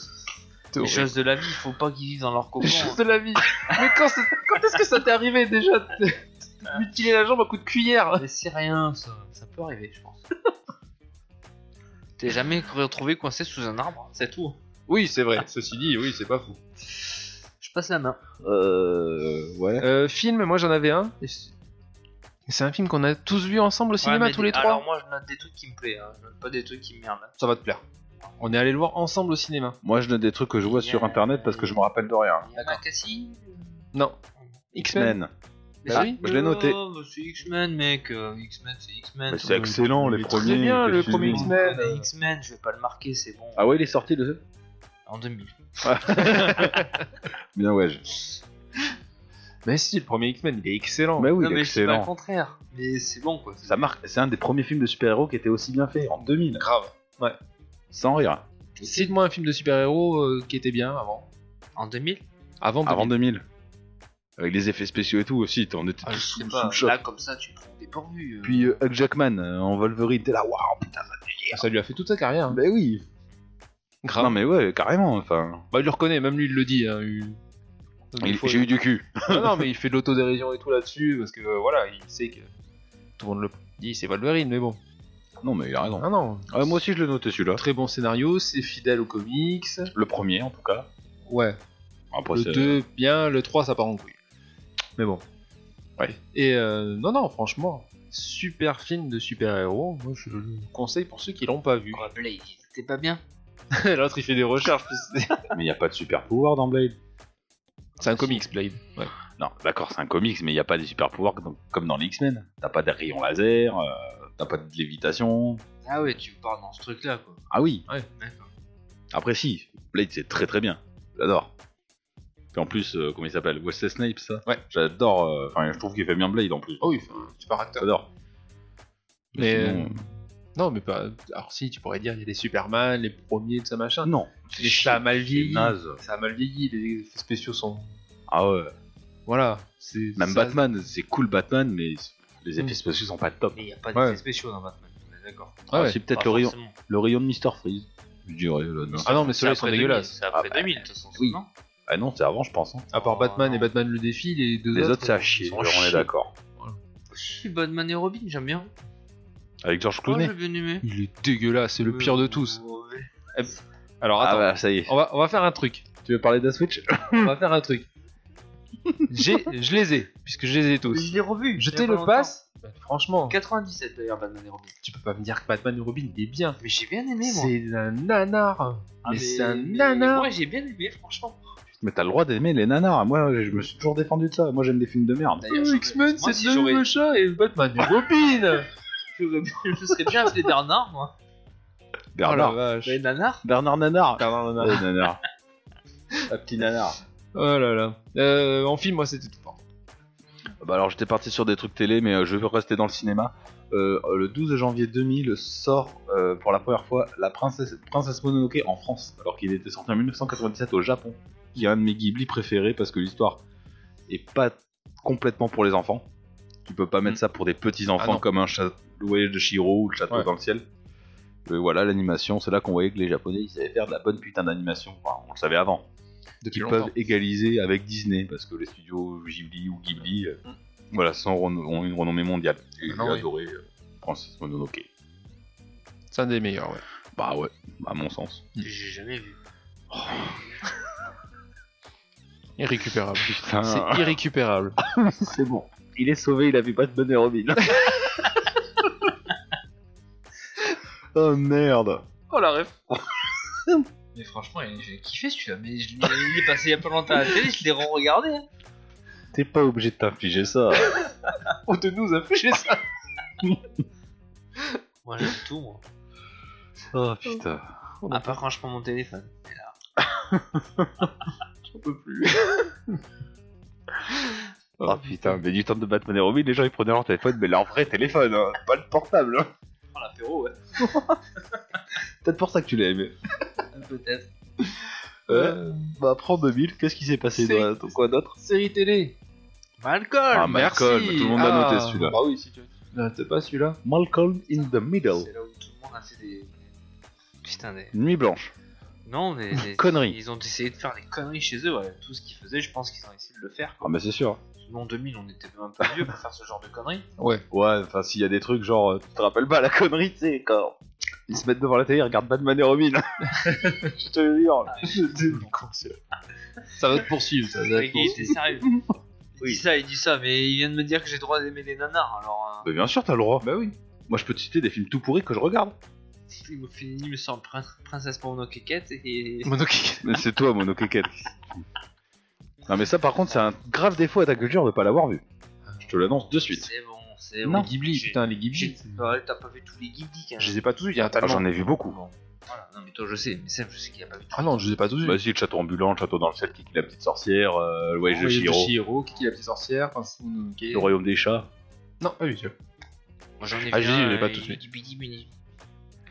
[SPEAKER 6] c'est- Les choses de la vie, il faut pas qu'ils vivent dans leur cocon. hein.
[SPEAKER 4] Chose de la vie. Mais quand, c'est- quand est-ce que ça t'est arrivé déjà de de mutiler la jambe à coup de cuillère
[SPEAKER 6] Mais c'est rien, ça, ça peut arriver, je pense. T'es jamais retrouvé coincé sous un arbre, c'est tout.
[SPEAKER 4] Oui, c'est vrai. Ceci dit, oui, c'est pas fou.
[SPEAKER 6] Je passe la main.
[SPEAKER 5] Euh. Ouais.
[SPEAKER 4] Euh, film, moi j'en avais un. Et C'est c'est un film qu'on a tous vu ensemble au cinéma,
[SPEAKER 6] Ouais, mais
[SPEAKER 4] tous
[SPEAKER 6] des-
[SPEAKER 4] les trois.
[SPEAKER 6] Alors moi, je note des trucs qui me plaisent, hein. je note pas des trucs qui me merdent. hein.
[SPEAKER 4] Ça va te plaire. On est allé le voir ensemble au cinéma.
[SPEAKER 5] Moi, je note des trucs que je vois sur internet parce que je me rappelle de rien.
[SPEAKER 6] D'accord. Cassie euh,
[SPEAKER 4] Non.
[SPEAKER 5] X-Men.
[SPEAKER 6] Mais
[SPEAKER 4] Bah
[SPEAKER 6] c'est-
[SPEAKER 4] oui,
[SPEAKER 5] je l'ai noté.
[SPEAKER 6] Oh, mais C'est X-Men, mec. euh, X-Men, c'est X-Men.
[SPEAKER 5] Mais c'est excellent, les
[SPEAKER 4] Très
[SPEAKER 5] premiers.
[SPEAKER 4] bien, le
[SPEAKER 5] Qu'est-ce que
[SPEAKER 4] premier
[SPEAKER 5] tu dis
[SPEAKER 4] X-Men.
[SPEAKER 6] Mais X-Men, je vais pas le marquer, c'est bon.
[SPEAKER 5] Ah ouais, il est sorti le.
[SPEAKER 6] En 2000.
[SPEAKER 5] Bien, ouais. je-
[SPEAKER 4] Mais si, le premier X-Men, il est excellent.
[SPEAKER 5] Mais oui,
[SPEAKER 6] non,
[SPEAKER 5] il est
[SPEAKER 6] mais je dis pas le
[SPEAKER 5] excellent.
[SPEAKER 6] contraire. Mais c'est bon, quoi.
[SPEAKER 5] Ça marque, c'est un des premiers films de super-héros qui était aussi bien fait en 2000.
[SPEAKER 4] Grave. Ouais.
[SPEAKER 5] Sans rire.
[SPEAKER 4] Cite-moi un film de super-héros euh, qui était bien avant.
[SPEAKER 6] En 2000
[SPEAKER 4] Avant,
[SPEAKER 5] Avant
[SPEAKER 4] 2000.
[SPEAKER 5] 2000. Avec les effets spéciaux et tout aussi, t'en étais
[SPEAKER 6] Ah,
[SPEAKER 5] tous
[SPEAKER 6] je
[SPEAKER 5] sous,
[SPEAKER 6] sais
[SPEAKER 5] sous
[SPEAKER 6] pas,
[SPEAKER 5] le choc.
[SPEAKER 6] là comme ça tu prends des pourvus. euh.
[SPEAKER 5] Puis euh, Hugh Jackman euh, en Wolverine, t'es là, waouh, putain, ça
[SPEAKER 4] Ça lui a fait toute sa carrière. hein.
[SPEAKER 5] Ben oui.
[SPEAKER 4] Grave.
[SPEAKER 5] Non mais ouais, carrément. Enfin,
[SPEAKER 4] Bah, il le reconnaît, même lui, il le dit. hein, il-
[SPEAKER 5] Il-
[SPEAKER 4] Des fois,
[SPEAKER 5] j'ai eu du cul.
[SPEAKER 4] Non, non, mais il fait de l'autodérision et tout là-dessus, parce que euh, voilà, il sait que tout le monde le dit, c'est Wolverine, mais bon.
[SPEAKER 5] Non mais il a raison.
[SPEAKER 4] Ah non,
[SPEAKER 5] Ouais, moi aussi, je le notais celui-là.
[SPEAKER 4] très bon scénario, c'est fidèle aux comics.
[SPEAKER 5] Le premier en tout cas.
[SPEAKER 4] Ouais,
[SPEAKER 5] Après,
[SPEAKER 4] le
[SPEAKER 5] c'est-
[SPEAKER 4] 2, bien, le 3, ça part en couille. Mais bon.
[SPEAKER 5] Ouais.
[SPEAKER 4] Et euh, non, non, franchement, super film de super-héros, moi je le conseille pour ceux qui l'ont pas vu.
[SPEAKER 6] Oh, Blade, c'était pas bien.
[SPEAKER 4] L'autre, il fait des recherches, plus-
[SPEAKER 5] Mais il n'y a pas de super pouvoir dans Blade.
[SPEAKER 4] c'est un comics, Blade. Ouais.
[SPEAKER 5] Non, d'accord, c'est un comics, mais il n'y a pas des super pouvoirs comme- comme dans les X-Men. T'as pas de rayon laser, euh, t'as pas de lévitation.
[SPEAKER 6] Ah ouais, tu parles dans ce truc là quoi.
[SPEAKER 5] Ah oui.
[SPEAKER 6] D'accord.
[SPEAKER 5] Après si, Blade c'est très très bien. J'adore. Puis en plus, euh, comment il s'appelle Wesley Snipes, ça
[SPEAKER 4] Ouais.
[SPEAKER 5] J'adore. euh, Enfin, je trouve qu'il fait bien Blade en plus.
[SPEAKER 4] Oh oui, enfin, super acteur.
[SPEAKER 5] J'adore.
[SPEAKER 4] Mais
[SPEAKER 5] Sinon,
[SPEAKER 4] non, mais pas. Alors si, tu pourrais dire, il y a les Superman, les premiers, tout ça
[SPEAKER 5] euh,
[SPEAKER 4] machin.
[SPEAKER 5] Non.
[SPEAKER 4] Mais ça a mal vieilli.
[SPEAKER 5] naze.
[SPEAKER 4] Ça a mal vieilli. Les effets spéciaux sont.
[SPEAKER 5] Ah ouais.
[SPEAKER 4] Voilà. C'est
[SPEAKER 5] Même
[SPEAKER 4] ça-
[SPEAKER 5] Batman, c'est cool Batman, mais les effets
[SPEAKER 4] Mm.
[SPEAKER 5] spéciaux sont pas top.
[SPEAKER 6] Mais il n'y a pas
[SPEAKER 4] Ouais.
[SPEAKER 6] d'effets spéciaux dans Batman, on est d'accord.
[SPEAKER 4] Ah ouais.
[SPEAKER 5] C'est peut-être
[SPEAKER 6] Pas
[SPEAKER 5] le, rayon,
[SPEAKER 6] forcément.
[SPEAKER 5] le rayon de Mister Freeze. Je dirais, là, non.
[SPEAKER 4] Ah non, mais
[SPEAKER 6] C'est
[SPEAKER 4] ceux-là ils sont
[SPEAKER 6] après 2000,
[SPEAKER 4] dégueulasses.
[SPEAKER 6] C'est après
[SPEAKER 5] Ah bah,
[SPEAKER 6] 2000, de toute façon.
[SPEAKER 5] oui.
[SPEAKER 6] non
[SPEAKER 5] Ah non, c'est avant, je pense. hein.
[SPEAKER 4] À part
[SPEAKER 6] Oh,
[SPEAKER 4] Batman
[SPEAKER 6] non.
[SPEAKER 4] et Batman le défi, les deux
[SPEAKER 5] Les autres, c'est à chier,
[SPEAKER 4] sont
[SPEAKER 5] on
[SPEAKER 4] chier.
[SPEAKER 5] est d'accord.
[SPEAKER 6] Si, Batman et Robin, j'aime bien.
[SPEAKER 5] Avec George
[SPEAKER 4] Ah,
[SPEAKER 6] Moi,
[SPEAKER 5] Clooney.
[SPEAKER 6] j'ai bien aimé.
[SPEAKER 4] Il est dégueulasse, c'est le pire de tous. Alors
[SPEAKER 5] ah
[SPEAKER 4] attends,
[SPEAKER 5] bah, ça y est.
[SPEAKER 4] on, va, on va faire un truc.
[SPEAKER 5] Tu veux parler de la Switch
[SPEAKER 4] On va faire un truc. J'ai, je les ai, puisque je les ai tous.
[SPEAKER 6] Je l'ai revu.
[SPEAKER 4] Je
[SPEAKER 6] il y
[SPEAKER 4] te
[SPEAKER 6] a pas
[SPEAKER 4] le
[SPEAKER 6] longtemps.
[SPEAKER 4] passe. Bah, franchement,
[SPEAKER 6] 97 d'ailleurs, Batman et Robin.
[SPEAKER 4] tu peux pas me dire que Batman et Robin il est bien.
[SPEAKER 6] Mais j'ai bien aimé, moi.
[SPEAKER 4] C'est un nanar.
[SPEAKER 6] Ah,
[SPEAKER 4] mais c'est un
[SPEAKER 6] mais
[SPEAKER 4] nanar.
[SPEAKER 6] Moi, j'ai bien aimé, franchement.
[SPEAKER 5] Mais t'as le droit d'aimer les nanars. Moi, je me suis toujours défendu de ça. Moi, j'aime des films de merde.
[SPEAKER 6] D'ailleurs, j'aurais-
[SPEAKER 4] Oh, Euh, X-Men, c'est
[SPEAKER 6] moi, si
[SPEAKER 4] le
[SPEAKER 6] j'aurais-
[SPEAKER 4] machin et Batman et Robin.
[SPEAKER 6] j'aurais bien- Je serais bien appelé Bernard, moi.
[SPEAKER 4] oh la
[SPEAKER 5] Bernard.
[SPEAKER 4] vache.
[SPEAKER 6] Mais Nanar
[SPEAKER 5] Bernard Nanar.
[SPEAKER 4] Bernard Nanar.
[SPEAKER 5] Ouais, nanar. Un petit nanar.
[SPEAKER 4] Oh là là. Euh, en film, moi c'était tout. Pardon.
[SPEAKER 5] Bah alors j'étais parti sur des trucs télé, mais euh, je vais rester dans le cinéma. Euh, le 12 janvier 2000 sort euh, pour la première fois La Princesse, Princesse Mononoke en France, alors qu'il était sorti en 1997 au Japon, qui est un de mes Ghibli préférés parce que l'histoire est pas complètement pour les enfants. Tu peux pas mettre ça pour des petits
[SPEAKER 4] Ah
[SPEAKER 5] enfants
[SPEAKER 4] non.
[SPEAKER 5] comme un chat- le voyage de Shiro ou le château
[SPEAKER 4] Ouais.
[SPEAKER 5] dans le ciel. Mais voilà l'animation, c'est là qu'on voyait que les Japonais ils savaient faire de la bonne putain d'animation. Enfin, on le savait avant
[SPEAKER 4] Depuis
[SPEAKER 5] qui
[SPEAKER 4] longtemps.
[SPEAKER 5] peuvent égaliser avec Disney parce que les studios Ghibli ou Ghibli euh, voilà sont reno- ont une renommée mondiale et j'ai
[SPEAKER 4] Ah non, oui.
[SPEAKER 5] adoré euh, Francis Mononoke
[SPEAKER 4] C'est un des meilleurs, ouais.
[SPEAKER 5] bah ouais à mon sens
[SPEAKER 6] J'ai jamais vu.
[SPEAKER 4] Irrécupérable.
[SPEAKER 5] putain
[SPEAKER 4] C'est irrécupérable.
[SPEAKER 5] c'est bon il est sauvé il a vu pas de bonheur Robin oh merde
[SPEAKER 6] Oh la ref Mais franchement, il- j'ai kiffé celui-là. Mais je l'ai- il est passé il y a pas longtemps à la télé, je l'ai re-regardé. hein.
[SPEAKER 5] t'es pas obligé de t'infliger ça
[SPEAKER 4] On de nous infliger ça.
[SPEAKER 6] Moi, j'aime tout, moi.
[SPEAKER 5] oh putain
[SPEAKER 6] À part quand je prends mon téléphone.
[SPEAKER 5] oh putain mais du temps de Batman et Robin les gens ils prenaient leur téléphone mais leur vrai téléphone hein, pas le portable hein.
[SPEAKER 6] Oh l'apéro, ouais.
[SPEAKER 5] peut-être pour ça que tu l'as aimé
[SPEAKER 6] Peut-être.
[SPEAKER 5] Euh, bah après en 2000 qu'est-ce qui s'est passé
[SPEAKER 4] C'est-
[SPEAKER 5] dans- dans quoi d'autre
[SPEAKER 4] Série télé.
[SPEAKER 6] Malcolm
[SPEAKER 5] Ah, Malcolm,
[SPEAKER 4] Merci.
[SPEAKER 5] tout le monde a noté
[SPEAKER 4] Ah.
[SPEAKER 5] celui-là.
[SPEAKER 4] Bah oui, si tu
[SPEAKER 5] Ah,
[SPEAKER 4] Non, t'as pas celui-là.
[SPEAKER 5] Malcolm in the Middle.
[SPEAKER 6] C'est là où tout le monde a fait des. Putain, des.
[SPEAKER 5] Nuit blanche.
[SPEAKER 6] Non, des. des-
[SPEAKER 4] Ah,
[SPEAKER 5] Conneries.
[SPEAKER 6] Ils ont essayé de faire des conneries chez eux, ouais. Tout ce qu'ils faisaient, je pense qu'ils ont essayé de le faire.
[SPEAKER 5] Ah bah c'est sûr.
[SPEAKER 6] Nous, en 2000, on était un peu vieux pour faire ce genre de conneries.
[SPEAKER 4] Ouais.
[SPEAKER 5] Ouais, enfin s'il y a des trucs genre, euh, tu te rappelles pas la connerie, tu sais, quand ils se mettent devant la télé, ils regardent Batman et Robin. Je te le jure.
[SPEAKER 4] Ça va te poursuivre, ça. ça va
[SPEAKER 6] Le
[SPEAKER 4] te
[SPEAKER 6] gars, il était sérieux. Il dit ça, il dit ça, mais il vient de me dire que j'ai le droit d'aimer les nanars, alors. euh,
[SPEAKER 5] Bah bien sûr, t'as le droit.
[SPEAKER 4] Bah oui.
[SPEAKER 5] Moi je peux te citer des films tout pourris que je regarde.
[SPEAKER 6] Il me fait une sur Prin- Princesse Mononoke et.
[SPEAKER 5] Mais c'est toi, Mono Keket. non mais ça par contre, c'est un grave défaut à ta culture de pas l'avoir vu. Je te l'annonce de suite.
[SPEAKER 6] C'est bon, c'est
[SPEAKER 4] Non.
[SPEAKER 6] bon.
[SPEAKER 4] Les Ghibli,
[SPEAKER 6] J'ai-
[SPEAKER 4] putain, les
[SPEAKER 6] J'ai-
[SPEAKER 4] Ghibli. c'est-
[SPEAKER 6] Ouais, T'as pas vu tous les Ghibli, quand
[SPEAKER 4] Je les ai pas tous vus, il y a un
[SPEAKER 5] Ah,
[SPEAKER 4] talent.
[SPEAKER 5] J'en ai vu beaucoup.
[SPEAKER 6] Voilà, non mais toi je sais, mais ça je sais qu'il n'y a pas vu.
[SPEAKER 4] Ah non, je les ai pas tous vus.
[SPEAKER 5] Bah si, le château ambulant, le château dans le ciel, Kiki la petite sorcière, euh, le voyage de
[SPEAKER 4] Voyage
[SPEAKER 5] Chihiro,
[SPEAKER 4] Chihiro, Kiki la petite sorcière, Prince Mononoke.
[SPEAKER 5] le royaume des chats.
[SPEAKER 4] Non, pas vu celui-là.
[SPEAKER 6] Moi j'en ai
[SPEAKER 4] Ah,
[SPEAKER 6] vu
[SPEAKER 4] je dis,
[SPEAKER 6] un,
[SPEAKER 4] je l'ai pas
[SPEAKER 6] euh,
[SPEAKER 4] tout de suite. Hein
[SPEAKER 6] Yidi Bidi.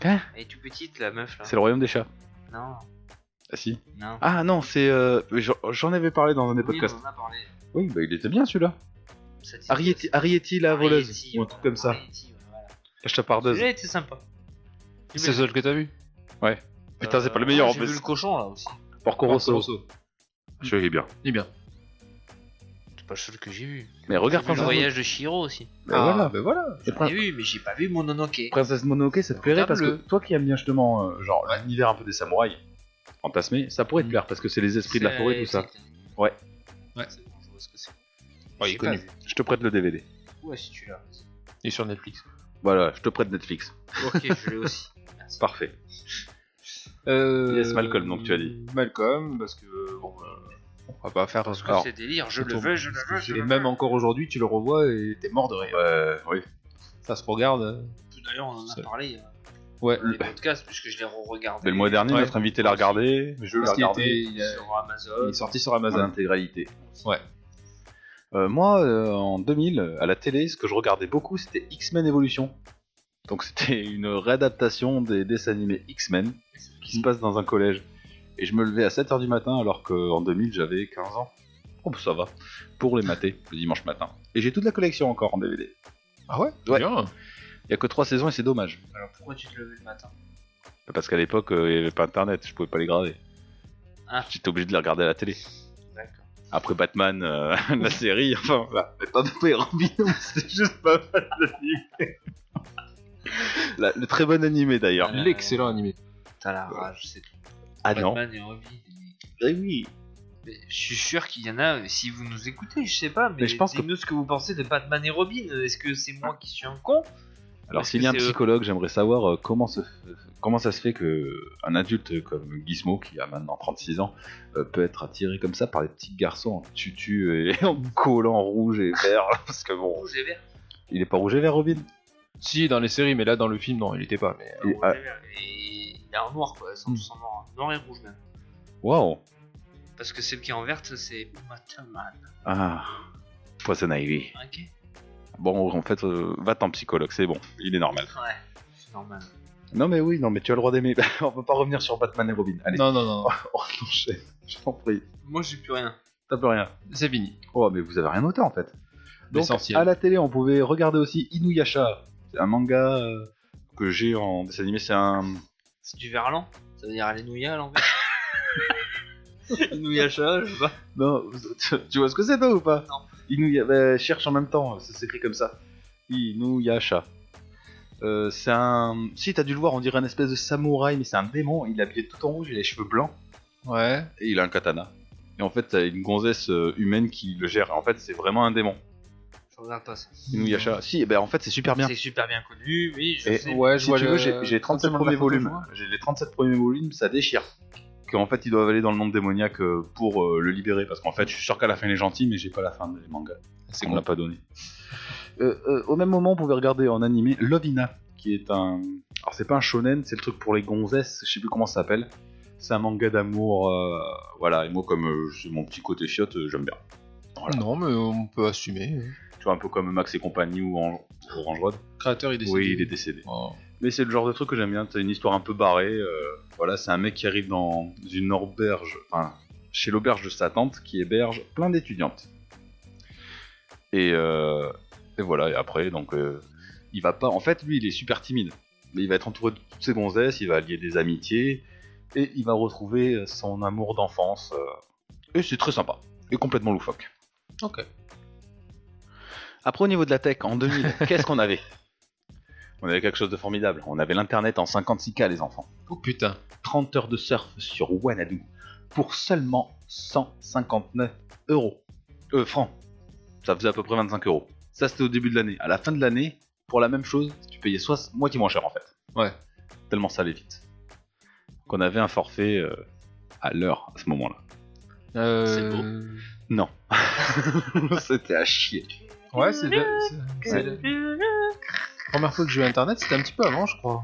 [SPEAKER 5] Quoi
[SPEAKER 6] Elle est tout petite la meuf là.
[SPEAKER 5] C'est le royaume des chats.
[SPEAKER 6] Non,
[SPEAKER 5] Ah si.
[SPEAKER 6] non.
[SPEAKER 5] Ah non, c'est. euh, j'en- J'en avais parlé dans un des
[SPEAKER 6] Oui,
[SPEAKER 5] podcasts.
[SPEAKER 6] on en a parlé.
[SPEAKER 5] Oui, bah il était bien celui-là.
[SPEAKER 6] Ça dit-
[SPEAKER 5] Arietti, Arietti la voleuse.
[SPEAKER 6] Arietti,
[SPEAKER 5] ou un truc comme ça.
[SPEAKER 6] Arietti, ouais, voilà.
[SPEAKER 5] La chapardeuse.
[SPEAKER 6] Celui-là était sympa.
[SPEAKER 4] C'est le seul que t'as vu.
[SPEAKER 5] Putain, c'est
[SPEAKER 6] Euh,
[SPEAKER 5] pas le meilleur en
[SPEAKER 6] j'ai vu
[SPEAKER 5] plus.
[SPEAKER 6] le cochon là aussi.
[SPEAKER 5] Porco Rosso. Je l'ai bien.
[SPEAKER 4] Il est bien.
[SPEAKER 6] C'est pas le seul que j'ai vu.
[SPEAKER 5] Mais
[SPEAKER 6] J'ai
[SPEAKER 5] regarde
[SPEAKER 6] vu le
[SPEAKER 5] Princesse
[SPEAKER 6] voyage de Shiro aussi.
[SPEAKER 5] Mononoke.
[SPEAKER 4] Ah,
[SPEAKER 5] Bah voilà.
[SPEAKER 4] bah voilà.
[SPEAKER 5] Et
[SPEAKER 6] J'ai
[SPEAKER 5] Prin-
[SPEAKER 6] vu, mais j'ai pas vu Mononoke.
[SPEAKER 5] Princesse Mononoke, ça te plairait parce que
[SPEAKER 4] Regarde-le.
[SPEAKER 5] toi qui aimes bien justement, euh, genre, l'univers un peu des samouraïs, fantasmé, ça pourrait te
[SPEAKER 4] Mm.
[SPEAKER 5] plaire parce que c'est les esprits de la
[SPEAKER 6] C'est-
[SPEAKER 5] forêt, tout ça.
[SPEAKER 6] c'est-
[SPEAKER 5] Ouais.
[SPEAKER 4] Ouais.
[SPEAKER 6] C'est bon, je vois ce que c'est.
[SPEAKER 5] Oh,
[SPEAKER 4] Ouais, il est
[SPEAKER 6] J'ai pas
[SPEAKER 4] connu.
[SPEAKER 6] vu.
[SPEAKER 5] Je te prête le DVD.
[SPEAKER 6] Ouais, si tu l'as. vas-y.
[SPEAKER 4] Il est sur Netflix.
[SPEAKER 5] Voilà, je te prête Netflix.
[SPEAKER 6] Ok, je l'ai aussi. Merci.
[SPEAKER 5] Parfait.
[SPEAKER 4] Euh...
[SPEAKER 5] Yes, Malcolm, donc, tu as dit.
[SPEAKER 4] Malcolm, parce que bon, euh, on va pas faire ce
[SPEAKER 6] Parce que c'est délire, je le
[SPEAKER 4] Surtout,
[SPEAKER 6] veux, je le veux,
[SPEAKER 4] parce
[SPEAKER 6] je
[SPEAKER 4] que
[SPEAKER 6] le
[SPEAKER 4] Même
[SPEAKER 6] veux.
[SPEAKER 4] encore aujourd'hui, tu le revois et t'es mort de rire.
[SPEAKER 5] Ouais, oui.
[SPEAKER 4] Ça se regarde. euh,
[SPEAKER 6] D'ailleurs, on en a
[SPEAKER 4] Ça-
[SPEAKER 6] parlé il y a
[SPEAKER 4] Ouais.
[SPEAKER 6] les podcasts, puisque je les re-regarde.
[SPEAKER 5] Mais bah. le mois dernier,
[SPEAKER 4] Ouais.
[SPEAKER 5] notre invité l'a regardé. Je l'ai
[SPEAKER 4] Parce qu'il
[SPEAKER 5] regardé.
[SPEAKER 4] était- il a-
[SPEAKER 6] sur Amazon.
[SPEAKER 4] il est sorti sur
[SPEAKER 5] dans
[SPEAKER 4] Amazon.
[SPEAKER 5] l'intégralité.
[SPEAKER 4] Ouais.
[SPEAKER 5] Euh, moi, euh, en 2000, euh, à la télé, ce que je regardais beaucoup, c'était X-Men Evolution. Donc c'était une réadaptation des dessins animés X-Men qui
[SPEAKER 4] Mm.
[SPEAKER 5] se passe dans un collège. Et je me levais à 7h du matin alors qu'en 2000 j'avais 15 ans. Oh bah, ça va. Pour les mater le dimanche matin. Et j'ai toute la collection encore en DVD.
[SPEAKER 4] Ah ouais,
[SPEAKER 5] Ouais.
[SPEAKER 4] Bien.
[SPEAKER 5] Il n'y a que 3 saisons et c'est dommage.
[SPEAKER 6] Alors pourquoi tu te levais le matin
[SPEAKER 5] Parce qu'à l'époque, euh, il n'y avait pas internet, je pouvais pas les graver.
[SPEAKER 6] Ah.
[SPEAKER 5] J'étais obligé de les regarder à la télé.
[SPEAKER 6] D'accord.
[SPEAKER 5] Après Batman, euh, la série, enfin, voilà. Bah, mais pas Batman et Robin, c'était juste pas mal l'animé. La- le très bon animé
[SPEAKER 4] Ah,
[SPEAKER 5] d'ailleurs.
[SPEAKER 6] Ouais.
[SPEAKER 4] L'excellent animé.
[SPEAKER 6] T'as la rage, c'est tout.
[SPEAKER 5] Ah non
[SPEAKER 6] Batman et Robin. mais-
[SPEAKER 5] Eh oui
[SPEAKER 6] mais Je suis sûr qu'il y en a, si vous nous écoutez, je sais pas, mais,
[SPEAKER 5] Mais je pense que-
[SPEAKER 6] dites-nous ce que vous pensez de Batman et Robin. Est-ce que c'est moi qui suis un con
[SPEAKER 5] Alors
[SPEAKER 6] Est-ce
[SPEAKER 5] s'il
[SPEAKER 6] que
[SPEAKER 5] y a un
[SPEAKER 6] c'est eux
[SPEAKER 5] psychologue, j'aimerais savoir euh, comment, se- comment ça se fait que un adulte comme Gizmo, qui a maintenant 36 ans, euh, peut être attiré comme ça par les petits garçons en tutu et en collant rouge et vert, parce que bon,
[SPEAKER 6] Rouge et vert.
[SPEAKER 5] il est pas rouge et vert Robin
[SPEAKER 4] Si, dans les séries, mais là, dans le film, non, il était pas. Mais...
[SPEAKER 5] Et,
[SPEAKER 6] Rouge
[SPEAKER 5] ah, Hmm.
[SPEAKER 6] et vert. Et il est en noir, quoi. Ils sont tous en noir. Noir et rouge, même.
[SPEAKER 5] Waouh
[SPEAKER 6] Parce que celle qui est en verte, c'est Batman.
[SPEAKER 5] Ah Poison Ivy.
[SPEAKER 6] Ok
[SPEAKER 5] Bon, en fait, euh, va t'en psychologue, c'est bon, il est normal.
[SPEAKER 6] Ouais, c'est normal.
[SPEAKER 5] Non, mais oui, non, mais tu as le droit d'aimer. on peut pas revenir sur Batman et Robin. Allez,
[SPEAKER 4] Non, non, non,
[SPEAKER 5] on enchaîne, je t'en prie.
[SPEAKER 6] Moi, j'ai plus rien.
[SPEAKER 5] T'as plus rien.
[SPEAKER 4] c'est fini.
[SPEAKER 5] Oh, mais vous avez rien noté en fait. Donc,
[SPEAKER 4] L'essentiel.
[SPEAKER 5] à la télé, on pouvait regarder aussi Inuyasha. C'est un manga euh, que j'ai en dessin animé, c'est un.
[SPEAKER 6] C'est du verlan Ça veut dire les nouilles à l'envers Nouillacha, je sais pas.
[SPEAKER 5] Non, tu vois ce que c'est toi ou pas
[SPEAKER 6] Non.
[SPEAKER 5] Inuyasha, bah, cherche en même temps, ça s'écrit comme ça. Inuyasha. Euh, c'est un. Si t'as dû le voir, on dirait un espèce de samouraï, mais c'est un démon. Il est habillé tout en rouge, il a les cheveux blancs.
[SPEAKER 4] Ouais.
[SPEAKER 5] et il a un katana. Et en fait, t'as une gonzesse euh, humaine qui le gère. En fait, c'est vraiment un démon.
[SPEAKER 6] Je regarde pas ça.
[SPEAKER 5] Inuyasha. Si, eh ben en fait, c'est super bien.
[SPEAKER 6] C'est super bien connu, oui, je
[SPEAKER 5] Et
[SPEAKER 6] sais.
[SPEAKER 4] Ouais,
[SPEAKER 5] si tu veux, j'ai j'ai 37 premiers volumes. J'ai les 37 premiers volumes, ça déchire. Qu'en fait, ils doivent aller dans le monde démoniaque euh, pour euh, le libérer. Parce qu'en fait, je suis sûr qu'à la fin, il est gentil, mais j'ai pas la fin des mangas.
[SPEAKER 4] C'est
[SPEAKER 5] C'est qu'on l'a
[SPEAKER 4] con.
[SPEAKER 5] pas donné. Euh, euh, au même moment, on pouvait regarder en animé Lovina, qui est un. Alors, c'est pas un shonen, c'est le truc pour les gonzesses, je sais plus comment ça s'appelle. C'est un manga d'amour, euh, voilà. Et moi, comme euh, c'est mon petit côté chiotte, euh, j'aime bien. Voilà.
[SPEAKER 4] Non, mais on peut assumer. hein.
[SPEAKER 5] Tu vois, un peu comme Max et compagnie ou An- Orange Road.
[SPEAKER 4] Créateur, il décide.
[SPEAKER 5] Oui, il est décédé.
[SPEAKER 4] Oh.
[SPEAKER 5] Mais c'est le genre de truc que j'aime bien. T'as une histoire un peu barrée. euh, voilà, c'est un mec qui arrive dans une auberge, enfin, chez l'auberge de sa tante, qui héberge plein d'étudiantes. Et, euh, et voilà. Et après, donc, euh, il va pas. En fait, lui, il est super timide. Mais il va être entouré de toutes ses gonzesses. Il va lier des amitiés et il va retrouver son amour d'enfance. euh, et c'est très sympa. Et complètement loufoque.
[SPEAKER 4] Ok.
[SPEAKER 5] Après, au niveau de la tech, en 2000, qu'est-ce qu'on avait On avait quelque chose de formidable. On avait l'Internet en 56K, les enfants.
[SPEAKER 4] Oh putain.
[SPEAKER 5] 30 heures de surf sur Wanadu pour seulement 159 euros. Euh, francs. Ça faisait à peu près 25 euros. Ça, c'était au début de l'année. À la fin de l'année, pour la même chose, tu payais soit moitié moins cher, en fait.
[SPEAKER 4] Ouais.
[SPEAKER 5] Tellement ça allait vite. Qu'on avait un forfait euh, à l'heure, à ce moment-là.
[SPEAKER 4] Euh...
[SPEAKER 5] Non. c'était à chier.
[SPEAKER 4] Ouais, c'est c'est- c'est la première fois que j'ai eu Internet, c'était un petit peu avant, je crois.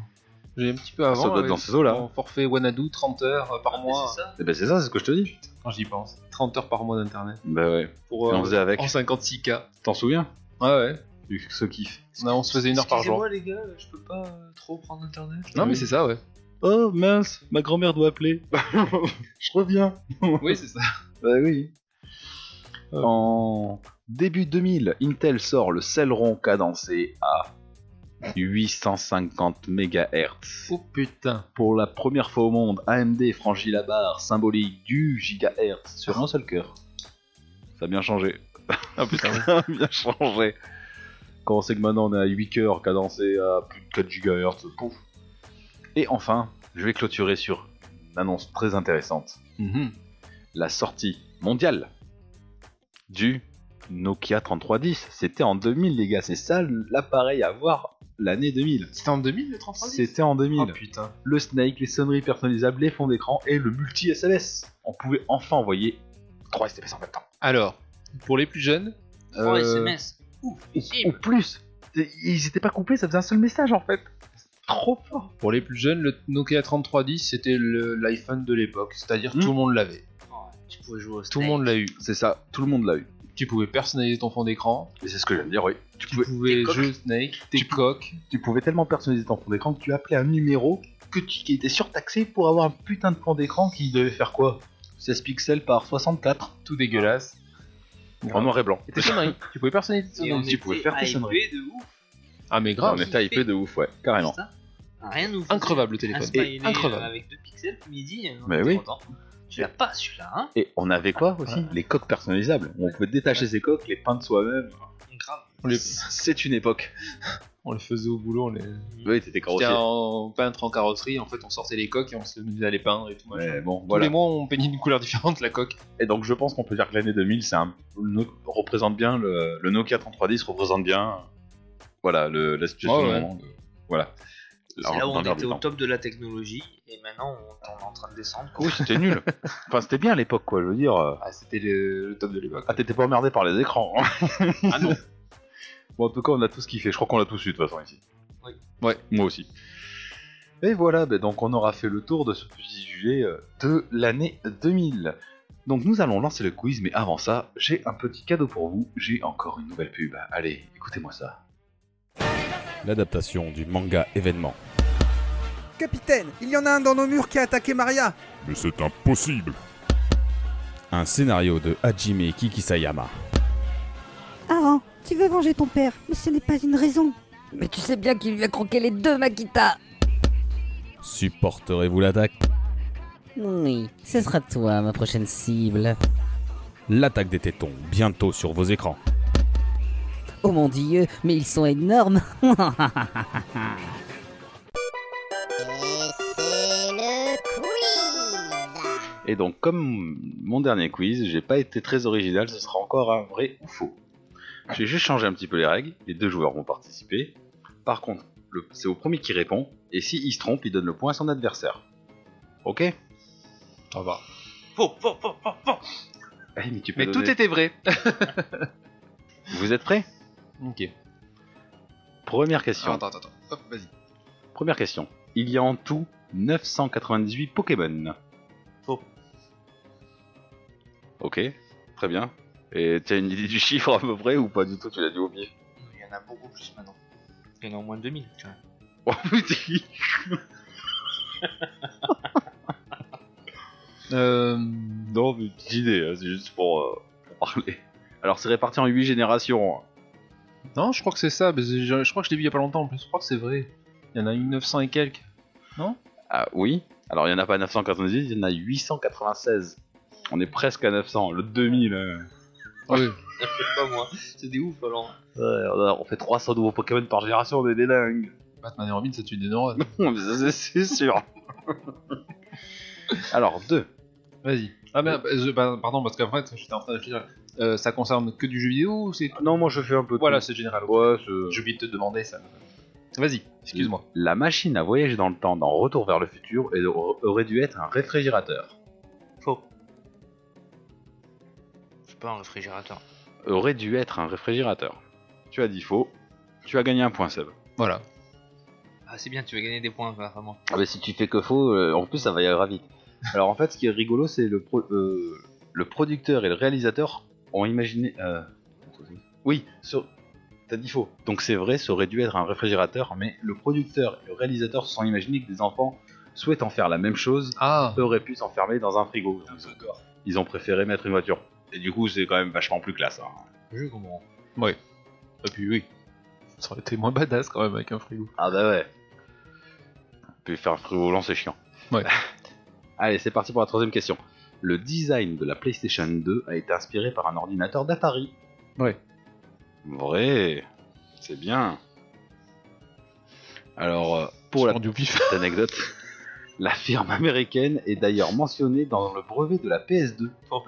[SPEAKER 4] J'ai un petit peu avant.
[SPEAKER 5] doit être
[SPEAKER 4] avec
[SPEAKER 5] dans ces eaux-là.
[SPEAKER 4] mon forfait Wanadu, 30 heures euh, par mois.
[SPEAKER 6] Ah, C'est ça
[SPEAKER 5] Et ben, c'est ça, c'est ce que je te dis.
[SPEAKER 4] Quand j'y pense. 30 heures par mois d'Internet.
[SPEAKER 5] Bah ouais.
[SPEAKER 4] Pour, euh,
[SPEAKER 5] on faisait avec.
[SPEAKER 4] En 56K.
[SPEAKER 5] T'en souviens
[SPEAKER 4] Ouais, ouais.
[SPEAKER 5] Du ce kiff.
[SPEAKER 4] On, a- on se faisait une heure par jour.
[SPEAKER 6] Excusez-moi, les gars, je peux pas euh, trop prendre internet.
[SPEAKER 4] Non, mais c'est ça, ouais.
[SPEAKER 5] Oh mince, ma grand-mère doit appeler. Je reviens.
[SPEAKER 4] oui, c'est ça.
[SPEAKER 5] Bah oui. Euh. En début 2000, Intel sort le Celeron cadencé à 850 MHz.
[SPEAKER 4] Oh putain.
[SPEAKER 5] Pour la première fois au monde, AMD franchit la barre symbolique du gigahertz sur un seul cœur. Ça a bien changé.
[SPEAKER 4] Ah putain, ouais.
[SPEAKER 5] Ça a bien changé. Quand on sait que maintenant on est à 8 cœurs cadencé à plus de 4 gigahertz, pouf. Et enfin, je vais clôturer sur une annonce très intéressante
[SPEAKER 4] Mhm.
[SPEAKER 5] la sortie mondiale du Nokia 3310. C'était en 2000, les gars. C'est ça l'appareil à voir l'année 2000.
[SPEAKER 4] C'était en 2000 le 33
[SPEAKER 5] C'était en 2000.
[SPEAKER 4] Oh putain.
[SPEAKER 5] le Snake, les sonneries personnalisables, les fonds d'écran et le multi-SMS. On pouvait enfin envoyer 3 SMS en même temps.
[SPEAKER 4] Alors, pour les plus jeunes,
[SPEAKER 6] Pour
[SPEAKER 4] euh,
[SPEAKER 6] SMS. Ouf,
[SPEAKER 5] Ou
[SPEAKER 6] bim.
[SPEAKER 5] plus. Ils n'étaient pas couplés, ça faisait un seul message en fait. trop fort.
[SPEAKER 4] Pour les plus jeunes, le Nokia 3310, c'était le- l'iPhone de l'époque, c'est-à-dire
[SPEAKER 5] Hmm.
[SPEAKER 4] tout le monde l'avait.
[SPEAKER 6] Tu pouvais jouer au
[SPEAKER 4] Tout le monde l'a eu.
[SPEAKER 5] C'est ça, tout le monde l'a eu.
[SPEAKER 4] Tu pouvais personnaliser ton fond d'écran,
[SPEAKER 5] Et c'est ce que j'aime dire, oui. Tu
[SPEAKER 4] tu
[SPEAKER 5] pouvais,
[SPEAKER 4] pouvais
[SPEAKER 6] tes coques.
[SPEAKER 4] jouer au Snake, tes coques.
[SPEAKER 5] tu pouvais tellement personnaliser ton fond d'écran que tu appelais un numéro que tu, qui était surtaxé pour avoir un putain de fond d'écran qui devait faire quoi 16 pixels par 64
[SPEAKER 4] tout dégueulasse.
[SPEAKER 5] En noir et blanc.
[SPEAKER 4] Et tes sonneries, tu pouvais personnaliser tes
[SPEAKER 6] Et on
[SPEAKER 4] sonneries.
[SPEAKER 5] tu pouvais
[SPEAKER 6] était
[SPEAKER 5] faire tes
[SPEAKER 6] hypés
[SPEAKER 5] sonneries.
[SPEAKER 6] de ouf.
[SPEAKER 4] Ah mais grave,
[SPEAKER 5] on était hypé de ouf, ouais, carrément.
[SPEAKER 6] ça. Rien nous faisait.
[SPEAKER 4] increvable le
[SPEAKER 6] Un
[SPEAKER 4] téléphone.
[SPEAKER 6] smiley,
[SPEAKER 4] increvable. Bah
[SPEAKER 6] euh, avec deux pixels midi. euh, on
[SPEAKER 5] Mais
[SPEAKER 6] était
[SPEAKER 5] oui.
[SPEAKER 6] content. Tu l'as pas celui-là, hein
[SPEAKER 5] Et on avait quoi aussi Les coques personnalisables. On pouvait détacher ses coques, les peindre soi-même.
[SPEAKER 6] Grave.
[SPEAKER 4] on, les,
[SPEAKER 5] C'est une époque.
[SPEAKER 4] on les faisait au boulot, on les...
[SPEAKER 5] Oui, t'étais
[SPEAKER 4] J'étais
[SPEAKER 5] carrossier.
[SPEAKER 4] en peintre en carrosserie, en fait on sortait les coques et on se faisait à les peindre et tout machin.
[SPEAKER 5] Mais bon,
[SPEAKER 4] Tous
[SPEAKER 5] voilà.
[SPEAKER 4] les mois on peignait une couleur différente la coque.
[SPEAKER 5] Et donc je pense qu'on peut dire que l'année 2000, c'est un no- représente bien le, le Nokia 3310 représente bien, voilà, le, la situation
[SPEAKER 4] Ouais,
[SPEAKER 5] du
[SPEAKER 4] ouais.
[SPEAKER 5] moment, le- voilà.
[SPEAKER 6] C'est là où
[SPEAKER 5] dans
[SPEAKER 6] on
[SPEAKER 5] l'air du
[SPEAKER 6] était au
[SPEAKER 5] temps.
[SPEAKER 6] top de la technologie et maintenant on, on est en train de descendre. quoi.
[SPEAKER 5] Oui, c'était nul. enfin, c'était bien à l'époque, quoi. Je veux dire, euh,
[SPEAKER 4] Ah c'était le, le top de l'époque.
[SPEAKER 5] ah, t'étais pas emmerdé par les écrans. hein.
[SPEAKER 4] Ah non
[SPEAKER 5] bon, en tout cas, on a tous kiffé. Je crois qu'on l'a tous eu de toute façon ici.
[SPEAKER 6] Oui.
[SPEAKER 5] Ouais, moi aussi. Et voilà, ben, donc on aura fait le tour de ce petit sujet euh, de l'année 2000. Donc nous allons lancer le quiz, mais avant ça, j'ai un petit cadeau pour vous. J'ai encore une nouvelle pub. Allez, écoutez-moi ça.
[SPEAKER 7] L'adaptation du manga événement.
[SPEAKER 8] Capitaine, il y en a un dans nos murs qui a attaqué Maria.
[SPEAKER 7] Mais c'est impossible Un scénario de Hajime Kikisayama.
[SPEAKER 9] Aran, tu veux venger ton père, mais ce n'est pas une raison. Mais tu sais bien qu'il lui a croqué les deux, Makita.
[SPEAKER 7] Supporterez-vous l'attaque
[SPEAKER 10] Oui, ce sera toi ma prochaine cible.
[SPEAKER 7] L'attaque des tétons, bientôt sur vos écrans.
[SPEAKER 10] Oh mon dieu, mais ils sont énormes
[SPEAKER 5] Et donc, comme mon dernier quiz, j'ai pas été très original, ce sera encore un vrai ou faux. J'ai juste changé un petit peu les règles, les deux joueurs vont participer. Par contre, le- c'est au premier qui répond, et s'il se trompe, il donne le point à son adversaire. Ok Eh,
[SPEAKER 4] Ça va.
[SPEAKER 6] Po, po, po, po, po.
[SPEAKER 5] Eh, mais tu peux
[SPEAKER 4] Mais tout
[SPEAKER 5] donner-
[SPEAKER 4] était vrai.
[SPEAKER 5] Vous êtes prêts
[SPEAKER 4] ok. Ah.
[SPEAKER 5] Première question.
[SPEAKER 4] attends, attends, attends. Hop, vas-y.
[SPEAKER 5] Première question. Il y a en tout 998 Pokémon.
[SPEAKER 6] Faux.
[SPEAKER 5] Ok, très bien. Et t'as une idée du chiffre à peu près ou pas du tout Tu l'as dit au pif
[SPEAKER 6] Il y en a beaucoup plus maintenant. Il y en a au moins 2000 quand même.
[SPEAKER 5] Oh putain
[SPEAKER 4] Euh,
[SPEAKER 5] Non, mais petite idée, hein, c'est juste pour, euh, pour parler. Alors, c'est réparti en 8 générations. hein.
[SPEAKER 4] non, je crois que c'est ça. parce que Je, je crois que je l'ai vu il y a pas longtemps en plus. Je crois que c'est vrai. Il y en a eu 900 et quelques.
[SPEAKER 5] Ah oui Alors, il n'y en a pas 998, il y en a 896. On est presque à 900, le 2000. euh.
[SPEAKER 4] Oui.
[SPEAKER 6] pas moi. C'est des ouf alors.
[SPEAKER 5] Ouais, on, a- on fait 300 nouveaux Pokémon par génération, on est des dingues.
[SPEAKER 4] Batman et Robin, ça tue des neurones.
[SPEAKER 5] Non, mais ça, c'est- c'est sûr. Alors, 2.
[SPEAKER 4] Vas-y. Ah ben, bah, je- bah, pardon, parce qu'en fait, j'étais en train de dire, euh, ça concerne que du jeu vidéo ou c'est tout
[SPEAKER 5] Non, moi, je fais un peu de
[SPEAKER 4] Voilà,
[SPEAKER 5] tout.
[SPEAKER 4] c'est général.
[SPEAKER 5] Ouais, c'est-
[SPEAKER 4] Je vais te demander ça. Vas-y, excuse-moi.
[SPEAKER 5] La machine à voyager dans le temps dans Retour vers le futur est- aurait dû être un réfrigérateur.
[SPEAKER 6] Faux. C'est pas un réfrigérateur.
[SPEAKER 5] aurait dû être un réfrigérateur. Tu as dit faux. Tu as gagné un point, Seb.
[SPEAKER 4] Voilà.
[SPEAKER 6] Ah c'est bien, tu vas gagner des points grâce à moi.
[SPEAKER 5] Ah bah si tu fais que faux, euh, en plus ça va y aller vite. Alors en fait, ce qui est rigolo, c'est le pro- euh, le producteur et le réalisateur ont imaginé. euh, Oui, sur... t'as dit faux. Donc c'est vrai, ça aurait dû être un réfrigérateur, mais le producteur et le réalisateur se sont imaginés que des enfants souhaitant faire la même chose
[SPEAKER 4] Ah,
[SPEAKER 5] auraient pu s'enfermer dans un frigo. Ils ont préféré mettre une voiture. Et du coup, c'est quand même vachement plus classe. hein.
[SPEAKER 6] Je comprends.
[SPEAKER 4] et puis oui. Ça aurait été moins badass quand même avec un frigo.
[SPEAKER 5] Ah bah ouais. Puis faire un frigo volant, c'est chiant.
[SPEAKER 4] Ouais.
[SPEAKER 5] Allez, c'est parti pour la troisième question. Le design de la PlayStation 2 a été inspiré par un ordinateur d'Atari.
[SPEAKER 4] Ouais.
[SPEAKER 5] Vrai. C'est bien. Alors, euh, pour
[SPEAKER 4] Je
[SPEAKER 5] la
[SPEAKER 4] prends du pif.
[SPEAKER 5] petite anecdote, la firme américaine est d'ailleurs mentionnée dans le brevet de la PS2.
[SPEAKER 6] Oh.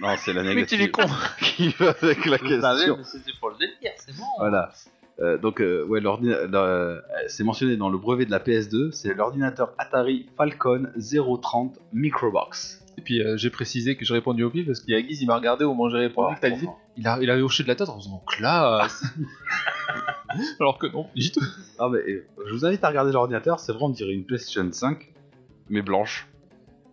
[SPEAKER 5] Non, c'est l'anecdote
[SPEAKER 6] il est
[SPEAKER 5] qui- qui va avec la question.
[SPEAKER 6] C'était pour le délire, c'est bon.
[SPEAKER 5] Voilà. Euh, donc, euh, ouais, l'ordina- le- euh, c'est mentionné dans le brevet de la PS2, c'est l'ordinateur Atari Falcon 030 Microbox.
[SPEAKER 4] Et puis euh, j'ai précisé que j'ai répondu au pif parce qu'il y a Guise, il m'a regardé au moment où j'ai répondu. que t'as dit- il, a, il a hoché de la tête en faisant classe. Alors que non, du tout.
[SPEAKER 5] Ah, mais euh, je vous invite à regarder l'ordinateur, c'est vrai, on dirait une PlayStation 5, mais blanche.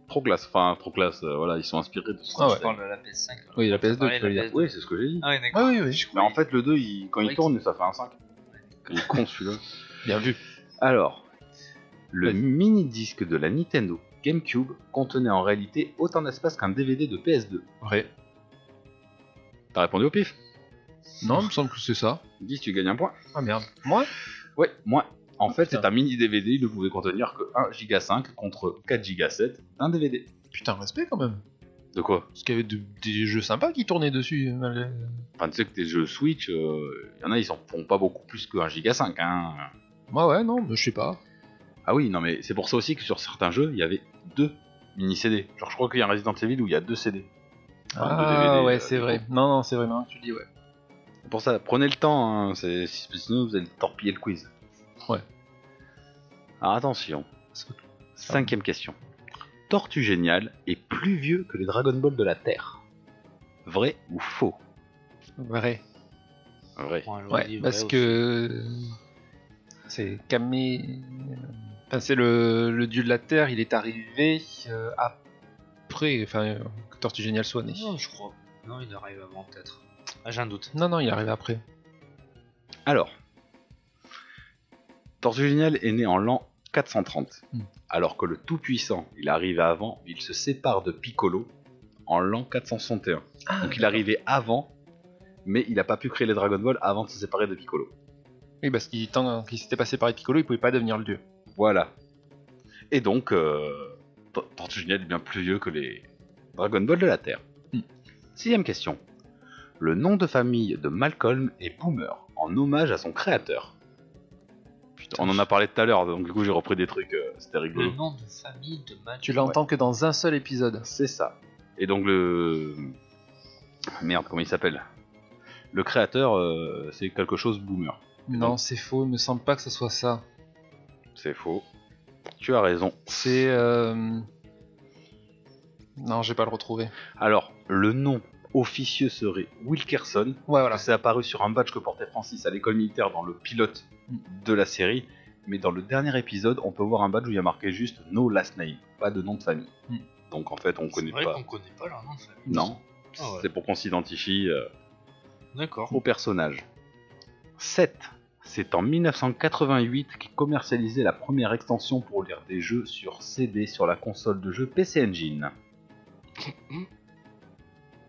[SPEAKER 5] Trop classe, enfin trop classe, euh, voilà, ils sont inspirés de ce
[SPEAKER 4] Ah ouais.
[SPEAKER 6] Tu parles de la PS5. alors.
[SPEAKER 4] Oui, la PS2,
[SPEAKER 6] Ouais,
[SPEAKER 4] tu veux
[SPEAKER 6] la
[SPEAKER 4] dire.
[SPEAKER 6] PS2.
[SPEAKER 5] Oui, c'est ce que j'ai dit.
[SPEAKER 6] Ah oui, d'accord. Ah
[SPEAKER 5] oui, oui. Mais en fait, le 2, il- quand il
[SPEAKER 6] Ouais,
[SPEAKER 5] tourne, ça fait un 5. Il est con celui-là.
[SPEAKER 4] Bien vu.
[SPEAKER 5] Alors, le mini-disque de la Nintendo GameCube contenait en réalité autant d'espace qu'un DVD de PS2.
[SPEAKER 4] Vrai.
[SPEAKER 5] T'as répondu au pif
[SPEAKER 4] Non, il me semble que c'est ça.
[SPEAKER 5] 10, tu gagnes un point.
[SPEAKER 4] Ah merde. Moi
[SPEAKER 5] Ouais, Ah, moi. En fait,
[SPEAKER 4] putain.
[SPEAKER 5] c'est un mini-DVD, il ne pouvait contenir que 1,5 Go contre 4,7 Go d'un DVD.
[SPEAKER 4] Putain, respect quand même.
[SPEAKER 5] De quoi
[SPEAKER 4] Parce qu'il y avait de- des jeux sympas qui tournaient dessus. euh, malgré-
[SPEAKER 5] Enfin, tu sais que tes jeux Switch, il y en a, ils en font pas beaucoup plus que 1,5 Go. Hein.
[SPEAKER 4] Ouais, ouais, non, mais je sais pas.
[SPEAKER 5] Ah oui, non, mais c'est pour ça aussi que sur certains jeux, il y avait deux mini-CD. Genre, je crois qu'il y a un Resident Evil où il y a deux CD. Enfin, deux
[SPEAKER 4] Ah
[SPEAKER 5] DVD,
[SPEAKER 4] ouais,
[SPEAKER 5] euh,
[SPEAKER 4] c'est
[SPEAKER 5] du
[SPEAKER 4] vrai. Non, non, c'est vrai, non, tu dis ouais.
[SPEAKER 5] C'est Pour ça, prenez le temps, hein, c'est- sinon vous allez torpiller le quiz.
[SPEAKER 4] Ouais.
[SPEAKER 5] Alors attention. Cinquième question. Tortue Géniale est plus vieux que les Dragon Ball de la Terre. Vrai ou faux
[SPEAKER 4] Vrai.
[SPEAKER 5] Vrai.
[SPEAKER 6] Moi, j'aurais
[SPEAKER 4] Ouais,
[SPEAKER 6] dit
[SPEAKER 4] parce
[SPEAKER 6] vrai
[SPEAKER 4] que c'est Kamé. Enfin, c'est le, le dieu de la terre, il est arrivé euh, après enfin, euh, que Tortue Géniale soit né.
[SPEAKER 6] aussi. Non, je crois. Non, il arrive avant, peut-être. Ah, j'ai un doute.
[SPEAKER 4] Non, non, il est arrivé après.
[SPEAKER 5] Alors. Tortue Géniale est né en l'an 430.
[SPEAKER 4] Hmm.
[SPEAKER 5] Alors que le Tout-Puissant, il arrive avant, il se sépare de Piccolo en l'an 461. Donc il arrivait avant, mais il n'a pas pu créer les Dragon Ball avant de se séparer de Piccolo.
[SPEAKER 4] Oui, parce qu'il tant qu'il s'était passé par les Piccolo, il pouvait pas devenir le dieu.
[SPEAKER 5] Voilà. Et donc, euh, T- Tortue Géniale est bien plus vieux que les Dragon Ball de la Terre.
[SPEAKER 4] Hmm.
[SPEAKER 5] Sixième question. Le nom de famille de Malcolm est Boomer, en hommage à son créateur. Putain, on en a parlé tout à l'heure, donc du coup j'ai repris des trucs, euh, c'était
[SPEAKER 6] Le
[SPEAKER 5] rigolo.
[SPEAKER 6] nom de famille de Mathieu.
[SPEAKER 4] Tu l'entends que dans un seul épisode.
[SPEAKER 5] C'est ça. Et donc le... Merde, comment il s'appelle Le créateur, euh, c'est quelque chose Boomer.
[SPEAKER 4] Non, c'est faux, il me semble pas que ce soit ça.
[SPEAKER 5] C'est faux. Tu as raison.
[SPEAKER 4] C'est. euh, Non, j'ai pas le retrouver.
[SPEAKER 5] Alors, le nom officieux serait Wilkerson,
[SPEAKER 4] Ouais, voilà.
[SPEAKER 5] C'est apparu sur un badge que portait Francis à l'école militaire dans le pilote de la série. Mais dans le dernier épisode, on peut voir un badge où il y a marqué juste No Last Name, pas de nom de famille.
[SPEAKER 4] Mm.
[SPEAKER 5] Donc en fait,
[SPEAKER 6] Hmm.
[SPEAKER 5] on
[SPEAKER 6] C'est
[SPEAKER 5] connaît
[SPEAKER 6] vrai
[SPEAKER 5] pas.
[SPEAKER 6] qu'on connaît pas leur nom de famille.
[SPEAKER 5] Non,
[SPEAKER 6] Ah ouais.
[SPEAKER 5] c'est pour qu'on s'identifie euh,
[SPEAKER 6] D'accord.
[SPEAKER 5] au personnage. 7. C'est en 1988 qu'il commercialisait la première extension pour lire des jeux sur CD sur la console de jeu PC Engine.
[SPEAKER 6] Hmm.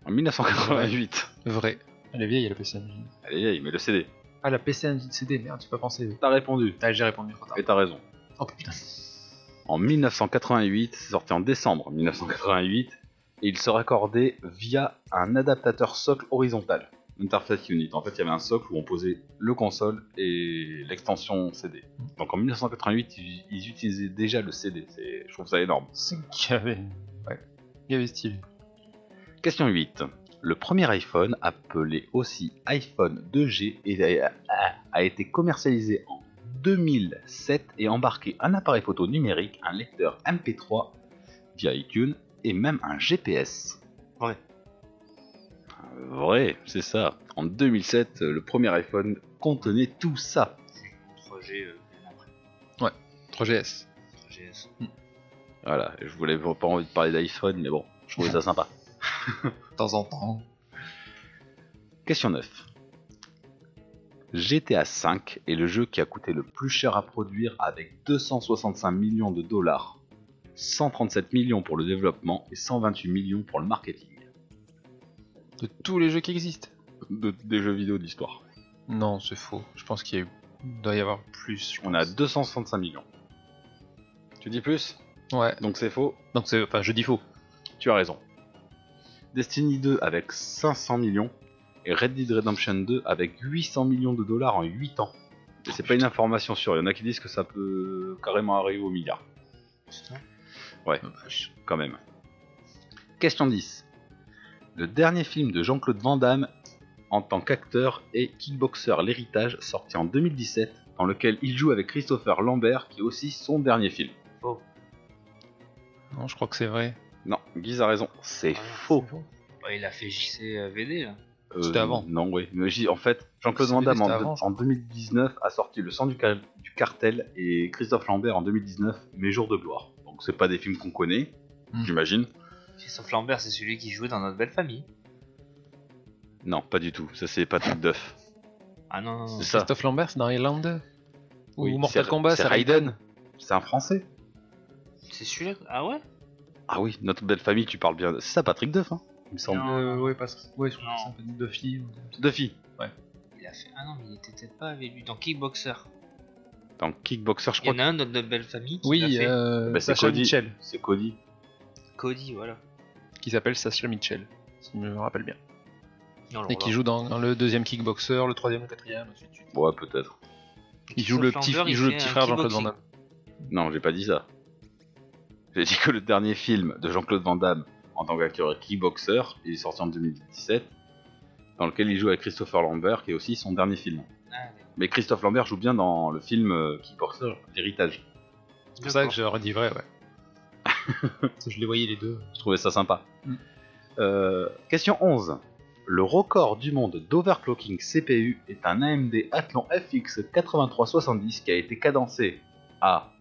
[SPEAKER 5] En 1988.
[SPEAKER 4] Vrai. Elle est vieille, elle a PC Engine.
[SPEAKER 5] Allez, vieille, mais le CD.
[SPEAKER 4] Ah, la PC Engine CD, merde, j'ai pas pensé.
[SPEAKER 5] T'as répondu.
[SPEAKER 4] Ah, j'ai répondu trop tard.
[SPEAKER 5] Et t'as raison.
[SPEAKER 4] Oh putain.
[SPEAKER 5] en 1988, c'est sorti en décembre 1988, et il se raccordait via un adaptateur socle horizontal, Interface Unit. En fait, il y avait un socle où on posait le console et l'extension CD. Donc en 1988, ils, ils utilisaient déjà le CD, C'est- je trouve ça énorme.
[SPEAKER 4] C'est qu'il y avait. Ouais. Il y avait style.
[SPEAKER 5] Question 8. Le premier iPhone, appelé aussi iPhone 2G, est- a- a été commercialisé en 2007 et embarquait un appareil photo numérique, un lecteur MP3 via iTunes et même un GPS.
[SPEAKER 6] Vrai.
[SPEAKER 5] Euh, Vrai, c'est ça. En 2007, euh, le premier iPhone contenait tout ça.
[SPEAKER 6] C'est le nom 3G euh, bien après.
[SPEAKER 4] 3GS.
[SPEAKER 6] 3GS.
[SPEAKER 5] Voilà, je voulais pas envie de parler d'iPhone, mais bon, je trouvais ça sympa.
[SPEAKER 4] De temps en temps.
[SPEAKER 5] Question 9. GTA V est le jeu qui a coûté le plus cher à produire avec 265 millions de dollars, 137 millions pour le développement et 128 millions pour le marketing.
[SPEAKER 4] De tous les jeux qui existent.
[SPEAKER 5] De- des jeux vidéo de l'histoire.
[SPEAKER 4] Non, c'est faux. Je pense qu'il y a eu. il doit y avoir plus. je
[SPEAKER 5] On a
[SPEAKER 4] pense.
[SPEAKER 5] 265 millions. Tu dis plus
[SPEAKER 4] Ouais.
[SPEAKER 5] Donc c'est faux
[SPEAKER 4] Donc c'est. Enfin, je dis faux.
[SPEAKER 5] Tu as raison. Destiny 2 avec 500 millions et Red Dead Redemption 2 avec 800 millions de dollars en 8 ans. Et c'est pas une information sûre, il y en a qui disent que ça peut carrément arriver au milliard.
[SPEAKER 6] Putain.
[SPEAKER 5] Ouais, quand même. Question 10. Le dernier film de Jean-Claude Van Damme en tant qu'acteur est Kickboxer L'Héritage, sorti en 2017, dans lequel il joue avec Christopher Lambert, qui est aussi son dernier film.
[SPEAKER 4] Non, je crois que c'est vrai.
[SPEAKER 5] Non, Guise a raison, c'est
[SPEAKER 6] Ah,
[SPEAKER 5] faux.
[SPEAKER 6] Bah, il a fait JCVD là.
[SPEAKER 5] Euh,
[SPEAKER 4] C'était avant.
[SPEAKER 5] Non, oui. Mais j'ai- en fait, Jean-Claude
[SPEAKER 4] C'était-
[SPEAKER 5] Van Damme en,
[SPEAKER 4] c'était avant, je
[SPEAKER 5] en 2019 a sorti Le sang du, car- du cartel et Christophe Lambert en 2019 Mes jours de gloire. Donc c'est pas des films qu'on connaît,
[SPEAKER 4] Mm.
[SPEAKER 5] j'imagine.
[SPEAKER 6] Christophe Lambert, c'est celui qui jouait dans notre belle famille.
[SPEAKER 5] Non, pas du tout. Ça c'est Patrick Duff.
[SPEAKER 6] Ah non, non, non.
[SPEAKER 5] C'est ça.
[SPEAKER 4] Christophe Lambert, c'est dans Irlande Ou Mortal
[SPEAKER 5] c'est-
[SPEAKER 4] Kombat,
[SPEAKER 5] c'est Raiden. C'est un Français.
[SPEAKER 6] c'est celui-là. Ah ouais
[SPEAKER 5] Ah oui, notre belle famille. Tu parles bien. de- C'est ça, Patrick Duff. Hein, il me semble.
[SPEAKER 4] Euh, ouais, parce que. Ouais, je crois que
[SPEAKER 6] Non.
[SPEAKER 4] c'est un peu de Duffy. ou-
[SPEAKER 5] Duffy.
[SPEAKER 6] Il a fait. Ah non, mais il était peut-être pas avec lui dans Kickboxer.
[SPEAKER 5] Dans Kickboxer, je
[SPEAKER 6] Il y
[SPEAKER 5] crois.
[SPEAKER 6] en a un dans notre belle famille qui
[SPEAKER 4] Oui,
[SPEAKER 6] l'a fait.
[SPEAKER 4] euh,
[SPEAKER 5] Bah, c'est
[SPEAKER 4] Sacha
[SPEAKER 5] Cody.
[SPEAKER 4] Mitchell,
[SPEAKER 5] que C'est Cody.
[SPEAKER 6] Cody, voilà.
[SPEAKER 4] qui s'appelle Sacha Mitchell, si je me rappelle bien.
[SPEAKER 6] Oh là
[SPEAKER 4] Et
[SPEAKER 6] là.
[SPEAKER 4] qui joue dans, dans le deuxième kickboxer, le troisième, le quatrième, ainsi de suite.
[SPEAKER 5] Ouais, peut-être.
[SPEAKER 4] Il joue le
[SPEAKER 6] Christophe
[SPEAKER 4] petit,
[SPEAKER 6] Lambert,
[SPEAKER 4] il joue le
[SPEAKER 6] fait
[SPEAKER 4] petit
[SPEAKER 6] un
[SPEAKER 4] frère Jean-Claude Van
[SPEAKER 6] kickboxing.
[SPEAKER 4] Damme.
[SPEAKER 5] Non, j'ai pas dit ça. J'ai dit que le dernier film de Jean-Claude Van Damme en tant qu'acteur et kickboxer, il est sorti en 2017, dans lequel il joue avec Christopher Lambert, qui est aussi son dernier film.
[SPEAKER 6] Ah, d'accord.
[SPEAKER 5] Mais Christophe Lambert joue bien dans le film euh, Kickboxer, l'héritage.
[SPEAKER 4] C'est pour ça que je redis vrai, ouais. Parce que je les voyais les deux.
[SPEAKER 5] Je trouvais ça sympa.
[SPEAKER 4] Mm.
[SPEAKER 5] Euh, question 11. Le record du monde d'overclocking CPU est un AMD Athlon FX 8370 qui a été cadencé à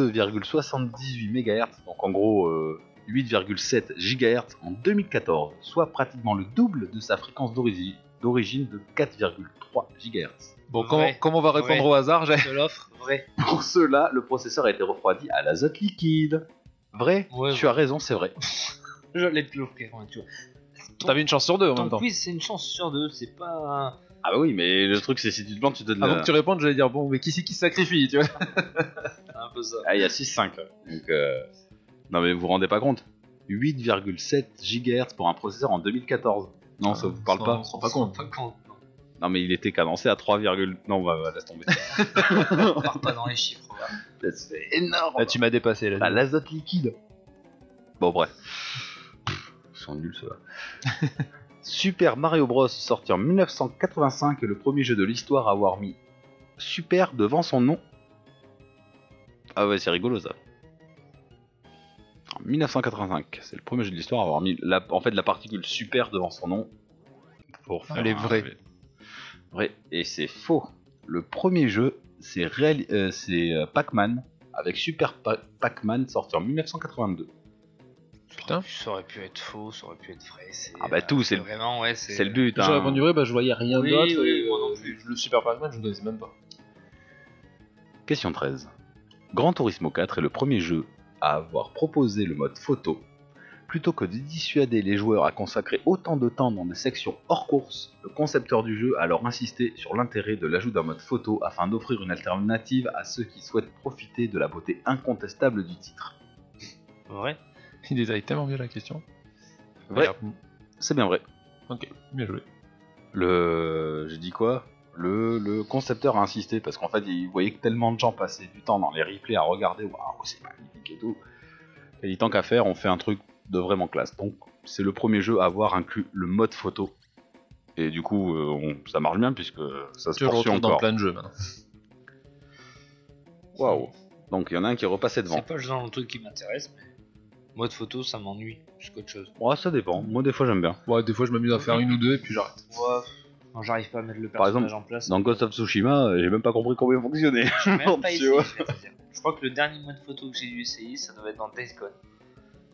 [SPEAKER 5] 8722,78 MHz, donc en gros euh, 8,7 GHz en 2014, soit pratiquement le double de sa fréquence d'origine d'origine de 4,3 GHz.
[SPEAKER 4] Bon,
[SPEAKER 6] Vrai.
[SPEAKER 4] comme, comme on va répondre
[SPEAKER 6] Ouais.
[SPEAKER 4] au hasard, j'ai-
[SPEAKER 6] Je te l'offre, vrai.
[SPEAKER 5] Pour cela, le processeur a été refroidi à l'azote liquide. Vrai
[SPEAKER 6] Ouais,
[SPEAKER 5] Tu as raison, c'est vrai.
[SPEAKER 6] J'allais te l'offrir, hein, tu vois. Ton-
[SPEAKER 4] t'avais une chance sur deux en
[SPEAKER 6] Ton
[SPEAKER 4] même temps.
[SPEAKER 6] quiz, c'est une chance sur deux, c'est pas.
[SPEAKER 5] Ah bah oui, mais le truc c'est si tu te plantes, tu donnes...
[SPEAKER 4] Avant
[SPEAKER 5] la-
[SPEAKER 4] que tu répondes, j'allais dire, bon, mais qui c'est qui se sacrifie, tu vois
[SPEAKER 6] Un peu ça.
[SPEAKER 5] Ah, il y a 6-5. là. Donc, euh, Non mais vous vous rendez pas compte 8,7 GHz pour un processeur en 2014. Non, ça vous parle
[SPEAKER 4] Ah, ça,
[SPEAKER 5] pas
[SPEAKER 4] on se rend pas compte.
[SPEAKER 6] Pas con, non.
[SPEAKER 5] Non mais il était cadencé à 3, non, bah, bah, laisse tomber.
[SPEAKER 6] On part pas dans les chiffres. hein. voilà.
[SPEAKER 5] Ça se fait énorme.
[SPEAKER 4] Là, Ah, tu m'as dépassé, là.
[SPEAKER 5] Bah, l'azote liquide. Bon, bref. Pff, Ils sont nuls, ceux-là. Super Mario Bros. sorti en 1985 est le premier jeu de l'histoire à avoir mis Super devant son nom. Ah ouais, c'est rigolo ça. En 1985, c'est le premier jeu de l'histoire à avoir mis la, en fait la particule super devant son nom pour faire
[SPEAKER 4] Elle est
[SPEAKER 5] un-
[SPEAKER 4] vraie.
[SPEAKER 5] Vrai et c'est faux. Le premier jeu, c'est réel- euh, c'est, euh, Pac-Man avec Super Pa- Pac-Man sorti en 1982.
[SPEAKER 4] Putain.
[SPEAKER 6] Ça aurait pu être faux, ça aurait pu être vrai. c'est- euh,
[SPEAKER 5] Ah bah tout, c'est le-
[SPEAKER 6] Vraiment, ouais,
[SPEAKER 5] C'est le but.
[SPEAKER 4] J'ai
[SPEAKER 5] hein.
[SPEAKER 4] répondu vrai, bah, je voyais rien
[SPEAKER 6] Oui,
[SPEAKER 4] d'autre.
[SPEAKER 6] oui,
[SPEAKER 4] et,
[SPEAKER 6] moi
[SPEAKER 4] euh,
[SPEAKER 6] non plus.
[SPEAKER 4] Le Super Pac-Man, je ne connaissais même pas.
[SPEAKER 5] Question 13. Gran Turismo 4 est le premier jeu à avoir proposé le mode photo. Plutôt que de dissuader les joueurs à consacrer autant de temps dans des sections hors course, le concepteur du jeu a alors insisté sur l'intérêt de l'ajout d'un mode photo afin d'offrir une alternative à ceux qui souhaitent profiter de la beauté incontestable du titre.
[SPEAKER 6] Vrai.
[SPEAKER 4] Il détaille tellement bien la question.
[SPEAKER 5] Vrai.
[SPEAKER 4] Alors,
[SPEAKER 5] C'est bien vrai.
[SPEAKER 4] Ok, bien joué.
[SPEAKER 5] Le. J'ai dit quoi le, le concepteur a insisté parce qu'en fait il voyait que tellement de gens passaient du temps dans les replays à regarder, waouh, c'est magnifique et tout. Et il dit tant qu'à faire, on fait un truc de vraiment classe. Donc c'est le premier jeu à avoir inclus le mode photo. Et du coup, euh, on- ça marche bien puisque ça se
[SPEAKER 4] Tu le
[SPEAKER 5] poursuit
[SPEAKER 4] retrouves dans
[SPEAKER 5] encore.
[SPEAKER 4] plein de jeux maintenant.
[SPEAKER 5] Waouh! Donc il y en a un qui est repassé devant.
[SPEAKER 6] C'est pas le genre de truc qui m'intéresse, mais. Mode photo, ça m'ennuie plus qu'autre chose.
[SPEAKER 5] Ouais, ça dépend. Moi des fois j'aime bien.
[SPEAKER 4] Ouais, des fois, je m'amuse à faire une ou deux et puis j'arrête.
[SPEAKER 6] Ouais. Non, j'arrive pas à mettre le
[SPEAKER 5] Par
[SPEAKER 6] personnage
[SPEAKER 5] exemple,
[SPEAKER 6] en place.
[SPEAKER 5] Dans Ghost of Tsushima, euh, j'ai même pas compris comment il fonctionnait.
[SPEAKER 6] J'ai même pas
[SPEAKER 5] tu
[SPEAKER 6] essayé,
[SPEAKER 5] vois.
[SPEAKER 6] je vais te dire. Je crois que le dernier mode photo que j'ai dû essayer, ça devait être dans Days Gone.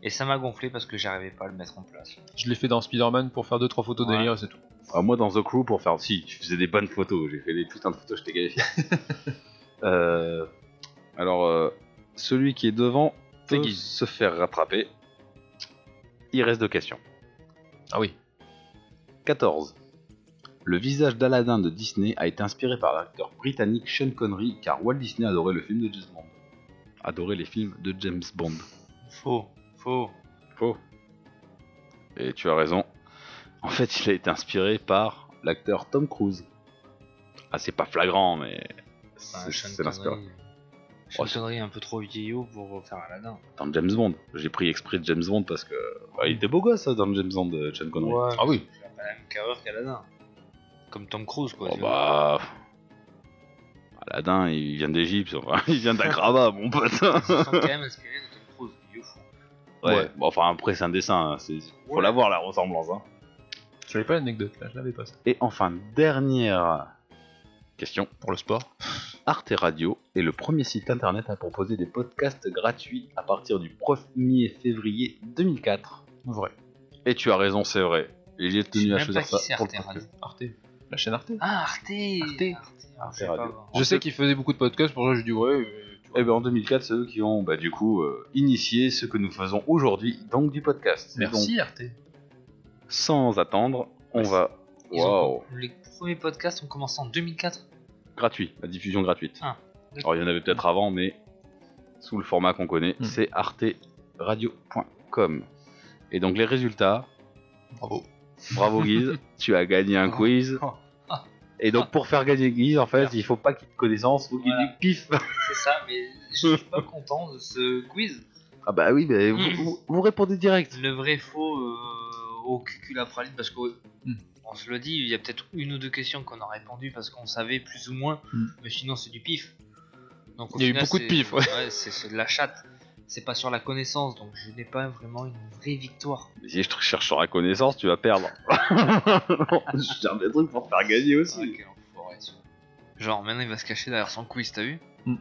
[SPEAKER 6] Et ça m'a gonflé parce que j'arrivais pas à le mettre en place.
[SPEAKER 4] Je l'ai fait dans Spider-Man pour faire 2-3 photos
[SPEAKER 6] Ouais.
[SPEAKER 4] délire et c'est tout.
[SPEAKER 5] Ah, moi, dans The Crew, pour faire. Si, je faisais des bonnes photos. J'ai fait des putains de photos, je t'ai gagné. Euh, alors, euh, celui qui est devant peut
[SPEAKER 4] Guy.
[SPEAKER 5] se faire rattraper. Il reste deux questions.
[SPEAKER 4] Ah oui.
[SPEAKER 5] 14. Le visage d'Aladin de Disney a été inspiré par l'acteur britannique Sean Connery, car Walt Disney adorait le film de James Bond. Adorait les films de James Bond.
[SPEAKER 6] Faux, faux.
[SPEAKER 5] Faux. Oh. Et tu as raison. En fait, il a été inspiré par l'acteur Tom Cruise. Ah, c'est pas flagrant, mais
[SPEAKER 6] Enfin,
[SPEAKER 5] c'est
[SPEAKER 6] Ah, Sean
[SPEAKER 5] c'est l'inspiration.
[SPEAKER 6] Connery. Sean
[SPEAKER 5] Oh, c'est-
[SPEAKER 6] Connery est un peu trop vieillot pour faire Aladdin.
[SPEAKER 5] Dans James Bond. J'ai pris exprès de James Bond parce que bah, il était beau gosse hein, dans James Bond, euh, Sean Connery.
[SPEAKER 4] Ah oui.
[SPEAKER 6] Il a pas la même carrure qu'Aladdin. Comme Tom Cruise, quoi.
[SPEAKER 5] Oh
[SPEAKER 6] tu vois.
[SPEAKER 5] bah. Aladdin, il vient d'Égypte, enfin, il vient d'Agrava, mon pote.
[SPEAKER 6] Ils sont quand même inspirés de Tom Cruise, il est fou.
[SPEAKER 5] Ouais.
[SPEAKER 4] Ouais.
[SPEAKER 5] Bon, enfin, après, c'est un dessin. hein, c'est- Faut la voir, la ressemblance. hein.
[SPEAKER 4] Je savais pas l'anecdote, là, je l'avais pas ça.
[SPEAKER 5] Et enfin, dernière question.
[SPEAKER 4] Pour le sport.
[SPEAKER 5] Arte Radio est le premier site internet à proposer des podcasts gratuits à partir du 1er février 2004.
[SPEAKER 4] Vrai.
[SPEAKER 5] Et tu as raison, c'est vrai. Et j'ai
[SPEAKER 6] Je sais
[SPEAKER 5] tenu à
[SPEAKER 6] même pas
[SPEAKER 5] choisir
[SPEAKER 6] qui c'est
[SPEAKER 5] ça. pour
[SPEAKER 6] Arte
[SPEAKER 5] le
[SPEAKER 6] Radio.
[SPEAKER 4] Euh, Arte. La chaîne Arte.
[SPEAKER 6] Ah, Arte
[SPEAKER 5] Arte
[SPEAKER 6] Arte je sais
[SPEAKER 5] Radio.
[SPEAKER 6] pas, bon.
[SPEAKER 4] Je sais qu'ils faisaient beaucoup de podcasts, pour ça je dis ouais. euh, tu vois.
[SPEAKER 5] Eh ben en 2004, c'est eux qui ont bah, du coup euh, initié ce que nous faisons aujourd'hui, donc du podcast.
[SPEAKER 4] Merci Arte.
[SPEAKER 5] Donc, sans attendre, on
[SPEAKER 4] Merci.
[SPEAKER 5] va.
[SPEAKER 6] Ils ont-
[SPEAKER 5] Waouh
[SPEAKER 6] Les premiers podcasts ont commencé en 2004.
[SPEAKER 5] Gratuit, la diffusion gratuite.
[SPEAKER 6] Ah, d'accord.
[SPEAKER 5] Alors il y en avait peut-être avant, mais sous le format qu'on connaît,
[SPEAKER 4] Hmm.
[SPEAKER 5] c'est arteradio.com. Et donc les résultats,
[SPEAKER 4] Bravo.
[SPEAKER 5] bravo Guise, tu as gagné un quiz.
[SPEAKER 6] Oh.
[SPEAKER 5] Et donc pour faire gagner Guise, en fait, il faut pas qu'il te connaissance, faut qu'il
[SPEAKER 6] Voilà.
[SPEAKER 5] dise pif.
[SPEAKER 6] C'est ça, mais je suis pas content de ce quiz.
[SPEAKER 5] Ah bah oui, mais
[SPEAKER 6] Hmm.
[SPEAKER 5] vous, vous- vous répondez direct.
[SPEAKER 6] Le vrai faux euh, au cucul à praline, parce que
[SPEAKER 4] Hmm.
[SPEAKER 6] on se le dit, il y a peut-être une ou deux questions qu'on a répondu parce qu'on savait plus ou moins,
[SPEAKER 4] Hmm.
[SPEAKER 6] mais sinon c'est du pif. Donc, au
[SPEAKER 4] Il y a eu beaucoup de
[SPEAKER 6] c'est-
[SPEAKER 4] pif, ouais.
[SPEAKER 6] c'est c'est de la chatte. C'est pas sur la connaissance, donc je n'ai pas vraiment une vraie victoire.
[SPEAKER 5] Si je te cherche sur la connaissance, tu vas perdre. je cherche des trucs pour te faire gagner
[SPEAKER 6] Ah,
[SPEAKER 5] aussi.
[SPEAKER 6] quel enfoiré, celui-là. Genre, maintenant il va se cacher derrière son quiz, t'as vu
[SPEAKER 4] Hmm.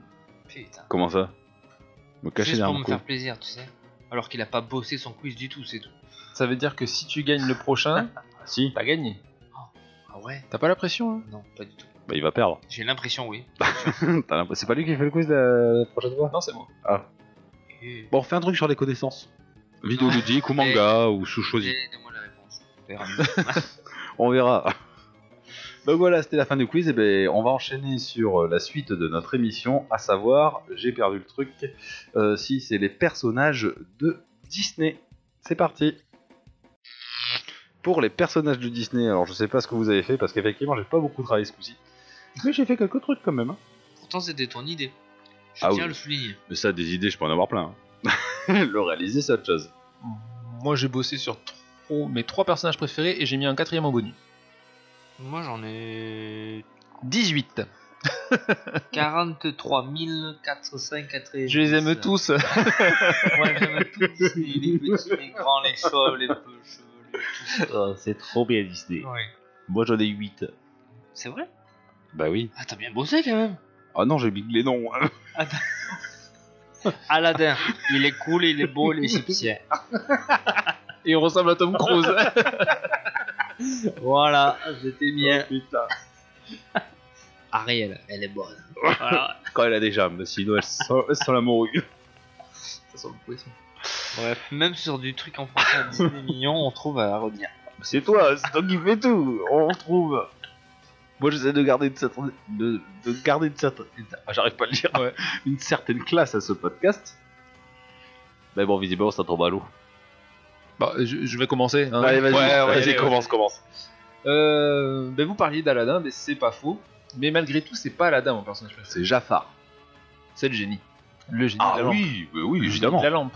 [SPEAKER 6] Putain.
[SPEAKER 5] Comment ça Me cacher
[SPEAKER 6] Juste pour
[SPEAKER 5] derrière
[SPEAKER 6] me
[SPEAKER 5] mon cou.
[SPEAKER 6] faire plaisir, tu sais. Alors qu'il a pas bossé son quiz du tout, c'est tout.
[SPEAKER 4] Ça veut dire que si tu gagnes le prochain,
[SPEAKER 5] Si,
[SPEAKER 4] t'as gagné.
[SPEAKER 6] Ah ouais
[SPEAKER 4] T'as pas la pression, hein
[SPEAKER 6] Non, pas du tout.
[SPEAKER 5] bah, il va perdre.
[SPEAKER 6] J'ai l'impression, oui.
[SPEAKER 5] T'as l'impression- C'est pas lui qui fait le quiz la, la prochaine fois
[SPEAKER 4] Non, c'est moi.
[SPEAKER 6] Et-
[SPEAKER 5] Bon, fais un truc sur les connaissances. Vidéoludique ou manga ou sous choisi.
[SPEAKER 6] Et Donne-moi la réponse.
[SPEAKER 5] On verra. Donc voilà, c'était la fin du quiz. Et ben, on va enchaîner sur euh, la suite de notre émission, à savoir, j'ai perdu le truc, euh, si c'est les personnages de Disney. C'est parti. Pour les personnages de Disney, alors je sais pas ce que vous avez fait parce qu'effectivement, j'ai pas beaucoup travaillé ce coup-ci. Mais j'ai fait quelques trucs quand même. hein.
[SPEAKER 6] Pourtant, c'était ton idée. Je
[SPEAKER 5] Ah
[SPEAKER 6] tiens
[SPEAKER 5] oui.
[SPEAKER 6] à le souligner.
[SPEAKER 5] Mais ça, des idées, je peux en avoir plein. hein. le réaliser, c'est autre chose.
[SPEAKER 4] Moi j'ai bossé sur trois- mes trois personnages préférés et j'ai mis un quatrième en bonus.
[SPEAKER 6] Moi, j'en ai
[SPEAKER 4] 18.
[SPEAKER 6] 43 480.
[SPEAKER 4] Je les aime tous.
[SPEAKER 6] Ouais, j'aime tous. Les, les petits, les grands, les chauves, les peu chevelus, tout.
[SPEAKER 5] c'est trop bien Disney.
[SPEAKER 6] Ouais.
[SPEAKER 5] Moi, j'en ai 8.
[SPEAKER 6] C'est vrai
[SPEAKER 5] Bah oui.
[SPEAKER 6] Ah, t'as bien bossé quand même.
[SPEAKER 5] Ah non, j'ai oublié les noms.
[SPEAKER 6] Aladdin, il est cool, il est beau, il est égyptien.
[SPEAKER 4] Et on ressemble à Tom Cruise.
[SPEAKER 6] Voilà, j'étais
[SPEAKER 4] Oh,
[SPEAKER 6] bien. Ariel, elle est bonne. Voilà.
[SPEAKER 5] Quand elle a des jambes, sinon elle sent, elle sent la morue.
[SPEAKER 6] Bref, même sur du truc en français à Disney mignon, on trouve à redire.
[SPEAKER 5] C'est toi, c'est toi qui fais tout. On trouve. Moi, j'essaie de garder de, cette- de, de garder de cette- Ah, J'arrive pas à le dire. Une certaine classe à ce podcast. Mais bon, visiblement, ça tombe à l'eau.
[SPEAKER 4] Bah, je, je vais commencer. hein.
[SPEAKER 5] Allez, vas-y,
[SPEAKER 4] Ouais, ouais,
[SPEAKER 5] vas-y,
[SPEAKER 4] allez,
[SPEAKER 5] commence, commence.
[SPEAKER 4] ouais. Euh, ben, vous parliez d'Aladin, mais c'est pas faux. Mais malgré tout, c'est pas Aladin mon personnage préféré.
[SPEAKER 5] C'est Jafar.
[SPEAKER 4] C'est le génie. Le génie de la lampe.
[SPEAKER 5] oui, bah oui,
[SPEAKER 4] Le génie de La lampe.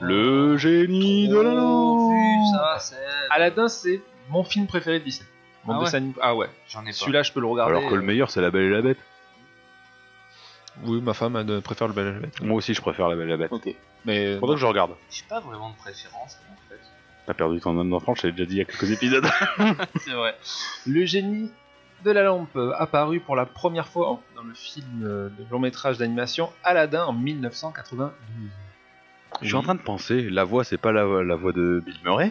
[SPEAKER 5] Le génie de la
[SPEAKER 6] Oh,
[SPEAKER 5] lampe.
[SPEAKER 6] vu, ça, c'est-
[SPEAKER 4] Aladdin, c'est mon film préféré de Disney. Mon
[SPEAKER 6] Ah ouais
[SPEAKER 4] dessin animé- ah ouais.
[SPEAKER 6] J'en ai pas.
[SPEAKER 4] Celui-là, je peux le regarder.
[SPEAKER 5] Alors que le meilleur, c'est la belle et la bête.
[SPEAKER 4] Oui, ma femme elle préfère le Belle et la Bête.
[SPEAKER 5] Moi aussi, je préfère la belle et la bête.
[SPEAKER 4] Ok. Mais euh,
[SPEAKER 5] Pendant que je regarde.
[SPEAKER 6] J'ai pas vraiment de préférence en fait.
[SPEAKER 5] T'as perdu ton âme d'enfant, je t'ai déjà dit il y a quelques épisodes.
[SPEAKER 6] C'est vrai.
[SPEAKER 4] le génie de la lampe, euh, apparu pour la première fois en- dans le film euh, de long métrage d'animation Aladdin en 1992.
[SPEAKER 5] Je suis en train de penser, la voix, c'est pas la, la voix de Bill Murray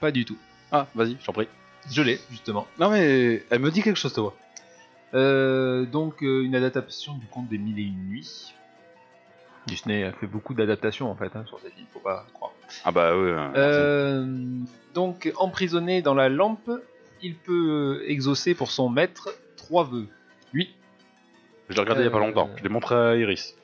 [SPEAKER 4] Pas du tout.
[SPEAKER 5] Ah, vas-y, je t'en prie.
[SPEAKER 4] Je l'ai, justement.
[SPEAKER 5] Non, mais elle me dit quelque chose, ta voix.
[SPEAKER 4] Euh, donc, euh, une adaptation du conte des Mille et Une Nuits. Disney a fait beaucoup d'adaptations en fait hein, sur cette île, faut pas croire.
[SPEAKER 5] Ah, bah ouais. hein,
[SPEAKER 4] Euh, donc, emprisonné dans la lampe, il peut euh, exaucer pour son maître trois vœux.
[SPEAKER 5] c'est- Je l'ai regardé il y a pas
[SPEAKER 4] euh,
[SPEAKER 5] longtemps, je l'ai montré à Iris.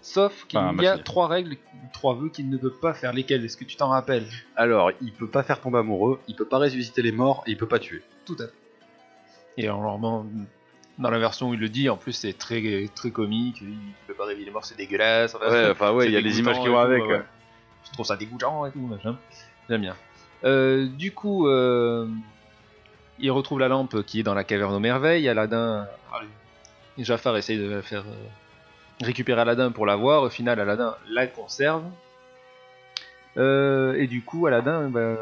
[SPEAKER 4] Sauf qu'il
[SPEAKER 5] Enfin,
[SPEAKER 4] y a
[SPEAKER 5] matinée.
[SPEAKER 4] trois règles, trois vœux qu'il ne peut pas faire. Lesquels Est-ce que tu t'en rappelles
[SPEAKER 5] Alors, il peut pas faire tomber amoureux, il peut pas ressusciter les morts, et il peut pas tuer.
[SPEAKER 4] Tout à fait. Et en normand, dans la version où il le dit, en plus c'est très très comique, il peut pas réveiller les morts, c'est dégueulasse. enfin,
[SPEAKER 5] Ouais, enfin, ouais,
[SPEAKER 4] c'est
[SPEAKER 5] il y a des
[SPEAKER 4] dégoûtant
[SPEAKER 5] images qui
[SPEAKER 4] et
[SPEAKER 5] vont
[SPEAKER 4] tout,
[SPEAKER 5] avec.
[SPEAKER 4] ouais, ouais. Je trouve ça dégoûtant et tout, machin. J'aime bien. Euh, du coup, euh, il retrouve la lampe qui est dans la caverne aux merveilles. Aladdin. et Jafar essaye de la faire euh, récupérer Aladdin pour l'avoir. Au final, Aladdin la conserve. Euh, et du coup, Aladdin, bah,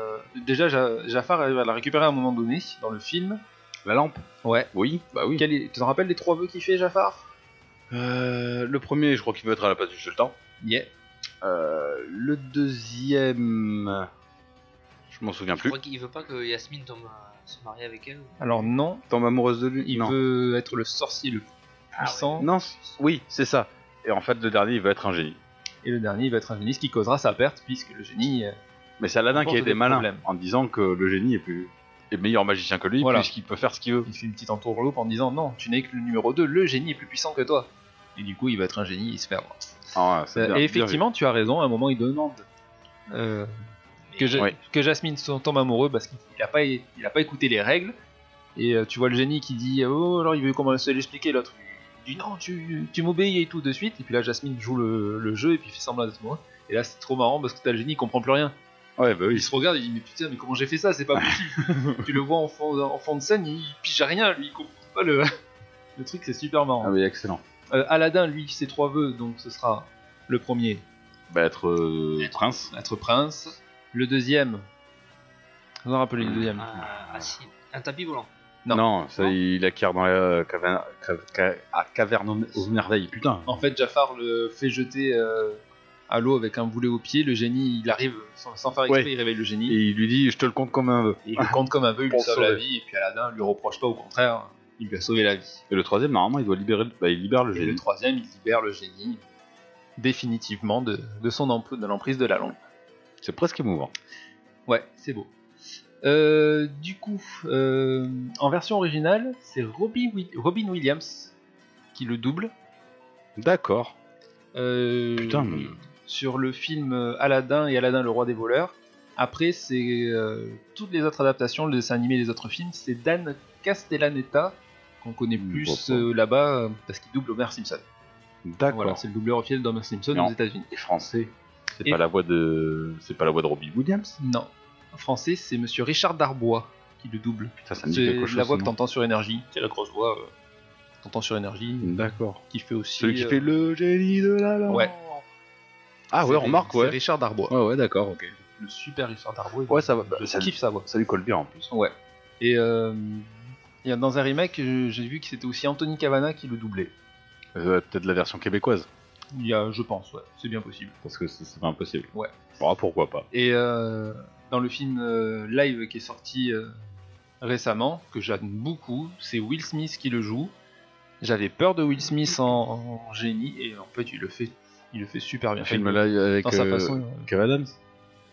[SPEAKER 4] déjà, Ja- Jafar arrive à la récupérer à un moment donné dans le film.
[SPEAKER 5] La lampe
[SPEAKER 4] Ouais.
[SPEAKER 5] Oui, bah oui.
[SPEAKER 4] Quel est- Tu te rappelles les trois vœux qu'il fait, Jafar
[SPEAKER 5] Euh, le premier, je crois qu'il veut être à la place du sultan.
[SPEAKER 4] Yeah.
[SPEAKER 5] Euh, le deuxième, je m'en souviens
[SPEAKER 6] Je
[SPEAKER 5] plus.
[SPEAKER 6] crois qu'il veut pas que Yasmine tombe, euh, se marie avec elle.
[SPEAKER 4] Alors non,
[SPEAKER 5] Tombe amoureuse de lui
[SPEAKER 4] il
[SPEAKER 5] Non.
[SPEAKER 4] veut être le sorcier le plus puissant.
[SPEAKER 5] Non, c- oui, c'est ça. Et en fait, le dernier, il veut être un génie.
[SPEAKER 4] Et le dernier, il va être un génie, ce qui causera sa perte, puisque le génie... euh,
[SPEAKER 5] Mais c'est Aladdin
[SPEAKER 4] Il
[SPEAKER 5] qui a
[SPEAKER 4] porte
[SPEAKER 5] été
[SPEAKER 4] des
[SPEAKER 5] malin
[SPEAKER 4] problèmes.
[SPEAKER 5] en disant que le génie est plus est meilleur magicien que lui
[SPEAKER 4] Voilà.
[SPEAKER 5] puisqu'il peut faire ce qu'il veut.
[SPEAKER 4] Il fait une petite entourloupe en disant non, tu n'es que le numéro 2, le génie est plus puissant que toi. Et du coup, il va être un génie, il se perd.
[SPEAKER 5] Ah ouais, c'est
[SPEAKER 4] et
[SPEAKER 5] bien- bien
[SPEAKER 4] effectivement, tu as raison, à un moment, il demande euh, que, Ja-
[SPEAKER 5] Oui.
[SPEAKER 4] que Jasmine s'en tombe amoureux parce qu'il n'a pas, il a pas écouté les règles. Et euh, tu vois le génie qui dit Oh, alors il veut commencer à l'expliquer. L'autre il dit Non, tu, tu m'obéis et tout de suite. Et puis là, Jasmine joue le, le jeu et puis il fait semblant d'être moi. Et là, c'est trop marrant parce que t'as le génie, il comprend plus rien.
[SPEAKER 5] vu. Ouais, bah
[SPEAKER 4] Il
[SPEAKER 5] oui.
[SPEAKER 4] se regarde, il dit Mais putain, mais comment j'ai fait ça C'est pas possible. tu le vois en fond, en fond de scène, il pige à rien, lui, il comprend pas le, le truc, c'est super marrant.
[SPEAKER 5] Ah oui, excellent.
[SPEAKER 4] Euh, Aladdin, lui, ses trois vœux, donc ce sera le premier,
[SPEAKER 5] Bah être euh, prince.
[SPEAKER 4] être prince. Le deuxième, vous en rappelez le deuxième
[SPEAKER 6] Ah, ah, si, un tapis volant.
[SPEAKER 4] Non.
[SPEAKER 5] Non, ça,
[SPEAKER 6] Non.
[SPEAKER 5] il acquiert dans la euh, caverne, ca- ca- à caverne aux- aux merveilles. Putain.
[SPEAKER 4] En fait, Jafar le fait jeter euh, à l'eau avec un boulet au pied. Le génie, il arrive sans, sans faire exprès,
[SPEAKER 5] Ouais.
[SPEAKER 4] il réveille le génie.
[SPEAKER 5] Et
[SPEAKER 4] Et...
[SPEAKER 5] il lui dit, je te le compte comme un vœu.
[SPEAKER 4] il le compte comme un vœu, il lui
[SPEAKER 5] Pour
[SPEAKER 4] sauve la
[SPEAKER 5] sauver.
[SPEAKER 4] vie. Et puis Aladdin lui reproche pas, au contraire, il lui a sauvé la vie.
[SPEAKER 5] Et le troisième, normalement, il doit libérer, le- bah, il libère le
[SPEAKER 4] Et le
[SPEAKER 5] génie.
[SPEAKER 4] troisième, il libère le génie définitivement de, de son emprise, de l'emprise de la lampe.
[SPEAKER 5] C'est presque émouvant.
[SPEAKER 4] Ouais, c'est beau. Euh, du coup, euh, en version originale, c'est Robbie Wi- Robin Williams qui le double.
[SPEAKER 5] D'accord.
[SPEAKER 4] euh,
[SPEAKER 5] Putain, mais-
[SPEAKER 4] Sur le film euh, Aladdin et Aladdin le roi des voleurs. Après, c'est euh, toutes les autres adaptations, le dessin animé des autres films, c'est Dan Castellaneta qu'on connaît
[SPEAKER 5] Hmm,
[SPEAKER 4] plus
[SPEAKER 5] pourquoi pas.
[SPEAKER 4] euh, là-bas euh, parce qu'il double Homer Simpson.
[SPEAKER 5] D'accord.
[SPEAKER 4] Voilà, c'est le doubleur officiel d'Homer Simpson
[SPEAKER 5] Non.
[SPEAKER 4] aux États-Unis.
[SPEAKER 5] Et français. C'est
[SPEAKER 4] Et-
[SPEAKER 5] pas la voix de, c'est pas la voix de Robbie Williams.
[SPEAKER 4] Non, En français, c'est Monsieur Richard Darbois qui le double.
[SPEAKER 5] Putain, ça me dit
[SPEAKER 4] C'est
[SPEAKER 5] quelque chose.
[SPEAKER 4] la voix que
[SPEAKER 5] non
[SPEAKER 4] t'entends sur énergie, c'est la grosse voix euh, t'entends sur énergie,
[SPEAKER 5] D'accord.
[SPEAKER 4] qui fait aussi.
[SPEAKER 5] Mm. Celui qui
[SPEAKER 4] euh,
[SPEAKER 5] fait le génie de la lampe.
[SPEAKER 4] Ouais.
[SPEAKER 5] Ah ouais,
[SPEAKER 4] c'est-
[SPEAKER 5] remarque,
[SPEAKER 4] c'est
[SPEAKER 5] ouais.
[SPEAKER 4] Richard Darbois.
[SPEAKER 5] Ouais, ouais, d'accord, ok.
[SPEAKER 4] Le super Richard Darbois.
[SPEAKER 5] Ouais, ça va. bah,
[SPEAKER 4] Je
[SPEAKER 5] ça,
[SPEAKER 4] kiffe sa voix.
[SPEAKER 5] ça lui colle bien en plus.
[SPEAKER 4] Ouais. Et euh, il y a- dans un remake, je- j'ai vu que c'était aussi Anthony Cavana qui le doublait.
[SPEAKER 5] Euh, Peut-être la version québécoise,
[SPEAKER 4] Il y a, je pense, ouais, c'est bien possible.
[SPEAKER 5] parce que c'est c'est pas impossible.
[SPEAKER 4] Ouais.
[SPEAKER 5] Bon, ah, pourquoi pas.
[SPEAKER 4] Et euh, dans le film euh, live qui est sorti euh, récemment, que j'aime beaucoup, c'est Will Smith qui le joue. J'avais peur de Will Smith en, en génie, et en fait, il le fait, il le fait super bien.
[SPEAKER 5] film
[SPEAKER 4] Enfin,
[SPEAKER 5] là avec
[SPEAKER 4] dans sa
[SPEAKER 5] euh,
[SPEAKER 4] façon. euh,
[SPEAKER 5] Kev Adams.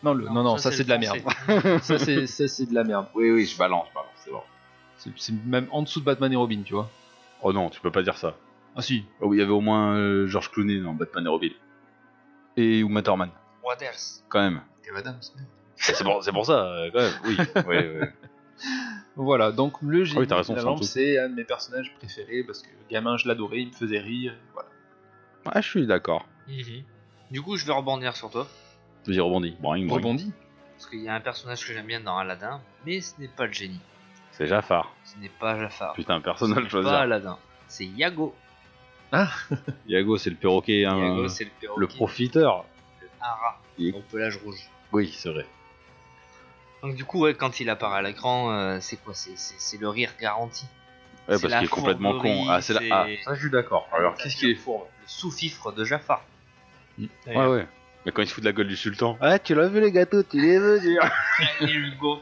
[SPEAKER 4] Non, le- non, non, ça, c'est de la
[SPEAKER 6] le
[SPEAKER 4] merde.
[SPEAKER 6] français.
[SPEAKER 4] ça, c'est ça, c'est de la merde.
[SPEAKER 5] Oui, oui, je balance, je balance, c'est bon.
[SPEAKER 4] C'est c'est même en dessous de Batman et Robin, tu vois.
[SPEAKER 5] Oh non, tu peux pas dire ça.
[SPEAKER 4] Ah si,
[SPEAKER 5] Oh, il y avait au moins euh, George Clooney dans Batman et Robin. Et ou Matterman,
[SPEAKER 6] What else
[SPEAKER 5] quand même. C'est pour, c'est pour ça, euh, quand même. Oui, oui, oui.
[SPEAKER 4] Voilà, donc le génie
[SPEAKER 5] Ah oui, t'as raison,
[SPEAKER 4] de la
[SPEAKER 5] c'est en
[SPEAKER 4] lampe,
[SPEAKER 5] dessous.
[SPEAKER 4] c'est un de mes personnages préférés parce que gamin, je l'adorais, il me faisait rire. Voilà.
[SPEAKER 5] Ah, je suis d'accord.
[SPEAKER 6] Mhm. Du coup, je vais rebondir sur toi.
[SPEAKER 5] Vas-y, rebondis. Boing, boing.
[SPEAKER 4] Rebondis.
[SPEAKER 6] Parce qu'il y a un personnage que j'aime bien dans Aladdin, mais ce n'est pas le génie.
[SPEAKER 5] C'est Jafar.
[SPEAKER 6] Ce n'est pas Jafar.
[SPEAKER 5] Putain,
[SPEAKER 6] ce
[SPEAKER 5] personne à
[SPEAKER 6] n'est
[SPEAKER 5] le
[SPEAKER 6] pas
[SPEAKER 5] choisir.
[SPEAKER 6] Aladdin. C'est Yago.
[SPEAKER 5] Yago, c'est le perroquet, hein,
[SPEAKER 6] Yago, c'est le perroquet.
[SPEAKER 5] le profiteur.
[SPEAKER 6] Ara,
[SPEAKER 5] Il-
[SPEAKER 6] au pelage rouge.
[SPEAKER 5] Oui, c'est vrai.
[SPEAKER 6] Donc du coup, ouais, quand il apparaît à l'écran, euh, c'est quoi C'est- C'est c'est le rire garanti.
[SPEAKER 5] Ouais,
[SPEAKER 6] C'est
[SPEAKER 5] parce
[SPEAKER 6] la
[SPEAKER 5] qu'il est complètement
[SPEAKER 6] fourberie,
[SPEAKER 5] con. Ah, c'est la... ah,
[SPEAKER 6] c'est-
[SPEAKER 5] ça, je suis d'accord. Alors, qu'est-ce qu'il est fourbe
[SPEAKER 6] Le sous-fifre de Jafar.
[SPEAKER 5] Ouais, ouais. Mais quand il se fout de la gueule du sultan. Ah, tu l'as vu, les gâteaux, tu les veux, dire.
[SPEAKER 6] il lui gonfle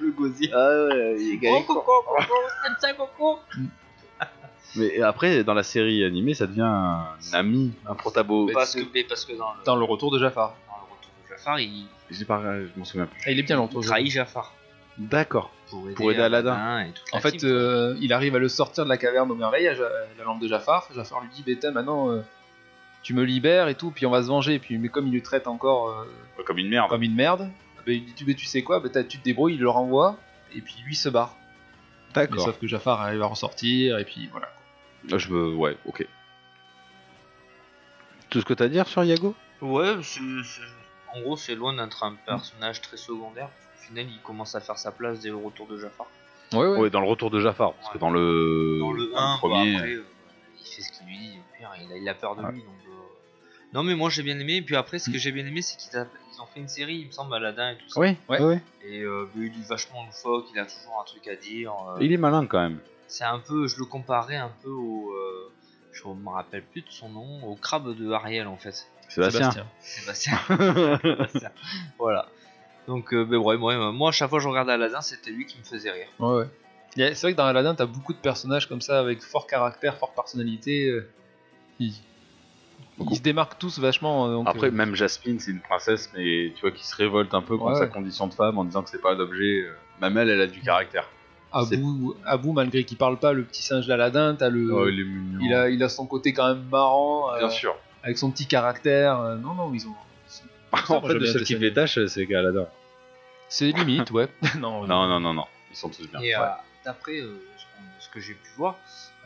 [SPEAKER 6] le gosier.
[SPEAKER 5] Ah, ouais, il est
[SPEAKER 6] Oh, coco, coco, c'est ça, coco
[SPEAKER 5] Mais après, dans la série animée, ça devient un ami, un protabo.
[SPEAKER 6] Parce que, mais parce que dans le,
[SPEAKER 4] Dans le retour de Jafar.
[SPEAKER 6] dans le retour de Jafar, il,
[SPEAKER 5] J'ai pas, je m'en souviens plus.
[SPEAKER 4] Ah, il est bien le retour
[SPEAKER 6] il
[SPEAKER 4] de Jafar.
[SPEAKER 6] trahit Jafar.
[SPEAKER 5] D'accord.
[SPEAKER 6] Pour aider,
[SPEAKER 5] Pour aider Aladdin.
[SPEAKER 6] et toute la
[SPEAKER 4] En fait,
[SPEAKER 6] team.
[SPEAKER 4] euh, il arrive à le sortir de la caverne aux merveilles, à Ja- à la lampe de Jafar. Jafar lui dit Beta, maintenant euh, tu me libères et tout, puis on va se venger. Et puis, mais comme il le traite encore euh,
[SPEAKER 5] Comme une merde.
[SPEAKER 4] comme une merde, bah, il dit tu, mais tu sais quoi, bah, t'as- tu te débrouilles, il le renvoie, et puis lui se barre. Mais
[SPEAKER 5] D'accord.
[SPEAKER 4] sauf que Jafar arrive à ressortir, et puis voilà.
[SPEAKER 5] Ah, Je veux. Ouais, ok. Tout ce que t'as à dire sur Yago
[SPEAKER 6] Ouais, c'est- c'est- en gros, c'est loin d'être un personnage très secondaire. Au final, il commence à faire sa place dès le retour de Jafar.
[SPEAKER 4] Ouais, ouais.
[SPEAKER 5] Ouais, dans le retour de Jafar. Parce que dans le.
[SPEAKER 6] Dans le 1,
[SPEAKER 5] premier.
[SPEAKER 6] après, euh, il fait ce qu'il lui dit. au pire, il, a, il a peur de lui. donc, euh, Non, mais moi j'ai bien aimé. Et puis après, ce que j'ai bien aimé, c'est qu'ils a- ils ont, ils ont fait une série, il me semble, Aladdin et tout ça.
[SPEAKER 5] Oui,
[SPEAKER 4] Ouais.
[SPEAKER 5] ouais, ouais.
[SPEAKER 6] Et euh, bah, il est vachement loufoque, il a toujours un truc à dire. euh,
[SPEAKER 5] Il est malin quand même.
[SPEAKER 6] C'est un peu, je le comparais un peu au, euh, je me rappelle plus de son nom, au crabe de Ariel en fait.
[SPEAKER 5] Sébastien.
[SPEAKER 6] Sébastien. Sébastien. voilà. Donc, euh, ben, ouais, moi, euh, moi, à chaque fois que je regardais Aladdin, c'était lui qui me faisait rire.
[SPEAKER 4] Ouais, ouais. Il y a- C'est vrai que dans Aladdin, t'as beaucoup de personnages comme ça, avec fort caractère, fort personnalité. euh, Ils, ils se démarquent tous vachement. euh, donc,
[SPEAKER 5] Après,
[SPEAKER 4] euh,
[SPEAKER 5] même Jasmine, c'est une princesse, mais tu vois, qui se révolte un peu contre
[SPEAKER 4] Ouais,
[SPEAKER 5] sa
[SPEAKER 4] ouais.
[SPEAKER 5] condition de femme en disant que c'est pas un objet. euh, Même elle, elle a du caractère. c'est-
[SPEAKER 4] Abu, Abu, malgré qu'il parle pas, le petit singe d'Aladdin, t'as le.
[SPEAKER 5] Oh, il est mignon.
[SPEAKER 4] il, a, il a son côté quand même marrant, euh,
[SPEAKER 5] Bien sûr.
[SPEAKER 4] avec son petit caractère. euh, non, non, ils ont. c'est- moi,
[SPEAKER 5] en fait,
[SPEAKER 4] j'aime
[SPEAKER 5] le
[SPEAKER 4] bien
[SPEAKER 5] seul qui
[SPEAKER 4] Jasmine.
[SPEAKER 5] fait tâche, c'est Galadin.
[SPEAKER 4] C'est limite, ouais. non,
[SPEAKER 5] Non, non, non, non. Ils sont tous bien.
[SPEAKER 6] Et euh, d'après euh, ce qu'on- ce, que j'ai pu voir,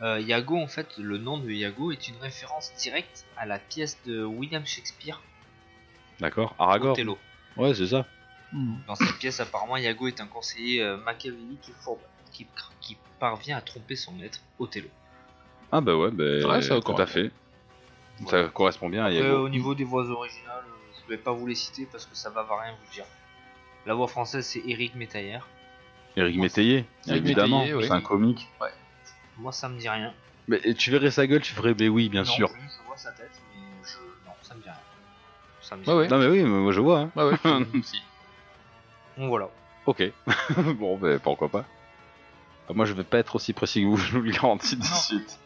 [SPEAKER 6] euh, Iago, en fait, le nom de Iago est une référence directe à la pièce de William Shakespeare,
[SPEAKER 5] euh, D'accord. Aragorn.
[SPEAKER 6] Othello.
[SPEAKER 5] Ouais, c'est ça.
[SPEAKER 4] Hmm.
[SPEAKER 6] Dans cette pièce, apparemment, Iago est un conseiller euh, machiavélique et fourbe qui, qui parvient à tromper son maître, Othello.
[SPEAKER 5] Ah bah ouais, bah,
[SPEAKER 4] Ouais, ça
[SPEAKER 5] tout
[SPEAKER 4] correspond.
[SPEAKER 5] à fait. Ça correspond bien à
[SPEAKER 6] Après,
[SPEAKER 5] Iago.
[SPEAKER 6] Euh, au niveau des voix originales, euh, je vais pas vous les citer parce que ça va rien vous dire. La voix française, c'est Éric Métayer.
[SPEAKER 5] Eric Métayer,
[SPEAKER 4] Éric
[SPEAKER 5] évidemment.
[SPEAKER 4] Métayer, ouais.
[SPEAKER 5] C'est un comique.
[SPEAKER 6] Moi, ça me dit rien.
[SPEAKER 5] Mais et tu verrais sa gueule, tu ferais, mais oui, bien
[SPEAKER 6] Non,
[SPEAKER 5] sûr.
[SPEAKER 6] Je, je vois sa tête, mais je... non, ça me dit rien. Ça me dit
[SPEAKER 4] Ouais, ouais.
[SPEAKER 5] Non mais oui, mais moi je vois. hein.
[SPEAKER 4] Ouais, ouais.
[SPEAKER 6] Bon, voilà.
[SPEAKER 5] Ok. bon, ben pourquoi pas. Euh, Moi, je vais pas être aussi précis que vous, je vous le garantis de suite.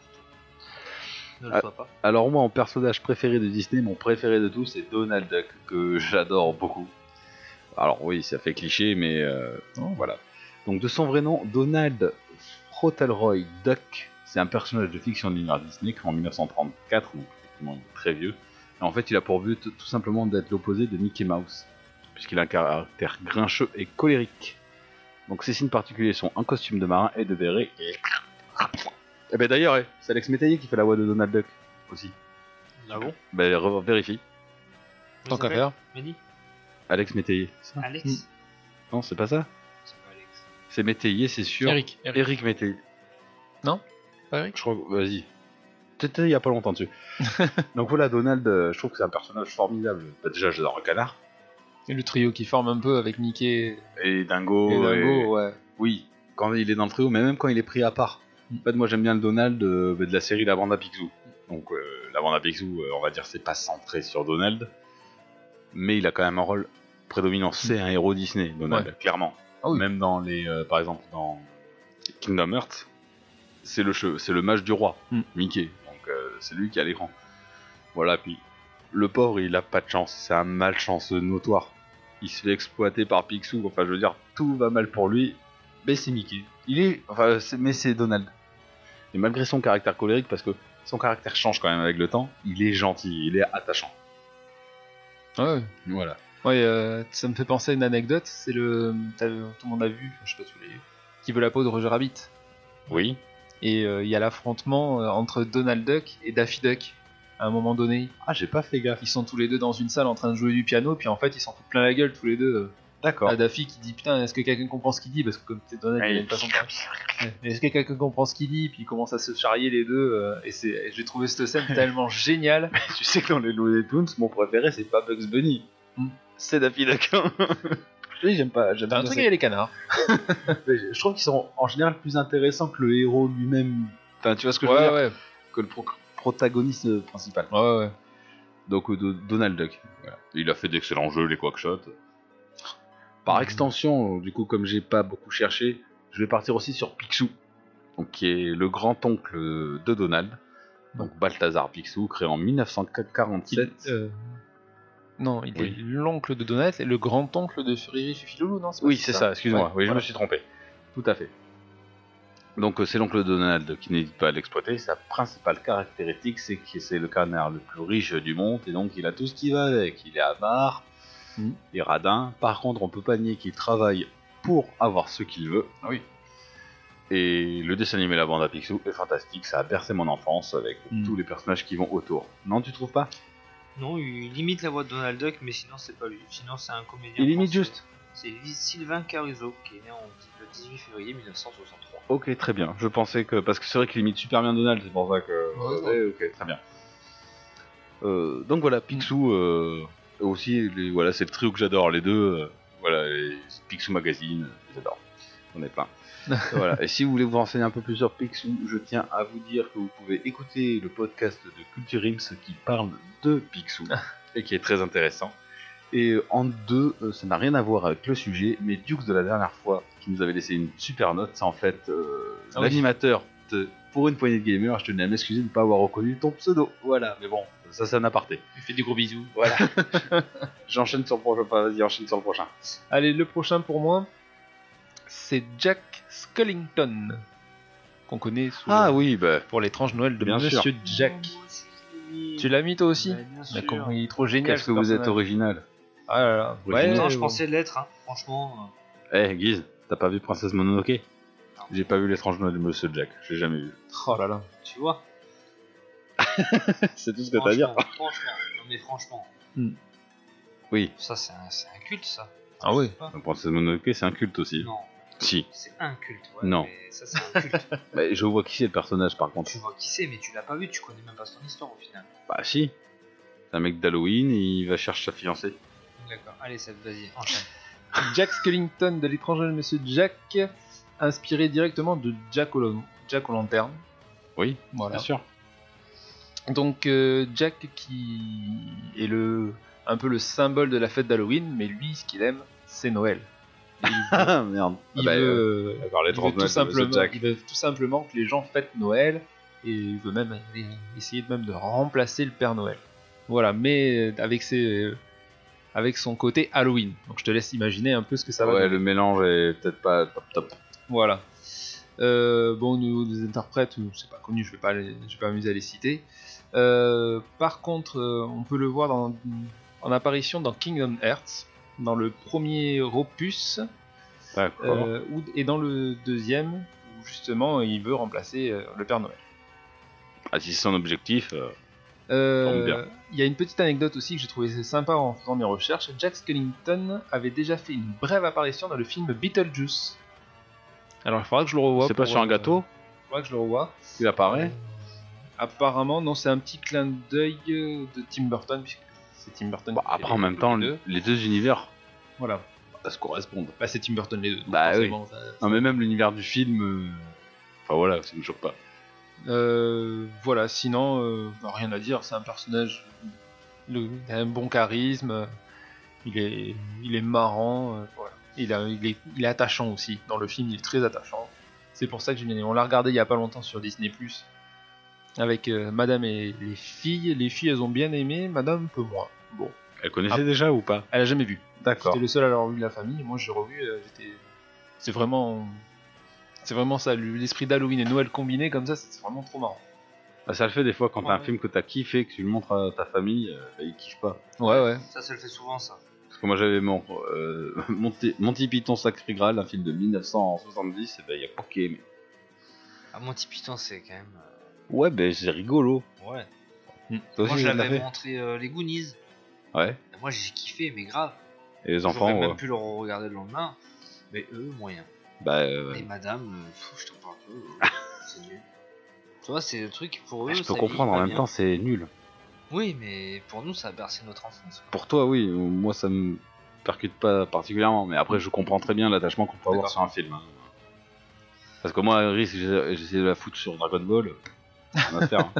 [SPEAKER 6] Ne
[SPEAKER 5] Ah.
[SPEAKER 6] le sois pas.
[SPEAKER 5] Alors moi, en personnage préféré de Disney, mon préféré de tous, c'est Donald Duck, que j'adore beaucoup. Alors oui, ça fait cliché, mais euh, non, voilà. Donc de son vrai nom, Donald Fauntleroy Duck, c'est un personnage de fiction de l'univers Disney créé en 1934, donc effectivement il est très vieux. Et en fait, il a pour but tout simplement d'être l'opposé de Mickey Mouse, puisqu'il a un caractère grincheux et colérique. Donc ses signes particuliers sont un costume de marin et de béret. Et, Eh ben d'ailleurs, eh, c'est Alex Métayer qui fait la voix de Donald Duck aussi.
[SPEAKER 6] Ah bon
[SPEAKER 5] Ben re- vérifie.
[SPEAKER 4] Tant qu'à faire.
[SPEAKER 6] Mehdi
[SPEAKER 5] Alex Métayer. Ça
[SPEAKER 6] Alex
[SPEAKER 4] Mm.
[SPEAKER 5] Non, c'est pas ça.
[SPEAKER 6] C'est pas Alex.
[SPEAKER 5] C'est Métayer, c'est sûr.
[SPEAKER 4] Eric. Eric.
[SPEAKER 5] Eric Métayer.
[SPEAKER 4] Non Pas Eric
[SPEAKER 5] Je crois que... Vas-y. T'étais il y a pas longtemps dessus. Donc voilà, Donald, euh, je trouve que c'est un personnage formidable. Bah, déjà, j'adore le canard.
[SPEAKER 4] Et le trio qui forme un peu avec Mickey
[SPEAKER 5] Et Dingo.
[SPEAKER 4] et Dingo,
[SPEAKER 5] et-
[SPEAKER 4] ouais.
[SPEAKER 5] Oui, quand il est dans le trio, mais même quand il est pris à part.
[SPEAKER 4] Mm.
[SPEAKER 5] En fait, moi j'aime bien le Donald euh, de, la série La Bande à Picsou. Donc euh, La Bande à Picsou, euh, on va dire, c'est pas centré sur Donald, mais il a quand même un rôle prédominant. C'est un héros Disney, Donald, clairement.
[SPEAKER 4] Mm. Ah oui.
[SPEAKER 5] Même dans les, euh, par exemple, dans Kingdom Hearts, c'est le cheveu- c'est le mage du roi,
[SPEAKER 4] Mm.
[SPEAKER 5] Mickey. Donc euh, c'est lui qui a l'écran. Voilà, puis le pauvre, il a pas de chance. C'est un malchanceux notoire. Il se fait exploiter par Picsou. Enfin, je veux dire, tout va mal pour lui. Mais Ben, c'est Mickey. Il est, enfin, c'est- mais c'est Donald. Et malgré son caractère colérique, parce que son caractère change quand même avec le temps, il est gentil, il est attachant.
[SPEAKER 4] Ouais.
[SPEAKER 5] Voilà.
[SPEAKER 4] Ouais, euh, ça me fait penser à une anecdote. C'est le. t'as- Tout le monde a vu, je sais pas si vous l'avez vu, qui veut la peau de Roger Rabbit.
[SPEAKER 5] Oui.
[SPEAKER 4] Et euh, il y a l'affrontement euh, entre Donald Duck et Daffy Duck. À un moment donné,
[SPEAKER 5] Ah, j'ai pas fait gaffe.
[SPEAKER 4] ils sont tous les deux dans une salle en train de jouer du piano, puis en fait ils s'en foutent plein la gueule tous les deux.
[SPEAKER 5] D'accord.
[SPEAKER 4] T'as Daffy qui dit putain, est-ce que quelqu'un comprend ce qu'il dit Parce que comme c'est Donald, il a une façon de parler. Ouais. Mais Est-ce que quelqu'un comprend ce qu'il dit Puis ils commencent à se charrier les deux. euh, et c'est, et j'ai trouvé cette scène tellement géniale.
[SPEAKER 5] Ah, tu sais que dans les Looney Tunes, mon préféré, c'est pas Bugs Bunny.
[SPEAKER 4] Hmm.
[SPEAKER 5] C'est Daffy Duck. Oui, j'aime pas. J'aime
[SPEAKER 4] T'as un
[SPEAKER 5] bien
[SPEAKER 4] truc
[SPEAKER 5] ça.
[SPEAKER 4] avec les canards.
[SPEAKER 5] Je trouve qu'ils sont en général plus intéressants que le héros lui-même. Enfin, tu vois ce que
[SPEAKER 4] Ouais,
[SPEAKER 5] je veux dire
[SPEAKER 4] ouais,
[SPEAKER 5] Que le pro- protagoniste euh, principal.
[SPEAKER 4] ouais, ouais.
[SPEAKER 5] Donc euh, Do- Donald Duck. voilà. Il a fait d'excellents jeux, les Quackshot. Par extension, euh, du coup, comme j'ai pas beaucoup cherché, je vais partir aussi sur Picsou, donc qui est le grand-oncle euh, de Donald. Donc Balthazar Picsou, créé en 1947.
[SPEAKER 4] Il- euh, Non, il
[SPEAKER 5] Oui.
[SPEAKER 4] est l'oncle de Donald et le grand-oncle de Frédéric Filou, non pas
[SPEAKER 5] Oui, c'est ça, excuse-moi.
[SPEAKER 4] Ouais,
[SPEAKER 5] oui, je
[SPEAKER 4] voilà.
[SPEAKER 5] me suis trompé. Tout à fait. Donc, euh, c'est l'oncle Donald qui n'hésite pas à l'exploiter. Sa principale caractéristique, c'est que c'est le canard le plus riche du monde, et donc il a tout ce qui va avec. Il est avare,
[SPEAKER 4] Mhm.
[SPEAKER 5] il est radin. Par contre, on peut pas nier qu'il travaille pour avoir ce qu'il veut.
[SPEAKER 4] Ah oui.
[SPEAKER 5] Et le dessin animé La Bande à Picsou est fantastique. Ça a bercé mon enfance avec
[SPEAKER 4] Mhm.
[SPEAKER 5] tous les personnages qui vont autour. Non, tu trouves pas
[SPEAKER 6] Non, il imite la voix de Donald Duck, mais sinon, c'est pas lui. Sinon, c'est un comédien.
[SPEAKER 5] Il imite
[SPEAKER 6] français.
[SPEAKER 5] juste.
[SPEAKER 6] C'est Sylvain Caruso, qui est né en- le 18 février 1963.
[SPEAKER 5] Ok, très bien. Je pensais que. Parce que c'est vrai qu'il imite super bien Donald, c'est pour ça que. Ouais, ok, très bien. Euh, donc voilà, Picsou, euh, aussi, les- voilà, c'est le trio que j'adore, les deux, euh, voilà, les Picsou Magazine, j'adore, on est plein. voilà. Et si vous voulez vous renseigner un peu plus sur Picsou, je tiens à vous dire que vous pouvez écouter le podcast de Culture Ims qui parle de Picsou et qui est très intéressant. Et en deux, euh, ça n'a rien à voir avec le sujet, mais Dukes de la dernière fois, qui nous avait laissé une super note, c'est en fait euh,
[SPEAKER 4] Ah oui.
[SPEAKER 5] l'animateur de Pour une poignée de gamers. Je tenais à m'excuser de ne pas avoir reconnu ton pseudo. Voilà, mais bon, ça c'est un aparté.
[SPEAKER 4] Il fait des gros bisous.
[SPEAKER 5] Voilà. J'enchaîne sur le prochain. Enfin, vas-y, enchaîne sur le prochain.
[SPEAKER 4] Allez, le prochain pour moi, c'est Jack Skellington, qu'on connaît sous
[SPEAKER 5] Ah oui, bah.
[SPEAKER 4] pour l'étrange Noël de
[SPEAKER 5] Bien sûr.
[SPEAKER 4] Monsieur Jack. Tu l'as mis toi aussi
[SPEAKER 6] Bah,
[SPEAKER 4] D'accord, il est trop génial. ce
[SPEAKER 5] Qu'est-ce que vous êtes
[SPEAKER 4] personnage.
[SPEAKER 5] original
[SPEAKER 4] Ah là là.
[SPEAKER 5] Ouais,
[SPEAKER 6] Putain,
[SPEAKER 4] ouais,
[SPEAKER 6] Eh, je
[SPEAKER 4] ouais.
[SPEAKER 6] pensais l'être, hein, franchement.
[SPEAKER 5] Eh, Guise, t'as pas vu Princesse Mononoke J'ai pas vu l'étrange Noël de Monsieur Jack, j'ai jamais vu.
[SPEAKER 4] Oh là là.
[SPEAKER 6] euh, Tu vois
[SPEAKER 5] c'est tout ce
[SPEAKER 6] franchement, franchement, non mais franchement,
[SPEAKER 5] Oui.
[SPEAKER 6] ça c'est un, c'est un culte ça.
[SPEAKER 4] Ah ouais.
[SPEAKER 6] Pas-
[SPEAKER 5] Donc, Princesse Mononoke, c'est un culte aussi.
[SPEAKER 6] Non,
[SPEAKER 5] Si.
[SPEAKER 6] c'est un culte. Ouais,
[SPEAKER 5] Non.
[SPEAKER 6] mais ça c'est un culte.
[SPEAKER 5] Bah, je vois qui c'est le personnage par contre.
[SPEAKER 6] tu vois qui c'est, mais tu l'as pas vu, tu connais même pas son histoire au final.
[SPEAKER 5] Bah, si. C'est un mec d'Halloween, il va chercher sa fiancée.
[SPEAKER 6] D'accord, allez, ça vas-y, enchaîne.
[SPEAKER 4] Jack Skellington de l'étrange Noël de Monsieur Jack, inspiré directement de Jack O'Lan- Jack aux lanternes.
[SPEAKER 5] Oui, Ah.
[SPEAKER 4] Voilà.
[SPEAKER 5] bien sûr.
[SPEAKER 4] Donc euh, Jack qui est le un peu le symbole de la fête d'Halloween, mais lui ce qu'il aime c'est Noël. Et il veut-
[SPEAKER 5] Ah merde.
[SPEAKER 4] il
[SPEAKER 5] Bah, euh,
[SPEAKER 4] veut,
[SPEAKER 5] d'accord,
[SPEAKER 4] il veut
[SPEAKER 5] l'étrange
[SPEAKER 4] tout
[SPEAKER 5] Noël de Monsieur
[SPEAKER 4] simplement,
[SPEAKER 5] Jack.
[SPEAKER 4] il veut tout simplement que les gens fêtent Noël et il veut même aller essayer de même de remplacer le Père Noël. Voilà, mais avec ses avec son côté Halloween. Donc je te laisse imaginer un peu ce que ça va
[SPEAKER 5] ouais,
[SPEAKER 4] donner.
[SPEAKER 5] le mélange est peut-être pas top top.
[SPEAKER 4] Voilà. Euh, bon, nous, des interprètes, euh, c'est pas connu, je vais pas, les- je vais pas m'amuser à les citer. Euh, par contre, euh, on peut le voir dans- en apparition dans Kingdom Hearts, dans le premier opus,
[SPEAKER 5] D'accord.
[SPEAKER 4] euh, ou- et dans le deuxième, où justement il veut remplacer euh, le Père Noël.
[SPEAKER 5] Ah, si c'est son objectif, euh, Tombe bien.
[SPEAKER 4] Euh, Il y a une petite anecdote aussi que j'ai trouvé sympa en faisant mes recherches. Jack Skellington avait déjà fait une brève apparition dans le film Beetlejuice. Alors il faudra que je le revoie.
[SPEAKER 5] c'est pas
[SPEAKER 4] pour,
[SPEAKER 5] sur un
[SPEAKER 4] euh,
[SPEAKER 5] gâteau
[SPEAKER 4] Il faudra que je le revoie. Euh,
[SPEAKER 5] Il apparaît
[SPEAKER 4] Apparemment, non, c'est un petit clin d'œil euh, de Tim Burton, puisque c'est Tim Burton.
[SPEAKER 5] Bah,
[SPEAKER 4] qui
[SPEAKER 5] Après,
[SPEAKER 4] fait
[SPEAKER 5] en même
[SPEAKER 4] les
[SPEAKER 5] temps,
[SPEAKER 4] deux.
[SPEAKER 5] les deux univers
[SPEAKER 4] Voilà.
[SPEAKER 5] bah, se correspondent.
[SPEAKER 4] Bah, c'est Tim Burton les deux. donc
[SPEAKER 5] Bah oui.
[SPEAKER 4] forcément, ça-
[SPEAKER 5] Non, mais même l'univers du film. euh, Enfin voilà, ça me choque pas.
[SPEAKER 4] Euh, voilà, sinon, euh, bah, rien à dire, c'est un personnage. le- il a un bon charisme, euh, il est, il est marrant, euh, voilà. il, a- il est, il est attachant aussi. Dans le film, il est très attachant. C'est pour ça que j'ai bien aimé. On l'a regardé il y a pas longtemps sur Disney avec euh, madame et les filles. Les filles, elles ont bien aimé, madame, peu moins. Bon.
[SPEAKER 5] Elle connaissait
[SPEAKER 4] Ah.
[SPEAKER 5] déjà ou pas
[SPEAKER 4] Elle a jamais vu.
[SPEAKER 5] D'accord.
[SPEAKER 4] J'étais le seul à l'avoir vu de la famille. Moi, j'ai revu. euh, j'étais. C'est vraiment. C'est vraiment ça. L'esprit d'Halloween et Noël combiné comme ça, c'est vraiment trop marrant.
[SPEAKER 5] Bah, ça le fait des fois quand t'as un
[SPEAKER 6] Ouais.
[SPEAKER 5] film que t'as kiffé, que tu le montres à ta famille, euh, bah, ils kiffent pas.
[SPEAKER 4] Ouais, ouais.
[SPEAKER 6] Ça, ça le fait souvent ça.
[SPEAKER 5] Parce que moi j'avais mon, euh, Monty, Monty Python Sacré Graal, un film de 1970, et bah y a pas qui aimé.
[SPEAKER 6] Ah, Monty Python, c'est quand même.
[SPEAKER 5] Ouais, bah c'est rigolo.
[SPEAKER 6] euh, Ouais. Moi,
[SPEAKER 5] Toi aussi,
[SPEAKER 6] je
[SPEAKER 5] tu l'as
[SPEAKER 6] l'avais
[SPEAKER 5] fait
[SPEAKER 6] montré euh, les Goonies.
[SPEAKER 5] Ouais.
[SPEAKER 6] Moi, j'ai kiffé, mais grave.
[SPEAKER 5] Et les
[SPEAKER 6] J'aurais
[SPEAKER 5] enfants, ouais.
[SPEAKER 6] même pu le regarder le lendemain. Mais eux, moyen.
[SPEAKER 5] Bah, euh,
[SPEAKER 6] Et madame, euh, pff, je t'en parle peu. euh, c'est nul. Tu vois, c'est le truc pour eux.
[SPEAKER 5] je
[SPEAKER 6] ça
[SPEAKER 5] peux
[SPEAKER 6] vieillit
[SPEAKER 5] comprendre, en
[SPEAKER 6] pas
[SPEAKER 5] même
[SPEAKER 6] bien.
[SPEAKER 5] temps c'est nul.
[SPEAKER 6] Oui, mais pour nous, ça a bercé notre enfance.
[SPEAKER 5] Pour toi, oui, moi ça me percute pas particulièrement, mais après je comprends très bien l'attachement qu'on peut avoir sur un film. hein. Parce que moi, Riz, j'ai- j'essaie de la foutre sur Dragon Ball, rien à faire, hein.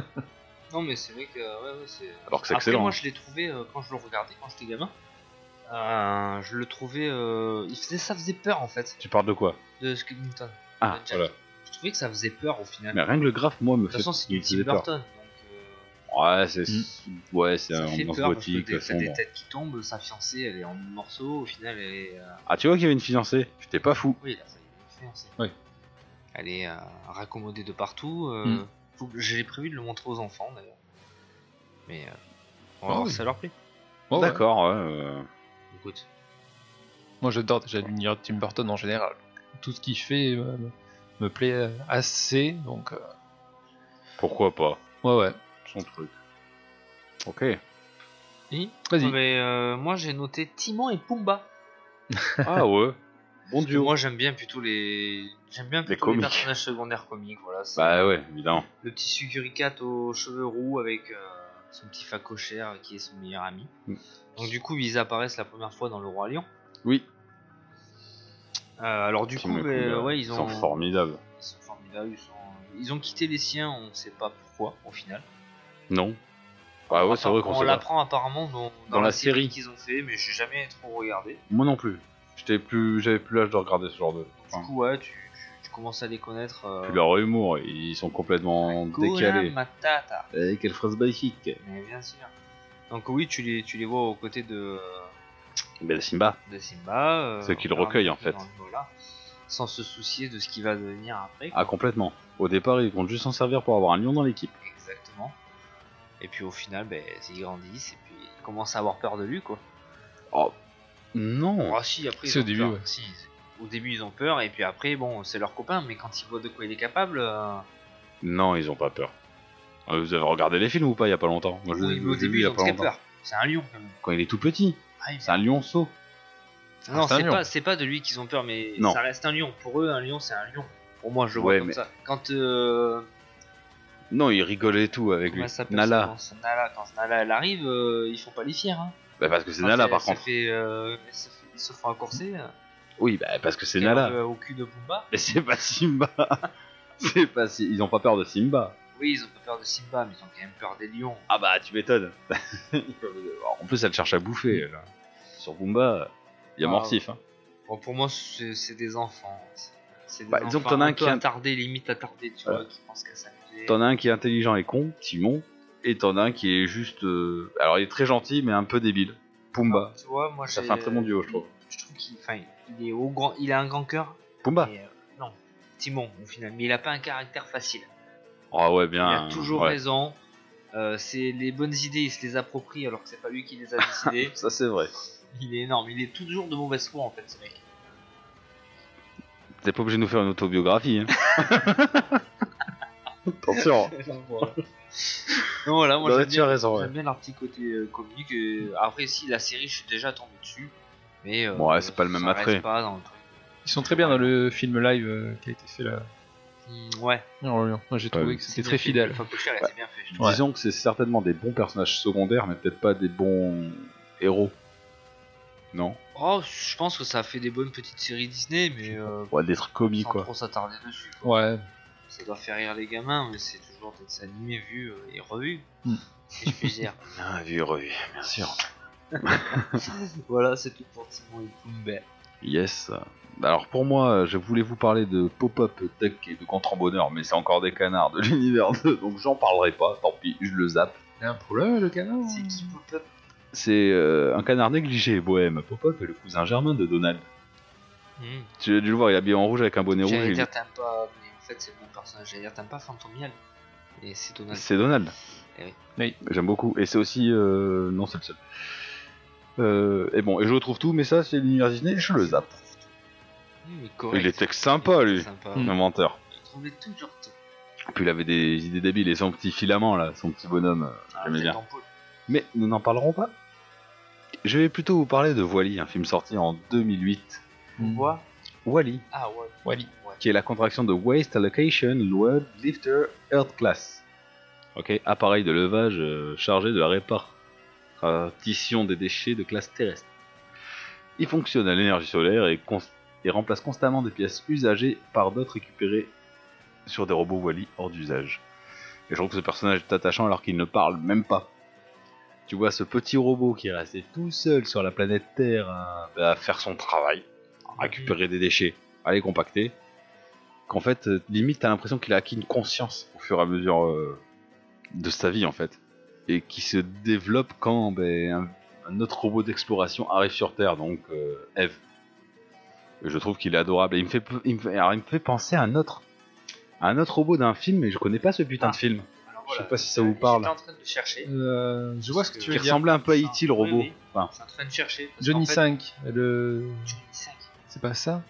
[SPEAKER 6] Non, mais c'est vrai que. euh, Ouais, ouais, c'est.
[SPEAKER 5] alors que c'est
[SPEAKER 6] Après,
[SPEAKER 5] excellent.
[SPEAKER 6] moi,
[SPEAKER 5] hein.
[SPEAKER 6] je l'ai trouvé euh, quand je le regardais, quand j'étais gamin. euh, je le trouvais. euh, il faisait, ça faisait peur en fait
[SPEAKER 5] Tu parles de quoi
[SPEAKER 6] de Skellington.
[SPEAKER 5] Ah,
[SPEAKER 6] Jack.
[SPEAKER 5] voilà.
[SPEAKER 6] Je trouvais que ça faisait peur au final.
[SPEAKER 5] Mais rien que le graphe, moi, me
[SPEAKER 6] de
[SPEAKER 5] fait.
[SPEAKER 6] toute façon, c'est
[SPEAKER 5] me
[SPEAKER 6] du Tim
[SPEAKER 5] faisait peur.
[SPEAKER 6] Burton. Donc, euh,
[SPEAKER 5] Ouais, c'est ouais, c'est
[SPEAKER 6] ça
[SPEAKER 5] un
[SPEAKER 6] fait
[SPEAKER 5] ambiance
[SPEAKER 6] peur parce que
[SPEAKER 5] gothique.
[SPEAKER 6] des- t'as
[SPEAKER 5] sombre.
[SPEAKER 6] des têtes qui tombent, sa fiancée elle est en morceaux, au final elle est. euh,
[SPEAKER 5] Ah, tu vois qu'il y avait une fiancée J'étais pas fou.
[SPEAKER 6] Oui, là, ça y est, fiancée.
[SPEAKER 4] Oui.
[SPEAKER 6] Elle est euh, raccommodée de partout. euh,
[SPEAKER 4] Mm.
[SPEAKER 6] faut que- J'ai prévu de le montrer aux enfants d'ailleurs. Mais euh, on va
[SPEAKER 4] Ah
[SPEAKER 6] voir
[SPEAKER 4] oui.
[SPEAKER 6] si ça leur plaît.
[SPEAKER 4] Bon,
[SPEAKER 6] Oh,
[SPEAKER 4] ouais.
[SPEAKER 5] D'accord, ouais, euh,
[SPEAKER 6] Écoute,
[SPEAKER 4] Moi, j'adore déjà l'univers de Tim Burton en général. Tout ce qu'il fait euh, me- me plaît euh, assez. Donc, euh,
[SPEAKER 5] pourquoi pas
[SPEAKER 4] ouais, ouais.
[SPEAKER 5] Son truc. Ok.
[SPEAKER 4] Vas-y.
[SPEAKER 6] mais euh, moi j'ai noté Timon et Pumba.
[SPEAKER 5] Ah ouais Bon
[SPEAKER 6] Parce que
[SPEAKER 5] duo.
[SPEAKER 6] Moi j'aime bien plutôt les j'aime bien plutôt les
[SPEAKER 5] comiques.
[SPEAKER 6] personnages secondaires comiques voilà. c'est
[SPEAKER 5] Bah ouais, évidemment.
[SPEAKER 6] Le petit Suguricat aux cheveux roux avec euh, son petit facochère qui est son meilleur ami.
[SPEAKER 5] Mm.
[SPEAKER 6] Donc du coup, ils apparaissent la première fois dans Le Roi Lion.
[SPEAKER 5] Oui.
[SPEAKER 6] Euh, alors du
[SPEAKER 5] Qui
[SPEAKER 6] coup,
[SPEAKER 5] me
[SPEAKER 6] ben,
[SPEAKER 5] coule,
[SPEAKER 6] ouais, ils ont,
[SPEAKER 5] sont formidables.
[SPEAKER 6] ils sont formidables, ils, sont- ils ont quitté les siens, on sait pas pourquoi au final.
[SPEAKER 5] Non. Bah ouais, c'est vrai qu'on
[SPEAKER 6] on
[SPEAKER 5] sait pas.
[SPEAKER 6] l'apprend apparemment dans,
[SPEAKER 5] Dans la série.
[SPEAKER 6] qu'ils ont fait, mais j'ai jamais trop regardé.
[SPEAKER 5] Moi non plus. J'étais plus, j'avais plus l'âge de regarder ce genre de.
[SPEAKER 6] Du
[SPEAKER 5] Enfin,
[SPEAKER 6] coup, ouais, tu, tu- tu commences à les connaître. euh,
[SPEAKER 5] puis leur humour, ils sont complètement
[SPEAKER 6] Hakuna
[SPEAKER 5] décalés.
[SPEAKER 6] Matata.
[SPEAKER 5] Eh, quelle phrase basique.
[SPEAKER 6] Mais bien sûr. Donc oui, tu les, tu les vois aux côtés de,
[SPEAKER 5] Ben Simba.
[SPEAKER 6] de Simba. euh,
[SPEAKER 5] Ceux qui le
[SPEAKER 6] dans-
[SPEAKER 5] recueillent, en fait.
[SPEAKER 6] dans le- voilà, sans se soucier de ce qui va devenir après.
[SPEAKER 5] Ah complètement. Au départ, ils comptent juste s'en servir pour avoir un lion dans l'équipe.
[SPEAKER 6] Exactement. Et puis au final, ben, ils grandissent et puis ils commencent à avoir peur de lui, quoi.
[SPEAKER 5] Oh. Non.
[SPEAKER 6] Ah si, après
[SPEAKER 4] Si,
[SPEAKER 6] ils
[SPEAKER 4] au
[SPEAKER 6] ont
[SPEAKER 4] début,
[SPEAKER 6] peur.
[SPEAKER 4] ouais.
[SPEAKER 6] Si, au début ils ont peur et puis après, bon, c'est leur copain, mais quand ils voient de quoi il est capable, euh,
[SPEAKER 5] Non, ils ont pas peur. Euh, Vous avez regardé les films ou pas il y a pas longtemps Moi, je-
[SPEAKER 6] oui, mais
[SPEAKER 5] je
[SPEAKER 6] au
[SPEAKER 5] l'ai vu
[SPEAKER 6] début
[SPEAKER 5] il y
[SPEAKER 6] ils
[SPEAKER 5] a
[SPEAKER 6] ont
[SPEAKER 5] pas
[SPEAKER 6] très
[SPEAKER 5] longtemps.
[SPEAKER 6] peur. C'est un lion quand même.
[SPEAKER 5] Quand il est tout petit,
[SPEAKER 6] Ah, il-
[SPEAKER 5] c'est un lionceau.
[SPEAKER 6] Non,
[SPEAKER 4] c'est un
[SPEAKER 6] c'est
[SPEAKER 4] lion.
[SPEAKER 6] pas, c'est pas de lui qu'ils ont peur, mais
[SPEAKER 5] Non.
[SPEAKER 6] ça reste un lion. Pour eux, un lion, c'est un lion. Pour moi, je le vois
[SPEAKER 5] Ouais,
[SPEAKER 6] comme
[SPEAKER 5] mais-
[SPEAKER 6] ça. Quand euh,
[SPEAKER 5] Non, il rigolait tout avec
[SPEAKER 6] comment
[SPEAKER 5] lui.
[SPEAKER 6] elle s'appelle,
[SPEAKER 5] Nala.
[SPEAKER 6] sa- quand Nala, quand Nala, elle arrive, euh, ils font pas les fiers. Hein.
[SPEAKER 5] Bah, parce que c'est
[SPEAKER 6] Quand
[SPEAKER 5] Nala
[SPEAKER 6] elle-
[SPEAKER 5] par
[SPEAKER 6] elle
[SPEAKER 5] contre.
[SPEAKER 6] Se fait, euh, elle se fait- ils se font accorcer.
[SPEAKER 5] Oui, bah, parce que c'est
[SPEAKER 6] elle
[SPEAKER 5] Nala.
[SPEAKER 6] arrive, euh, Au cul de Pumba.
[SPEAKER 5] Mais c'est pas Simba. c'est pas si... Ils ont pas peur de Simba.
[SPEAKER 6] Oui, ils ont pas peur de Simba, mais ils ont quand même peur des lions.
[SPEAKER 5] Ah bah tu m'étonnes. en plus elle cherche à bouffer. elle. Sur Bumba, il y a
[SPEAKER 6] Ah,
[SPEAKER 5] mortif. hein.
[SPEAKER 6] Bon, pour moi, c'est c'est des enfants. C'est des
[SPEAKER 5] Bah, disons
[SPEAKER 6] enfants
[SPEAKER 5] que t'en as un
[SPEAKER 6] peu
[SPEAKER 5] qui a-
[SPEAKER 6] attardés, limite attardés, tu
[SPEAKER 5] Voilà.
[SPEAKER 6] vois, qui pensent qu'à s'amuser.
[SPEAKER 5] T'en as un qui est intelligent et con, Timon. Et t'en as un qui est juste... euh, Alors il est très gentil mais un peu débile. Pumba.
[SPEAKER 6] Tu vois, moi,
[SPEAKER 5] Ça
[SPEAKER 6] j'ai- euh,
[SPEAKER 5] fait un très bon duo je trouve.
[SPEAKER 6] Je trouve qu'il enfin, il est au grand, il a un grand cœur,
[SPEAKER 5] Pumba.
[SPEAKER 6] Mais, euh, non, Timon au final. Mais il a pas un caractère facile.
[SPEAKER 5] Ah ouais
[SPEAKER 6] Il
[SPEAKER 5] bien.
[SPEAKER 6] a toujours
[SPEAKER 5] ouais.
[SPEAKER 6] raison. Euh, c'est les bonnes idées, il se les approprie alors que c'est pas lui qui les a décidées.
[SPEAKER 5] Ça c'est vrai.
[SPEAKER 6] il est énorme. Il est toujours de mauvaise foi en fait, ce mec.
[SPEAKER 5] T'es pas obligé de nous faire une autobiographie. Hein. Attention.
[SPEAKER 6] Donc, voilà. Non, voilà, moi
[SPEAKER 5] Non,
[SPEAKER 6] j'aime
[SPEAKER 5] tu as
[SPEAKER 6] bien,
[SPEAKER 5] raison. ouais.
[SPEAKER 6] j'aime bien leur petit côté euh, comique. et Après, si la série, je suis déjà tombé dessus, mais euh,
[SPEAKER 5] Ouais, c'est pas le même
[SPEAKER 6] ça reste
[SPEAKER 5] attrait.
[SPEAKER 6] pas dans le truc.
[SPEAKER 4] Ils sont très bien dans le film live euh, qui a été fait là.
[SPEAKER 6] Mm, Ouais,
[SPEAKER 4] Non, non, Moi j'ai trouvé
[SPEAKER 5] oui.
[SPEAKER 4] que
[SPEAKER 6] c'est
[SPEAKER 4] c'était
[SPEAKER 6] bien
[SPEAKER 4] très
[SPEAKER 6] fait.
[SPEAKER 4] fidèle.
[SPEAKER 6] Enfin, Cochère, elle s'est bien fait, je trouve.
[SPEAKER 4] Ouais.
[SPEAKER 5] Disons que c'est certainement des bons personnages secondaires, mais peut-être pas des bons héros. Non
[SPEAKER 6] Oh, je pense que ça a fait des bonnes petites séries Disney, mais euh,
[SPEAKER 5] Ouais, des trucs comiques,
[SPEAKER 6] sans
[SPEAKER 5] quoi.
[SPEAKER 6] trop s'attarder dessus. quoi.
[SPEAKER 4] Ouais.
[SPEAKER 6] Ça doit faire rire les gamins, mais c'est toujours des dessins animés vus euh, et revus,
[SPEAKER 4] Hmm.
[SPEAKER 6] si je puis dire.
[SPEAKER 5] Ah, vu, revu, bien sûr.
[SPEAKER 6] voilà, c'est tout pour Timon et Pumbaa.
[SPEAKER 5] Yes. Bah, Alors pour moi, euh, je voulais vous parler de Pop-Up Duck et de Contrambonneur, mais c'est encore des canards de l'univers 2, donc j'en parlerai pas, tant pis, je le zappe.
[SPEAKER 4] Il y a un problème le
[SPEAKER 5] Hmm.
[SPEAKER 4] canard.
[SPEAKER 6] C'est qui Pop-Up
[SPEAKER 5] C'est euh, un canard négligé et bohème. Pop-Up est le cousin germain de Donald.
[SPEAKER 6] Hmm.
[SPEAKER 5] Tu as dû le voir, il est habillé en rouge avec un bonnet rouge.
[SPEAKER 6] J'allais
[SPEAKER 5] il-
[SPEAKER 6] dire t'aimes pas, mais en fait c'est mon personnage. J'allais dire t'aimes pas Fantomial, et c'est Donald.
[SPEAKER 5] C'est Donald.
[SPEAKER 6] Eh oui.
[SPEAKER 4] Oui.
[SPEAKER 5] J'aime beaucoup. Et c'est aussi. euh, Non, c'est le seul. Euh, et bon, et je retrouve tout, mais ça, c'est l'univers Disney, je le zappe.
[SPEAKER 6] Hmm, mais correct.
[SPEAKER 5] Il était sympa,
[SPEAKER 6] Il
[SPEAKER 5] lui.
[SPEAKER 6] était Sympa.
[SPEAKER 5] Un menteur.
[SPEAKER 6] Il trouvait toujours tout. Ah,
[SPEAKER 5] Puis il avait des idées débiles et son petit filament, là, son petit bonhomme, euh,
[SPEAKER 6] Ah,
[SPEAKER 5] j'aimais
[SPEAKER 6] c'est
[SPEAKER 5] bien.
[SPEAKER 6] en poule.
[SPEAKER 5] Mais nous n'en parlerons pas. Je vais plutôt vous parler de Wally, un film sorti en 2008.
[SPEAKER 4] Hmm.
[SPEAKER 6] On voit.
[SPEAKER 5] Wally,
[SPEAKER 6] Ah ouais.
[SPEAKER 4] Wally.
[SPEAKER 6] Ouais.
[SPEAKER 5] qui est la contraction de Waste Allocation Load Lifter Earth Class. Ok, appareil de levage euh, chargé de la répartition des déchets de classe terrestre. Il fonctionne à l'énergie solaire et, cons- et remplace constamment des pièces usagées par d'autres récupérées sur des robots Wally hors d'usage. Et je trouve que ce personnage est attachant alors qu'il ne parle même pas. Tu vois ce petit robot qui est resté tout seul sur la planète Terre à- à faire son travail,
[SPEAKER 6] Ah,
[SPEAKER 5] à récupérer des déchets, à les compacter qu'en fait, euh, limite, t'as l'impression qu'il a acquis une conscience au fur et à mesure euh, de sa vie, en fait. Et qui se développe quand ben, un, un autre robot d'exploration arrive sur Terre, donc euh, Eve. Et Je trouve qu'il est adorable. Et il me fait, pe- il me fait- alors, il me fait penser à un autre, à un autre robot d'un film, mais je connais pas ce putain
[SPEAKER 4] Ah,
[SPEAKER 5] de film.
[SPEAKER 6] Alors,
[SPEAKER 5] Je sais pas si ça vous parle.
[SPEAKER 6] J'étais en train de chercher.
[SPEAKER 4] Euh, je vois ce que tu
[SPEAKER 5] Qui
[SPEAKER 4] veux dire.
[SPEAKER 5] ressemblait un peu à
[SPEAKER 6] ça.
[SPEAKER 5] E.T. le
[SPEAKER 6] Oui,
[SPEAKER 5] robot.
[SPEAKER 6] oui.
[SPEAKER 5] Enfin,
[SPEAKER 6] Je suis en train de chercher. parce
[SPEAKER 4] Johnny
[SPEAKER 6] qu'en fait-
[SPEAKER 4] 5. Le...
[SPEAKER 6] Johnny 5.
[SPEAKER 4] C'est pas ça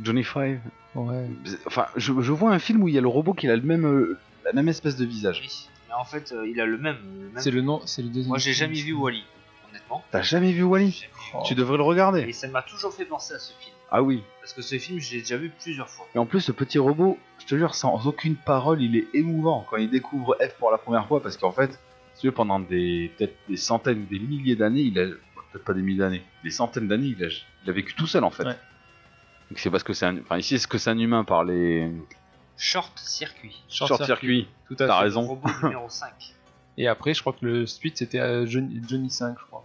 [SPEAKER 5] Johnny Five.
[SPEAKER 4] Ouais.
[SPEAKER 5] Enfin, je, je vois un film où il y a le robot qui a le même, euh, la même espèce de visage.
[SPEAKER 6] Oui. Mais en fait, euh, il a le même. le même-
[SPEAKER 4] C'est le nom, c'est le deuxième.
[SPEAKER 6] Moi, j'ai
[SPEAKER 4] film.
[SPEAKER 6] jamais vu Wally, honnêtement.
[SPEAKER 5] T'as jamais vu Wally
[SPEAKER 6] J'ai jamais
[SPEAKER 4] Oh.
[SPEAKER 5] Tu devrais le regarder.
[SPEAKER 6] vu. Et ça m'a toujours fait penser à ce film.
[SPEAKER 5] Ah oui.
[SPEAKER 6] Parce que ce film, je l'ai déjà vu plusieurs fois.
[SPEAKER 5] Et en plus, ce petit robot, je te jure, sans aucune parole, il est émouvant quand il découvre F pour la première fois parce qu'en fait, tu veux, pendant des peut-être des centaines ou des milliers d'années, il a peut-être pas des milliers d'années, des centaines d'années, il a, il a vécu tout seul en fait.
[SPEAKER 4] Ouais.
[SPEAKER 5] Donc c'est parce que c'est un, enfin ici est-ce que c'est un humain par les
[SPEAKER 6] Short circuit.
[SPEAKER 5] short-circuit
[SPEAKER 4] Tout
[SPEAKER 5] T'as
[SPEAKER 4] à fait.
[SPEAKER 5] raison.
[SPEAKER 6] Robot numéro 5.
[SPEAKER 4] Et après, je crois que le suite c'était euh, Johnny, Johnny 5, je crois.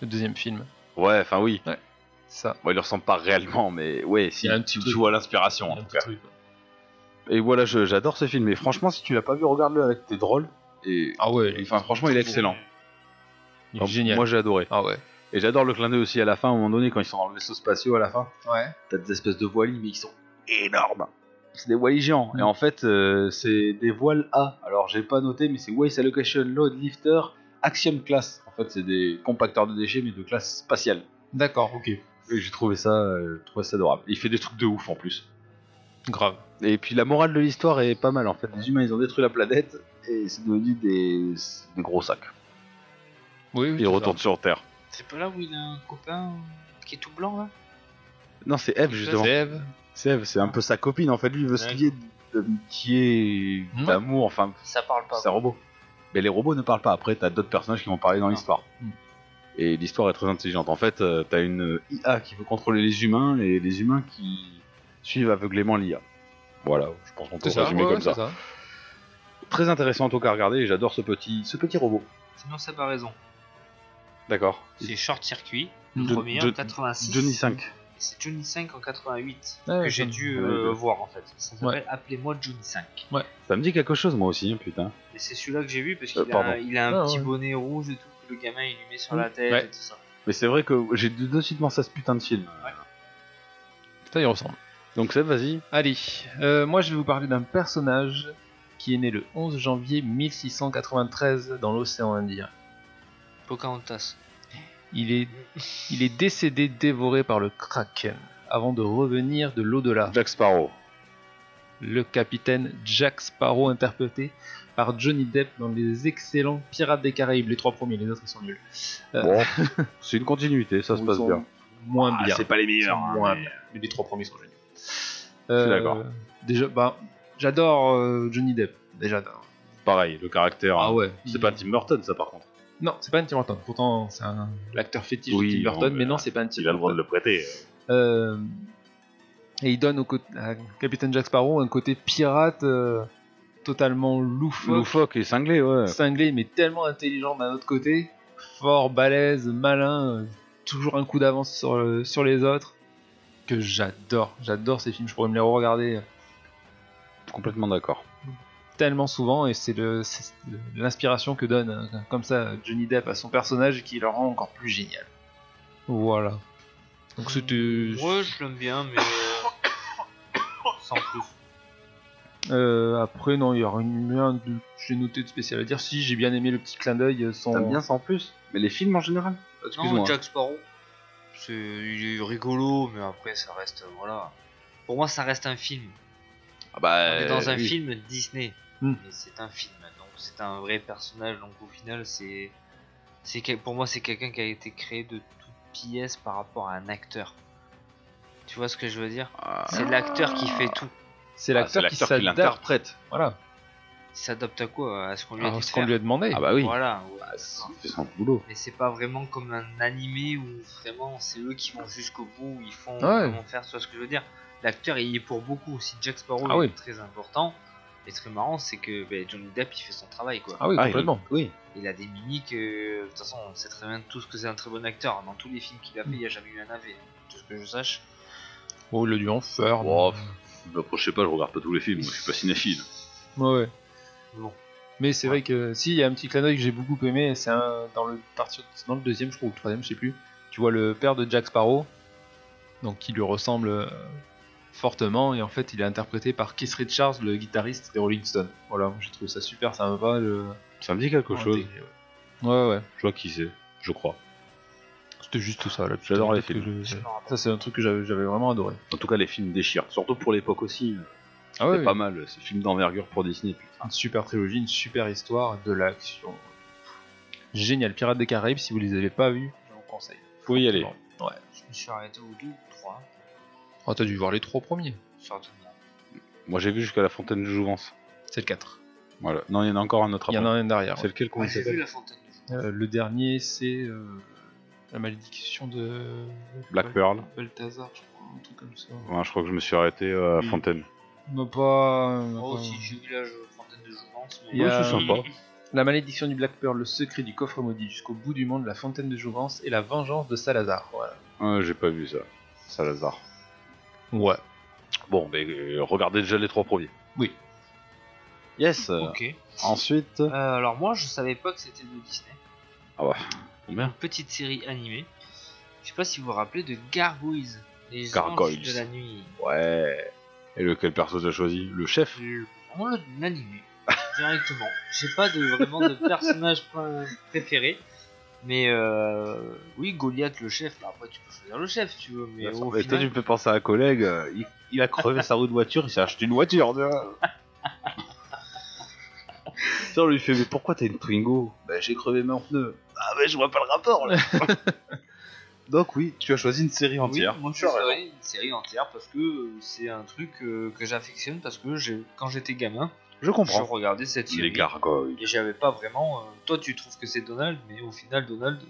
[SPEAKER 4] Le deuxième film.
[SPEAKER 5] Ouais, enfin oui.
[SPEAKER 4] Ça.
[SPEAKER 5] Bon, il le ressemble pas réellement, mais ouais, si
[SPEAKER 4] Il y a un
[SPEAKER 5] tu
[SPEAKER 4] petit truc.
[SPEAKER 5] joues à l'inspiration. en
[SPEAKER 4] Un
[SPEAKER 5] tout
[SPEAKER 4] petit
[SPEAKER 5] cas.
[SPEAKER 4] truc.
[SPEAKER 5] Et voilà, je- j'adore ce film. Et franchement, si tu l'as pas vu, regarde-le avec tes drôles. Et
[SPEAKER 4] Ah ouais,
[SPEAKER 5] enfin, franchement, il est excellent.
[SPEAKER 4] il est
[SPEAKER 5] Alors,
[SPEAKER 4] génial.
[SPEAKER 5] Moi, j'ai adoré.
[SPEAKER 4] Ah ouais.
[SPEAKER 5] Et j'adore le clin d'œil aussi à la fin, à un moment donné, quand ils sont dans le vaisseau spatial à la fin.
[SPEAKER 4] Ouais.
[SPEAKER 5] T'as des espèces de voiliers, mais ils sont énormes. C'est des voiliers géants.
[SPEAKER 4] Mm.
[SPEAKER 5] Et en fait, euh, c'est des voiles A. Alors, j'ai pas noté, mais c'est Waste Allocation Load Lifter Axiom Class. En fait, c'est des compacteurs de déchets, mais de classe spatiale.
[SPEAKER 4] D'accord, ok.
[SPEAKER 5] Et j'ai trouvé ça, euh, trouvé ça adorable. Il fait des trucs de ouf en plus.
[SPEAKER 4] Grave.
[SPEAKER 5] Et puis la morale de l'histoire est pas mal en fait. Les humains ils ont détruit la planète et c'est devenu des, des gros sacs.
[SPEAKER 4] Oui, oui, c'est
[SPEAKER 5] Ils retournent
[SPEAKER 4] ça.
[SPEAKER 5] sur Terre.
[SPEAKER 6] C'est pas là où il a un copain euh, qui est tout blanc là
[SPEAKER 5] Non, c'est Eve justement.
[SPEAKER 4] C'est Eve.
[SPEAKER 5] C'est Eve, c'est un peu sa copine en fait. Lui il veut se
[SPEAKER 6] Ouais.
[SPEAKER 5] lier d'amitié,
[SPEAKER 4] Hmm.
[SPEAKER 5] d'amour, enfin
[SPEAKER 6] Ça parle pas.
[SPEAKER 5] c'est un robot. Mais les robots ne parlent pas. Après, t'as d'autres personnages qui vont parler dans l'histoire.
[SPEAKER 4] Hmm.
[SPEAKER 5] Et l'histoire est très intelligente. En fait, euh, t'as une IA qui veut contrôler les humains et les humains qui suivent aveuglément l'IA. Voilà, je pense qu'on peut
[SPEAKER 4] C'est ça,
[SPEAKER 5] résumer
[SPEAKER 4] ouais,
[SPEAKER 5] comme
[SPEAKER 4] ouais,
[SPEAKER 5] ça.
[SPEAKER 4] c'est ça.
[SPEAKER 5] Très intéressant en tout cas à regarder et j'adore ce petit, ce petit robot.
[SPEAKER 6] Sinon, c'est pas raison.
[SPEAKER 5] D'accord.
[SPEAKER 6] C'est short circuit, le
[SPEAKER 5] Jo-
[SPEAKER 6] premier
[SPEAKER 5] Jo-
[SPEAKER 6] en 86.
[SPEAKER 5] Johnny 5.
[SPEAKER 6] Et C'est Johnny 5 en 88
[SPEAKER 4] Ouais,
[SPEAKER 6] que j'ai
[SPEAKER 4] Johnny-
[SPEAKER 6] dû
[SPEAKER 5] ouais,
[SPEAKER 6] euh,
[SPEAKER 5] ouais.
[SPEAKER 6] voir en fait. Ça s'appelle Appelez-moi Johnny 5.
[SPEAKER 5] Ça me dit quelque chose, moi aussi, hein, putain.
[SPEAKER 6] Et c'est celui-là que j'ai vu parce qu'il
[SPEAKER 5] Euh,
[SPEAKER 6] a,
[SPEAKER 5] pardon.
[SPEAKER 6] un- il a un
[SPEAKER 4] Ah,
[SPEAKER 6] petit
[SPEAKER 4] ouais.
[SPEAKER 6] bonnet rouge et tout que le gamin il lui met sur la tête
[SPEAKER 4] Ouais.
[SPEAKER 6] et tout ça.
[SPEAKER 5] Mais c'est vrai que j'ai de de suite pensé à ce putain de film.
[SPEAKER 4] Ça, il ressemble.
[SPEAKER 5] Donc, Seb, vas-y.
[SPEAKER 4] Allez, euh, moi je vais vous parler d'un personnage qui est né le 11 janvier 1693 dans l'océan Indien.
[SPEAKER 6] Pocahontas.
[SPEAKER 4] Il est, il est décédé dévoré par le Kraken avant de revenir de l'au-delà.
[SPEAKER 5] Jack Sparrow.
[SPEAKER 4] Le capitaine Jack Sparrow interprété par Johnny Depp dans les excellents Pirates des Caraïbes, les trois premiers, les autres ils sont nuls.
[SPEAKER 5] Bon, c'est une continuité, ça se
[SPEAKER 4] Ils
[SPEAKER 5] passe
[SPEAKER 4] sont
[SPEAKER 5] bien.
[SPEAKER 4] Moins bien.
[SPEAKER 5] Ah, pas les hein,
[SPEAKER 4] Ils sont moins bien. Mais les trois premiers sont géniaux.
[SPEAKER 5] suis d'accord.
[SPEAKER 4] Déjà, bah, j'adore euh, Johnny Depp. Déjà, d'un.
[SPEAKER 5] Pareil, le caractère. hein.
[SPEAKER 4] ouais.
[SPEAKER 5] Ah. C'est pas Tim Burton, ça, par contre.
[SPEAKER 4] Non, c'est pas un Tim Burton. Pourtant, c'est un l'acteur fétiche
[SPEAKER 5] Oui,
[SPEAKER 4] de Tim Burton,
[SPEAKER 5] bon,
[SPEAKER 4] mais
[SPEAKER 5] mais
[SPEAKER 4] non, c'est pas un Tim
[SPEAKER 5] Il a le droit de
[SPEAKER 4] Burton.
[SPEAKER 5] le prêter.
[SPEAKER 4] Euh, et il donne au co- à Capitaine Jack Sparrow un côté pirate euh, totalement loufoque,
[SPEAKER 5] Loufoque et cinglé, ouais.
[SPEAKER 4] cinglé, mais tellement intelligent d'un autre côté, fort, balèze, malin, euh, toujours un coup d'avance sur, le- sur les autres, que j'adore. J'adore ces films, je pourrais me les regarder euh,
[SPEAKER 5] Complètement d'accord.
[SPEAKER 4] tellement souvent et c'est le- c'est l'inspiration que donne euh, comme ça Johnny Depp à son personnage et qui le rend encore plus génial. Voilà. Donc euh, c'était
[SPEAKER 6] Moi je l'aime bien, mais. euh, Sans plus.
[SPEAKER 4] Euh, après non, il y a rien de j'ai noté de spécial à dire. Si j'ai bien aimé le petit clin d'œil euh, son
[SPEAKER 5] T'aimes bien ça en plus Mais les films en général
[SPEAKER 6] Non,
[SPEAKER 5] Excuse-moi.
[SPEAKER 6] Jack Sparrow, c'est il est rigolo, mais après ça reste voilà. Pour moi, ça reste un film.
[SPEAKER 5] Ah bah,
[SPEAKER 6] On est dans un
[SPEAKER 5] oui.
[SPEAKER 6] film Disney,
[SPEAKER 4] Euh, Hmm.
[SPEAKER 6] mais c'est un film, donc c'est un vrai personnage. Donc au final, c'est c'est quel- pour moi c'est quelqu'un qui a été créé de toutes pièces par rapport à un acteur. Tu vois ce que je veux dire
[SPEAKER 5] Ah,
[SPEAKER 6] C'est l'acteur qui fait tout.
[SPEAKER 4] c'est
[SPEAKER 5] ah, c'est
[SPEAKER 4] l'acteur qui
[SPEAKER 5] l'acteur qui
[SPEAKER 4] s'adapte.
[SPEAKER 5] l'interprète.
[SPEAKER 4] Voilà.
[SPEAKER 6] Il s'adapte à quoi À ce qu'on lui a
[SPEAKER 4] Alors,
[SPEAKER 6] dit de
[SPEAKER 4] Ah, ce qu'on
[SPEAKER 6] faire.
[SPEAKER 4] lui a demandé.
[SPEAKER 5] Ah bah oui.
[SPEAKER 6] Voilà. ouais.
[SPEAKER 5] Ah, c'est- Il fait son boulot.
[SPEAKER 6] Mais c'est pas vraiment comme un animé où vraiment c'est eux qui vont jusqu'au bout, où ils font
[SPEAKER 4] Ah ouais.
[SPEAKER 6] comment faire, tu vois ce que je veux dire. L'acteur il y est pour beaucoup. Si Jack Sparrow
[SPEAKER 4] Ah
[SPEAKER 6] il
[SPEAKER 4] oui.
[SPEAKER 6] est très important, et très marrant c'est que ben, Johnny Depp il fait son travail quoi.
[SPEAKER 4] Ah oui,
[SPEAKER 5] Ah, il-
[SPEAKER 4] complètement.
[SPEAKER 5] Oui.
[SPEAKER 6] Il a des mimiques, euh, de toute façon on sait très bien tous que c'est un très bon acteur. Dans tous les films qu'il a fait, il n'y a jamais eu un AV, de ce que je sache.
[SPEAKER 4] Oh, il a dû en faire. Oh,
[SPEAKER 5] Bon, pff, bah, je sais pas, je regarde pas tous les films, moi, je suis pas cinéphile.
[SPEAKER 4] Ouais. ouais.
[SPEAKER 6] Bon.
[SPEAKER 4] Mais c'est vrai que si, il y a un petit clin d'œil que j'ai beaucoup aimé, c'est un- dans, le, parti- dans le deuxième, je crois, ou le troisième, je sais plus. Tu vois le père de Jack Sparrow, donc qui lui ressemble euh, fortement, et en fait il est interprété par Keith Richards, le guitariste des Rolling Stones. Voilà, j'ai trouvé ça super sympa. Le...
[SPEAKER 5] Ça me dit quelque chose.
[SPEAKER 4] Ouais, ouais,
[SPEAKER 5] Je vois qui c'est, je crois.
[SPEAKER 4] c'était juste tout ça. là,
[SPEAKER 5] J'adore les
[SPEAKER 4] peut-être que je-
[SPEAKER 6] Je me rappelle.
[SPEAKER 4] Ça, c'est un truc que j'avais j'avais vraiment adoré.
[SPEAKER 5] En tout cas, les films déchirent, surtout pour l'époque aussi.
[SPEAKER 4] Ah
[SPEAKER 5] c'est pas mal, ces films d'envergure pour Disney. putain.
[SPEAKER 4] Une super trilogie, une super histoire, de l'action. Génial, Pirates des Caraïbes, si vous les avez pas vus, je vous conseille.
[SPEAKER 5] Faut y aller.
[SPEAKER 4] Ouais.
[SPEAKER 6] Je me suis arrêté au 2 ou 3,
[SPEAKER 4] Oh, t'as dû voir les trois premiers.
[SPEAKER 6] certainement.
[SPEAKER 5] Moi, j'ai vu jusqu'à la Fontaine de Jouvence.
[SPEAKER 4] C'est le 4.
[SPEAKER 5] Voilà. Non, il y en a encore un autre
[SPEAKER 4] Il y en a
[SPEAKER 5] après.
[SPEAKER 4] un Ah, derrière.
[SPEAKER 5] C'est
[SPEAKER 4] ouais.
[SPEAKER 5] lequel qu'on
[SPEAKER 6] Ouais, Ah, J'ai vu
[SPEAKER 5] s'appelle
[SPEAKER 6] la fontaine. de jour.
[SPEAKER 4] Euh, le dernier, c'est euh, la malédiction de.
[SPEAKER 5] Black Pearl.
[SPEAKER 4] Balthazar, je crois, un truc comme ça.
[SPEAKER 5] Ouais, Je crois que je me suis arrêté euh, à
[SPEAKER 4] Mm.
[SPEAKER 5] Fontaine.
[SPEAKER 4] Non, pas. euh,
[SPEAKER 6] Oh,
[SPEAKER 4] pas-
[SPEAKER 6] si, j'ai vu la euh, fontaine de Jouvence. euh,
[SPEAKER 4] Il y
[SPEAKER 5] Ouais,
[SPEAKER 4] a-
[SPEAKER 5] c'est sympa.
[SPEAKER 4] La malédiction du Black Pearl, le secret du coffre maudit, jusqu'au bout du monde, la fontaine de jouvence et la vengeance de Salazar. Voilà.
[SPEAKER 5] Ouais, J'ai pas vu ça. Salazar.
[SPEAKER 4] Ouais.
[SPEAKER 5] Bon, mais euh, regardez déjà les trois premiers.
[SPEAKER 4] Oui.
[SPEAKER 5] Yes. euh,
[SPEAKER 6] Ok.
[SPEAKER 5] Ensuite.
[SPEAKER 6] Euh, alors moi, je savais pas que c'était de Disney.
[SPEAKER 5] Ah bah. Combien
[SPEAKER 6] Petite série animée. Je sais pas si vous vous rappelez de Gargoyles. Les
[SPEAKER 5] Gargoyles.
[SPEAKER 6] anges de la nuit.
[SPEAKER 5] Ouais. Et lequel perso t'as choisi Le chef
[SPEAKER 6] Je prends le- l'animé directement. J'ai pas de, vraiment de personnage pr- préféré. Mais euh, oui, Goliath le chef. bah après, tu peux choisir le chef si tu veux. Mais au
[SPEAKER 5] Mais toi,
[SPEAKER 6] final,
[SPEAKER 5] tu me fais penser à un collègue, euh, il, il a crevé sa roue de voiture, il s'est acheté une voiture. tu vois. Ça, on lui fait Mais pourquoi t'as une Twingo Bah, j'ai crevé mon pneu. Ah, mais je vois pas le rapport là. Donc, oui, tu as choisi une série
[SPEAKER 6] oui,
[SPEAKER 5] entière.
[SPEAKER 6] moi, je choisirais une série entière parce que euh, c'est un truc euh, que j'affectionne parce que j'ai- quand j'étais gamin,
[SPEAKER 5] Je
[SPEAKER 6] je
[SPEAKER 5] comprends.
[SPEAKER 6] regardais cette série.
[SPEAKER 5] Les gargoyles.
[SPEAKER 6] Et j'avais pas vraiment. euh, toi, tu trouves que c'est Donald, mais au final, Donald,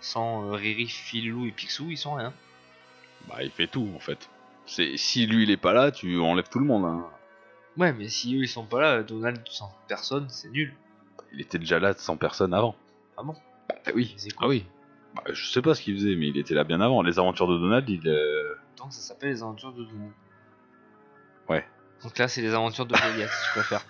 [SPEAKER 6] sans euh, Riri, Filou et Picsou, ils sont rien.
[SPEAKER 5] Bah, il fait tout en fait. C'est Si lui il est pas là, tu enlèves tout le monde. hein.
[SPEAKER 6] Ouais, mais si eux ils sont pas là, Donald sans personne, c'est nul.
[SPEAKER 5] Il était déjà là de 100 personnes avant.
[SPEAKER 6] Ah bon
[SPEAKER 5] Bah, oui.
[SPEAKER 6] C'est quoi
[SPEAKER 4] Ah oui.
[SPEAKER 5] Bah, je sais pas ce qu'il faisait, mais il était là bien avant. Les aventures de Donald, il. euh,
[SPEAKER 6] Donc ça s'appelle les aventures de Donald.
[SPEAKER 5] Ouais.
[SPEAKER 6] Donc là, c'est les aventures de Goliath, si tu préfères.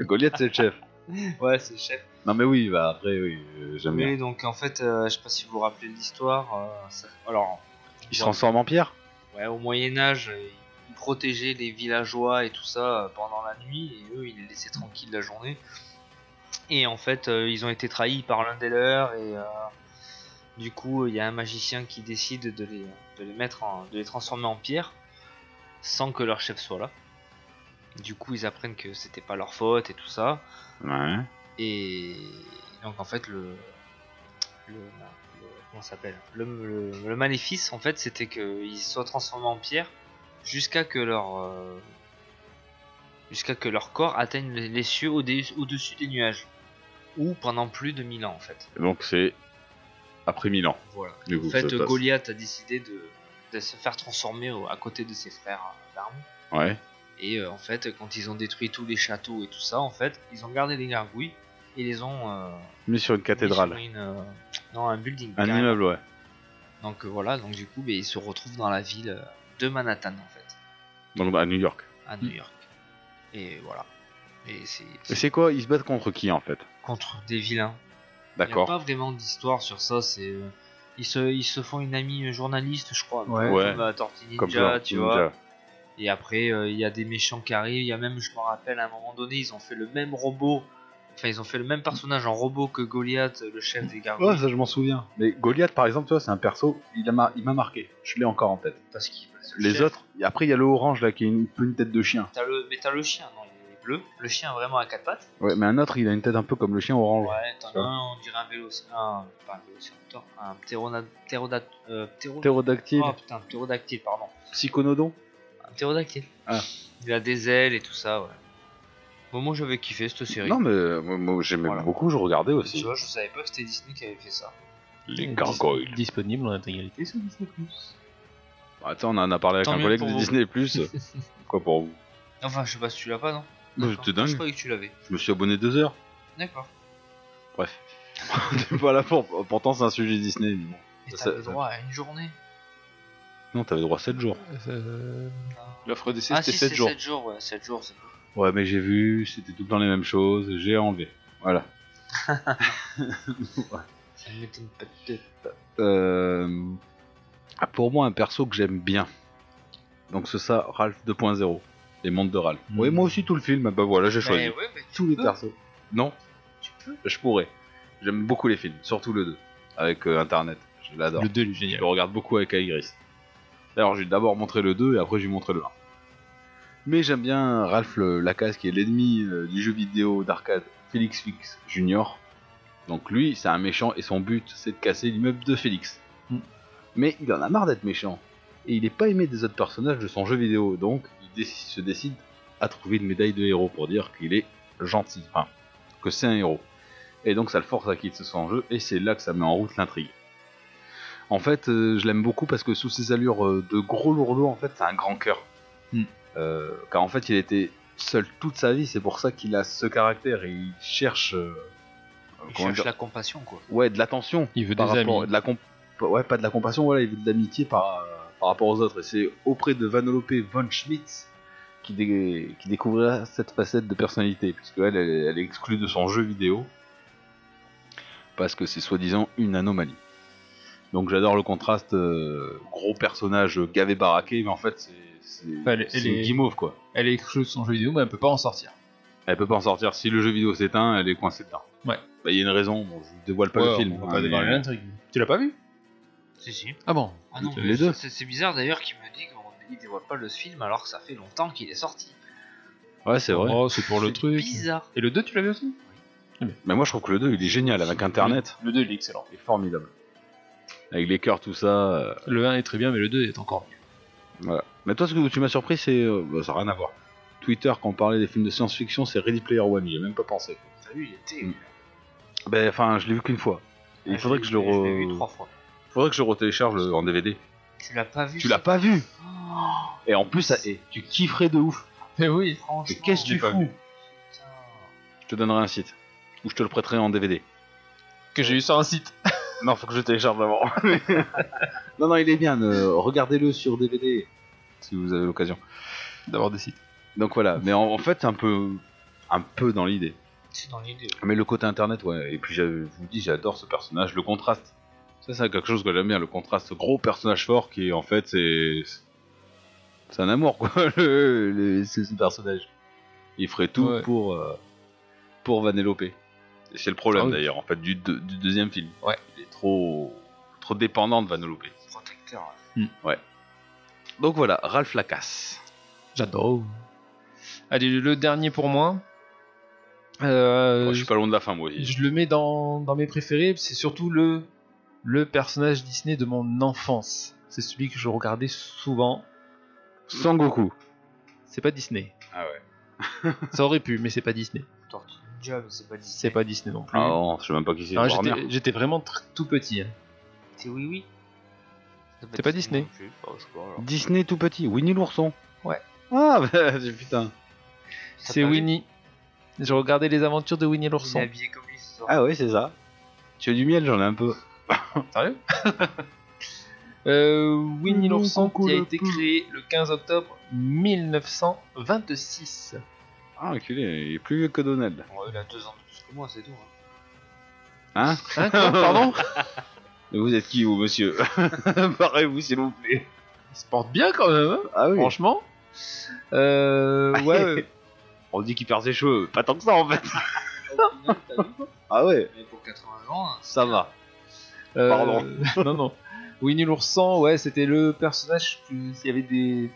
[SPEAKER 5] Goliath, c'est le chef.
[SPEAKER 6] Ouais, c'est le chef.
[SPEAKER 5] Non mais oui, bah après oui, euh, j'aime bien.
[SPEAKER 6] Oui, donc en fait, euh, je sais pas si vous vous rappelez de l'histoire. euh, ça- Alors,
[SPEAKER 5] Il se transforme en pierre
[SPEAKER 6] ouais, au Moyen-Âge, ils protégeaient les villageois et tout ça euh, pendant la nuit, et eux, ils les laissaient tranquilles la journée. Et en fait, euh, ils ont été trahis par l'un des leurs, et euh, du coup, il y a un magicien qui décide de les, de les mettre en- de les transformer en pierre, sans que leur chef soit là. Du coup, ils apprennent que c'était pas leur faute et tout ça.
[SPEAKER 5] Ouais.
[SPEAKER 6] Et donc en fait le, le, le- comment ça s'appelle le, le- le maléfice en fait c'était qu'ils soient transformés en pierre jusqu'à que leur euh, jusqu'à que leur corps atteigne les, les cieux au dé- au-dessus des nuages ou pendant plus de 1000 ans en fait.
[SPEAKER 5] Donc c'est après mille ans.
[SPEAKER 6] Voilà.
[SPEAKER 5] Du coup,
[SPEAKER 6] en fait
[SPEAKER 5] ça passe.
[SPEAKER 6] Goliath a décidé de, de se faire transformer au- à côté de ses frères euh, d'armes
[SPEAKER 5] Ouais.
[SPEAKER 6] et euh, en fait quand ils ont détruit tous les châteaux et tout ça en fait ils ont gardé les gargouilles et les ont euh,
[SPEAKER 5] Mais sur une cathédrale,
[SPEAKER 6] sur une, euh, non, un building.
[SPEAKER 5] un
[SPEAKER 6] carrément.
[SPEAKER 5] immeuble, ouais.
[SPEAKER 6] Donc euh, voilà, donc du coup, ben, ils se retrouvent dans la ville euh, de Manhattan, en fait,
[SPEAKER 5] Donc bah, à New York.
[SPEAKER 6] à New York. Et voilà. Et c'est
[SPEAKER 5] Mm. Et c'est quoi Ils se battent contre qui en fait
[SPEAKER 6] contre des vilains. Il n'y a
[SPEAKER 5] D'accord.
[SPEAKER 6] pas vraiment d'histoire sur ça, c'est. euh, Ils se, ils se font une amie euh, journaliste, je crois.
[SPEAKER 4] Ouais.
[SPEAKER 5] Ouais.
[SPEAKER 6] Comme à Tortue Ninja,
[SPEAKER 5] Comme ça,
[SPEAKER 6] tu vois. Et après, euh, il y a des méchants qui arrivent. Il y a même, je me rappelle, à un moment donné, ils ont fait le même robot. Enfin, ils ont fait le même personnage en robot que Goliath, le chef des gardes.
[SPEAKER 5] Ah Ouais, ça je m'en souviens. Mais Goliath par exemple, tu vois, c'est un perso, il a mar- il m'a marqué. Je l'ai encore en tête.
[SPEAKER 6] parce qu'il bah, c'est le
[SPEAKER 5] Les
[SPEAKER 6] chef.
[SPEAKER 5] autres, et après il y a le orange là qui a une, une tête de chien.
[SPEAKER 6] T'as le, mais t'as le chien, non, il est bleu. Le chien vraiment à quatre pattes.
[SPEAKER 5] Ouais, mais un autre, il a une tête un peu comme le chien orange.
[SPEAKER 6] Ouais, t'en
[SPEAKER 5] Ça.
[SPEAKER 6] as un, on dirait un vélo, un, pas un vélociraptor, un ptéroda- ptéroda- euh, ptéro-
[SPEAKER 5] Ptérodactyle,
[SPEAKER 6] oh, putain, ptérodactyle, pardon.
[SPEAKER 5] psychonodon.
[SPEAKER 6] Un ptérodactyle.
[SPEAKER 5] Ah.
[SPEAKER 6] Il a des ailes et tout ça, ouais. Bon, moi j'avais kiffé cette série.
[SPEAKER 5] Non mais euh, moi, moi, j'aimais
[SPEAKER 6] Voilà.
[SPEAKER 5] beaucoup, je regardais
[SPEAKER 6] Tu
[SPEAKER 5] aussi.
[SPEAKER 6] vois, je savais pas que c'était Disney qui avait fait ça.
[SPEAKER 5] Les gargoyles.
[SPEAKER 4] Dis- disponible en intégralité sur Disney+.
[SPEAKER 5] Bah, Attends, on en a parlé avec
[SPEAKER 6] Tant
[SPEAKER 5] un
[SPEAKER 6] mieux
[SPEAKER 5] collègue
[SPEAKER 6] pour
[SPEAKER 5] de
[SPEAKER 6] vous.
[SPEAKER 5] Disney Plus. Quoi pour vous
[SPEAKER 6] Enfin, je sais pas si tu l'as pas, non
[SPEAKER 5] Mais
[SPEAKER 6] D'accord.
[SPEAKER 5] t'es dingue.
[SPEAKER 6] Je croyais que tu l'avais.
[SPEAKER 5] Je me suis abonné deux heures.
[SPEAKER 6] D'accord.
[SPEAKER 5] Bref. T'es pas là pour. Pourtant, c'est un sujet Disney. mais bon.
[SPEAKER 6] Et
[SPEAKER 5] Ça-
[SPEAKER 6] t'avais droit à une journée.
[SPEAKER 5] Non, t'avais droit à 7 jours. Euh,
[SPEAKER 4] L'offre d'essai,
[SPEAKER 6] Ah,
[SPEAKER 4] c'était
[SPEAKER 6] si,
[SPEAKER 4] 7
[SPEAKER 6] c'est
[SPEAKER 4] jours.
[SPEAKER 6] 7 jours, ouais, 7 jours, c'est
[SPEAKER 5] Ouais, mais j'ai vu, c'était tout le temps les mêmes choses, j'ai enlevé. Voilà.
[SPEAKER 6] Ça me mettait une patte de.
[SPEAKER 5] Euh, ah, Pour moi, un perso que j'aime bien. Donc, c'est ça, Ralph 2.0. Les mondes de Ralph. Oui, moi aussi, tout le film. Bah voilà, j'ai choisi.
[SPEAKER 6] Mais Eh ouais, mais tu
[SPEAKER 5] Tous les
[SPEAKER 6] peux,
[SPEAKER 5] persos. Non,
[SPEAKER 6] Tu peux.
[SPEAKER 5] je pourrais. J'aime beaucoup les films, surtout le 2. Avec euh, Internet. Je l'adore.
[SPEAKER 4] Le 2, il est
[SPEAKER 5] Je
[SPEAKER 4] génial.
[SPEAKER 5] le regarde beaucoup avec Aigris. D'ailleurs, j'ai d'abord montré le 2 et après j'ai montré le 1. Mais j'aime bien Ralph le- Lacasse qui est l'ennemi euh, du jeu vidéo d'arcade Félix Fix Junior. Donc lui, c'est un méchant et son but, c'est de casser l'immeuble de Félix.
[SPEAKER 4] Mm.
[SPEAKER 5] Mais il en a marre d'être méchant. Et il n'est pas aimé des autres personnages de son jeu vidéo. Donc il dé- se décide à trouver une médaille de héros pour dire qu'il est gentil, enfin, que c'est un héros. Et donc ça le force à quitter son jeu, et c'est là que ça met en route l'intrigue. En fait, euh, je l'aime beaucoup parce que sous ses allures euh, de gros lourdeau, en fait, c'est un grand cœur.
[SPEAKER 4] Hmm.
[SPEAKER 5] Euh, car en fait, il était seul toute sa vie, c'est pour ça qu'il a ce caractère, et il cherche... euh,
[SPEAKER 6] Il
[SPEAKER 5] comment
[SPEAKER 6] cherche
[SPEAKER 5] dire
[SPEAKER 6] la compassion, quoi.
[SPEAKER 5] Ouais, de l'attention.
[SPEAKER 4] Il veut
[SPEAKER 5] par
[SPEAKER 4] des
[SPEAKER 5] rapport-
[SPEAKER 4] amis.
[SPEAKER 5] de la comp- ouais, pas de la compassion, voilà, il veut de l'amitié par, euh, par rapport aux autres. Et c'est auprès de Vanellope von Schmitz qui, dé- qui découvrira cette facette de personnalité, puisque elle, elle, est- elle est exclue de son jeu vidéo parce que c'est soi-disant une anomalie. Donc j'adore le contraste euh, gros personnage gavé baraqué, mais en fait c'est c'est-
[SPEAKER 4] Elle est-
[SPEAKER 5] c'est
[SPEAKER 4] elle
[SPEAKER 5] une
[SPEAKER 4] est-
[SPEAKER 5] guimauve quoi.
[SPEAKER 4] Elle est exclue de son jeu vidéo, mais elle peut pas en sortir.
[SPEAKER 5] Elle peut pas en sortir. Si le jeu vidéo s'éteint, elle est coincée dedans.
[SPEAKER 4] Ouais.
[SPEAKER 5] Bah, Il y a une raison, bon, je vous dévoile pas le
[SPEAKER 4] Ouais,
[SPEAKER 5] film.
[SPEAKER 4] on va
[SPEAKER 5] hein,
[SPEAKER 4] pas
[SPEAKER 5] mais-
[SPEAKER 4] dévoiler l'intrigue. Tu l'as pas vu
[SPEAKER 6] Si, si.
[SPEAKER 4] Ah bon
[SPEAKER 6] Ah non,
[SPEAKER 5] Les deux.
[SPEAKER 6] c'est c'est bizarre d'ailleurs qu'il me dit qu'il dévoile pas le film alors que ça fait longtemps qu'il est sorti.
[SPEAKER 5] Ouais, c'est vrai.
[SPEAKER 4] Oh, c'est pour le
[SPEAKER 6] C'est
[SPEAKER 4] truc.
[SPEAKER 6] bizarre.
[SPEAKER 4] Et le 2, tu l'as vu aussi
[SPEAKER 5] Mais moi je trouve que le 2 il est génial avec internet,
[SPEAKER 4] Le 2, il est excellent.
[SPEAKER 5] il est formidable. Avec les cœurs, tout ça. euh,
[SPEAKER 4] Le 1 est très bien, mais le 2 est encore mieux.
[SPEAKER 5] voilà. Mais toi ce que tu m'as surpris c'est. euh, bah, ça n'a rien à voir. Twitter, quand on parlait des films de science-fiction, c'est Ready Player One, j'y ai même pas pensé.
[SPEAKER 6] T'as vu, il était.
[SPEAKER 5] Mm. Ben enfin, je l'ai vu qu'une fois. Et il
[SPEAKER 6] Ah,
[SPEAKER 5] faudrait
[SPEAKER 6] l'ai-
[SPEAKER 5] que je le
[SPEAKER 6] Je l'ai vu
[SPEAKER 5] re...
[SPEAKER 6] trois fois.
[SPEAKER 5] faudrait que je le retélécharge le- en DVD.
[SPEAKER 6] Tu l'as pas vu
[SPEAKER 5] Tu l'as
[SPEAKER 6] ça
[SPEAKER 5] pas vu
[SPEAKER 6] Oh,
[SPEAKER 5] Et en plus, ça- et tu kifferais de ouf.
[SPEAKER 4] Mais oui
[SPEAKER 6] Franchement.
[SPEAKER 5] Mais qu'est-ce que tu
[SPEAKER 4] pas
[SPEAKER 5] fous
[SPEAKER 4] vu.
[SPEAKER 6] Putain.
[SPEAKER 5] Je te donnerai un site. Ou je te le prêterai en DVD.
[SPEAKER 4] Que j'ai eu sur un site.
[SPEAKER 5] Non, faut que je télécharge d'abord. non, non, il est bien. euh, Regardez-le sur DVD si vous avez l'occasion.
[SPEAKER 4] D'avoir des sites.
[SPEAKER 5] Donc voilà, mais en, en fait un peu, un peu dans l'idée.
[SPEAKER 6] C'est dans l'idée.
[SPEAKER 5] Mais le côté internet, ouais. Et puis je vous dis, j'adore ce personnage, le contraste. Ça c'est quelque chose que j'aime bien, le contraste ce gros personnage fort qui en fait c'est, c'est un amour quoi, le, le- c'est ce personnage. Il ferait tout
[SPEAKER 4] Ouais.
[SPEAKER 5] pour euh, pour Vanellope. Et c'est le problème
[SPEAKER 4] Ah oui.
[SPEAKER 5] d'ailleurs en fait du, deux- du deuxième film.
[SPEAKER 4] Ouais.
[SPEAKER 5] Il est trop trop dépendant de Vanellope.
[SPEAKER 6] Protecteur. euh, ouais.
[SPEAKER 5] Donc voilà, Ralph Lacasse.
[SPEAKER 4] J'adore. Allez, le dernier pour moi. Euh,
[SPEAKER 5] Moi, Oh, je suis pas loin de la fin moi aussi.
[SPEAKER 4] je le mets dans, dans mes préférés. C'est surtout le, le personnage Disney de mon enfance. C'est celui que je regardais souvent.
[SPEAKER 5] Sangoku.
[SPEAKER 4] C'est pas Disney.
[SPEAKER 5] Ah ouais.
[SPEAKER 4] Ça aurait pu, mais c'est pas Disney.
[SPEAKER 6] Tortue Ninja, mais c'est pas Disney.
[SPEAKER 4] C'est pas Disney non plus.
[SPEAKER 5] Ah non, je sais même pas qui c'est.
[SPEAKER 4] Ah,
[SPEAKER 5] Warner.
[SPEAKER 4] j'étais- J'étais vraiment tr- tout petit. hein.
[SPEAKER 6] C'est oui, oui.
[SPEAKER 4] C'est pas Disney.
[SPEAKER 6] non plus. Oh, c'est quoi, alors
[SPEAKER 5] Disney tout petit, Winnie l'ourson.
[SPEAKER 4] Ouais.
[SPEAKER 5] Ah bah putain.
[SPEAKER 6] T'as
[SPEAKER 4] C'est
[SPEAKER 6] pas vu
[SPEAKER 4] Winnie. Je regardais les aventures de Winnie
[SPEAKER 6] Il est
[SPEAKER 4] l'ourson.
[SPEAKER 6] habillé comme lui ce soir.
[SPEAKER 5] Ah ouais, c'est ça. Tu as du miel, j'en ai un peu.
[SPEAKER 4] Sérieux Euh, Winnie
[SPEAKER 5] Winnie
[SPEAKER 4] l'ourson qui a
[SPEAKER 5] Coco
[SPEAKER 4] été créé le 15 octobre 1926.
[SPEAKER 5] Ah enculé, il est plus vieux que Donald.
[SPEAKER 6] Bon, il a deux ans de plus que moi, c'est tout. hein.
[SPEAKER 5] Hein
[SPEAKER 4] Hein, quoi, pardon
[SPEAKER 5] Mais Vous êtes qui vous monsieur Parez-vous s'il vous plaît.
[SPEAKER 4] Il se porte bien quand même, hein,
[SPEAKER 5] Ah oui.
[SPEAKER 4] franchement. Euh, ouais, euh,
[SPEAKER 5] On dit qu'il perd ses cheveux, pas tant que ça en
[SPEAKER 6] Au
[SPEAKER 5] fait.
[SPEAKER 6] final, t'as vu,
[SPEAKER 5] Ah ouais,
[SPEAKER 6] Mais pour 80 ans, hein,
[SPEAKER 5] ça va.
[SPEAKER 4] euh,
[SPEAKER 5] Pardon.
[SPEAKER 4] non, non. Winnie l'ourson, ouais, c'était le personnage. que- Il y avait des.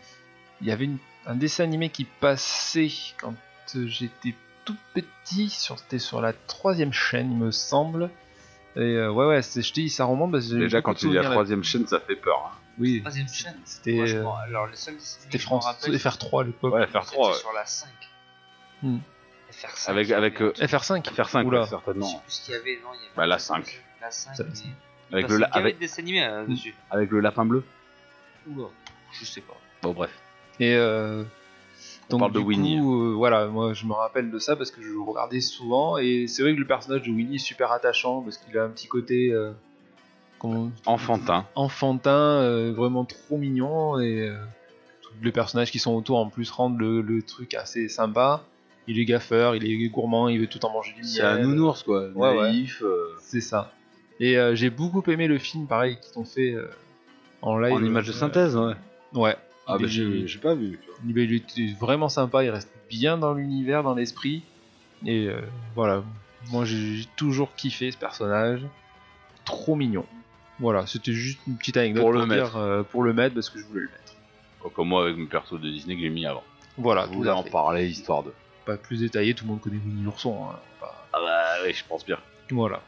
[SPEAKER 4] Il y avait une- un dessin animé qui passait quand euh, j'étais tout petit. Sur... C'était sur la troisième chaîne, il me semble. Et euh, ouais, ouais, c'est- je te dis, ça remonte. Parce que j'ai
[SPEAKER 5] Déjà
[SPEAKER 4] beaucoup
[SPEAKER 5] quand
[SPEAKER 4] de
[SPEAKER 5] tu dis la
[SPEAKER 4] souvenirs
[SPEAKER 5] troisième chaîne, ça fait peur. hein.
[SPEAKER 4] Oui,
[SPEAKER 6] troisième chaîne.
[SPEAKER 4] c'était.
[SPEAKER 6] Moi, je
[SPEAKER 4] euh,
[SPEAKER 6] m'en- Alors, les seuls Disney
[SPEAKER 4] C'était
[SPEAKER 6] que je
[SPEAKER 4] France
[SPEAKER 6] me rappelle,
[SPEAKER 4] FR3 à l'époque.
[SPEAKER 5] Ouais, faire
[SPEAKER 6] c'était
[SPEAKER 5] 3
[SPEAKER 6] sur la 5.
[SPEAKER 4] Hmm.
[SPEAKER 6] FR5.
[SPEAKER 5] avec
[SPEAKER 6] il y avait
[SPEAKER 5] avec
[SPEAKER 6] un
[SPEAKER 5] euh,
[SPEAKER 4] FR5
[SPEAKER 5] faire 5
[SPEAKER 4] Oula.
[SPEAKER 6] Je sais
[SPEAKER 5] certainement.
[SPEAKER 6] plus ce qu'il y avait, non, il y avait
[SPEAKER 5] Bah, la
[SPEAKER 6] un-
[SPEAKER 5] 5.
[SPEAKER 6] La 5.
[SPEAKER 4] Ça,
[SPEAKER 6] mais-
[SPEAKER 4] c'est-
[SPEAKER 5] Avec
[SPEAKER 6] Parce
[SPEAKER 5] le la-
[SPEAKER 6] qu'il y avait
[SPEAKER 5] avec
[SPEAKER 6] des dessins animés euh, dessus.
[SPEAKER 5] avec le lapin bleu.
[SPEAKER 6] Oula, je sais pas.
[SPEAKER 5] Bon bref.
[SPEAKER 4] Et euh, donc
[SPEAKER 5] parle de
[SPEAKER 4] du
[SPEAKER 5] Winnie.
[SPEAKER 4] coup, euh, voilà, moi je me rappelle de ça parce que je le regardais souvent et c'est vrai que le personnage de Winnie est super attachant parce qu'il a un petit côté euh, comment-
[SPEAKER 5] Enfantin.
[SPEAKER 4] enfantin, euh, vraiment trop mignon et euh, tous les personnages qui sont autour en plus rendent le, le truc assez sympa. Il est gaffeur, il est gourmand, il veut tout en manger du miel.
[SPEAKER 5] C'est un nounours quoi,
[SPEAKER 4] Ouais, ouais.
[SPEAKER 5] naïf. euh,
[SPEAKER 4] C'est ça. Et euh, j'ai beaucoup aimé le film, pareil, qu'ils t'ont fait euh, en live.
[SPEAKER 5] En image de
[SPEAKER 4] Euh,
[SPEAKER 5] synthèse, ouais.
[SPEAKER 4] Ouais.
[SPEAKER 5] Ah
[SPEAKER 4] Il
[SPEAKER 5] bah
[SPEAKER 4] est-
[SPEAKER 5] j'ai j'ai pas vu. tu vois.
[SPEAKER 4] Mais il était vraiment sympa, il reste bien dans l'univers, dans l'esprit. Et euh, voilà, moi j'ai j'ai toujours kiffé ce personnage. Trop mignon. Voilà, c'était juste une petite anecdote
[SPEAKER 5] Pour le
[SPEAKER 4] dire,
[SPEAKER 5] mettre.
[SPEAKER 4] euh, pour le mettre, parce que je voulais le mettre.
[SPEAKER 5] Quoi, Oh, Comme moi avec mes persos de Disney que j'ai mis avant.
[SPEAKER 4] Voilà,
[SPEAKER 5] Je
[SPEAKER 4] tout
[SPEAKER 5] voulais
[SPEAKER 4] à
[SPEAKER 5] en
[SPEAKER 4] fait.
[SPEAKER 5] parler histoire de.
[SPEAKER 4] Pas plus détaillé, tout le monde connaît Winnie l'ourson. hein. Bah,
[SPEAKER 5] Ah bah oui, je pense bien.
[SPEAKER 4] Voilà.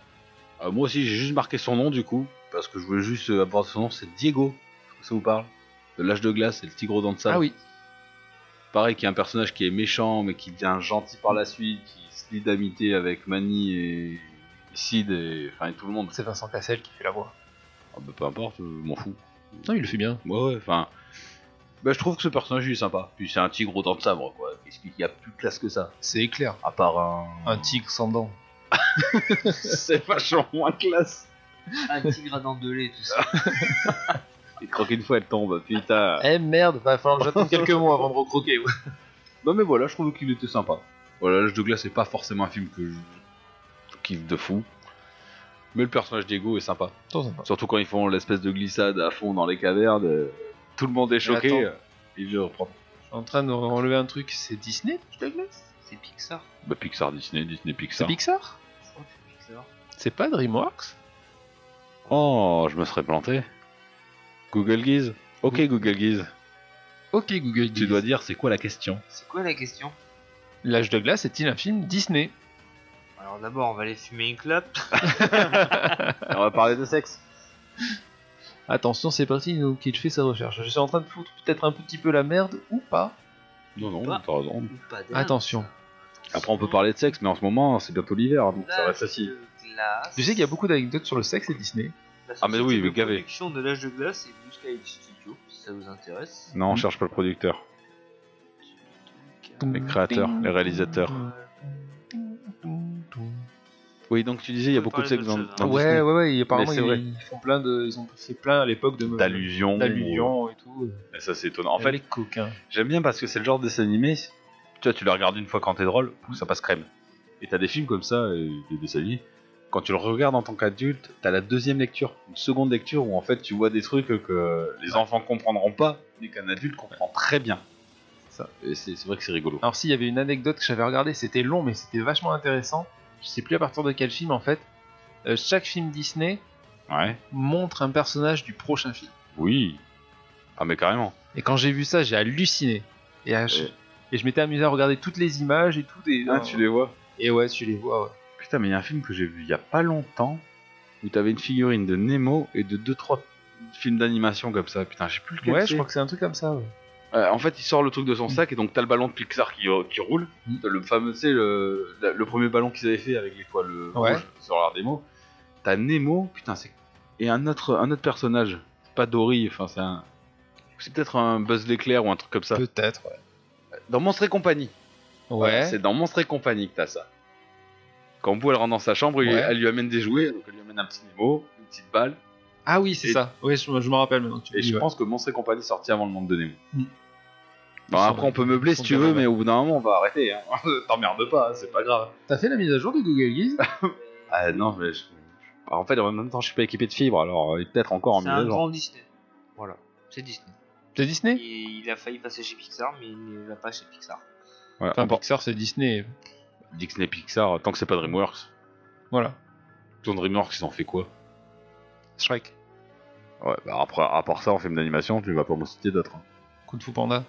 [SPEAKER 5] Euh, moi aussi, j'ai juste marqué son nom du coup, parce que je voulais juste euh, aborder son nom, c'est Diego. Est-ce que Ça vous parle De l'âge de glace et le petit gros dents de sable.
[SPEAKER 4] Ah oui,
[SPEAKER 5] pareil, qui est un personnage qui est méchant, mais qui devient gentil par la suite, qui se lie d'amitié avec Manny et Sid et, enfin, et tout le monde.
[SPEAKER 4] C'est Vincent Cassel qui fait la voix.
[SPEAKER 5] Ah bah, peu importe, euh, je m'en fous.
[SPEAKER 4] Non, il le fait bien.
[SPEAKER 5] Ouais, ouais, enfin. Bah, je trouve que ce personnage il est sympa. Puis c'est un tigre aux dents de sabre, quoi. Qu'est-ce qu'il y a de plus classe que ça
[SPEAKER 4] C'est éclair.
[SPEAKER 5] À part un.
[SPEAKER 4] Un tigre sans dents.
[SPEAKER 5] c'est vachement moins classe.
[SPEAKER 6] Ah, Un tigre à dents de lait, tout ça.
[SPEAKER 5] Il te croque une fois, elle tombe, putain.
[SPEAKER 4] Eh merde, va falloir que j'attende quelques mois avant de recroquer. ouais.
[SPEAKER 5] Non mais voilà, je trouve qu'il était sympa. Voilà, L'âge de glace c'est pas forcément un film que je je kiffe de fou. Mais le personnage d'Ego est sympa. Surtout quand ils font l'espèce de glissade à fond dans les cavernes. euh, Tout le monde est choqué.
[SPEAKER 4] attends.
[SPEAKER 5] euh, Il veut reprendre.
[SPEAKER 4] Je suis en train de enlever un truc, c'est Disney Douglas
[SPEAKER 6] C'est Pixar.
[SPEAKER 5] Bah Pixar, Disney, Disney,
[SPEAKER 4] C'est
[SPEAKER 5] Pixar.
[SPEAKER 4] Pixar
[SPEAKER 6] Je crois que c'est Pixar.
[SPEAKER 4] C'est pas DreamWorks
[SPEAKER 5] oh, je me serais planté. Google Guise Ok Google Guise.
[SPEAKER 4] Ok Google,
[SPEAKER 5] Tu dois dire c'est quoi la question
[SPEAKER 6] C'est quoi la question
[SPEAKER 4] L'âge de glace est-il un film Disney
[SPEAKER 6] Alors d'abord, on va aller fumer une clope.
[SPEAKER 5] On va parler de sexe.
[SPEAKER 4] Attention, c'est parti, nous, qu'il fait sa recherche. Je suis en train de foutre peut-être un petit peu la merde ou pas.
[SPEAKER 5] Non, non,
[SPEAKER 6] Pas.
[SPEAKER 5] t'as raison.
[SPEAKER 6] Ou pas d'air.
[SPEAKER 4] Attention.
[SPEAKER 5] Après on peut parler de sexe, mais en ce moment c'est bientôt l'hiver, donc ça va être
[SPEAKER 6] L'âge
[SPEAKER 5] facile.
[SPEAKER 6] de glace.
[SPEAKER 4] Tu sais qu'il y a beaucoup d'anecdotes sur le sexe et Disney.
[SPEAKER 6] La
[SPEAKER 5] Ah, mais oui,
[SPEAKER 6] société
[SPEAKER 5] mais
[SPEAKER 6] de
[SPEAKER 5] gavé.
[SPEAKER 6] production de l'âge de glace et Blue Sky Studio, si ça vous intéresse.
[SPEAKER 5] Non, on cherche pas le producteur. Les créateurs, les réalisateurs.
[SPEAKER 6] Euh,
[SPEAKER 5] Oui, donc tu disais, il y a
[SPEAKER 6] peut
[SPEAKER 5] beaucoup de
[SPEAKER 6] parler
[SPEAKER 5] sexe dans,
[SPEAKER 6] d'autre chose, hein.
[SPEAKER 5] dans
[SPEAKER 4] ouais,
[SPEAKER 5] Disney.
[SPEAKER 4] ouais, ouais, et apparemment
[SPEAKER 5] Mais c'est
[SPEAKER 4] ils,
[SPEAKER 5] vrai.
[SPEAKER 4] ils font plein de, ils ont fait plein à l'époque de
[SPEAKER 5] D'allusions.
[SPEAKER 4] d'allusions et tout.
[SPEAKER 5] Et ça, c'est étonnant. En
[SPEAKER 4] Elle est
[SPEAKER 5] fait,
[SPEAKER 4] coquin.
[SPEAKER 5] j'aime bien parce que c'est le genre de dessin animé. Tu vois, tu le regardes une fois quand t'es drôle, pouf, ça passe crème. Et t'as des films comme ça, euh, des dessins animés. Quand tu le regardes en tant qu'adulte, t'as la deuxième lecture, une seconde lecture où en fait tu vois des trucs que les enfants comprendront pas, mais qu'un adulte comprend très bien.
[SPEAKER 4] Ça.
[SPEAKER 5] Et c'est c'est vrai que c'est rigolo.
[SPEAKER 4] Alors s'il y avait une anecdote que j'avais regardée, c'était long mais c'était vachement intéressant. Je sais plus à partir de quel film en fait. Euh, chaque film Disney
[SPEAKER 5] Ouais.
[SPEAKER 4] montre un personnage du prochain film.
[SPEAKER 5] Oui. Ah mais carrément.
[SPEAKER 4] Et quand j'ai vu ça, j'ai halluciné. Et, à ch-
[SPEAKER 5] Ouais. Ah,
[SPEAKER 4] et je m'étais amusé à regarder toutes les images et tout. Et,
[SPEAKER 5] les vois.
[SPEAKER 4] et ouais, tu les vois. ouais.
[SPEAKER 5] Putain, mais il y a un film que j'ai vu il y a pas longtemps où t'avais une figurine de Nemo et de 2-3 films d'animation comme ça. Putain, je sais plus lequel
[SPEAKER 4] Ouais,
[SPEAKER 5] c'est.
[SPEAKER 4] je crois que c'est un truc comme ça. ouais.
[SPEAKER 5] Euh, en fait, il sort le truc de son sac et donc t'as le ballon de Pixar qui, euh, qui roule.
[SPEAKER 4] Mm.
[SPEAKER 5] T'as le fameux, c'est le, la- le premier ballon qu'ils avaient fait avec l'étoile euh,
[SPEAKER 4] Ouais.
[SPEAKER 5] rouge sur leur démo. T'as Nemo, putain, c'est et un autre un autre personnage, C'est pas Dory, enfin c'est un, c'est peut-être un Buzz l'éclair ou un truc comme ça.
[SPEAKER 4] Peut-être. Ouais.
[SPEAKER 5] Dans Monstre et compagnie. Voilà,
[SPEAKER 4] Ouais.
[SPEAKER 5] C'est dans Monstre et compagnie que t'as ça. Quand Boo elle rentre dans sa chambre, il-
[SPEAKER 4] Ouais.
[SPEAKER 5] elle lui amène des jouets, donc elle lui amène un petit Nemo, une petite balle.
[SPEAKER 4] ah oui, c'est
[SPEAKER 5] Et-
[SPEAKER 4] ça. Ouais, je, je m'en rappelle maintenant. que tu
[SPEAKER 5] Et
[SPEAKER 4] le dis,
[SPEAKER 5] je
[SPEAKER 4] ouais.
[SPEAKER 5] pense que Monstre et compagnie est sorti avant le monde de Nemo.
[SPEAKER 4] Mm.
[SPEAKER 5] Bon,
[SPEAKER 4] Ils
[SPEAKER 5] après,
[SPEAKER 4] sont-
[SPEAKER 5] on peut meubler
[SPEAKER 4] ils
[SPEAKER 5] si
[SPEAKER 4] sont
[SPEAKER 5] tu
[SPEAKER 4] bien
[SPEAKER 5] veux,
[SPEAKER 4] là-bas.
[SPEAKER 5] mais au bout d'un moment, on va arrêter. Hein. T'emmerde pas, c'est pas grave.
[SPEAKER 4] T'as fait la mise à jour de Google Guise
[SPEAKER 5] Ah non, mais je- je- en fait, en même temps, je suis pas équipé de fibres, alors euh, peut-être encore en
[SPEAKER 6] C'est un
[SPEAKER 5] mise à jour.
[SPEAKER 6] grand Disney. Voilà, c'est Disney.
[SPEAKER 4] C'est Disney
[SPEAKER 6] Et il a failli passer chez Pixar, mais il ne va pas chez Pixar.
[SPEAKER 5] Voilà,
[SPEAKER 4] Enfin,
[SPEAKER 5] on part-
[SPEAKER 4] Pixar, c'est Disney.
[SPEAKER 5] Disney Pixar, tant que c'est pas DreamWorks.
[SPEAKER 4] Voilà.
[SPEAKER 5] Ton DreamWorks, ils ont fait quoi
[SPEAKER 4] Shrek.
[SPEAKER 5] Ouais, bah après, à part ça, en film d'animation, tu vas pas me citer d'autres. hein.
[SPEAKER 4] Kung Fu Panda.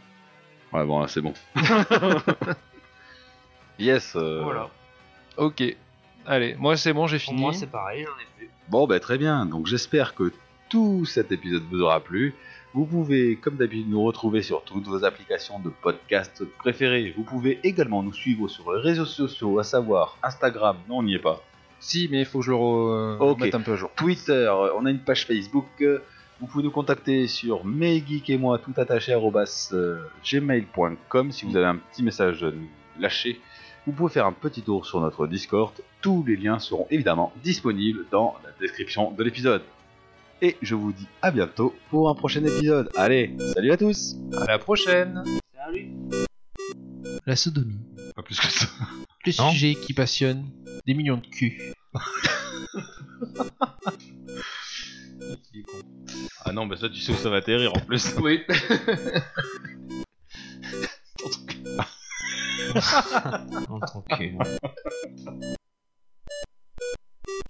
[SPEAKER 5] Ouais, bon, là, c'est bon. yes. euh,
[SPEAKER 6] Voilà.
[SPEAKER 4] Ok. Allez, moi c'est bon, j'ai
[SPEAKER 6] Pour
[SPEAKER 4] fini.
[SPEAKER 6] moi, c'est pareil, j'en ai plus.
[SPEAKER 5] Bon, bah, très bien. Donc, j'espère que tout cet épisode vous aura plu. Vous pouvez, comme d'habitude, nous retrouver sur toutes vos applications de podcast préférées. Vous pouvez également nous suivre sur les réseaux sociaux, à savoir Instagram, non, on n'y est pas.
[SPEAKER 4] Si, mais il faut que je le re- euh,
[SPEAKER 5] Ok.
[SPEAKER 4] remette un peu à jour.
[SPEAKER 5] Twitter, euh, on a une page Facebook. euh, Vous pouvez nous contacter sur mesgeek et moi, tout attaché arrobas, euh, gmail.com si vous avez un petit message à nous lâcher. Vous pouvez faire un petit tour sur notre Discord. Tous les liens seront évidemment disponibles dans la description de l'épisode. Et je vous dis à bientôt pour un prochain épisode. Allez, salut à tous
[SPEAKER 4] À la prochaine
[SPEAKER 6] Salut
[SPEAKER 4] La sodomie.
[SPEAKER 5] Pas plus que ça.
[SPEAKER 4] Le
[SPEAKER 6] Non.
[SPEAKER 4] sujet qui passionne des millions de culs.
[SPEAKER 5] Ah non, bah ça tu sais où ça va atterrir en plus.
[SPEAKER 4] Oui.
[SPEAKER 6] En tant que.